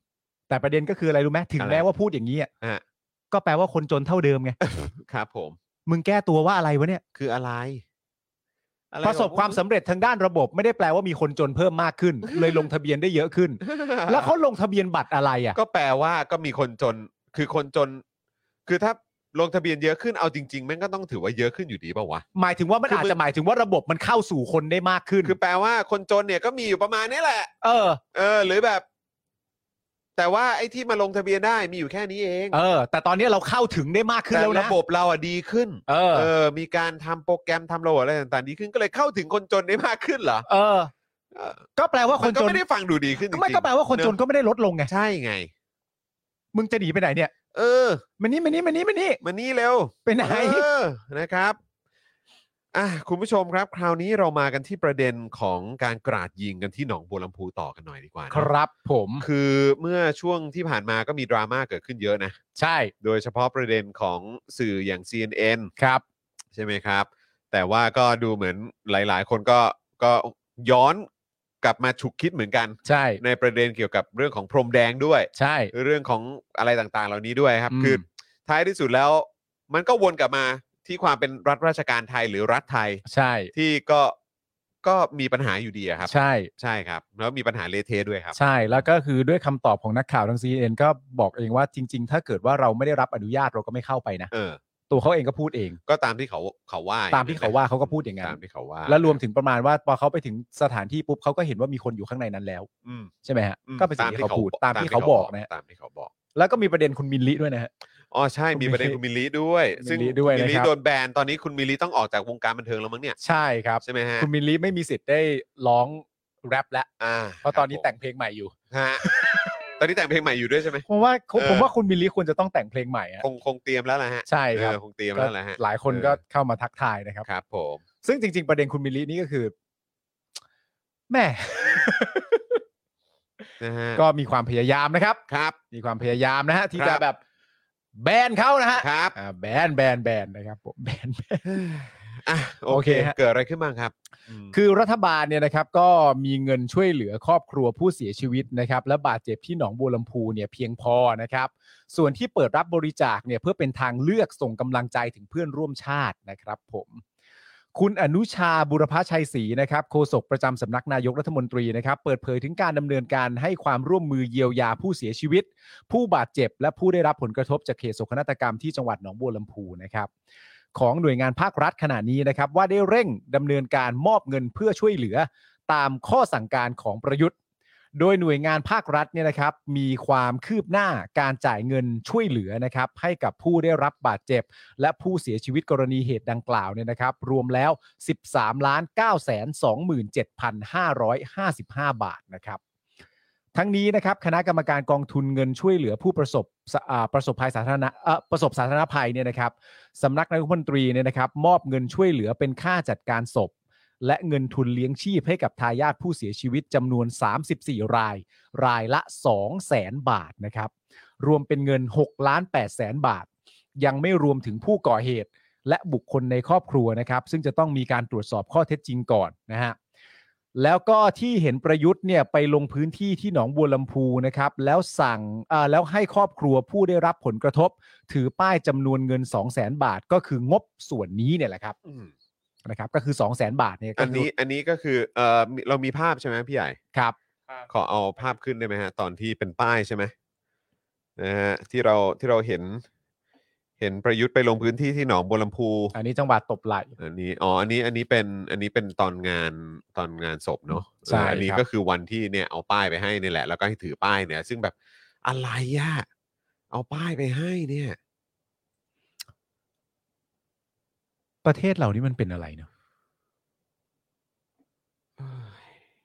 [SPEAKER 5] แต่ประเด็นก็คืออะไรรู้ไหมถึง
[SPEAKER 3] อะไร
[SPEAKER 5] แม้ว่าพูดอย่างนี้อ่ะ
[SPEAKER 3] อ่ะ
[SPEAKER 5] ก็แปลว่าคนจนเท่าเดิมไง
[SPEAKER 3] ครับผม
[SPEAKER 5] มึงแก้ตัวว่าอะไรวะเนี่ย
[SPEAKER 3] คืออะไรอไ
[SPEAKER 5] ประสบความสำเร็จทางด้านระบบ ไม่ได้แปลว่ามีคนจนเพิ่มมากขึ้น เลยลงทะเบียนได้เยอะขึ้น แล้วเขาลงทะเบียนบัตรอะไรอ่ะ
[SPEAKER 3] ก็แปลว่าก็มีคนจนคือคนจน คือถ้า ลงทะเบียนเยอะขึ้นเอาจริงๆแม่งก็ต้องถือว่าเยอะขึ้นอยู่ดีป่าวะ
[SPEAKER 5] หมายถึงว่ามัน
[SPEAKER 3] คือมั
[SPEAKER 5] อาจ
[SPEAKER 3] น
[SPEAKER 5] จะหมายถึงว่าระบบมันเข้าสู่คนได้มากขึ้น
[SPEAKER 3] คือแปลว่าคนจนเนี่ยก็มีอยู่ประมาณนี้แหละ
[SPEAKER 5] เออ
[SPEAKER 3] เออ หรือแบบ แต่ว่าไอ้ที่มาลงทะเบียนได้มีอยู่แค่นี้เอง
[SPEAKER 5] เออ แต่ตอนนี้เราเข้าถึงได้มากขึ้น
[SPEAKER 3] แต่
[SPEAKER 5] แล้วนะ
[SPEAKER 3] ระบบเราอ่ะดีขึ้น
[SPEAKER 5] เออ
[SPEAKER 3] เออ มีการทำโปรแกรมทำระบบอะไรต่างๆ ดีขึ้นก็เลยเข้าถึงคนจนได้มากขึ้นเหรอ
[SPEAKER 5] เออ
[SPEAKER 3] เออ
[SPEAKER 5] ก็แปลว่าค
[SPEAKER 3] มัน นก็
[SPEAKER 5] จน
[SPEAKER 3] ไม่ได้ฟังดูดีขึ้นจริ
[SPEAKER 5] ก็
[SPEAKER 3] งๆ
[SPEAKER 5] ไม่ก็แปลว่าคนจน
[SPEAKER 3] เอะ
[SPEAKER 5] ก็ไม่ได้ลดลงไง
[SPEAKER 3] ใช่ไง
[SPEAKER 5] มึงจะหนีไปไหนเนี่ย
[SPEAKER 3] เออ
[SPEAKER 5] มานี่มานี่มานี่มานี่
[SPEAKER 3] มานี่เร็ว
[SPEAKER 5] ไปไหน
[SPEAKER 3] เออนะครับอ่ะคุณผู้ชมครับ คราวนี้เรามากันที่ประเด็นของการกราดยิงกันที่หนองบัวลำพูต่อกันหน่อยดีกว่านะครับ
[SPEAKER 5] ผม
[SPEAKER 3] คือเมื่อช่วงที่ผ่านมาก็มีดราม่าเกิดขึ้นเยอะนะ
[SPEAKER 5] ใช่
[SPEAKER 3] โดยเฉพาะประเด็นของสื่ออย่าง CNN
[SPEAKER 5] ครับ
[SPEAKER 3] ใช่ไหมครับ แต่ว่าก็ดูเหมือนหลายๆ คนก็ก็ย้อนกลับมาฉุกคิดเหมือนกัน
[SPEAKER 5] ใช่
[SPEAKER 3] ในประเด็นเกี่ยวกับเรื่องของพรมแดงด้วย
[SPEAKER 5] ใช่
[SPEAKER 3] เรื่องของอะไรต่างๆ เหล่านี้ด้วยครับ
[SPEAKER 5] อืม
[SPEAKER 3] คือท้ายที่สุดแล้ว มันก็วนกลับมาที่ความเป็นรัฐราชการไทยหรือรัฐไทย
[SPEAKER 5] ใช่
[SPEAKER 3] ที่ก็ก็มีปัญหาอยู่ดีอะครับ
[SPEAKER 5] ใช่
[SPEAKER 3] ใช่ครับ แล้วมีปัญหาเละเทะด้วยครับ
[SPEAKER 5] ใช่แล้วก็คือด้วยคำตอบของนักข่าวทาง CNN ก็บอกเองว่าจริง ๆ ถ้าเกิดว่าเราไม่ได้รับอนุญาตเราก็ไม่เข้าไปนะ
[SPEAKER 3] เออ
[SPEAKER 5] ตัวเขาเองก็พูดเอง
[SPEAKER 3] ก็ตามที่เขาเขาว่า
[SPEAKER 5] ตามที่เขาว่าเขาก็พูดอย่างนั้น
[SPEAKER 3] ตามที่เขาว่า
[SPEAKER 5] แล้วรวมถึงประมาณว่าพอเขาไปถึงสถานที่ปุ๊บเขาก็เห็นว่ามีคนอยู่ข้างในนั้นแล้ว
[SPEAKER 3] อืม
[SPEAKER 5] ใช่ไหมฮะ
[SPEAKER 3] อืม
[SPEAKER 5] ก็เป็นสิ่งที่เขาพูดตามที่เขาบอกนะฮะ
[SPEAKER 3] ตามที่เขาบอก
[SPEAKER 5] แล้วก็มีประเด็นคุณมินลิด้วยนะฮะ
[SPEAKER 3] อ๋อใช่มีประเด็น
[SPEAKER 5] คุ
[SPEAKER 3] คุณ
[SPEAKER 5] ณมิ
[SPEAKER 3] มิล
[SPEAKER 5] ลลิ
[SPEAKER 3] ลิด้วย
[SPEAKER 5] มิลลิ
[SPEAKER 3] ซึ่ง
[SPEAKER 5] ด้วย
[SPEAKER 3] มิลลิ
[SPEAKER 5] นะครับ
[SPEAKER 3] โดนแบนตอนนี้คุณมิลลิต้องออกจากวงการบันเทิงแล้วมั้งเนี่ย
[SPEAKER 5] ใช่ครับ
[SPEAKER 3] ใช่ไหมฮะ
[SPEAKER 5] คุณมินลิไม่มีสิทธิ์ได้ร้องแรปแล้ว
[SPEAKER 3] อ่า
[SPEAKER 5] เพราะตอนนี้
[SPEAKER 3] คบผม
[SPEAKER 5] แต่งเพลงใหม่อยู่
[SPEAKER 3] ฮะตอนนี้แต่งเพลงใหม่อยู่ด้วยใช่ไหม
[SPEAKER 5] ผมว่า
[SPEAKER 3] เออ
[SPEAKER 5] ผมว่าคุณมินลิควรจะต้องแต่งเพลงใหม่ฮะ
[SPEAKER 3] คงคงเตรียมแล้วล่ะฮะ
[SPEAKER 5] ใช่ครับ
[SPEAKER 3] เออคงเตรียมแล้วล่ะฮะ
[SPEAKER 5] หลายคนก็เข้ามาทักทายนะครับ
[SPEAKER 3] ครับผม
[SPEAKER 5] ซึ่งจริง ๆ ประเด็นคุณมิลลินี่ก็คือแม่
[SPEAKER 3] นะฮะ
[SPEAKER 5] ก็มีความพยายามนะครับ
[SPEAKER 3] ครับ
[SPEAKER 5] มีความพยายามนะฮะ ที่
[SPEAKER 3] ครับ
[SPEAKER 5] จะแบบแบนเขานะฮะ
[SPEAKER 3] ครับ
[SPEAKER 5] อ่าแบนแบนแบนนะครับผมแบนแบน
[SPEAKER 3] อ่ะโอ
[SPEAKER 5] โอ
[SPEAKER 3] เค
[SPEAKER 5] เคฮะ
[SPEAKER 3] เกิดอะไรขึ้นบ้างครับม
[SPEAKER 5] คือรัฐบาลเนี่ยนะครับ ก็มีเงินช่วยเหลือครอบครัวผู้เสียชีวิตนะครับ และบาดเจ็บที่หนองบัวลำพูเนี่ยเพียงพอนะครับ ส่วนที่เปิดรับบริจาคเนี่ยเพื่อเป็นทางเลือกส่งกำลังใจถึงเพื่อนร่วมชาตินะครับผม คุณอนุชาบุรพชัยศรีนะครับโฆษกประจำสำนักนายกรัฐมนตรีนะครับ เปิดเผยถึงการดำเนินการให้ความร่วมมือเยียวยาผู้เสียชีวิต ผู้บาดเจ็บ และผู้ได้รับผลกระทบจากเหตุโศกนาฏกรรมที่จังหวัดหนองบัวลำพูนะครับ ของหน่วยงานภาครัฐขณะนี้นะครับ ว่าได้เร่งดำเนินการมอบเงินเพื่อช่วยเหลือตามข้อสั่งการของประยุทธ์ โดยหน่วยงานภาครัฐเนี่ยนะครับ มีความคืบหน้าการจ่ายเงินช่วยเหลือนะครับ ให้กับผู้ได้รับบาดเจ็บ และผู้เสียชีวิตกรณีเหตุดังกล่าวเนี่ยนะครับ รวมแล้ว 13 ล้าน9 2 7 5 5 5 บาทนะครับ ทั้งนี้นะครับคณะกรรมการกองทุนเงินช่วยเหลือผู้ประสบสอ่าประสบภัยสาธารณะเอ่อประสบสาธารณภัยเนี่ยนะครับ สำนักนายกรัฐมนตรีเนี่ยนะครับ มอบเงินช่วยเหลือเป็นค่าจัดการศพ และเงินทุนเลี้ยงชีพให้กับทายาทผู้เสียชีวิตจำนวน 34 ราย รายละ 200,000 บาทนะครับ รวมเป็นเงิน6ล้าน8แสนบาท ยังไม่รวมถึงผู้ก่อเหตุ และบุคคลในครอบครัวนะครับ ซึ่งจะต้องมีการตรวจสอบข้อเท็จจริงก่อนนะฮะแล้วก็ที่เห็นประยุทธ์เนี่ยไปลงพื้นที่ที่หนองบัวลำพูนะครับแล้วสั่งอ่าแล้วให้ครอบครัวผู้ได้รับผลกระทบ ถือป้ายจำนวนเงิน 2 0 0แสนบาทก็คืองบส่วนนี้เนี่ยแหละครับ
[SPEAKER 3] ม
[SPEAKER 5] นะครับ ก็คือ 2 0 0แสนบาทเนี่ยก็
[SPEAKER 3] อันนี้อันนี้ก็คือเออมีเรามีภาพใช่ไหมพี่ใหญ่
[SPEAKER 5] ครับ
[SPEAKER 3] ขอเอาภาพขึ้นได้ไหมฮะ ตอนที่เป็นป้ายใช่ไหมนะฮะที่เราที่เราเห็น เห็นประยุทธ์ไปลงพื้นที่ที่หนองบัวลำพู
[SPEAKER 5] อันนี้จังหวัดตบไหล
[SPEAKER 3] อันนี้อ๋ออันนี้อันนี้เป็นอันนี้เป็นตอนงานตอนงานศพเนาะ
[SPEAKER 5] ใช่
[SPEAKER 3] เอออันี้
[SPEAKER 5] ครับ
[SPEAKER 3] ก็คือวันที่เนี่ยเอาป้ายไปให้เนี่ยแหละ แล้วก็ให้ถือป้ายเนี่ย ซึ่งแบบอะไรอะเอาป้ายไปให้เนี่ย
[SPEAKER 5] ประเทศเหล่านี้มันเป็นอะไรเนาะ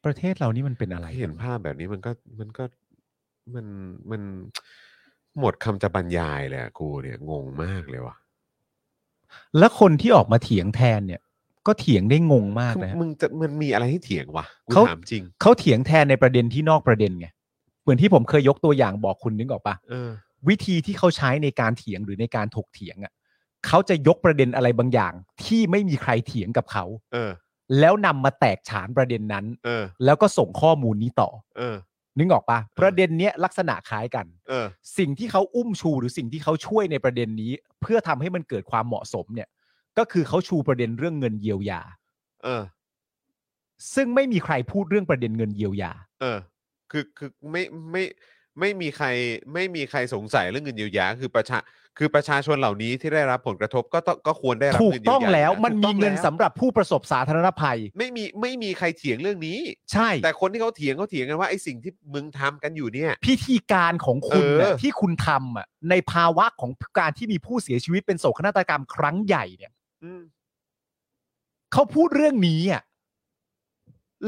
[SPEAKER 5] ประเทศเหล่านี้มันเป็นอะไร
[SPEAKER 3] เห็นภาพแบบนี้มันก็มันก็มันมันหมดคำจะบรรยายเลยอะกูเนี่ยงงมากเลยว่ะ
[SPEAKER 5] แล้วคนที่ออกมาเถียงแทนเนี่ย ก็เถียงได้งงมาก
[SPEAKER 3] คือ
[SPEAKER 5] นะฮะ
[SPEAKER 3] มึงจะมันมีอะไรให้เถียงวะกู
[SPEAKER 5] เขา
[SPEAKER 3] ถามจริง
[SPEAKER 5] เขาเถียงแทนในประเด็นที่นอกประเด็นไงเหมือนที่ผมเคยยกตัวอย่างบอกคุณนึกออกปะ
[SPEAKER 3] เออ
[SPEAKER 5] วิธีที่เขาใช้ในการเถียงหรือในการถกเถียงอ่ะเขาจะยกประเด็นอะไรบางอย่าง ที่ไม่มีใครเถียงกับเขา
[SPEAKER 3] เออ
[SPEAKER 5] แล้วนำมาแตกฉานประเด็นนั้น
[SPEAKER 3] เออ
[SPEAKER 5] แล้วก็ส่งข้อมูลนี้ต่อ
[SPEAKER 3] เออ
[SPEAKER 5] นึกออกปะประเด็นเนี้ยลักษณะคล้ายกัน
[SPEAKER 3] เออ
[SPEAKER 5] สิ่งที่เขาอุ้มชูหรือสิ่งที่เขาช่วยในประเด็นนี้ เพื่อทำให้มันเกิดความเหมาะสมเนี่ย ก็คือเขาชูประเด็นเรื่องเงินเยียวยา
[SPEAKER 3] เออ
[SPEAKER 5] ซึ่งไม่มีใครพูดเรื่องประเด็นเงินเยียวยา
[SPEAKER 3] เออ คือคือไม่ไม่ ไม่มีใครไม่มีใครสงสัยเรื่องเงินเยียวยาคือประชาคือประชาชนเหล่านี้ที่ได้รับผลกระทบก็ต้องก็ควรได้รับ
[SPEAKER 5] ถูก
[SPEAKER 3] เงินเยียวยา
[SPEAKER 5] ต้องแล้ว
[SPEAKER 3] ะ
[SPEAKER 5] มัน
[SPEAKER 3] ถูก
[SPEAKER 5] มี
[SPEAKER 3] ต้อง
[SPEAKER 5] เงิน
[SPEAKER 3] แล้ว
[SPEAKER 5] สำหรับผู้ประสบสาธารณภัย
[SPEAKER 3] ไม่มีไม่มีใครเถียงเรื่องนี้
[SPEAKER 5] ใช่
[SPEAKER 3] แต่คนที่เขาเถียงเขาเถียงกันว่าไอ้สิ่งที่มึงทำกันอยู่เนี่ย
[SPEAKER 5] พิธีการของคุณน่ะ
[SPEAKER 3] เออ
[SPEAKER 5] ที่คุณทำอ่ะในภาวะของการที่มีผู้เสียชีวิตเป็นโศกนาฏกรรมครั้งใหญ่เนี่ย
[SPEAKER 3] อืม
[SPEAKER 5] เขาพูดเรื่องนี้อ่ะ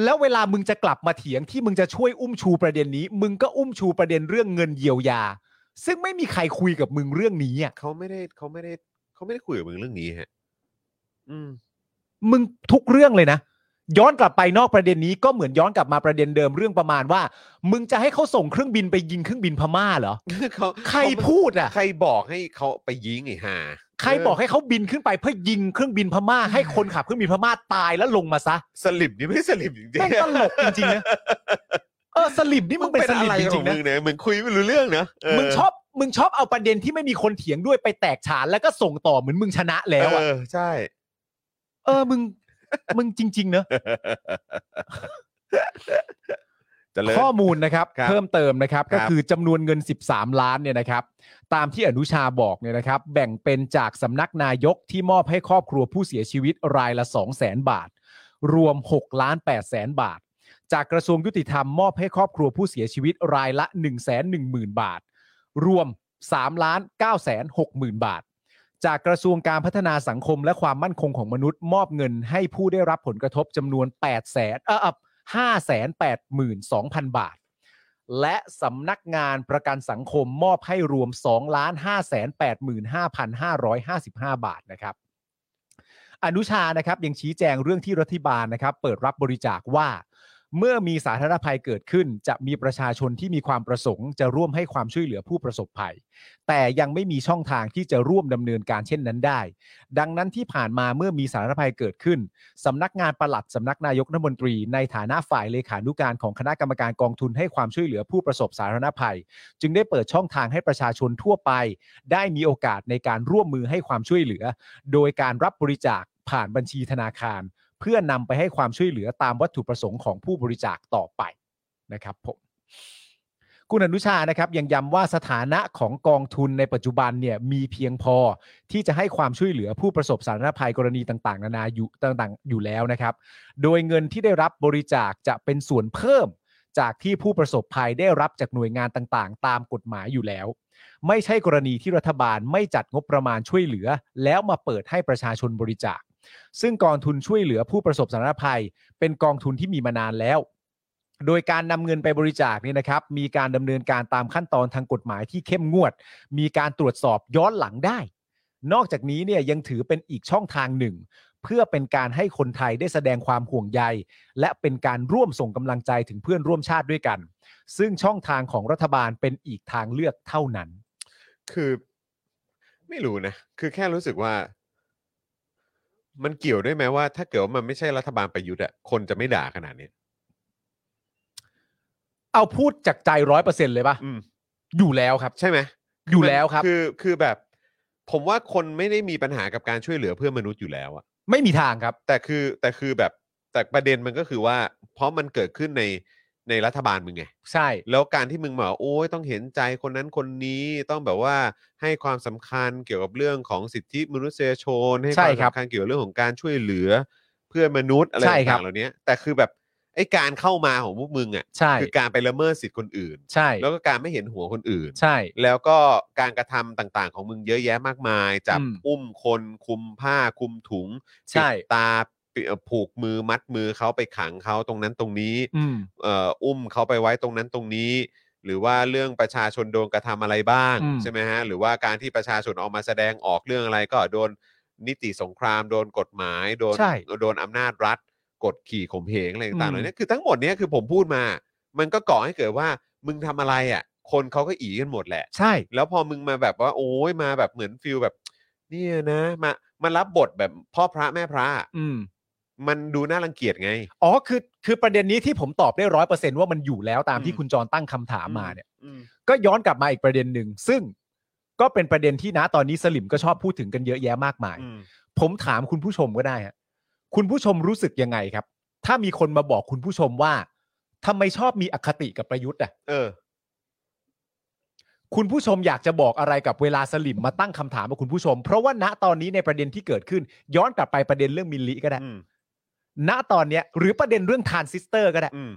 [SPEAKER 5] แล้วเวลามึงจะกลับมาเถียงที่มึงจะช่วยอุ้มชูประเด็นนี้ มึงก็อุ้มชูประเด็นเรื่องเงินเยียวยา ซึ่งไม่มีใครคุยกับมึงเรื่องนี้อ่ะ
[SPEAKER 3] เขาไม่ได้เขาไม่ได้เขาไม่ได้คุยกับมึงเรื่องนี้ฮะ อืม
[SPEAKER 5] มึงทุกเรื่องเลยนะ ย้อนกลับไปนอกประเด็นนี้ก็เหมือนย้อนกลับมาประเด็นเดิมเรื่องประมาณว่า มึงจะให้เขาส่งเครื่องบินไปยิงเครื่องบินพม่าเหรอ
[SPEAKER 3] เขา
[SPEAKER 5] ใคร
[SPEAKER 3] เขา
[SPEAKER 5] พูดอ่ะ
[SPEAKER 3] ใครบอกให้เขาไปยิงไอ้ห่า
[SPEAKER 5] ใครบอกให้เขาบินขึ้นไปเพื่อยิงเครื่องบินพม่า ให้คนขับเครื่องบินพม่าตายแล้วลงมา ซะ
[SPEAKER 3] สลิปนี่ไม่สลิปจริงๆ
[SPEAKER 5] แม่งตลกจริงๆนะเออสลิปนี่มึงเป็นสลิปจ
[SPEAKER 3] ขอ
[SPEAKER 5] ริ
[SPEAKER 3] งมึง
[SPEAKER 5] งๆนะ
[SPEAKER 3] เนี่ยมึงคุยไม่รู้เรื่องนะเ
[SPEAKER 5] มึงชอบมึงชอบเอาประเด็นที่ไม่มีคนเถียงด้วยไปแตกฉานแล้วก็ส่งต่อเหมือนมึงชนะแล้วอ่ะ
[SPEAKER 3] เออใช่
[SPEAKER 5] เออมึงมึงจริง ๆ เนอะ
[SPEAKER 3] เจะเลย
[SPEAKER 5] ข้อมูลนะครับ
[SPEAKER 3] ครับ
[SPEAKER 5] เพิ่มเติมนะครับ
[SPEAKER 3] ครั
[SPEAKER 5] ก็
[SPEAKER 3] บ
[SPEAKER 5] คือจำนวนเงิน 13 ล้านเนี่ยนะครับ ตามที่อนุชาบอกเนี่ยนะครับ แบ่งเป็นจากสำนักนายกที่มอบให้ครอบครัวผู้เสียชีวิตรายละ 2 0 0 0 0 0 บาท รวม6ล้าน8แสนบาท จากกระทรวงยุติธรรมมอบให้ครอบครัวผู้เสียชีวิตรายละ 1 1 0 0 0 0 บาท รวม3ล้าน9แสน60,000 บาท จากกระทรวงการพัฒนาสังคมและความมั่นคงของมนุษย์ มอบเงินให้ผู้ได้รับผลกระทบจำนวน8แสนเออห้าแสนแปดหมื่นสองพันบาท และสำนักงานประกันสังคมมอบให้รวม2ล้าน5แสน8หมื่น5,555 บาทนะครับ อนุชานะครับยังชี้แจงเรื่องที่รัฐบาลนะครับ เปิดรับบริจาคว่า เมื่อมีสาธารณภัยเกิดขึ้น จะมีประชาชนที่มีความประสงค์จะร่วมให้ความช่วยเหลือผู้ประสบภัย แต่ยังไม่มีช่องทางที่จะร่วมดำเนินการเช่นนั้นได้ ดังนั้นที่ผ่านมาเมื่อมีสาธารณภัยเกิดขึ้น สำนักงานปลัดสำนักนายกรัฐมนตรี ในฐานะฝ่ายเลขานุการของคณะกรรมการกองทุนให้ความช่วยเหลือผู้ประสบสาธารณภัย จึงได้เปิดช่องทางให้ประชาชนทั่วไป ได้มีโอกาสในการร่วมมือให้ความช่วยเหลือ โดยการรับบริจาคผ่านบัญชีธนาคาร เพื่อนำไปให้ความช่วยเหลือตามวัตถุประสงค์ของผู้บริจาคต่อไปนะครับผม คุณอนุชานะครับยังย้ำว่าสถานะของกองทุนในปัจจุบันเนี่ยมีเพียงพอที่จะให้ความช่วยเหลือผู้ประสบสาธารณภัยกรณีต่างๆ นานาอยู่ต่างๆ อยู่แล้วนะครับ โดยเงินที่ได้รับบริจาคจะเป็นส่วนเพิ่ม จากที่ผู้ประสบภัยได้รับจากหน่วยงานต่างๆ ตามกฎหมายอยู่แล้ว ไม่ใช่กรณีที่รัฐบาลไม่จัดงบประมาณช่วยเหลือ แล้วมาเปิดให้ประชาชนบริจาค ซึ่งกองทุนช่วยเหลือผู้ประสบสาธารณภัย เป็นกองทุนที่มีมานานแล้ว โดยการนำเงินไปบริจาคเนี่ยนะครับ มีการดำเนินการตามขั้นตอนทางกฎหมายที่เข้มงวด มีการตรวจสอบย้อนหลังได้ นอกจากนี้เนี่ยยังถือเป็นอีกช่องทางหนึ่ง เพื่อเป็นการให้คนไทยได้แสดงความห่วงใย และเป็นการร่วมส่งกำลังใจถึงเพื่อนร่วมชาติด้วยกัน ซึ่งช่องทางของรัฐบาลเป็นอีกทางเลือกเท่านั้น
[SPEAKER 3] คือ ไม่รู้นะ คือแค่รู้สึกว่า มันเกี่ยวด้วยไหมว่า ถ้าเกิดว่ามันไม่ใช่รัฐบาลประยุทธ์อะคนจะไม่ด่าขนาดนี้
[SPEAKER 5] เอาพูดจากใจร้อยเปอร์เซ็นต์เลยปะ
[SPEAKER 3] อืม
[SPEAKER 5] อยู่แล้วครับ
[SPEAKER 3] ใช่ไหม
[SPEAKER 5] อยู่แล้วครับ
[SPEAKER 3] คือคือแบบ ผมว่าคนไม่ได้มีปัญหากับการช่วยเหลือเพื่อนมนุษย์อยู่แล้วอะ
[SPEAKER 5] ไม่มีทางครับ
[SPEAKER 3] แต่คือแต่คือแบบแต่ประเด็นมันก็คือว่า เพราะมันเกิดขึ้นในในรัฐบาลมึงไง
[SPEAKER 5] ใช่
[SPEAKER 3] แล้วการที่มึงบอกว่าโอ้ยต้องเห็นใจคนนั้นคนนี้ต้องแบบว่าให้ความสำคัญเกี่ยวกับเรื่องของสิทธิมนุษยชน ให้ค
[SPEAKER 5] ใช่
[SPEAKER 3] วาม
[SPEAKER 5] ครับ
[SPEAKER 3] สำคัญเกี่ยวกับเรื่องของการช่วยเหลือ เพื่อนมนุษย์อะไร
[SPEAKER 5] ใช่ครั
[SPEAKER 3] ต่า
[SPEAKER 5] บ
[SPEAKER 3] งๆเหล่านี้แต่คือแบบไอ้การเข้ามาของพวกมึงอ่ะ
[SPEAKER 5] ใช่
[SPEAKER 3] คือการไปละเมิดสิทธิคนอื่น
[SPEAKER 5] ใช่
[SPEAKER 3] แล้วก็การไม่เห็นหัวคนอื่น
[SPEAKER 5] ใช่
[SPEAKER 3] แล้วก็การกระทำต่างๆ ของมึงเยอะแยะมากมาย จับ
[SPEAKER 5] อืม
[SPEAKER 3] อุ้มคนคุมผ้าคุมถุง
[SPEAKER 5] ใช่
[SPEAKER 3] ปิดตาปิดเอ่อผูกมือมัดมือเขาไปขังเขาตรงนั้นตรงนี้
[SPEAKER 5] อืม
[SPEAKER 3] เอ่ออุ้มเขาไปไว้ตรงนั้นตรงนี้ หรือว่าเรื่องประชาชนโดนกระทำอะไรบ้าง
[SPEAKER 5] อืม
[SPEAKER 3] ใช่ไหมฮะหรือว่าการที่ประชาชนออกมาแสดงออกเรื่องอะไรก็โดนนิติสงครามโดนกฎหมาย โดน
[SPEAKER 5] ใช่
[SPEAKER 3] โดนอำนาจรัฐ กดขี่ข่มเหงอะไรต่างๆ
[SPEAKER 5] อืม
[SPEAKER 3] เหล่านี้คือทั้งหมดเนี้ยคือผมพูดมา มันก็ก่อให้เกิดว่ามึงทำอะไรอ่ะ คนเขาก็อีกันหมดแหละ
[SPEAKER 5] ใช่
[SPEAKER 3] แล้วพอมึงมาแบบว่า โอ้ยมาแบบเหมือนฟิลแบบ เนี่ยนะมามารับบทแบบพ่อพระแม่พระอะ
[SPEAKER 5] อืม
[SPEAKER 3] มันดูน่ารังเกียจไง
[SPEAKER 5] อ๋อคือคือประเด็นนี้ที่ผมตอบได้ร้อยเปอร์เซนว่ามันอยู่แล้วตาม
[SPEAKER 3] อืม
[SPEAKER 5] ที่คุณจรตั้งคำถามมาเนี่ย
[SPEAKER 3] อืม
[SPEAKER 5] ก็ย้อนกลับมาอีกประเด็นหนึ่ง ซึ่งก็เป็นประเด็นที่นะตอนนี้สลิมก็ชอบพูดถึงกันเยอะแยะมากมาย
[SPEAKER 3] อืม
[SPEAKER 5] ผมถามคุณผู้ชมก็ได้ฮะคุณผู้ชมรู้สึกยังไงครับ ถ้ามีคนมาบอกคุณผู้ชมว่าทำไมชอบมีอคติกับประยุทธ์อ่ะ
[SPEAKER 3] เออ
[SPEAKER 5] คุณผู้ชมอยากจะบอกอะไรกับเวลาสลิมมาตั้งคำถามกับคุณผู้ชม เพราะว่าณตอนนี้ในประเด็นที่เกิดขึ้น ย้อนกลับไปประเด็นเรื่องมิลลิก็ได้
[SPEAKER 3] อืม
[SPEAKER 5] ณตอนเนี้ยหรือประเด็นเรื่องทรานซิสเตอร์ก็ได้
[SPEAKER 3] อืม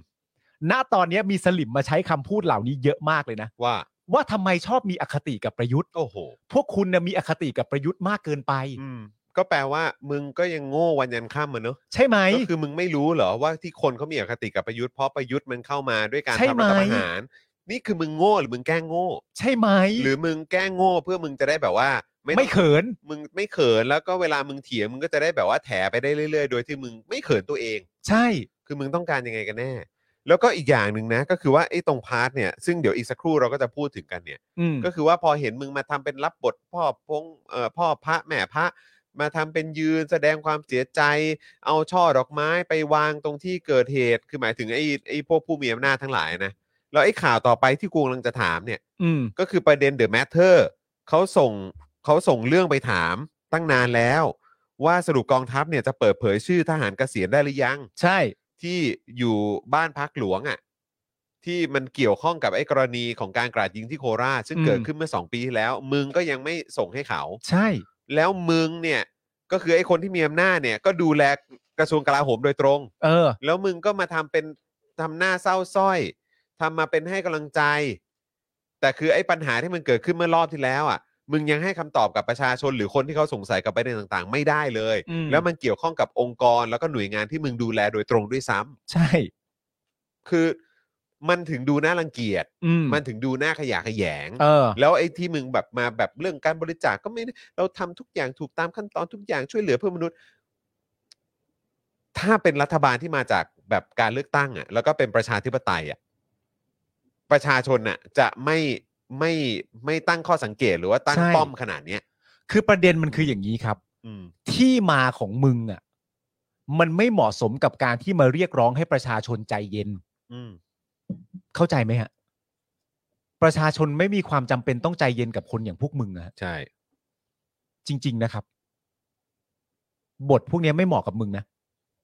[SPEAKER 5] ณตอนเนี้ยมีสลิมมาใช้คำพูดเหล่านี้เยอะมากเลยนะ
[SPEAKER 3] ว่า
[SPEAKER 5] ว่าทำไมชอบมีอคติกับประยุทธ์
[SPEAKER 3] โอ้โห
[SPEAKER 5] พวกคุณนะมีอคติกับประยุทธ์มากเกินไป
[SPEAKER 3] อืม ก็แปลว่า มึงก็ยังโง่วันยันค่ำมันเนอะ
[SPEAKER 5] ใช่ไหม
[SPEAKER 3] ก็คือมึงไม่รู้เหรอว่าที่คนเขามีอคติกับประยุทธ์เพราะประยุทธ์มันเข้ามาด้วยการ
[SPEAKER 5] ใช่
[SPEAKER 3] ทำรัฐ
[SPEAKER 5] ไหม
[SPEAKER 3] ประหาร นี่คือมึงโง่หรือมึงแกล้งโง่
[SPEAKER 5] ใช่ไหม
[SPEAKER 3] หรือมึงแกล้งโง่เพื่อมึงจะได้แบบว่าต้อง
[SPEAKER 5] ไม่เขิน
[SPEAKER 3] มึงไม่เขินแล้วก็เวลามึงเถียงมึงก็จะได้แบบว่าแถไปได้เรื่อยๆ โดยที่มึงไม่เขินตัวเอง
[SPEAKER 5] ใช่
[SPEAKER 3] คือมึงต้องการยังไงกันแน่ แล้วก็อีกอย่างหนึ่งนะก็คือว่าไอ้ตรงพาร์ทเนี่ยซึ่งเดี๋ยวอีกสักครู่เราก็จะพูดถึงกันเนี่ย
[SPEAKER 5] อืม
[SPEAKER 3] ก็คือว่าพอเห็นมึงมาทำเป็นรับบทพ่อพงเอ่อพ่อพระแม่พระ มาทำเป็นยืนแสดงความเสียใจ เอาช่อดอกไม้ไปวางตรงที่เกิดเหตุ คือหมายถึงไอ้ไอ้พวกผู้มีอำนาจทั้งหลายนะแล้วไอ้ข่าวต่อไปที่กูกำลังจะถามเนี่ย
[SPEAKER 5] อืม
[SPEAKER 3] ก็คือประเด็น The Matter เขาส่งเขาส่งเรื่องไปถามตั้งนานแล้ว ว่าสรุปกองทัพเนี่ยจะเปิดเผยชื่อทหารเกษียณได้หรือยัง
[SPEAKER 5] ใช่
[SPEAKER 3] ที่อยู่บ้านพักหลวงอะ่ะที่มันเกี่ยวข้องกับไอ้กรณีของการกราดยิงที่โคราชซึ่ง
[SPEAKER 5] อืม
[SPEAKER 3] เกิดขึ้นเมื่อ 2 ปีที่แล้ว มึงก็ยังไม่ส่งให้เขา
[SPEAKER 5] ใช่
[SPEAKER 3] แล้วมึงเนี่ยก็คือไอ้คนที่มีอำนาจเนี่ยก็ดูแลกระทรวงกลาโหมโดยตรง
[SPEAKER 5] เออ
[SPEAKER 3] แล้วมึงก็มาทำเป็นทำหน้าเศร้าสร้อยทำมาเป็นให้กำลังใจ แต่คือไอ้ปัญหาที่มันเกิดขึ้นเมื่อรอบที่แล้วอ่ะ มึงยังให้คำตอบกับประชาชน หรือคนที่เขาสงสัยกับประเด็นต่างๆ ไม่ได้เลย
[SPEAKER 5] อืม
[SPEAKER 3] แล้วมันเกี่ยวข้องกับองค์กรแล้วก็หน่วยงานที่มึงดูแลโดยตรงด้วยซ้ำ
[SPEAKER 5] ใช่
[SPEAKER 3] คือมันถึงดูน่ารังเกียจ
[SPEAKER 5] อืม
[SPEAKER 3] มันถึงดูน่าขยะแขยง
[SPEAKER 5] เออ
[SPEAKER 3] แล้วไอ้ที่มึงแบบมาแบบเรื่องการบริจาคก็ไม่ได้เราทำทุกอย่างถูกตามขั้นตอนทุกอย่างช่วยเหลือเพื่อนมนุษย์ ถ้าเป็นรัฐบาลที่มาจากแบบการเลือกตั้งอะ่ะ แล้วก็เป็นประชาธิปไตยอะ่ะประชาชนน่ะ จะไม่ไม่ไม่ตั้งข้อสังเกตหรือว่าตั้ง
[SPEAKER 5] ใช่
[SPEAKER 3] ป้อมขนาดเนี้ย
[SPEAKER 5] คือประเด็นมันคืออย่างนี้ครับ
[SPEAKER 3] อืม
[SPEAKER 5] ที่มาของมึงอ่ะ มันไม่เหมาะสมกับการที่มาเรียกร้องให้ประชาชนใจเย็น
[SPEAKER 3] อืม
[SPEAKER 5] เข้าใจไหมฮะ ประชาชนไม่มีความจำเป็นต้องใจเย็นกับคนอย่างพวกมึงอะฮะ
[SPEAKER 3] ใช่
[SPEAKER 5] จริง ๆ นะครับ บทพวกเนี้ยไม่เหมาะกับมึงนะ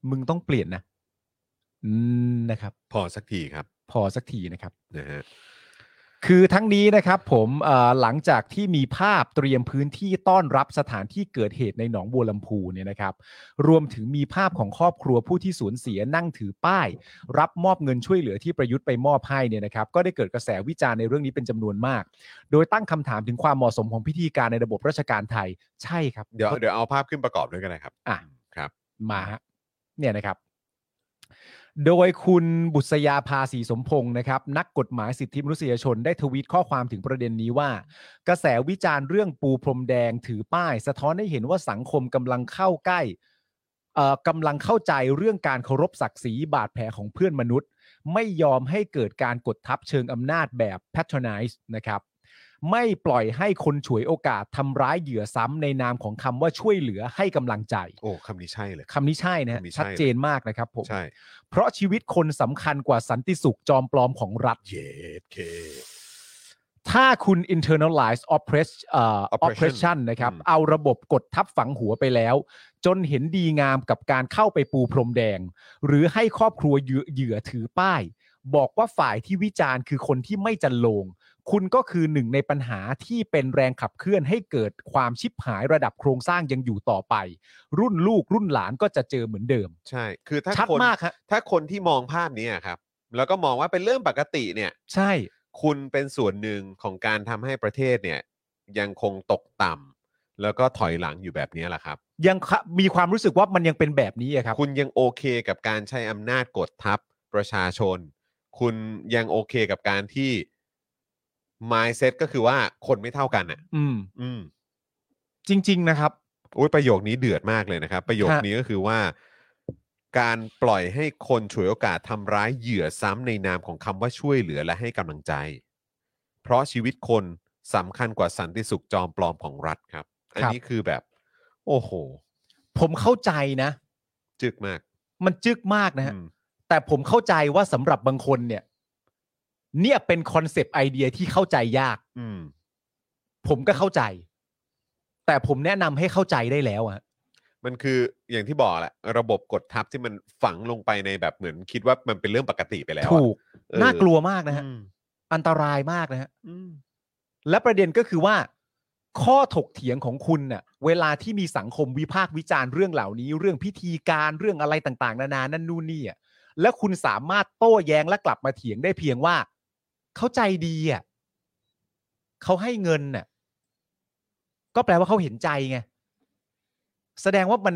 [SPEAKER 5] มึงต้องเปลี่ยนนะ อืมนะครับ
[SPEAKER 3] พอสักทีครับ
[SPEAKER 5] พอสักทีนะครับ
[SPEAKER 3] นะฮะ
[SPEAKER 5] คือทั้งนี้นะครับผมเอ่อหลังจากที่มีภาพเตรียมพื้นที่ต้อนรับสถานที่เกิดเหตุในหนองบัวลำพูเนี่ยนะครับ รวมถึงมีภาพของครอบครัวผู้ที่สูญเสียนั่งถือป้าย รับมอบเงินช่วยเหลือที่ประยุทธ์ไปมอบให้เนี่ยนะครับ ก็ได้เกิดกระแสวิจารณ์ในเรื่องนี้เป็นจำนวนมาก โดยตั้งคำถามถึงความเหมาะสมของพิธีการในระบบราชการไทยใช่ครับ
[SPEAKER 3] เดี๋ยวเดี๋ยวเอาภาพขึ้นประกอบด้วยกันนะครับ
[SPEAKER 5] อ่ะ
[SPEAKER 3] ครับ
[SPEAKER 5] มาฮะเนี่ยนะครับ โดยคุณบุษยาภาสีสมพงศ์นะครับ นักกฎหมายสิทธิมนุษยชนได้ทวีตข้อความถึงประเด็นนี้ว่า กระแสวิจารณ์เรื่องปูพรมแดงถือป้าย สะท้อนให้เห็นว่าสังคมกำลังเข้าใกล้เอ่อกำลังเข้าใจเรื่องการเคารพศักดิ์ศรีบาดแผลของเพื่อนมนุษย์ ไม่ยอมให้เกิดการกดทับเชิงอำนาจแบบ patronize นะครับ ไม่ปล่อยให้คนฉวยโอกาสทำร้ายเหยื่อซ้ำในนามของคำว่าช่วยเหลือให้กำลังใจ
[SPEAKER 3] โอ้คำนี้ใช่เลย
[SPEAKER 5] คำนี้ใช่นะฮะ
[SPEAKER 3] คำนี้ใช่
[SPEAKER 5] ชัดเจนมากนะครับผม
[SPEAKER 3] ใช่
[SPEAKER 5] เพราะชีวิตคนสำคัญกว่าสันติสุขจอมปลอมของรัฐ
[SPEAKER 3] เย็ดเค
[SPEAKER 5] ถ้าคุณ internalize oppress เอ่อ
[SPEAKER 3] Oppression
[SPEAKER 5] oppression นะครับ
[SPEAKER 3] อืม
[SPEAKER 5] เอาระบบกดทับฝังหัวไปแล้ว จนเห็นดีงามกับการเข้าไปปูพรมแดง หรือให้ครอบครัวเหยื่อเหยื่อถือป้าย บอกว่าฝ่ายที่วิจารณ์คือคนที่ไม่จันลง คุณก็คือหนึ่งในปัญหาที่เป็นแรงขับเคลื่อนให้เกิดความชิบหายระดับโครงสร้างยังอยู่ต่อไป รุ่นลูกรุ่นหลานก็จะเจอเหมือนเดิม
[SPEAKER 3] ใช่ คือถ้า
[SPEAKER 5] ชัด
[SPEAKER 3] คน
[SPEAKER 5] มากฮะ
[SPEAKER 3] ถ้าคนที่มองภาพนี้อะครับ แล้วก็มองว่าเป็นเรื่องปกติเนี่ย
[SPEAKER 5] ใช่
[SPEAKER 3] คุณเป็นส่วนหนึ่งของการทำให้ประเทศเนี่ย ยังคงตกต่ำแล้วก็ถอยหลังอยู่แบบนี้แหละครับ
[SPEAKER 5] ยังคะมีความรู้สึกว่ามันยังเป็นแบบนี้อะครับ
[SPEAKER 3] คุณยังโอเคกับการใช้อำนาจกดทับประชาชน คุณยังโอเคกับการที่ mindset ก็คือว่าคนไม่เท่ากันอ่ะ
[SPEAKER 5] อืม
[SPEAKER 3] อืม
[SPEAKER 5] จริง ๆ นะครับ
[SPEAKER 3] โอ้ยประโยคนี้เดือดมากเลยนะครับ ประโยคนี้ก็คือว่า การปล่อยให้คนฉวยโอกาสทำร้ายเหยื่อซ้ำในนามของคำว่าช่วยเหลือและให้กำลังใจ เพราะชีวิตคนสำคัญกว่าสันติสุขจอมปลอมของรัฐครับ อันนี้คือแบบ โอ้โห
[SPEAKER 5] ผมเข้าใจนะ
[SPEAKER 3] จึกมาก
[SPEAKER 5] มันจึกมากนะฮะ
[SPEAKER 3] อืม
[SPEAKER 5] แต่ผมเข้าใจว่าสำหรับบางคนเนี่ย เนี่ยเป็นคอนเซปต์ไอเดียที่เข้าใจยาก
[SPEAKER 3] อืม
[SPEAKER 5] ผมก็เข้าใจ แต่ผมแนะนำให้เข้าใจได้แล้วอะฮะ
[SPEAKER 3] มันคืออย่างที่บอกแหละระบบกดทับที่มันฝังลงไปในแบบเหมือนคิดว่ามันเป็นเรื่องปกติไปแล้วอะ
[SPEAKER 5] ถูก
[SPEAKER 3] เออ
[SPEAKER 5] น่ากลัวมากนะฮะ
[SPEAKER 3] อืม
[SPEAKER 5] อันตรายมากนะฮะ
[SPEAKER 3] อืม
[SPEAKER 5] และประเด็นก็คือว่า ข้อถกเถียงของคุณน่ะเวลาที่มีสังคมวิพากษ์วิจารณ์เรื่องเหล่านี้ เรื่องพิธีการเรื่องอะไรต่างๆ นานานั่นนู่นนี่อะและคุณสามารถโต้แย้งและกลับมาเถียงได้เพียงว่า เข้าใจดีอ่ะเขาให้เงินน่ะก็แปลว่าเขาเห็นใจไงแสดงว่ามัน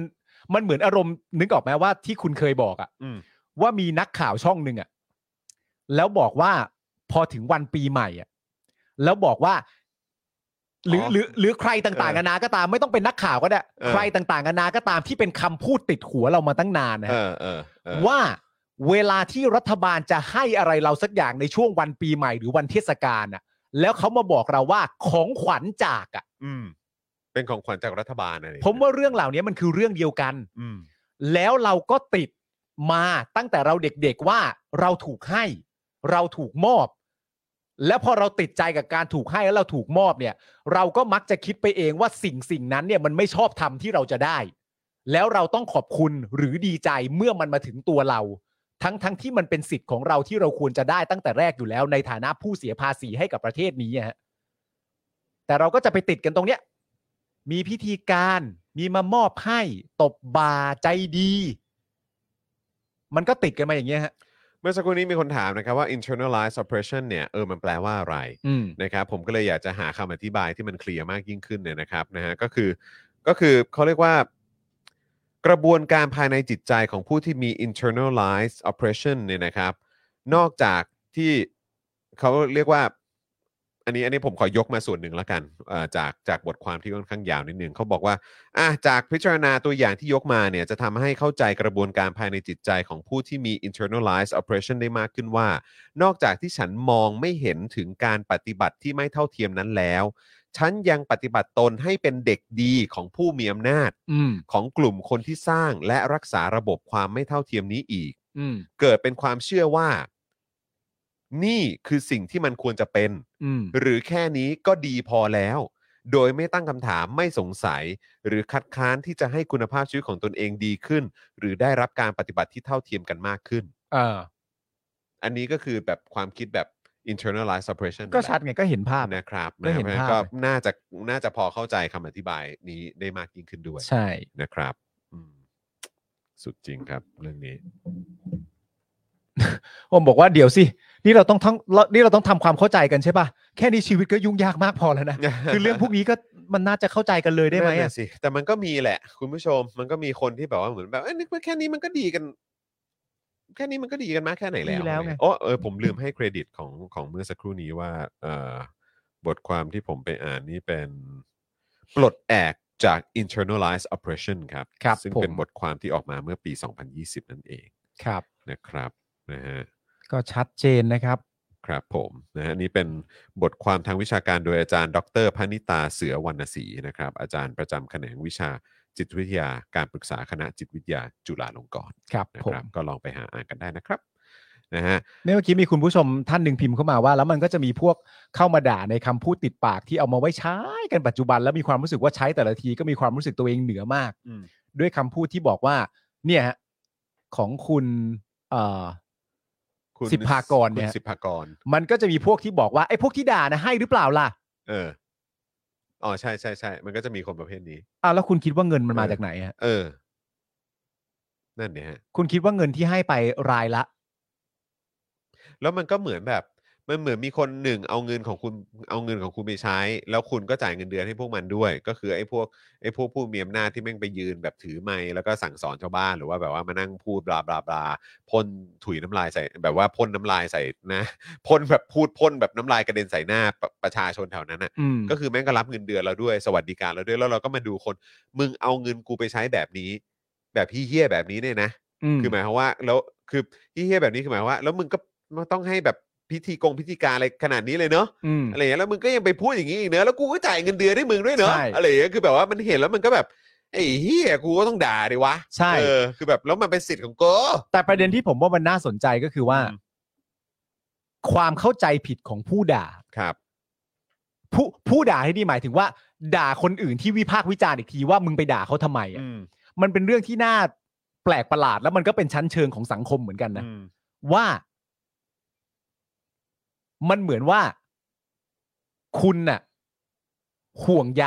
[SPEAKER 5] มันเหมือนอารมณ์นึกออกไหมว่าที่คุณเคยบอกอ่ะ
[SPEAKER 3] อืม
[SPEAKER 5] ว่ามีนักข่าวช่องหนึ่งอ่ะแล้วบอกว่าพอถึงวันปีใหม่อ่ะแล้วบอกว่า หรือ
[SPEAKER 3] อ๋อ
[SPEAKER 5] หรือหรือใครต่างๆ
[SPEAKER 3] เออ
[SPEAKER 5] นานาก็ตามไม่ต้องเป็นนักข่าวก็ได้
[SPEAKER 3] เออ
[SPEAKER 5] ใครต่างๆนานาก็ตามที่เป็นคำพูดติดหัวเรามาตั้งนานนะ
[SPEAKER 3] เอ
[SPEAKER 5] ฮะ
[SPEAKER 3] อเออเออ
[SPEAKER 5] ว่าเวลาที่รัฐบาลจะให้อะไรเราสักอย่างในช่วงวันปีใหม่หรือวันเทศกาลน่ะ แล้วเขามาบอกเราว่าของขวัญจากอ่ะ
[SPEAKER 3] อืมเป็นของขวัญจากรัฐบาลอะไร
[SPEAKER 5] ผมว่าเรื่องเหล่านี้มันคือเรื่องเดียวกัน
[SPEAKER 3] อืม
[SPEAKER 5] แล้วเราก็ติดมาตั้งแต่เราเด็กๆว่าเราถูกให้ เราถูกมอบ และพอเราติดใจกับการถูกให้แล้วเราถูกมอบเนี่ย เราก็มักจะคิดไปเองว่าสิ่งสิ่งนั้นเนี่ยมันไม่ชอบทำที่เราจะได้ แล้วเราต้องขอบคุณหรือดีใจเมื่อมันมาถึงตัวเรา ทั้งทั้งที่มันเป็นสิทธิ์ของเราที่เราควรจะได้ตั้งแต่แรกอยู่แล้ว ในฐานะผู้เสียภาษีให้กับประเทศนี้อะฮะแต่เราก็จะไปติดกันตรงเนี้ย มีพิธีการ มีมามอบให้ ตบบาใจดี มันก็ติดกันมาอย่างเงี้ยฮะ
[SPEAKER 3] เมื่อสักครู่นี้มีคนถามนะครับว่า internalized oppression เนี่ยเออมันแปลว่าอะไร
[SPEAKER 5] อืม
[SPEAKER 3] นะครับผมก็เลยอยากจะหาคำอธิบายที่มันเคลียร์มากยิ่งขึ้นเนี่ยนะครับนะฮะก็คือก็คือเขาเรียกว่า กระบวนการภายในจิตใจของผู้ที่มี internalized oppression เนี่ยนะครับ นอกจากที่เขาเรียกว่า อันนี้อันนี้ผมขอยกมาส่วนหนึ่งแล้วกันเอ่อจากจากบทความที่ค่อนข้างยาวนิดนึงเขาบอกว่า อ่ะจากพิจารณาตัวอย่างที่ยกมาเนี่ยจะทำให้เข้าใจกระบวนการภายในจิตใจของผู้ที่มี internalized oppression ได้มากขึ้นว่า นอกจากที่ฉันมองไม่เห็นถึงการปฏิบัติที่ไม่เท่าเทียมนั้นแล้ว ฉันยังปฏิบัติตนให้เป็นเด็กดีของผู้มีอำนาจ
[SPEAKER 5] อืม
[SPEAKER 3] ของกลุ่มคนที่สร้างและรักษาระบบความไม่เท่าเทียมนี้อีก
[SPEAKER 5] อืม
[SPEAKER 3] เกิดเป็นความเชื่อว่า นี่คือสิ่งที่มันควรจะเป็น
[SPEAKER 5] อืม
[SPEAKER 3] หรือแค่นี้ก็ดีพอแล้ว โดยไม่ตั้งคำถามไม่สงสัย หรือคัดค้านที่จะให้คุณภาพชีวิตของตนเองดีขึ้น หรือได้รับการปฏิบัติที่เท่าเทียมกันมากขึ้น
[SPEAKER 5] เออ
[SPEAKER 3] อันนี้ก็คือแบบความคิดแบบ internalized suppression
[SPEAKER 5] ก็ชัดไงก็เห็นภาพ
[SPEAKER 3] นะครับ
[SPEAKER 5] ก็เห็น
[SPEAKER 3] นะ
[SPEAKER 5] ภาพ
[SPEAKER 3] ก็น่าจะน่าจะพอเข้าใจคำอธิบายนี้ได้มากยิ่งขึ้นด้วย
[SPEAKER 5] ใช่
[SPEAKER 3] นะครับอืมสุดจริงครับ เรื่องนี้
[SPEAKER 5] ผมบอกว่าเดี๋ยวสิ นี่เราต้องทั้งเรานี่เราต้องทำความเข้าใจกันใช่ป่ะ แค่นี้ชีวิตก็ยุ่งยากมากพอ แล้วนะ คือเรื่องพวกนี้ก็มันน่าจะเข้าใจกันเลยได้ไหม
[SPEAKER 3] นั่น
[SPEAKER 5] อะ
[SPEAKER 3] น่ะสิแต่มันก็มีแหละ คุณผู้ชมมันก็มีคนที่แบบว่าเหมือนแบบเอ้ยนึกว่าแค่นี้มันก็ดีกัน แค่นี้มันก็ดีกันมากแค่ไหนแล้วอะไรเงี้ยโอ้เออผมลืมให้เครดิตของของเมื่อสักครู่นี้ว่าเอ่อบทความที่ผมไปอ่านนี่เป็นปลดแอกจาก internalized oppression ครับ
[SPEAKER 5] ครับ
[SPEAKER 3] ซึ่ง
[SPEAKER 5] ผ
[SPEAKER 3] เป็น
[SPEAKER 5] ม
[SPEAKER 3] บทความที่ออกมาเมื่อปี 2020 นั่นเอง
[SPEAKER 5] ครับ
[SPEAKER 3] นะครับนะฮะ
[SPEAKER 5] ก็ชัดเจนนะครับ
[SPEAKER 3] ครับผมนะฮะนี่เป็นบทความทางวิชาการโดยอาจารย์ดรพนิตาเสือวรรณศรีนะครับ อาจารย์ประจำแขนงวิชาจิตวิทยาการปรึกษาคณะจิตวิทยาจุฬาลงกรณ์
[SPEAKER 5] ครับ
[SPEAKER 3] นะ
[SPEAKER 5] ผ
[SPEAKER 3] ค
[SPEAKER 5] ม
[SPEAKER 3] รับ ก็ลองไปหาอ่านกันได้นะครับนะฮะ
[SPEAKER 5] เนี่ยเมื่อกี้มีคุณผู้ชมท่านหนึ่งพิมพ์เข้ามาว่า แล้วมันก็จะมีพวกเข้ามาด่าในคำพูดติดปากที่เอามาไว้ใช้กันปัจจุบัน แล้วมีความรู้สึกว่าใช้แต่ละทีก็มีความรู้สึกตัวเองเหนือมาก ด้วยคำพูดที่บอกว่า เนี่ยฮะของคุณเอ่อ
[SPEAKER 3] คุณ
[SPEAKER 5] สิบภากร
[SPEAKER 3] คุณ
[SPEAKER 5] เนี่ย
[SPEAKER 3] สิบภากร
[SPEAKER 5] มันก็จะมีพวกที่บอกว่าไอ้พวกที่ด่านะให้หรือเปล่าล่ะ
[SPEAKER 3] เอออ๋อใช่ใช่ใช่มันก็จะมีคนประเภทนี้
[SPEAKER 5] อ่ะแล้วคุณคิดว่าเงินมันมาจากไหนฮะ
[SPEAKER 3] เออ นั่นเนี่ยฮะ
[SPEAKER 5] คุณคิดว่าเงินที่ให้ไปรายละ
[SPEAKER 3] แล้วมันก็เหมือนแบบมันเหมือนมีคนหนึ่งเอาเงินของคุณเอาเงินของคุณไปใช้ แล้วคุณก็จ่ายเงินเดือนให้พวกมันด้วย ก็คือไอ้พวกไอ้พวกผู้มีอำนาจที่แม่งไปยืนแบบถือไม้แล้วก็สั่งสอนชาวบ้านหรือว่าแบบว่ามานั่งพูดบลาบลาบลาพ่นถุยน้ำลายใส่แบบว่าพ่นน้ำลายใส่ นะพ่นแบบพูดพ่นแบบน้ำลายกระเด็นใส่หน้าประประชาชนแถวนั้นน่ะ
[SPEAKER 5] อืม
[SPEAKER 3] ก็คือแม่งก็รับเงินเดือนเราด้วยสวัสดิการเราด้วยแล้วเราก็มาดูคนมึงเอาเงินกูไปใช้แบบนี้ แบบพี่เฮี้ยๆแบบนี้เนี่ยนะ
[SPEAKER 5] ม
[SPEAKER 3] คือหมายความว่าแล้วคือที่เฮียแบบนี้คือหมายความว่า แล้วมึงก็ไม่ต้องให้แบบพิธีกงพิธีการอะไรขนาดนี้เลยเนาะ
[SPEAKER 5] อืม
[SPEAKER 3] อะไรอย่างเงี้ยแล้วมึงก็ยังไปพูดอย่างนี้อีกเนอะแล้วกูก็จ่ายเงินเดือนให้มึงด้วยเนอะ
[SPEAKER 5] ใช่
[SPEAKER 3] อะไรอย่างเงี้ยคือแบบว่ามันเห็นแล้วมันก็แบบไอ้เฮียกูก็ต้องด่าดิวะ
[SPEAKER 5] ใช่
[SPEAKER 3] เออคือแบบแล้วมันเป็นสิทธิ์ของกู
[SPEAKER 5] แต่ประเด็นที่ผมว่ามันน่าสนใจก็คือว่า
[SPEAKER 3] อืม
[SPEAKER 5] ความเข้าใจผิดของผู้ด่า
[SPEAKER 3] ครับ
[SPEAKER 5] ผู้ผู้ด่าที่นี่หมายถึงว่า ด่าคนอื่นที่วิพากษ์วิจารณ์อีกทีว่ามึงไปด่าเขาทำไมอ่ะ
[SPEAKER 3] อืม
[SPEAKER 5] มันเป็นเรื่องที่น่าแปลกประหลาด แล้วมันก็เป็นชั้นเชิงของสังคมเหมือนกันนะ
[SPEAKER 3] อืม
[SPEAKER 5] ว่า มันเหมือนว่า คุณน่ะห่วงใย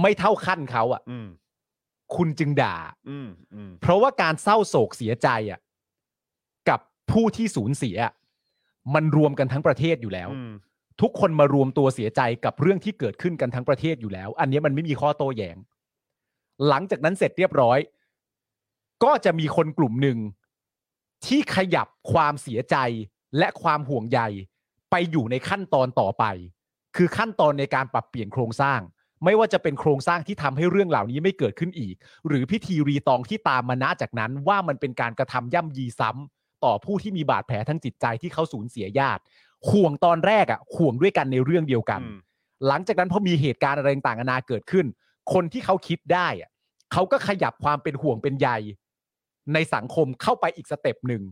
[SPEAKER 5] ไม่เท่าขั้นเขาอ่ะ
[SPEAKER 3] อืม
[SPEAKER 5] คุณจึงด่า
[SPEAKER 3] อืม อืม
[SPEAKER 5] เพราะว่าการเศร้าโศกเสียใจอ่ะกับผู้ที่สูญเสียอะมันรวมกันทั้งประเทศอยู่แล้ว
[SPEAKER 3] อืม
[SPEAKER 5] ทุกคนมารวมตัวเสียใจกับเรื่องที่เกิดขึ้นกันทั้งประเทศอยู่แล้ว อันเนี้ยมันไม่มีข้อโต้แย้งหลังจากนั้นเสร็จเรียบร้อย ก็จะมีคนกลุ่มหนึ่งที่ขยับความเสียใจและความห่วงใยไปอยู่ในขั้นตอนต่อไป คือขั้นตอนในการปรับเปลี่ยนโครงสร้าง ไม่ว่าจะเป็นโครงสร้างที่ทำให้เรื่องเหล่านี้ไม่เกิดขึ้นอีก หรือพิธีรีตองที่ตามมาณจากนั้นว่ามันเป็นการกระทำย่ำยีซ้ำต่อผู้ที่มีบาดแผลทั้งจิตใจที่เขาสูญเสียญาติ ห่วงตอนแรกอะห่วงด้วยกันในเรื่องเดียวกัน
[SPEAKER 3] อืม
[SPEAKER 5] หลังจากนั้นพอมีเหตุการณ์อะไรต่างๆนานาเกิดขึ้น คนที่เขาคิดได้อะเขาก็ขยับความเป็นห่วงเป็นใยในสังคมเข้าไปอีกสเต็ปหนึ่ง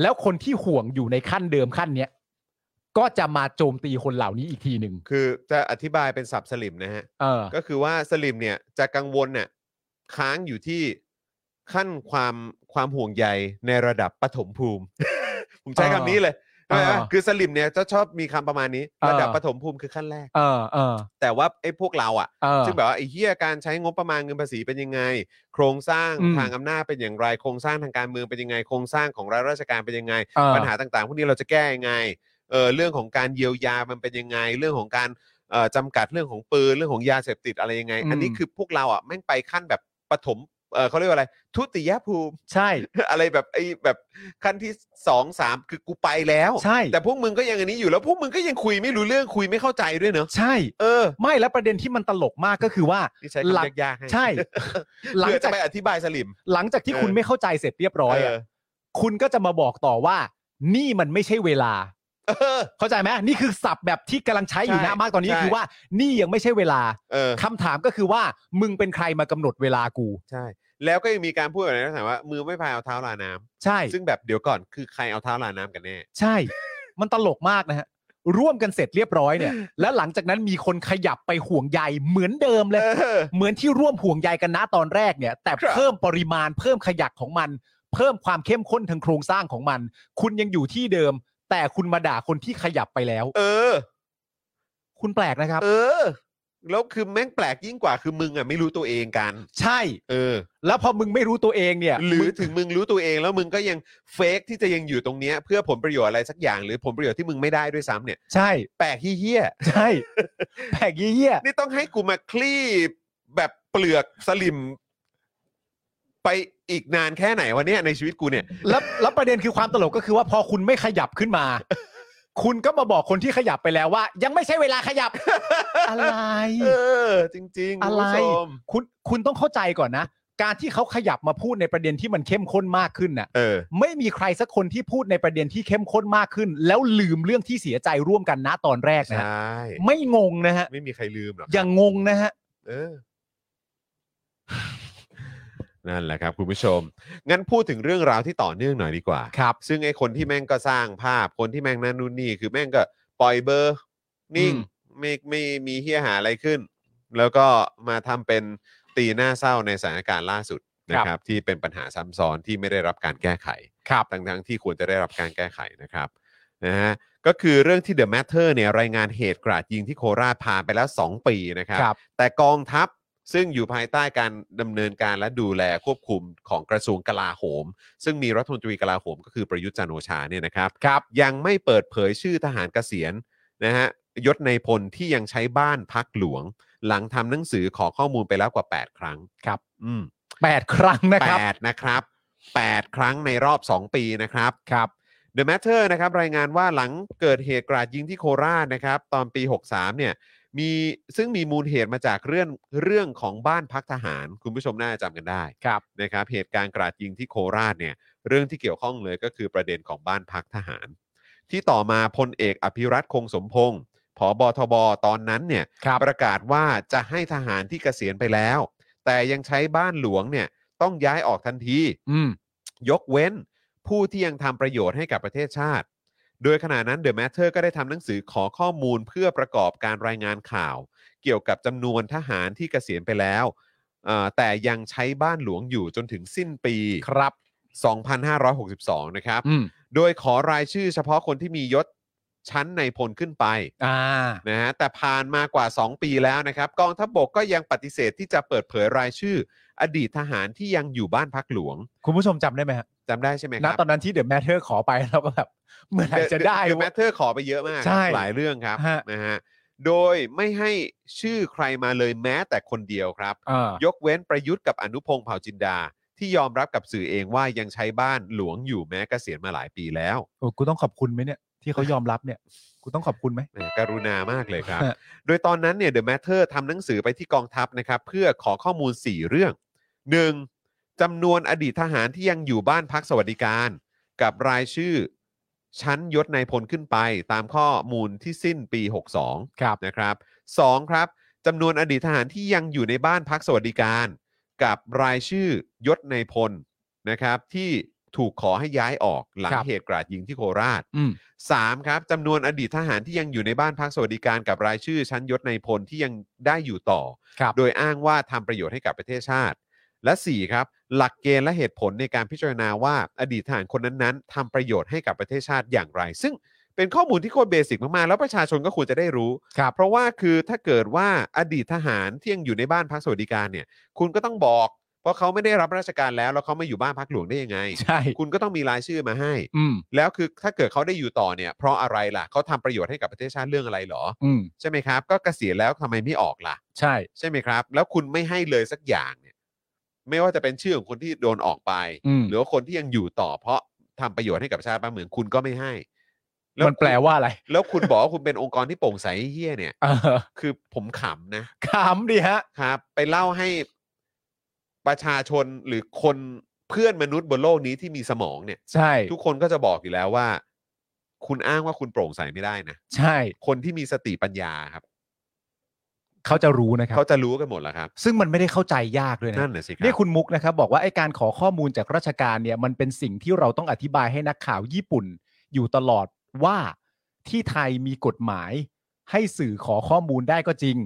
[SPEAKER 5] แล้วคนที่ห่วงอยู่ในขั้นเดิมขั้นเนี้ยก็จะมาโจมตีคนเหล่านี้อีกทีหนึ่ง
[SPEAKER 3] คือจะอธิบายเป็นสับสลิมนะฮะ
[SPEAKER 5] เออ
[SPEAKER 3] ก็คือว่าสลิมเนี่ยจะกังวลเนี่ยค้างอยู่ที่ขั้นความความห่วงใยในระดับปฐมภูมิ ผมใช้คำนี้เลย
[SPEAKER 5] อ่า
[SPEAKER 3] ใช่ไหมคือสลิมเนี่ยจะชอบมีคำประมาณนี้
[SPEAKER 5] อ่า
[SPEAKER 3] ระดับปฐมภูมิคือขั้นแรก
[SPEAKER 5] เออเออ
[SPEAKER 3] แต่ว่าไอ้พวกเราอ่ะ
[SPEAKER 5] เออ
[SPEAKER 3] ซึ่งแบบว่าไอ้เหี้ยการใช้งบประมาณเงินภาษีเป็นยังไง โครงสร้าง
[SPEAKER 5] อืม
[SPEAKER 3] ทางอำนาจเป็นอย่างไร โครงสร้างทางการเมืองเป็นยังไง โครงสร้างของรัฐราชการเป็นยังไง
[SPEAKER 5] อ่า
[SPEAKER 3] ปัญหาต่างๆ พวกนี้เราจะแก้ยังไงเออเรื่องของการเยียวยามันเป็นยังไง เรื่องของการเอ่อจำกัดเรื่องของปืนเรื่องของยาเสพติดอะไรยังไง
[SPEAKER 5] อืม
[SPEAKER 3] อันนี้คือพวกเราอ่ะแม่งไปขั้นแบบปฐมเออเขาเรียกว่าอะไร ทุติยภูมิ
[SPEAKER 5] ใช่
[SPEAKER 3] อะไรแบบไอ้แบบขั้นที่สองสามคือกูไปแล้ว
[SPEAKER 5] ใช่
[SPEAKER 3] แต่พวกมึงก็ยังอันนี้อยู่แล้วพวกมึงก็ยังคุยไม่รู้เรื่องคุยไม่เข้าใจด้วยเนอะ
[SPEAKER 5] ใช่
[SPEAKER 3] เออ
[SPEAKER 5] ไม่แล้วประเด็นที่มันตลกมากก็คือว่า
[SPEAKER 3] นี่ใช้
[SPEAKER 5] หลั
[SPEAKER 3] คำ
[SPEAKER 5] ง
[SPEAKER 3] ยากๆให้
[SPEAKER 5] ใช่ หลัง
[SPEAKER 3] เพื่อ
[SPEAKER 5] จา
[SPEAKER 3] จะ
[SPEAKER 5] ก
[SPEAKER 3] ไปอธิบายสลิม
[SPEAKER 5] หลังจากที่คุณ
[SPEAKER 3] เออ
[SPEAKER 5] ไม่เข้าใจเสร็จเรียบร้อยอะ
[SPEAKER 3] เ
[SPEAKER 5] คุณก็จะมาบอกต่อว่า นี่มันไม่ใช่เวลา
[SPEAKER 3] เออ
[SPEAKER 5] เข้าใจไหมนี่คือศัพท์แบบที่กำลังใช้อยู่
[SPEAKER 3] ใช่
[SPEAKER 5] นะมากตอนนี้
[SPEAKER 3] ใช่
[SPEAKER 5] คือว่า นี่ยังไม่ใช่เวลา
[SPEAKER 3] เออ
[SPEAKER 5] คำถามก็คือว่า มึงเป็นใครมากำหนดเวลากู
[SPEAKER 3] ใช่ แล้วก็ยังมีการพูดแบบนี้นะว่า มือไม่พายเอาเท้าลาน้ำ
[SPEAKER 5] ใช่
[SPEAKER 3] ซึ่งแบบเดี๋ยวก่อนคือใครเอาเท้าลาน้ำกันแน่
[SPEAKER 5] ใช่ มันตลกมากนะฮะ ร่วมกันเสร็จเรียบร้อยเนี่ย แล้วหลังจากนั้นมีคนขยับไปห่วงใยเหมือนเดิมเลย
[SPEAKER 3] เออ
[SPEAKER 5] เหมือนที่ร่วมห่วงใยกันนะตอนแรกเนี่ย แต่
[SPEAKER 3] ครับ
[SPEAKER 5] เพิ่มปริมาณเพิ่มขยักของมัน เพิ่มความเข้มข้นทางโครงสร้างของมัน คุณยังอยู่ที่เดิม แต่คุณมาด่าคนที่ขยับไปแล้ว
[SPEAKER 3] เออ
[SPEAKER 5] คุณแปลกนะครับ
[SPEAKER 3] เออ แล้วคือแม่งแปลกยิ่งกว่าคือมึงอ่ะไม่รู้ตัวเองกัน
[SPEAKER 5] ใช่
[SPEAKER 3] เออ
[SPEAKER 5] แล้วพอมึงไม่รู้ตัวเองเนี่ย
[SPEAKER 3] หรือ
[SPEAKER 5] มึง
[SPEAKER 3] ถึงมึงรู้ตัวเองแล้วมึงก็ยังเฟกที่จะยังอยู่ตรงเนี้ยเพื่อผลประโยชน์อะไรสักอย่างหรือผลประโยชน์ที่มึงไม่ได้ด้วยซ้ำเนี่ย
[SPEAKER 5] ใช่
[SPEAKER 3] แปลกเฮี้ย
[SPEAKER 5] ใช่ แปลกเยี่ย
[SPEAKER 3] ๆนี่ต้องให้กูมาคลี่แบบเปลือกสลิม ไปอีกนานแค่ไหนวะเนี่ยในชีวิตกูเนี่ย
[SPEAKER 5] ๆแล้วแล้วประเด็นคือความตลกก็คือว่าพอคุณไม่ขยับขึ้นมา คุณก็มาบอกคนที่ขยับไปแล้วว่า ยังไม่ใช่เวลาข ยับ อะไร
[SPEAKER 3] เออ จริงๆ
[SPEAKER 5] อะ
[SPEAKER 3] คุณ
[SPEAKER 5] ไร
[SPEAKER 3] ผู้ชม
[SPEAKER 5] คุณคุณต้องเข้าใจก่อนนะ การที่เขาขยับมาพูดในประเด็นที่มันเข้มข้นมากขึ้นน่ะ
[SPEAKER 3] เออ
[SPEAKER 5] ไม่มีใครสักคนที่พูดในประเด็นที่เข้มข้นมากขึ้น แล้วลืมเรื่องที่เสียใจร่วมกันนะตอนแรกนะฮะ
[SPEAKER 3] ใช่
[SPEAKER 5] ไม่งงนะฮะ
[SPEAKER 3] ไม่มีใครลืมหรอก
[SPEAKER 5] อย่างงงนะฮะ
[SPEAKER 3] เออ นั่นแหละครับ คุณผู้ชม งั้นพูดถึงเรื่องราวที่ต่อเนื่องหน่อยดีกว่า
[SPEAKER 5] ครับ
[SPEAKER 3] ซึ่งไอ้คนที่แม่งก็สร้างภาพ คนที่แม่งนั่นนู่นนี่ คือแม่งก็ปล่อยเบอร์ นิ่ง
[SPEAKER 5] อืม
[SPEAKER 3] ไม่ไม่มีเฮี้ยหาอะไรขึ้น แล้วก็มาทำเป็นตีหน้าเศร้าในสถานการณ์ล่าสุดนะครับ ที่เป็นปัญหาซ้ำซ้อนที่ไม่ได้รับการแก้ไข
[SPEAKER 5] ครับ
[SPEAKER 3] ทั้งทั้งๆที่ควรจะได้รับการแก้ไขนะครับนะฮะก็คือเรื่องที่ The Matter เนี่ยรายงานเหตุกราดยิงที่โคราชผ่านไปแล้ว 2 ปีนะครับ
[SPEAKER 5] ครับ
[SPEAKER 3] แต่กองทัพซึ่งอยู่ภายใต้การดำเนินการและดูแลควบคุมของกระทรวงกลาโหม ซึ่งมีรัฐมนตรีกลาโหมก็คือประยุทธ์จันทร์โอชาเนี่ยนะครับ
[SPEAKER 5] ครับ
[SPEAKER 3] ยังไม่เปิดเผยชื่อทหารเกษียณนะฮะยศในพลที่ยังใช้บ้านพักหลวง หลังทำหนังสือขอข้อมูลไปแล้วกว่า 8 ครั้ง
[SPEAKER 5] ครับ
[SPEAKER 3] อืม
[SPEAKER 5] แปดครั้งนะครับ
[SPEAKER 3] 8 นะครับ 8 ครั้งในรอบ 2 ปีนะครับ
[SPEAKER 5] ครับ
[SPEAKER 3] The Matter นะครับรายงานว่าหลังเกิดเหตุกราดยิงที่โคราชนะครับ ตอนปี 63 เนี่ยมีซึ่งมีมูลเหตุมาจากเรื่องเรื่องของบ้านพักทหาร คุณผู้ชมน่าจะจำกันได้
[SPEAKER 5] ครับ
[SPEAKER 3] นะครับ เหตุการณ์กราดยิงที่โคราชเนี่ยเรื่องที่เกี่ยวข้องเลยก็คือประเด็นของบ้านพักทหาร ที่ต่อมาพลเอกอภิรัตคงสมพงศ์ผอบทบตอนนั้นเนี่ย
[SPEAKER 5] ครับ
[SPEAKER 3] ประกาศว่าจะให้ทหารที่เกษียณไปแล้ว แต่ยังใช้บ้านหลวงเนี่ยต้องย้ายออกทันที
[SPEAKER 5] อืม
[SPEAKER 3] ยกเว้นผู้ที่ยังทำประโยชน์ให้กับประเทศชาติ โดยขณะนั้น The Matter ก็ได้ทำหนังสือขอข้อมูลเพื่อประกอบการรายงานข่าว เกี่ยวกับจำนวนทหารที่เกษียณไปแล้วเอ่อแต่ยังใช้บ้านหลวงอยู่จนถึงสิ้นปี
[SPEAKER 5] ครับ
[SPEAKER 3] 2562 นะครับ
[SPEAKER 5] อืม
[SPEAKER 3] โดยขอรายชื่อเฉพาะคนที่มียศ ชั้นในพลขึ้นไป
[SPEAKER 5] อ่า
[SPEAKER 3] นะฮะแต่ผ่านมากว่า 2 ปีแล้วนะครับกองทัพบบกก็ยังปฏิเสธที่จะเปิดเผยรายชื่อ อดีตทหารที่ยังอยู่บ้านพักหลวง
[SPEAKER 5] คุณผู้ชมจำได้ไหมฮะ
[SPEAKER 3] จำได้ใช่ไหมค
[SPEAKER 5] ณ
[SPEAKER 3] รับ
[SPEAKER 5] ตอนนั้นที่เดอะแมทเทอร์ขอไปเราก็แบบ เมื่อไหร่จะได้
[SPEAKER 3] แม
[SPEAKER 5] วะ
[SPEAKER 3] ทเธอร์ขอไปเยอะมาก
[SPEAKER 5] ใช่
[SPEAKER 3] หลายเรื่องครับ
[SPEAKER 5] ฮะ
[SPEAKER 3] นะฮะโดยไม่ให้ชื่อใครมาเลยแม้แต่คนเดียวครับ
[SPEAKER 5] เออย
[SPEAKER 3] กเว้นประยุทธ์กับอนุพงศ์เผ่าจินดา ที่ยอมรับกับสื่อเองว่ายังใช้บ้านหลวงอยู่แม้เกษียณมาหลายปีแล้ว
[SPEAKER 5] โอ้กูต้องขอบคุณไหมเนี่ย ที่เขายอมรับเนี่ยกูต้องขอบคุณไหม
[SPEAKER 3] แหมกรุณามากเลย ครับ
[SPEAKER 5] ฮะ
[SPEAKER 3] โดยตอนนั้นเนี่ยเดอะแมทเทอร์ทำหนังสือไปที่กองทัพนะครับเพื่อขอข้อมูล 4 เรื่อง 1. จำนวนอดีตทหารที่ยังอยู่บ้านพักสวัสดิการ กับรายชื่อ ชั้นยศนายพลขึ้นไป ตามข้อมูลที่สิ้นปี 62
[SPEAKER 5] ครับ
[SPEAKER 3] นะครับ 2. ครับจำนวนอดีตทหารที่ยังอยู่ในบ้านพักสวัสดิการ กับรายชื่อยศนายพลนะครับที่ถูกขอให้ย้ายออกหลัง
[SPEAKER 5] ครับ
[SPEAKER 3] เหตุกราดยิงที่โคราช
[SPEAKER 5] อืม
[SPEAKER 3] 3ครับจำนวนอดีตทหารที่ยังอยู่ในบ้านพักสวัสดิการกับรายชื่อชั้นยศในายพลที่ยังได้อยู่ต่อ
[SPEAKER 5] ครับ
[SPEAKER 3] โดยอ้างว่าทำประโยชน์ให้กับประเทศชาติ และ 4 ครับ หลักเกณฑ์และเหตุผลในการพิจารณาว่าอดีตทหารคนนั้นๆทำประโยชน์ให้กับประเทศชาติอย่างไร ซึ่งเป็นข้อมูลที่โคตรเบสิกมาก ๆ แล้วประชาชนก็ควรจะได้รู้
[SPEAKER 5] ครับ
[SPEAKER 3] เพราะว่าคือถ้าเกิดว่าอดีตทหารที่ยังอยู่ในบ้านพักสวัสดิการเนี่ยคุณก็ต้องบอก เพราะเขาไม่ได้รับราชการแล้วแล้วเขาไม่อยู่บ้านพักหลวงได้ยังไง
[SPEAKER 5] ใช่
[SPEAKER 3] คุณก็ต้องมีรายชื่อมาให้
[SPEAKER 5] อืม
[SPEAKER 3] แล้วคือถ้าเกิดเขาได้อยู่ต่อเนี่ย เพราะอะไรล่ะเขาทำประโยชน์ให้กับประเทศชาติเรื่องอะไรหรอ
[SPEAKER 5] อืม
[SPEAKER 3] ใช่ไหมครับ ก็เกษียณแล้วทำไมไม่ออกล่ะ
[SPEAKER 5] ใช่
[SPEAKER 3] ใช่ไหมครับ แล้วคุณไม่ให้เลยสักอย่างเนี่ย ไม่ว่าจะเป็นชื่อของคนที่โดนออกไป
[SPEAKER 5] อืม
[SPEAKER 3] หรือว่าคนที่ยังอยู่ต่อ เพราะทำประโยชน์ให้กับชาติบ้านเมืองคุณก็ไม่ให้ล้ว
[SPEAKER 5] มันแปลว่าอะไร
[SPEAKER 3] แล้วคุณบอกว่าคุณเป็นองค์กรที่โปร่งใสเฮี้ยเนี่ย
[SPEAKER 5] เออ
[SPEAKER 3] คือผมขำนะ
[SPEAKER 5] ขำดีฮะ
[SPEAKER 3] ครับ ไปเล่าให้ประชาชนหรือคนเพื่อนมนุษย์บนโลกนี้ที่มีสมองเนี่ย
[SPEAKER 5] ใช่
[SPEAKER 3] ทุกคนก็จะบอกอยู่แล้วว่า คุณอ้างว่าคุณโปร่งใสไม่ได้นะ
[SPEAKER 5] ใช่
[SPEAKER 3] คนที่มีสติปัญญาครับ
[SPEAKER 5] เขาจะรู้นะครับ
[SPEAKER 3] เขาจะรู้กันหมดแล้วครับ
[SPEAKER 5] ซึ่งมันไม่ได้เข้าใจยากด้วยนะ
[SPEAKER 3] นั่นแหละสิครั
[SPEAKER 5] นี่คุณมุกนะครับบอกว่าไอการขอข้อมูลจากราชการเนี่ยมันเป็นสิ่งที่เราต้องอธิบายให้นักข่าวญี่ปุ่น อยู่ตลอดว่าที่ไทยมีกฎหมาย ให้สื่อขอข้อมูลได้ก็จริง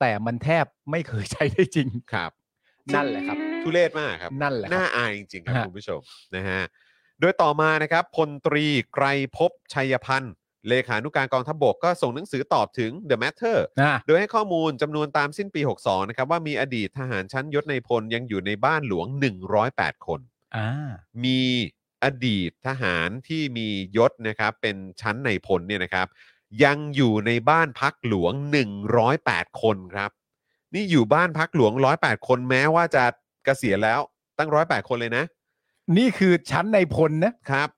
[SPEAKER 5] แต่มันแทบไม่เคยใช้ได้จริง
[SPEAKER 3] ครับ
[SPEAKER 5] นั่นแหละครับ
[SPEAKER 3] ทุเรศมากครับ
[SPEAKER 5] นั่นแหละครับ
[SPEAKER 3] น่าอายจริงๆครับ
[SPEAKER 5] ฮะ
[SPEAKER 3] คุณผู้ชมนะฮะโดยต่อมานะครับพลตรีไกรภพชัยพันธ์เลขานุการกองทัพบกก็ส่งหนังสือตอบถึง The Matter
[SPEAKER 5] นะ
[SPEAKER 3] โดยให้ข้อมูลจำนวนตามสิ้นปี 62 นะครับ ว่ามีอดีตทหารชั้นยศในพลยังอยู่ในบ้านหลวง 108 คน
[SPEAKER 5] อ่า
[SPEAKER 3] มีอดีตทหารที่มียศนะครับเป็นชั้นในพลเนี่ยนะครับ ยังอยู่ในบ้านพักหลวง 108 คนครับ นี่อยู่บ้านพักหลวง 108 คนแม้ว่าจะเกษียณแล้วตั้ง 108 คนเลยนะ
[SPEAKER 5] นี่คือชั้นในพลนะครับ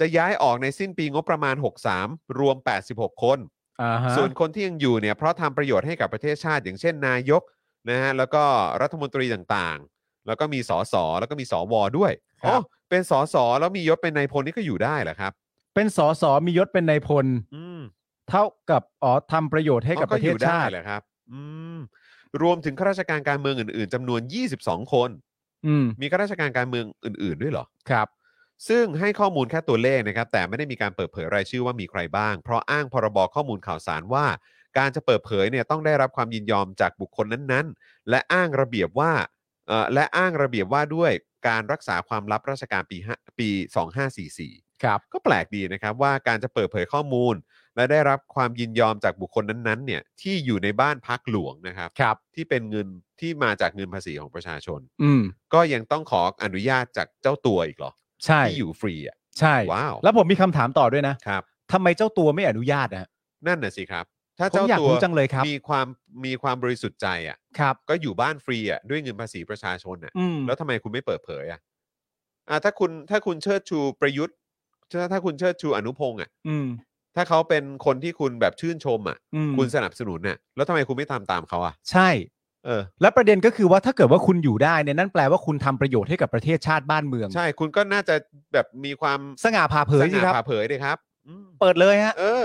[SPEAKER 3] จะย้ายออกในสิ้นปีงบประมาณ 63 รวม 86 คน
[SPEAKER 5] อ่าฮะ
[SPEAKER 3] ส่วนคนที่ยังอยู่เนี่ยเพราะทำประโยชน์ให้กับประเทศชาติ อย่างเช่นนายกนะฮะแล้วก็รัฐมนตรีต่างๆ แล้วก็มีสอสอแล้วก็มีสวด้วยอ๋อเป็นสอสอแล้วมียศเป็นนายพลนี่ก็อยู่ได้เหรอครับ
[SPEAKER 5] เป็นสสมียศเป็นในพล
[SPEAKER 3] อืม
[SPEAKER 5] เท่ากับอ๋อทำประโยชน์ให้กับประเทศชาติ
[SPEAKER 3] อ๋อก็อยู่ได้เหรอครับ อืมรวมถึงข้าราชการการเมืองอื่นๆจำนวน 22 คน
[SPEAKER 5] อืม
[SPEAKER 3] มีข้าราชการการเมืองอื่น ๆ ด้วยเหรอ
[SPEAKER 5] ครับ
[SPEAKER 3] ซึ่งให้ข้อมูลแค่ตัวเลขนะครับ แต่ไม่ได้มีการเปิดเผยรายชื่อว่ามีใครบ้าง เพราะอ้างพรบข้อมูลข่าวสารว่า การจะเปิดเผยเนี่ยต้องได้รับความยินยอมจากบุคคลนั้นๆ และอ้างระเบียบว่าเอ่อและอ้างระเบียบว่าด้วยการรักษาความลับราชการปีห้าปี 2544
[SPEAKER 5] ครับ
[SPEAKER 3] ก็แปลกดีนะครับว่าการจะเปิดเผยข้อมูล และได้รับความยินยอมจากบุคคลนั้นๆเนี่ยที่อยู่ในบ้านพักหลวงนะครับ
[SPEAKER 5] ครับ
[SPEAKER 3] ที่เป็นเงินที่มาจากเงินภาษีของประชาชน
[SPEAKER 5] อืม
[SPEAKER 3] ก็ยังต้องขออนุญาตจากเจ้าตัวอีกเหรอ
[SPEAKER 5] ใช่
[SPEAKER 3] ที่อยู่ฟรีอ่ะ
[SPEAKER 5] ใช่
[SPEAKER 3] ว้าว
[SPEAKER 5] แล้วผมมีคำถามต่อด้วยนะครับ ทำไมเจ้าตัวไม่อนุญาตนะฮะ
[SPEAKER 3] นั่นน่ะสิครับ ถ้า
[SPEAKER 5] ผม
[SPEAKER 3] เจ้า
[SPEAKER 5] อยาก
[SPEAKER 3] ตัว
[SPEAKER 5] รู้จังเลยครับ
[SPEAKER 3] มีความมีความบริสุทธิ์ใจอ่ะ
[SPEAKER 5] ครับ
[SPEAKER 3] ก็อยู่บ้านฟรีอ่ะด้วยเงินภาษีประชาชนอ่ะ
[SPEAKER 5] อืม
[SPEAKER 3] แล้วทำไมคุณไม่เปิดเผยอ่ะอ่ะถ้าคุณถ้าคุณเชิดชูประยุทธ์ถ้าถ้าคุณเชิดชูอนุพงษ์อ่ะ
[SPEAKER 5] อืม
[SPEAKER 3] ถ้าเขาเป็นคนที่คุณแบบชื่นชมอ่ะ
[SPEAKER 5] อืม
[SPEAKER 3] คุณสนับสนุนน่ะแล้วทำไมคุณไม่ตามตามเขาอ่ะ
[SPEAKER 5] ใช่
[SPEAKER 3] เออ
[SPEAKER 5] และประเด็นก็คือว่าถ้าเกิดว่าคุณอยู่ได้เนี่ยนั่นแปลว่าคุณทำประโยชน์ให้กับประเทศชาติบ้านเมือง
[SPEAKER 3] ใช่คุณก็น่าจะแบบมีความ
[SPEAKER 5] สง่าผ่าเผย
[SPEAKER 3] ส
[SPEAKER 5] สิ
[SPEAKER 3] ง่า
[SPEAKER 5] ครับ
[SPEAKER 3] ผ่าเผยเลยครับอืม
[SPEAKER 5] เปิดเลยฮะ
[SPEAKER 3] เออ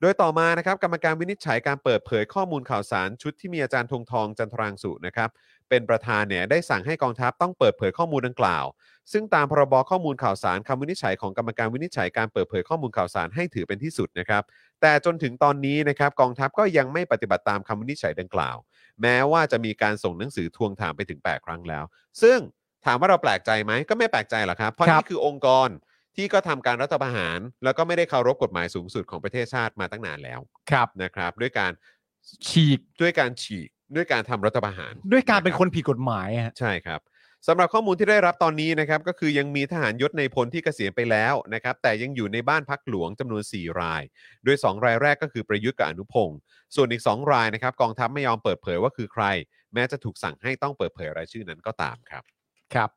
[SPEAKER 3] โดยต่อมานะครับ กรรมการวินิจฉัยการเปิดเผยข้อมูลข่าวสารชุดที่มีอาจารย์ธงทองจันทรางสุนะครับ เป็นประธานเนี่ยได้สั่งให้กองทัพต้องเปิดเผยข้อมูลดังกล่าว ซึ่งตามพรบข้อมูลข่าวสารคำวินิจฉัยของกรรมการวินิจฉัยการเปิดเผยข้อมูลข่าวสารให้ถือเป็นที่สุดนะครับ แต่จนถึงตอนนี้นะครับกองทัพก็ยังไม่ปฏิบัติตามคำวินิจฉัยดังกล่าว แม้ว่าจะมีการส่งหนังสือทวงถามไปถึง 8 ครั้งแล้ว ซึ่งถามว่าเราแปลกใจไหมก็ไม่แปลกใจหรอกครับเพราะ
[SPEAKER 5] ครับ
[SPEAKER 3] นี่คือองค์กร ที่ก็ทำการรัฐประหาร แล้วก็ไม่ได้เคารพกฎหมายสูงสุดของประเทศชาติมาตั้งนานแล้ว
[SPEAKER 5] ครับ
[SPEAKER 3] นะครับ ด้วยการ
[SPEAKER 5] ฉีก
[SPEAKER 3] ด้วยการฉีกด้วยการทำรัฐประหาร
[SPEAKER 5] ด้วยการเป็นคนผิดกฎหมายฮะ
[SPEAKER 3] ใช่ครับสำหรับข้อมูลที่ได้รับตอนนี้นะครับก็คือยังมีทหารยศในพลที่เกษียณไปแล้วนะครับแต่ยังอยู่ในบ้านพักหลวงจำนวน 4 ราย โดย 2 รายแรกก็คือประยุทธ์กับอนุพงศ์ส่วนอีก 2 รายนะครับกองทัพไม่ยอมเปิดเผยว่าคือใคร แม้จะถูกสั่งให้ต้องเปิดเผยรายชื่อนั้นก็ตามครับ
[SPEAKER 5] ครับ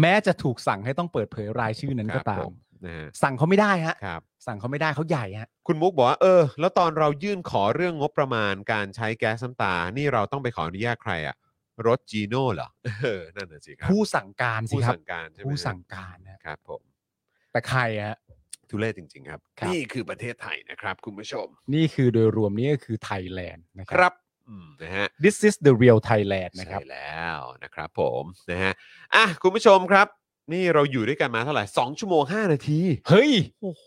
[SPEAKER 5] แม้จะถูกสั่งให้ต้องเปิดเผยรายชื่อนั้น
[SPEAKER 3] ค
[SPEAKER 5] ก็
[SPEAKER 3] รับ
[SPEAKER 5] ตา
[SPEAKER 3] ผม มนะฮะ
[SPEAKER 5] สั่งเขาไม่ได้ฮะ
[SPEAKER 3] ครับ
[SPEAKER 5] สั่งเขาไม่ได้เขาใหญ่ฮะ
[SPEAKER 3] คุณมุกบอกว่าเออ แล้วตอนเรายื่นขอเรื่องงบประมาณการใช้แก๊สน้ำตา นี่เราต้องไปขออนุญาตใครอะรถจีโน่เหรอเออนั่นน่ะสิครับ
[SPEAKER 5] ผู้สั่งการสิ
[SPEAKER 3] ผู้
[SPEAKER 5] ครับ
[SPEAKER 3] สั่งการใช่ไหม
[SPEAKER 5] ผู้
[SPEAKER 3] ฮะ
[SPEAKER 5] สั่งการนะครับ
[SPEAKER 3] ผม
[SPEAKER 5] แต่ใครฮะ
[SPEAKER 3] ทุเรศจริง ๆ ครับ
[SPEAKER 5] ครับ
[SPEAKER 3] นี่คือประเทศไทยนะครับ คุณผู้ชม
[SPEAKER 5] นี่คือโดยรวมนี่ก็คือไทยแลนด์นะค
[SPEAKER 3] ค
[SPEAKER 5] รั
[SPEAKER 3] รับ บอืมนะฮะ
[SPEAKER 5] this is the real Thailand นะครับ
[SPEAKER 3] ใช่แล้วนะครับผมนะฮะอ่ะคุณผู้ชมครับ นี่เราอยู่ด้วยกันมาเท่าไหร่ 2 ชั่วโมง 5 นาที
[SPEAKER 5] เฮ้ย
[SPEAKER 3] โอ้โห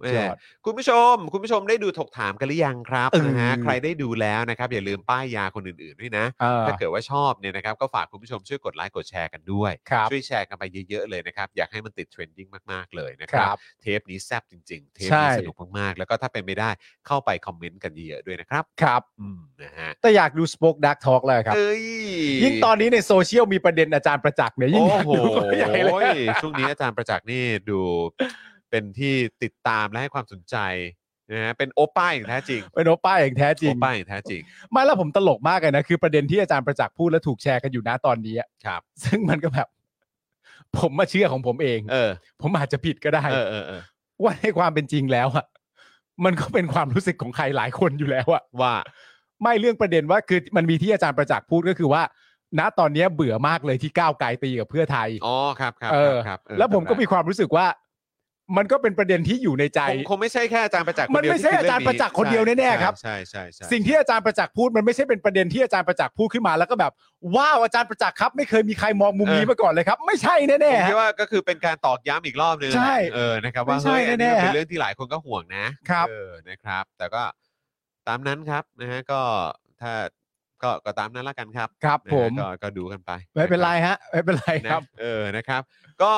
[SPEAKER 3] แหม
[SPEAKER 5] ยอด
[SPEAKER 3] คุณผู้ชม คุณผู้ชมได้ดูถกถามกันหรือยังครับ
[SPEAKER 5] เออ
[SPEAKER 3] นะฮะใครได้ดูแล้วนะครับ อย่าลืมป้ายยาคนอื่น ๆ ด้วยนะ
[SPEAKER 5] เออ
[SPEAKER 3] ถ้าเกิดว่าชอบเนี่ยนะครับ ก็ฝากคุณผู้ชมช่วยกดไลค์กดแชร์กันด้วย
[SPEAKER 5] ครับ
[SPEAKER 3] ช่วยแชร์กันไปเยอะๆเลยนะครับ อยากให้มันติดเทรนดิ้งมากๆเลยนะค
[SPEAKER 5] ค
[SPEAKER 3] รั
[SPEAKER 5] รับ บ
[SPEAKER 3] เทปนี้แซบจริง ๆ เทป
[SPEAKER 5] ใช่
[SPEAKER 3] นี้สนุกมากๆ แล้วก็ถ้าเป็นไม่ได้เข้าไปคอมเมนต์กันเยอะๆด้วยนะครับ
[SPEAKER 5] ครับ
[SPEAKER 3] อืมนะฮะ
[SPEAKER 5] แต่อยากดู Spoke Dark Talk เลยครับ
[SPEAKER 3] เอ้ย
[SPEAKER 5] ยิ่งตอนนี้ในโซเชียลมีประเด็นอาจารย์ประจักษ์เนี่ยยิ่ง
[SPEAKER 3] โอ้
[SPEAKER 5] อยาก
[SPEAKER 3] โห
[SPEAKER 5] ดูเข้าไปใหญ่เลย
[SPEAKER 3] ช่วงนี้อาจารย์ประจักษ์นี่ดูเป็นที่ติดตามและให้ความสนใจนะฮะเป็นโอป้าอย่างแท้จริง
[SPEAKER 5] เป็นโอป้าอย่างแท้จริง
[SPEAKER 3] โอป้าอย่างแท้จริง
[SPEAKER 5] ไม่แล้วผมตลกมากเลยนะ คือประเด็นที่อาจารย์ประจักษ์พูดและถูกแชร์กันอยู่นะตอนนี้อะ
[SPEAKER 3] ครับ
[SPEAKER 5] ซึ่งมันก็แบบ ผมมาเชื่อของผมเอง
[SPEAKER 3] เออ
[SPEAKER 5] ผมอาจจะผิดก็ได้
[SPEAKER 3] เออเออเออ
[SPEAKER 5] ว่าในความเป็นจริงแล้วอะมันก็เป็นความรู้สึกของใครหลายคนอยู่แล้วอะ
[SPEAKER 3] ว่า
[SPEAKER 5] ไม่เรื่องประเด็นว่าคือมันมีที่อาจารย์ประจักษ์พูดก็คือว่า ณตอนนี้เบื่อมากเลยที่ก้าวไกลตีกับเพื่อไทย
[SPEAKER 3] อ๋อครับครับ
[SPEAKER 5] เออ
[SPEAKER 3] ครับเออ
[SPEAKER 5] แล้วผมก็
[SPEAKER 3] จำได้
[SPEAKER 5] มีความรู้สึกว่า มันก็เป็นประเด็นที่อยู่ในใจ
[SPEAKER 3] คงคงไม่ใช่แค่อาจารย์ประจักษ์
[SPEAKER 5] มันไม่
[SPEAKER 3] คเดีว
[SPEAKER 5] ใช่อาจารย์
[SPEAKER 3] ที่
[SPEAKER 5] ประจักษ์คนเดียวแน่ๆครับ
[SPEAKER 3] ใช่ใช่ใช่ใช่
[SPEAKER 5] สิ่งที่อาจารย์ประจักษ์พูดมันไม่ใช่เป็นประเด็นที่อาจารย์ประจักษ์พูดขึ้นมาแล้วก็แบบว้าวอาจารย์ประจักษ์ครับ ไม่เคยมีใครมองมุมนี้มาก่อนเลยครับ ไม่ใช่แน่
[SPEAKER 3] ผม
[SPEAKER 5] ๆ
[SPEAKER 3] คิด
[SPEAKER 5] ฮะ
[SPEAKER 3] ว่าก็คือเป็นการตอกย้ำอีกรอบนึง
[SPEAKER 5] ใช่
[SPEAKER 3] เออนะครับว่า
[SPEAKER 5] ไม่ใช่
[SPEAKER 3] เฮ้ยอันนี้มัน
[SPEAKER 5] แน่ๆ
[SPEAKER 3] เป็นเรื่องที่หลายคนก็ห่วงนะครับ เออนะครับ แต่ก็ตามนั้นครับนะฮะก็ถ้าก็ก็ตามนั้นละกันครับ
[SPEAKER 5] ครับ
[SPEAKER 3] นะฮะ
[SPEAKER 5] ผม
[SPEAKER 3] ก็ก็ดูกันไป
[SPEAKER 5] ไม่เป็นไรฮะไม่เป็นไร
[SPEAKER 3] นะครับ เออนะครับ ก็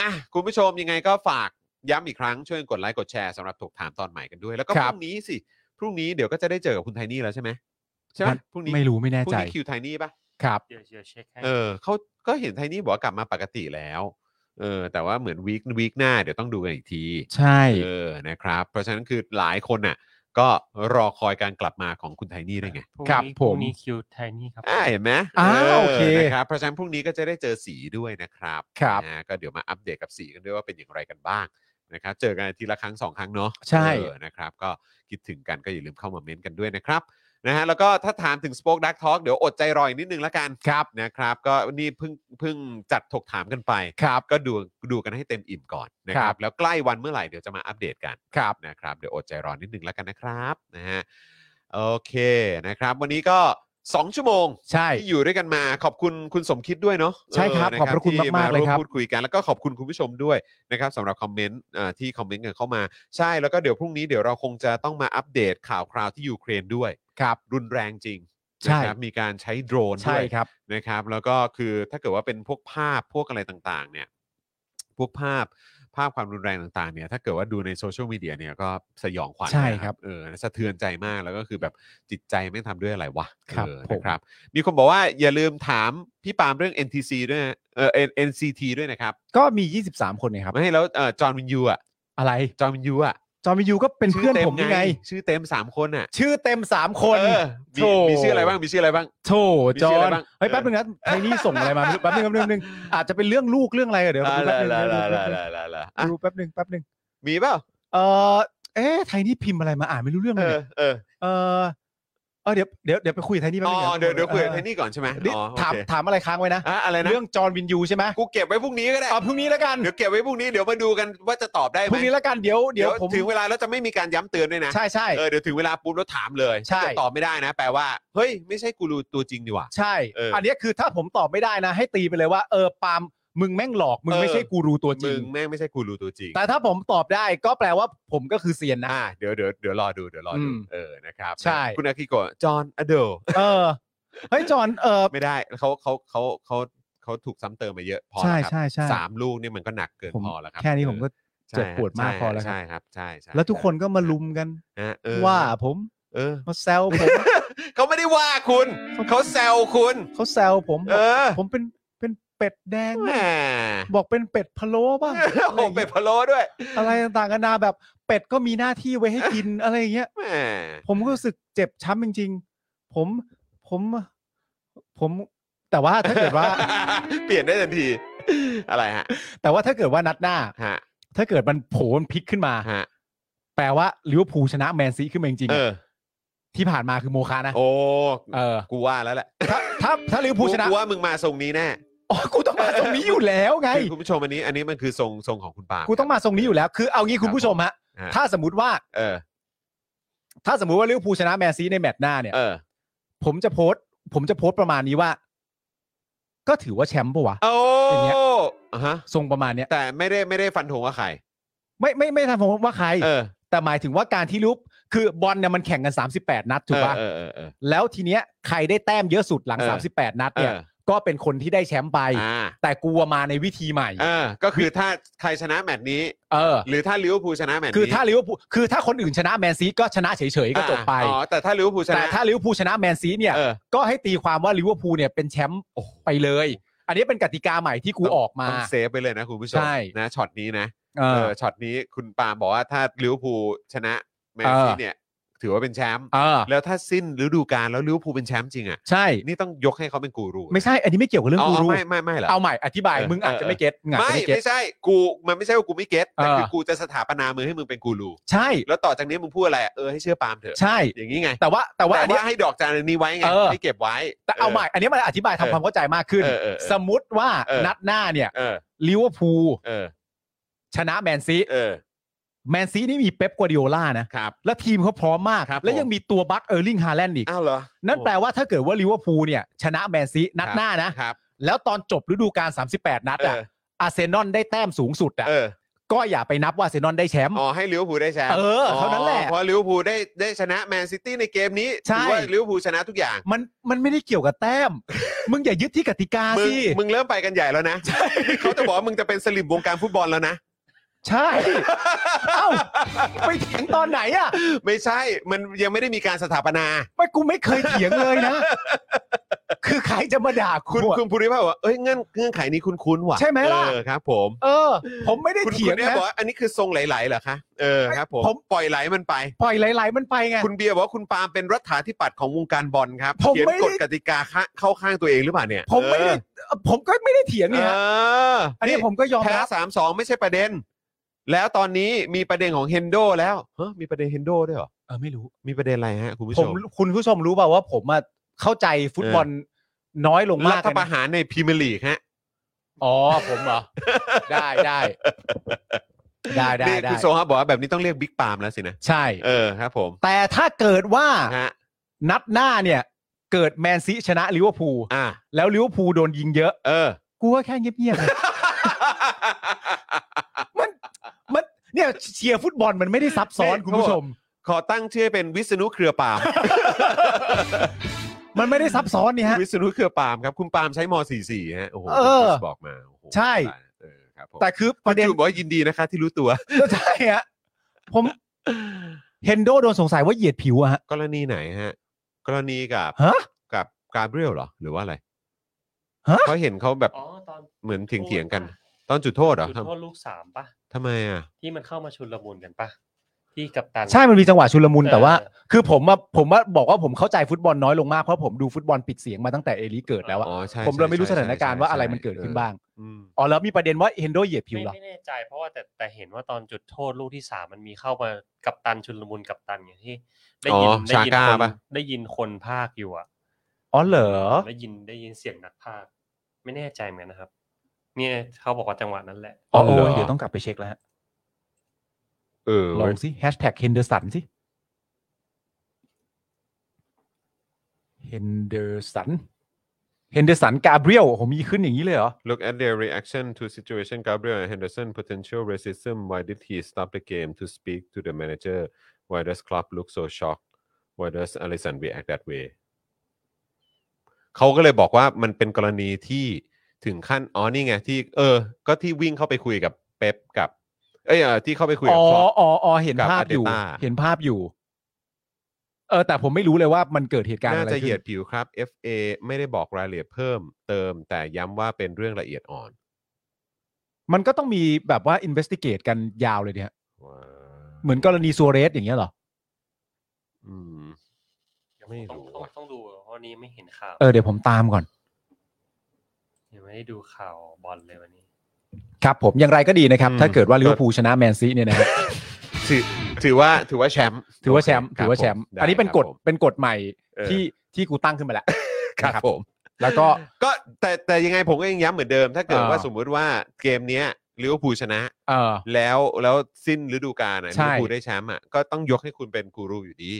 [SPEAKER 3] อ่ะคุณผู้ชมยังไงก็ฝากย้ำอีกครั้งช่วยกดไลค์กดแชร์สำหรับถกถามตอนใหม่กันด้วย แล้วก็
[SPEAKER 5] ค
[SPEAKER 3] พ
[SPEAKER 5] รับ
[SPEAKER 3] รุ่งนี้สิพรุ่งนี้เดี๋ยวก็จะได้เจอกับคุณไทนี่แล้วใช่ไหมใช่ไหมพรุ่งนี้
[SPEAKER 5] ไม่รู้ไม่แน่
[SPEAKER 3] พรุ่
[SPEAKER 5] ใจ
[SPEAKER 3] งนี้คิวไทนี่ปะ
[SPEAKER 5] ครับ
[SPEAKER 6] เดี๋ยวเดี๋ยวเช็คให้
[SPEAKER 3] เออเขาก็เห็นไทนี่บอกว่ากลับมาปกติแล้ว เออ แต่ว่าเหมือนวีควีคหน้าเดี๋ยวต้องดูกันอีกที
[SPEAKER 5] ใช่
[SPEAKER 3] เออ นะครับ เพราะฉะนั้นคือหลายคนน่ะ ก็รอคอยการกลับมาของคุณไทนี่ได้วยไง
[SPEAKER 6] พรุ่ง
[SPEAKER 5] ครับ
[SPEAKER 6] นี้
[SPEAKER 5] ผ
[SPEAKER 6] พ
[SPEAKER 5] ม
[SPEAKER 6] รุ่งนี้คิวไทนี่ครับ
[SPEAKER 3] อ่าเห็นไหม
[SPEAKER 5] อ่าโอเค
[SPEAKER 3] นะครับ เพราะฉะนั้นพรุ่งนี้ก็จะได้เจอสีด้วยนะครับ
[SPEAKER 5] ครับ
[SPEAKER 3] นะก็เดี๋ยวมาอัปเดตกับสีกันด้วยว่าเป็นอย่างไรกันบ้างนะครับ เจอกันอาทีละครั้งสองครั้งเนาะ
[SPEAKER 5] ใช่
[SPEAKER 3] เออนะครับ ก็คิดถึงกันก็อย่าลืมเข้ามาเม้นต์กันด้วยนะครับนะฮะแล้วก็ถ้าถามถึง Spoke Dark Talk เดี๋ยวอดใจรออีกนิดนึงละกัน
[SPEAKER 5] ครับ
[SPEAKER 3] นะครับก็นี่เพิ่งเพิ่งจัดถกถามกันไป
[SPEAKER 5] ครับ
[SPEAKER 3] ก็ดูดูกันให้เต็มอิ่มก่อนนะค
[SPEAKER 5] ครั
[SPEAKER 3] รับบ แล้วใกล้วันเมื่อไหร่เดี๋ยวจะมาอัปเดตกัน
[SPEAKER 5] ครับ
[SPEAKER 3] นะครับเดี๋ยวอดใจรอนิดนึงแล้วกันนะครับนะฮะโอเคนะครับ วันนี้ก็ 2 ชั่วโมง
[SPEAKER 5] ใช่
[SPEAKER 3] ที่อยู่ด้วยกันมาขอบคุณคุณสมคิดด้วยเนาะ
[SPEAKER 5] ใช่ครับ
[SPEAKER 3] เน
[SPEAKER 5] ขอบพระคุณ
[SPEAKER 3] ที่
[SPEAKER 5] มากๆเลยครั
[SPEAKER 3] ว
[SPEAKER 5] บ
[SPEAKER 3] พูดคุยกันแล้วก็ขอบคุณคุณผู้ชมด้วยนะครับสำหรับคอมเมนต์อ่าที่คอมเมนต์กันเข้ามาใช่แล้วก็เดี๋ยวพรุ่งนี้เดี๋ยวเราคงจะต้องมาอัปเดตข่าวคราวที่ยูเครนด้วย
[SPEAKER 5] ครับ
[SPEAKER 3] รุนแรงจริง
[SPEAKER 5] ใช่
[SPEAKER 3] นะครับมีการใช้โดรนด้
[SPEAKER 5] ใช่
[SPEAKER 3] วย
[SPEAKER 5] ครับ
[SPEAKER 3] นะครับแล้วก็คือถ้าเกิดว่าเป็นพวกภาพพวกอะไรต่างๆ เนี่ย พวกภาพภาพความรุนแรงต่างๆ เนี่ย ถ้าเกิดว่าดูในโซเชียลมีเดียเนี่ยก็สยองขวัญ
[SPEAKER 5] ใช่
[SPEAKER 3] นะเออสะเทือนใจมากแล้วก็คือแบบจิตใจไม่งทำด้วยอะไรวะ
[SPEAKER 5] ครับ
[SPEAKER 3] เออ
[SPEAKER 5] ผม
[SPEAKER 3] นะครับ มีคนบอกว่าอย่าลืมถามพี่ปาล์มเรื่อง NTC ด้วยนะเออ N- NCT ด้วยนะครับ
[SPEAKER 5] ก็มี 23 คนเนี่ยครับ
[SPEAKER 3] ไม่ให้แล้วเออจอห์นวินยูอ่ะ
[SPEAKER 5] อะไร
[SPEAKER 3] จอห์นวินยูอ่ะ
[SPEAKER 5] จอมยูก็เป็น
[SPEAKER 3] ชื่
[SPEAKER 5] เพื่อนผม
[SPEAKER 3] ต็
[SPEAKER 5] ยังไง
[SPEAKER 3] ชื่อเต็ม 3 คนอ่ะ
[SPEAKER 5] ชื่อเต็ม 3 คน
[SPEAKER 3] เออมี
[SPEAKER 5] โธ่
[SPEAKER 3] มีชื่ออะไรบ้างมีชื่ออะไรบ้าง
[SPEAKER 5] โธ่จอ
[SPEAKER 3] มีชื่ออะไร
[SPEAKER 5] น
[SPEAKER 3] บ้าง
[SPEAKER 5] เฮ้ยแป๊บนึงนะไทนี่ส่งอะไรมาแป๊บนึงแป๊บนึงแป๊บนึงอาจจะเป็นเรื่องลูกเรื่องอะไรอะเดี๋ยวดูแป๊บนึง
[SPEAKER 3] อ่า
[SPEAKER 5] ดู
[SPEAKER 3] ล่ะ
[SPEAKER 5] แป๊บนึง
[SPEAKER 3] ล่ะล่ะล่ะอ่ะ
[SPEAKER 5] ดูแป๊บนึงแป๊บนึง
[SPEAKER 3] มีเปล่า
[SPEAKER 5] เออเอ๊ะไทนี่พิมพ์อะไรมาอ่านไม่รู้เรื่องเล
[SPEAKER 3] เอย อ
[SPEAKER 5] เนี่ย
[SPEAKER 3] เออ
[SPEAKER 5] เออเออเดี๋ยวเดี๋ยวเดี๋ยวไปคุยกับไทนี่แป๊บ
[SPEAKER 3] อ๋
[SPEAKER 5] นึ
[SPEAKER 3] อง เดี๋ยวเดี๋ยวคุยกับไทนี่ก่อนใช่ไหม
[SPEAKER 5] นี่
[SPEAKER 3] อ๋อโอ
[SPEAKER 5] ถาม
[SPEAKER 3] เค
[SPEAKER 5] ถามอะไรค้างไว้นะ
[SPEAKER 3] อ่ะอะไรนะ
[SPEAKER 5] เรื่องจอร์นวินยูใช่ไหม
[SPEAKER 3] กูเก็บไว้พรุ่งนี้ก็ได้
[SPEAKER 5] เอาพรุ่งนี้แล้วกัน
[SPEAKER 3] เดี๋ยวเก็บไว้พรุ่งนี้เดี๋ยวมาดูกันว่าจะตอบได้ไหม
[SPEAKER 5] พรุ่งนี้แล้วกันเดี๋ยวเดี๋ยวผม
[SPEAKER 3] ถึงเวลาแล้วจะไม่มีการย้ำเตือนด้วยนะ
[SPEAKER 5] ใช่ใช่
[SPEAKER 3] เออเดี๋ยวถึงเวลาปุ๊บแล้วถามเลย
[SPEAKER 5] ใช่
[SPEAKER 3] ถ้าเกิดตอบไม่ได้นะ แปลว่าเฮ้ยไม่ใช่กูรูตัวจริงดีหว่า
[SPEAKER 5] ใช่
[SPEAKER 3] เอออั
[SPEAKER 5] อันเนี้ยคือถ้าผมตอบไม่ได้นะ ให้ตีไปเลยว่าเออปาล์มมึงแม่งหลอก มึง
[SPEAKER 3] เออ
[SPEAKER 5] ไม่ใช่กูรูตัวจ
[SPEAKER 3] มึ
[SPEAKER 5] ริ
[SPEAKER 3] ง
[SPEAKER 5] ง
[SPEAKER 3] แม่งไม่ใช่กูรูตัวจริง
[SPEAKER 5] แต่ถ้าผมตอบได้ก็แปลว่าผมก็คือเซียนนะ
[SPEAKER 3] อ่าเดี๋ยวเดี๋ยวเดี๋ยวรอดูเดี๋ยวรอดู
[SPEAKER 5] อืม
[SPEAKER 3] เออนะครับ
[SPEAKER 5] ใช่
[SPEAKER 3] คุณอากิโกะจอห์นอเดล
[SPEAKER 5] เออเฮ้ยจอห์นเออ
[SPEAKER 3] ไม่ได้เขาเขาเขาเขา เขาถูกซ้ำเติมมาเยอะพอ
[SPEAKER 5] ใช่
[SPEAKER 3] แล้วครับ
[SPEAKER 5] ใช่ใช่
[SPEAKER 3] สามลูกเนี่ยมันก็หนักเกิน
[SPEAKER 5] ผม
[SPEAKER 3] พอแล้วครับ
[SPEAKER 5] แค่นี้ผมก็
[SPEAKER 3] ใช่
[SPEAKER 5] เจ็บปวดมากพอแล้วครั
[SPEAKER 3] ใช่
[SPEAKER 5] บ
[SPEAKER 3] ครับใช่ใช่
[SPEAKER 5] แล้วทุกคนก็มาลุมกัน
[SPEAKER 3] ฮะเออ
[SPEAKER 5] ว่าผม
[SPEAKER 3] เออ
[SPEAKER 5] มาแซวผม
[SPEAKER 3] เขาไม่ได้ว่าคุณ เขาแซวคุณ
[SPEAKER 5] เขาแซวผม
[SPEAKER 3] เออ
[SPEAKER 5] ผมเป็นเป็นเป็ดแดง
[SPEAKER 3] แหม
[SPEAKER 5] บ้างบอกเป็นเป็ดพะโล้บ้าง
[SPEAKER 3] โอ้โหเป็ดพะโล้ด้วย
[SPEAKER 5] อะไรต่างๆนานาแบบเป็ดก็มีหน้าที่ไว้ให้กิน อะไรอย่างเงี้ย
[SPEAKER 3] แหม
[SPEAKER 5] ผมก็รู้สึกเจ็บช้ำจริง ๆ ผมผมผม แต่ว่าถ้าเกิด ว่า
[SPEAKER 3] เปลี่ยนได้ทันที อะไรฮะ
[SPEAKER 5] แต่ว่าถ้าเกิดว่านัดหน้า
[SPEAKER 3] ฮะ
[SPEAKER 5] ถ้าเกิดมันโผล่มันพลิกขึ้นมา
[SPEAKER 3] ฮะ
[SPEAKER 5] แปลว่าลิเวอร์พูลชนะแมนซีขึ้นมาจริงๆ
[SPEAKER 3] เอ
[SPEAKER 5] อะ
[SPEAKER 3] อ
[SPEAKER 5] ที่ผ่านมาคือโมคานะ
[SPEAKER 3] โอ้
[SPEAKER 5] เออ
[SPEAKER 3] กูว่าแล้วแหละ
[SPEAKER 5] ถ้าถ้าถ้าลิเวอร์พูลชนะ
[SPEAKER 3] กูว่ามึงมาทรงนี้แน่
[SPEAKER 5] อ๋อกูต้องมาตรงนี้อยู่แล้ว ไง
[SPEAKER 3] คือคุณผู้ชมอันนี้ อันนี้มันคือทรงทรงของคุณปาล์ม
[SPEAKER 5] กูต้องมาทรงนี้อยู่แล้ว คือเอางี้คุณผู้ชมฮะ
[SPEAKER 3] ฮะ
[SPEAKER 5] ถ้าสมมติว่า
[SPEAKER 3] เออ
[SPEAKER 5] ถ้าสมมติว่าลิเวอร์พูลชนะแมนซีในแมตช์หน้าเนี่ย
[SPEAKER 3] เออ
[SPEAKER 5] ผมจะโพสต์ ผมจะโพสต์ประมาณนี้ว่า ก็ถือว่าแชมป์ปะวะ
[SPEAKER 3] โอ้
[SPEAKER 5] อย่างเงี้ย
[SPEAKER 3] อ่ะฮะ
[SPEAKER 5] ทรงประมาณเนี้ย
[SPEAKER 3] แต่ไม่ได้ไม่ได้ฟันธงว่าใคร
[SPEAKER 5] ไม่ไม่ไม่ทำผมว่าใคร
[SPEAKER 3] เออ
[SPEAKER 5] แต่หมายถึงว่าการที่ลิเวอร์พูลคือบอลเนี่ยมันแข่งกัน 38 นัดถูกป่ะ
[SPEAKER 3] เออเออเออ
[SPEAKER 5] แล้วทีเนี้ยใครได้แต้มเยอะสุดหลัง
[SPEAKER 3] เออ
[SPEAKER 5] 38 นัด
[SPEAKER 3] เอ
[SPEAKER 5] เนี่ย
[SPEAKER 3] อ
[SPEAKER 5] ก็เป็นคนที่ได้แชมป์ไป
[SPEAKER 3] อ่า
[SPEAKER 5] แต่กูว่ามาในวิธีใหม่
[SPEAKER 3] เออ ก็คือถ้าใครชนะแมตช์นี้
[SPEAKER 5] เออ
[SPEAKER 3] หรือถ้าลิเวอร์พูลชนะแมตช์นี้
[SPEAKER 5] คือถ้าลิเวอร์พูลคือถ้าคนอื่นชนะแมนซีก็ชนะเฉยๆก็จบไป
[SPEAKER 3] อ่าอ๋อ แต่ถ้าลิเวอร์พูลช
[SPEAKER 5] แต่
[SPEAKER 3] นะ
[SPEAKER 5] ถ้าลิเวอร์พูลชนะแมนซีเนี่ย
[SPEAKER 3] เออ
[SPEAKER 5] ก็ให้ตีความว่าลิเวอร์พูลเนี่ยเป็นแชมป์ไปเลย อันนี้เป็นกติกาใหม่ที่กูออกมา
[SPEAKER 3] ต้องเซฟไปเลยนะคุณผู้ชม
[SPEAKER 5] ใช่
[SPEAKER 3] นะช็อตนี้นะ
[SPEAKER 5] เออ
[SPEAKER 3] เออช็อตนี้คุณปาล์มบอกว่าถ้าลิเวอร์พูลชนะแมนซี
[SPEAKER 5] เออ
[SPEAKER 3] เนี่ย ถือว่าเป็นแชมป์
[SPEAKER 5] เออ
[SPEAKER 3] แล้วถ้าสิ้นฤดูกาลแล้วลิเวอร์พูลเป็นแชมป์จริงอ่ะ
[SPEAKER 5] ใช่
[SPEAKER 3] นี่ต้องยกให้เขาเป็นกูรู
[SPEAKER 5] ไม่ใช่ อันนี้ไม่เกี่ยวกับเรื่อง
[SPEAKER 3] อ๋อ
[SPEAKER 5] กูรู้
[SPEAKER 3] ไม่ไม่ไม่เหรอ
[SPEAKER 5] เอาใหม่ อธิบาย
[SPEAKER 3] เออ
[SPEAKER 5] มึงอาจ
[SPEAKER 3] เอ
[SPEAKER 5] จะ
[SPEAKER 3] อ
[SPEAKER 5] ไม่เก็ตมึงอาจ
[SPEAKER 3] ไม่
[SPEAKER 5] จะไม่เก็ต
[SPEAKER 3] ไม่ใช่กูมันไม่ใช่ว่ากูไม่เก็ตแต่คือ
[SPEAKER 5] เออ
[SPEAKER 3] กูจะสถาปนามือให้มึงเป็นกูรู
[SPEAKER 5] ใช่
[SPEAKER 3] แล้วต่อจากนี้มึงพูดอะไรอะเออให้เชื่อปาล์มเถอะ
[SPEAKER 5] ใช่
[SPEAKER 3] อย่างนี้ไง
[SPEAKER 5] แต่ว่าแต่ว่า
[SPEAKER 3] แต่
[SPEAKER 5] อันเนี้
[SPEAKER 3] ว่าย ให้ดอกจานอันนี้ไว้ไง
[SPEAKER 5] เออ
[SPEAKER 3] ให้เก็บไว้
[SPEAKER 5] แต่เอาใหม่ อันนี้มันอธิบายทำความเข้าใจมากขึ้น
[SPEAKER 3] เออเออเออ
[SPEAKER 5] สมมติว่า
[SPEAKER 3] เออ
[SPEAKER 5] นัดหน้าเนี่ย
[SPEAKER 3] เออ
[SPEAKER 5] ลิเวอร์พูล
[SPEAKER 3] เออ
[SPEAKER 5] ชนะแมนซี
[SPEAKER 3] เออ
[SPEAKER 5] แมนซีนี่มีเป๊ปกัวดิโอล่านะ
[SPEAKER 3] ครับ
[SPEAKER 5] และทีมเขาพร้อมมาก
[SPEAKER 3] ครับผม
[SPEAKER 5] และยังมีตัวบัคเออร์ลิงฮาแลนด์อีก
[SPEAKER 3] อ้าวเหรอ
[SPEAKER 5] นั่นแปลว่าถ้าเกิดว่าลิเวอร์พูลเนี่ยชนะแมนซีนัดหน้านะ
[SPEAKER 3] ครับ
[SPEAKER 5] แล้วตอนจบฤดูกาล 38 นัดอะ
[SPEAKER 3] เออ
[SPEAKER 5] อาร์เซนอลได้แต้มสูงสุดอะ
[SPEAKER 3] เออ
[SPEAKER 5] ก็อย่าไปนับว่าอาร์เซนอลได้แชมป์
[SPEAKER 3] อ๋อให้ลิเวอร์พูลได้แชมป์
[SPEAKER 5] เออเท่านั้นแหละ
[SPEAKER 3] อ๋อเพราะลิเวอร์พูลได้ได้ชนะแมนซิตี้ในเกมนี้
[SPEAKER 5] ใช่
[SPEAKER 3] ถือว่าลิเวอร์พูลชนะทุกอย่าง
[SPEAKER 5] มันมันไม่ได้เกี่ยวกับแต้ม มึงอย่ายึดที่กติกาม
[SPEAKER 3] มึง
[SPEAKER 5] สิ
[SPEAKER 3] มึงเริ่มไปกันใหญ่แล้วนะเขาจะบอกว่ามึงจะเป็นสลิมวงการฟุตบอลแล้วนะ
[SPEAKER 5] ใช่ เอ้าไปเถียงตอนไหนอะ
[SPEAKER 3] ไม่ใช่มันยังไม่ได้มีการสถาปนา
[SPEAKER 5] ไม่กูไม่เคยเถียงเลยนะ คือใครจะมาด่าคุ
[SPEAKER 3] คุณ ณคุณภูริพัฒน์บอกว่าเอ้ยเงื่อนเงื่อนไขนี้คุ้นคุ้นๆว่ะ
[SPEAKER 5] ใช่ไหมล่ะ
[SPEAKER 3] เออครับ ผม
[SPEAKER 5] เออ ผมไม่ได้
[SPEAKER 3] คุณ
[SPEAKER 5] เถี
[SPEAKER 3] คุ
[SPEAKER 5] ย
[SPEAKER 3] ณ
[SPEAKER 5] ง
[SPEAKER 3] เนี่ย
[SPEAKER 5] นะ
[SPEAKER 3] บอกว่าอันนี้คือทรงไหลๆเหรอคะเออครับผม
[SPEAKER 5] ผม
[SPEAKER 3] ปล่อยไหลมันไป
[SPEAKER 5] ปล่อยไหลๆมันไปไง
[SPEAKER 3] คุณเบียร์บอกว่าคุณปาล์มเป็นรัฐาธิปัตย์ของวงการบอลครับ
[SPEAKER 5] ผม
[SPEAKER 3] เขียน
[SPEAKER 5] ไม่ได้
[SPEAKER 3] กฎกติกาเข้าข้างตัวเองหรือเปล่าเนี่ย
[SPEAKER 5] ผมไม่ได้ผมก็ไม่ได้เถียง
[SPEAKER 3] เอ
[SPEAKER 5] เนี่ย
[SPEAKER 3] อ
[SPEAKER 5] อันนี้
[SPEAKER 3] นี่
[SPEAKER 5] ผมก็ยอม
[SPEAKER 3] แพ้
[SPEAKER 5] รับ
[SPEAKER 3] สามสองไม่ใช่ประเด็น แล้วตอนนี้มีประเด็นของเฮนโดแล้วฮะมีประเด็นเฮนโดด้วยเหรอ
[SPEAKER 5] เออไม่รู้
[SPEAKER 3] มีประเด็นอะไรฮะ คุณผู้
[SPEAKER 5] ผ
[SPEAKER 3] ช
[SPEAKER 5] ม
[SPEAKER 3] ม
[SPEAKER 5] คุณผู้ชมรู้เปล่าว่าผมอะเข้าใจฟุตบอลน้อยลง
[SPEAKER 3] รั
[SPEAKER 5] มาก
[SPEAKER 3] ฐ
[SPEAKER 5] เลย
[SPEAKER 3] ประ
[SPEAKER 5] นะ
[SPEAKER 3] หารในพรีเมียร์ลีกฮะ
[SPEAKER 5] อ๋อผมเหร อ ได้ได้ได้ได้
[SPEAKER 3] นี่
[SPEAKER 5] ได้
[SPEAKER 3] คุณโซฮะบอกว่าแบบนี้ต้องเรียกบิ๊กปาล์มแล้วสินะ
[SPEAKER 5] ใช่
[SPEAKER 3] เออครับผม
[SPEAKER 5] แต่ถ้าเกิดว่า
[SPEAKER 3] ฮะ
[SPEAKER 5] นัดหน้าเนี่ย เกิดแมนซีชนะลิเวอร์พูล
[SPEAKER 3] อ่ะ
[SPEAKER 5] แล้วลิเวอร์พูลโดนยิงเยอะ
[SPEAKER 3] เออ
[SPEAKER 5] กูก็แค่เงียบๆเลยมันเนี่ยเชียร์ฟุตบอลมันไม่ได้ซับซ้อน
[SPEAKER 3] นี่
[SPEAKER 5] คุณผู้ชม
[SPEAKER 3] ขอตั้งชื่อเป็นวิษณุเครือปาล์ม
[SPEAKER 5] มันไม่ได้ซับซ้อนนี่ฮะ
[SPEAKER 3] วิษณุเครือปาล์มครับ คุณปาล์มใช้ม .44 ฮะโอ้โห
[SPEAKER 5] เออ
[SPEAKER 3] คุณบอกมาโอ้โห
[SPEAKER 5] ใช่
[SPEAKER 3] เออครับผม
[SPEAKER 5] แต่คือประเด็น
[SPEAKER 3] จูนบอกว่ายินดีนะคะที่รู้ตัว
[SPEAKER 5] ก็ใช่ฮะผมเฮนโดโดนสงสัยว่าเหยียดผิวอะฮะ
[SPEAKER 3] กรณีไหนฮะ กรณีกับ
[SPEAKER 5] ฮะ
[SPEAKER 3] กับกาเบรียลเหรอหรือว่าอะไร
[SPEAKER 5] ฮะ
[SPEAKER 3] เขาะเห็นเขาแบบ
[SPEAKER 6] อ๋อตอน
[SPEAKER 3] เหมือนเถียงเถียงกัน ตอนจุดโทษเหรอ
[SPEAKER 6] จุดโทษลูกสามปะ
[SPEAKER 3] ทำไมอ่ะ
[SPEAKER 6] ที่มันเข้ามาชุนละมุนกันปะที่กับตัน
[SPEAKER 5] ใช่ มันมีจังหวะชุลมุน
[SPEAKER 6] เออ
[SPEAKER 5] แต่ว่า คือผมว่าผมว่าบอกว่าผมเข้าใจฟุตบอลน้อยลงมาก เพราะผมดูฟุตบอลปิดเสียงมาตั้งแต่เอลิเกิดแล้วอะ
[SPEAKER 3] อ๋อใช่
[SPEAKER 5] ผมเลยไม่รู้ส
[SPEAKER 3] ใช่ใช่
[SPEAKER 5] ถานการณ์ว่าอะไรมันเกิด
[SPEAKER 3] ใช่
[SPEAKER 5] ขึ้นบ้าง
[SPEAKER 3] อืม
[SPEAKER 5] อ๋อ แล้วมีประเด็นว่าเฮนโดเหยียบผิว
[SPEAKER 6] ไม่
[SPEAKER 5] เหรอ
[SPEAKER 6] ไม่แน่ใจเพราะว่าแต่แต่เห็นว่าตอนจุดโทษลูกที่สามมันมีเข้ามากับตันชุนละมุนกับตันไงที่ ได้ยิน
[SPEAKER 3] อ๋อ
[SPEAKER 6] ได้ยิน
[SPEAKER 3] ชาก้า
[SPEAKER 6] คน
[SPEAKER 3] ปะ
[SPEAKER 6] ได้ยินคนภาคอยู่อะ
[SPEAKER 5] อ๋อเหรอ
[SPEAKER 6] ได้ยินได้ยินเสียงนักภาคไม่แน่ใจเหมือนกันนะครับ เนี่ยเขาบอกว่าจังหวะนั้นแหละ
[SPEAKER 5] อ๋อโอ้
[SPEAKER 3] เหรอ
[SPEAKER 5] ยเดี๋ยวต้องกลับไปเช็คแล้วฮะ
[SPEAKER 3] เออ
[SPEAKER 5] ลองสิแฮชแท็กเฮนเดอร์สันสิเฮนเดอร์สันเฮนเดอร์สันกาเบรียลผมมีขึ้นอย่างนี้เลยเหรอ
[SPEAKER 3] Look at their reaction to situation Gabriel and Henderson potential racism why did he stop the game to speak to the manager why does Klopp look so shocked why does Alisson react that way เขาก็เลยบอกว่ามันเป็นกรณีที่ ถึงขั้นอ๋อนี่ไงที่เออ ก็ที่วิ่งเข้าไปคุยกับเป๊ปกับ เอยเอ่อที่เข้าไปคุย
[SPEAKER 5] อ๋
[SPEAKER 3] กับ
[SPEAKER 5] อ
[SPEAKER 3] คล็อป
[SPEAKER 5] อ๋ออ๋อเห็น
[SPEAKER 3] กับ
[SPEAKER 5] ภาพอยู่
[SPEAKER 3] Arteta
[SPEAKER 5] เห็นภาพอยู่ เออแต่ผมไม่รู้เลยว่ามันเกิดเหตุการณ์
[SPEAKER 3] น่า
[SPEAKER 5] อะไร
[SPEAKER 3] จะเหยี
[SPEAKER 5] ขึ้
[SPEAKER 3] ยด
[SPEAKER 5] น
[SPEAKER 3] ผิวครับ FA ไม่ได้บอกรายละเอียดเพิ่มเติมแต่ย้ำว่าเป็นเรื่องละเอียดอ่อน
[SPEAKER 5] มันก็ต้องมีแบบว่า investigate กันยาวเลยเนี่ย
[SPEAKER 3] ว้าว
[SPEAKER 5] เหมือนกรณีซัวเรสอย่างเงี้ยเหรอ
[SPEAKER 3] อืม ไม่รู้
[SPEAKER 6] ต้องต้
[SPEAKER 3] ว่ะ
[SPEAKER 6] องต้องดูเพราะวันนี้ไม่เห็นข่าว
[SPEAKER 5] เออเดี๋ยวผมตามก่อน
[SPEAKER 6] ยังไม่ได้ดูข่าวบอลเลยวันนี้
[SPEAKER 5] ครับผมอย่างไรก็ดีนะครับ
[SPEAKER 3] อืม
[SPEAKER 5] ถ้าเกิดว่าลิเวอร์พูลชนะแมนซีเนี่ยนะ ฮะ
[SPEAKER 3] ถือถือว่าถือว่าแชมป์
[SPEAKER 5] ถือว่าแชมป์
[SPEAKER 3] โเค
[SPEAKER 5] ถือว่าแชมป์
[SPEAKER 3] คบ
[SPEAKER 5] อันนี้เป็นกฎ
[SPEAKER 3] ผม
[SPEAKER 5] เป็นกฎใหม่
[SPEAKER 3] เออ
[SPEAKER 5] ที่ที่กูตั้งขึ้นมาแล้ว
[SPEAKER 3] ครับ
[SPEAKER 5] นะ
[SPEAKER 3] ผม
[SPEAKER 5] แล้วก็
[SPEAKER 3] ก็แต่แต่ยังไงผมก็ยังย้ำเหมือนเดิม ถ้าเกิด
[SPEAKER 5] อ่า
[SPEAKER 3] ว่าสมมุติว่าเกมเนี้ยลิเวอร์พูลชนะ
[SPEAKER 5] เออ
[SPEAKER 3] แล้วแล้วสิ้นฤดูกาลนะ
[SPEAKER 5] ใช่
[SPEAKER 3] ลิเวอร์พูลได้แชมป์อ่ะก็ต้องยกให้คุณเป็นกูรูอยู่ดี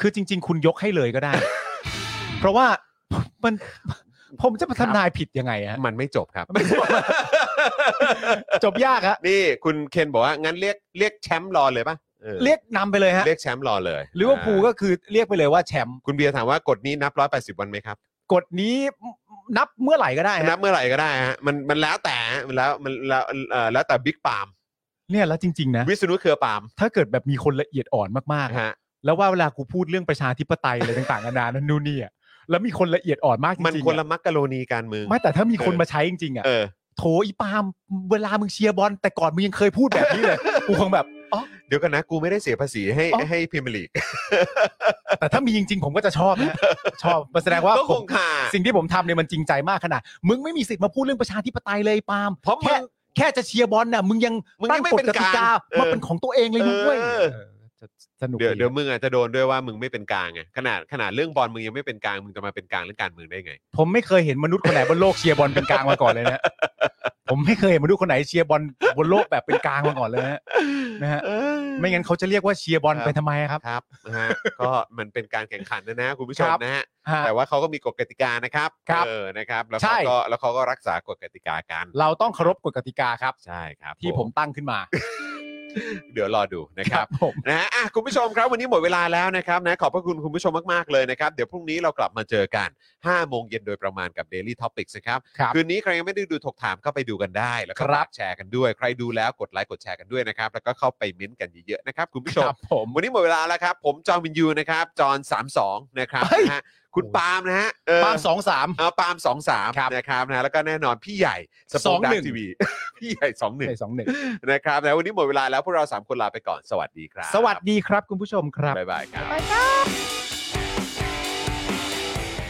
[SPEAKER 5] คือจริง ๆ คุณยกให้เลยก็ได้ เพราะว่ามันผมจะมาทำนายผิดยังไงฮะ
[SPEAKER 3] มันไม่จบครับ
[SPEAKER 5] ไม่จบ จบยากฮะ
[SPEAKER 3] นี่คุณเคนบอกว่า งั้นเรียกเรียกแชมป์รอเลยป่ะออ
[SPEAKER 5] เรียกนำไปเลยฮะ
[SPEAKER 3] เรียกแชมป์รอเลย
[SPEAKER 5] ลิเวอร์พูลก็คือเรียกไปเลยว่าแชมป์
[SPEAKER 3] คุณเบียร์ถามว่ากฎนี้นับร้อยแปดสิบวันไหมครับ
[SPEAKER 5] กฎนี้นับเมื่อไหร่ก็ได้ฮะ
[SPEAKER 3] นับเมื่อไหร่ก็ได้ฮะมันมันแล้วแต่ฮะมันแล้วมันแล้วเอ่อแล้วแต่บิ๊กปาล์ม
[SPEAKER 5] เนี่ยแล้วจริง ๆ นะ
[SPEAKER 3] วิษณุเครือปาล์ม
[SPEAKER 5] ถ้าเกิดแบบมีคนละเอียดอ่อนมากๆ
[SPEAKER 3] นะ
[SPEAKER 5] อะ
[SPEAKER 3] ฮะ
[SPEAKER 5] แล้วว่าเวลากูพูดเรื่องประชาธิปไตยอะไรต่างๆนานานั่นนู่นนี่อะแล้วมีคนละเอียดอ่อนมากจริงๆ
[SPEAKER 3] มันคนละ
[SPEAKER 5] อ
[SPEAKER 3] มักกะโรนีการเมือง
[SPEAKER 5] ไม่แต่ถ้ามีคน
[SPEAKER 3] เออ
[SPEAKER 5] มาใช้จริงๆอ่ะ
[SPEAKER 3] เออ
[SPEAKER 5] โถอีปาล์มเวลามึงเชียร์บอลแต่ก่อนมึงยังเคยพูดแบบนี้เลย กูคงแบบอ๋อ
[SPEAKER 3] เดี๋ยวกันนะ กูไม่ได้เสียภาษีให้
[SPEAKER 5] อ๋อ
[SPEAKER 3] ให้พิมลีก
[SPEAKER 5] แต่ถ้ามีจริง ๆ ผมก็จะชอบนะ ชอบแสดงว่า
[SPEAKER 3] ก็
[SPEAKER 5] ผ
[SPEAKER 3] ค
[SPEAKER 5] ม
[SPEAKER 3] งค่ะ
[SPEAKER 5] สิ่งที่ผมทำเนี่ยมันจริงใจมากขนาดมึงไม่มีสิทธิ์มาพูดเรื่องประชาธิปไตยเลยปาล์ม
[SPEAKER 3] เพราะมั
[SPEAKER 5] แค่
[SPEAKER 3] น
[SPEAKER 5] แค่จะเชียร์บอลน่ะมึงยัง
[SPEAKER 3] มึงยั
[SPEAKER 5] ตั้
[SPEAKER 3] ง
[SPEAKER 5] ง
[SPEAKER 3] ไม่
[SPEAKER 5] กฎ
[SPEAKER 3] เป็น
[SPEAKER 5] ก
[SPEAKER 3] ก
[SPEAKER 5] ติ
[SPEAKER 3] ลาง
[SPEAKER 5] กา
[SPEAKER 3] เออ
[SPEAKER 5] มาเป็นของตัวเองเลยนะเว้ย
[SPEAKER 3] เออ
[SPEAKER 5] เออจะสนุก
[SPEAKER 3] เดี๋ยว
[SPEAKER 5] ดี
[SPEAKER 3] เดี๋ยวมึงอาจจะโดนด้วยว่ามึงไม่เป็นกลางไงขนาดขนาดเรื่องบอลมึงยังไม่เป็นกลางมึงจะมาเป็นกลางเรื่องการเมืองได้ไง
[SPEAKER 5] ผมไม่เคยเห็นมนุษย์คนไหนบนโลกเชียร์บอลเป็นกลางมาก่อนเลยนะ ผมไม่เคยเห็นมนุษย์คนไหนเชียร์บอลบนโลกแบบเป็นกลางมาก่อนเลยนะ นะฮะ
[SPEAKER 3] เออ
[SPEAKER 5] ไม่งั้นเขาจะเรียกว่าเชียร์บอล
[SPEAKER 3] ครับ
[SPEAKER 5] ไปทำไมอะครับ
[SPEAKER 3] ครับนะฮะ ก็มันเป็นการแข่งขันนะนะคุณผู้ชม
[SPEAKER 5] ครับ
[SPEAKER 3] นะฮะ
[SPEAKER 5] ฮะ
[SPEAKER 3] แต่ว่าเขาก็มีกฎกติกานะครับ
[SPEAKER 5] ครับ
[SPEAKER 3] เออนะครับ แล้ว
[SPEAKER 5] ใช่
[SPEAKER 3] เขาก็แล้วเขาก็รักษากฎกติกากัน
[SPEAKER 5] เราต้องเคารพกฎกติกาครับ
[SPEAKER 3] ใช่ครับ
[SPEAKER 5] ที่ผมตั้งขึ้นมา
[SPEAKER 3] เดี๋ยวรอดูนะค
[SPEAKER 5] ค
[SPEAKER 3] รั
[SPEAKER 5] รับ บผม
[SPEAKER 3] นะฮะอ่ะคุณผู้ชมครับวันนี้หมดเวลาแล้วนะครับนะขอบพระคุณคุณผู้ชมมาก ๆ เลยนะครับ เดี๋ยวพรุ่งนี้เรากลับมาเจอกัน 5 โมงเย็นโดยประมาณกับ Daily Topics นะครับ
[SPEAKER 5] ครับ
[SPEAKER 3] คืนนี้ใครยังไม่ได้ดูถกถามก็ไปดูกันได้ แล้วก็
[SPEAKER 5] ครับ
[SPEAKER 3] แชร์กันด้วย ใครดูแล้วกดไลค์กดแชร์กันด้วยนะครับ แล้วก็เข้าไปเม้นต์กันเยอะๆนะครับคุณผู้ช
[SPEAKER 5] ค
[SPEAKER 3] ม
[SPEAKER 5] รับผม
[SPEAKER 3] วันนี้หมดเวลาแล้วครับ ผมจอห์นวินยูนะครับจอห์น32 นะครับ
[SPEAKER 5] เฮ้ย
[SPEAKER 3] นะฮะคุณปาล์มนะฮะเออ
[SPEAKER 5] ปาล์มสองสาม
[SPEAKER 3] เออปาล์ม
[SPEAKER 5] ครับ
[SPEAKER 3] 23นะครับนะแล้วก็แน่นอนพี่ใหญ่สปอคดัก
[SPEAKER 5] 21
[SPEAKER 3] ทีวี พี่ใหญ่
[SPEAKER 5] ใช่สองหนึ่ง
[SPEAKER 3] 21นะครับนะวันนี้หมดเวลาแล้วพวกเราสามคนลาไปก่อนสวัสดีครับ
[SPEAKER 5] สวัสดีครับคุณผู้ชมครับ
[SPEAKER 3] บ๊ายบายครับ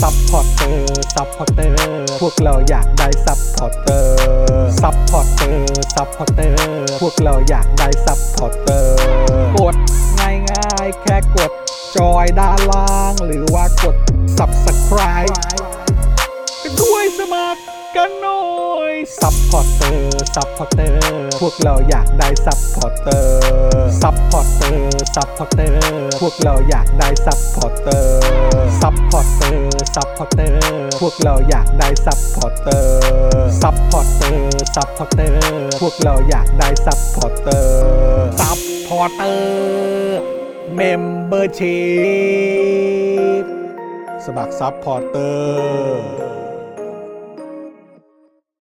[SPEAKER 1] ซัพพอร์เตอร์ ซัพพอร์เตอร์ พวกเราอยากได้ซัพพอร์เตอร์ ซัพพอร์เตอร์ ซัพพอร์เตอร์ พวกเราอยากได้ซัพพอร์เตอร์ กดง่ายๆ แค่กด จอยด้านล่าง หรือว่ากด subscribe ก็ด้วยสมัครกันหน่อย ซัพพอร์เตอร์ ซัพพอร์เตอร์ พวกเราอยากได้ ซัพพอร์เตอร์ ซัพพอร์เตอร์ ซัพพอร์เตอร์ พวกเราอยากได้ ซัพพอร์เตอร์ ซัพพอร์เตอร์ ซัพพอร์เตอร์ พวกเราอยากได้ ซัพพอร์เตอร์ ซัพพอร์เตอร์ ซัพพอร์เตอร์ พวกเราอยากได้ ซัพพอร์เตอร์ ซัพพอร์เตอร์ เมมเบอร์ชีพสมัครซัพพอร์เตอร์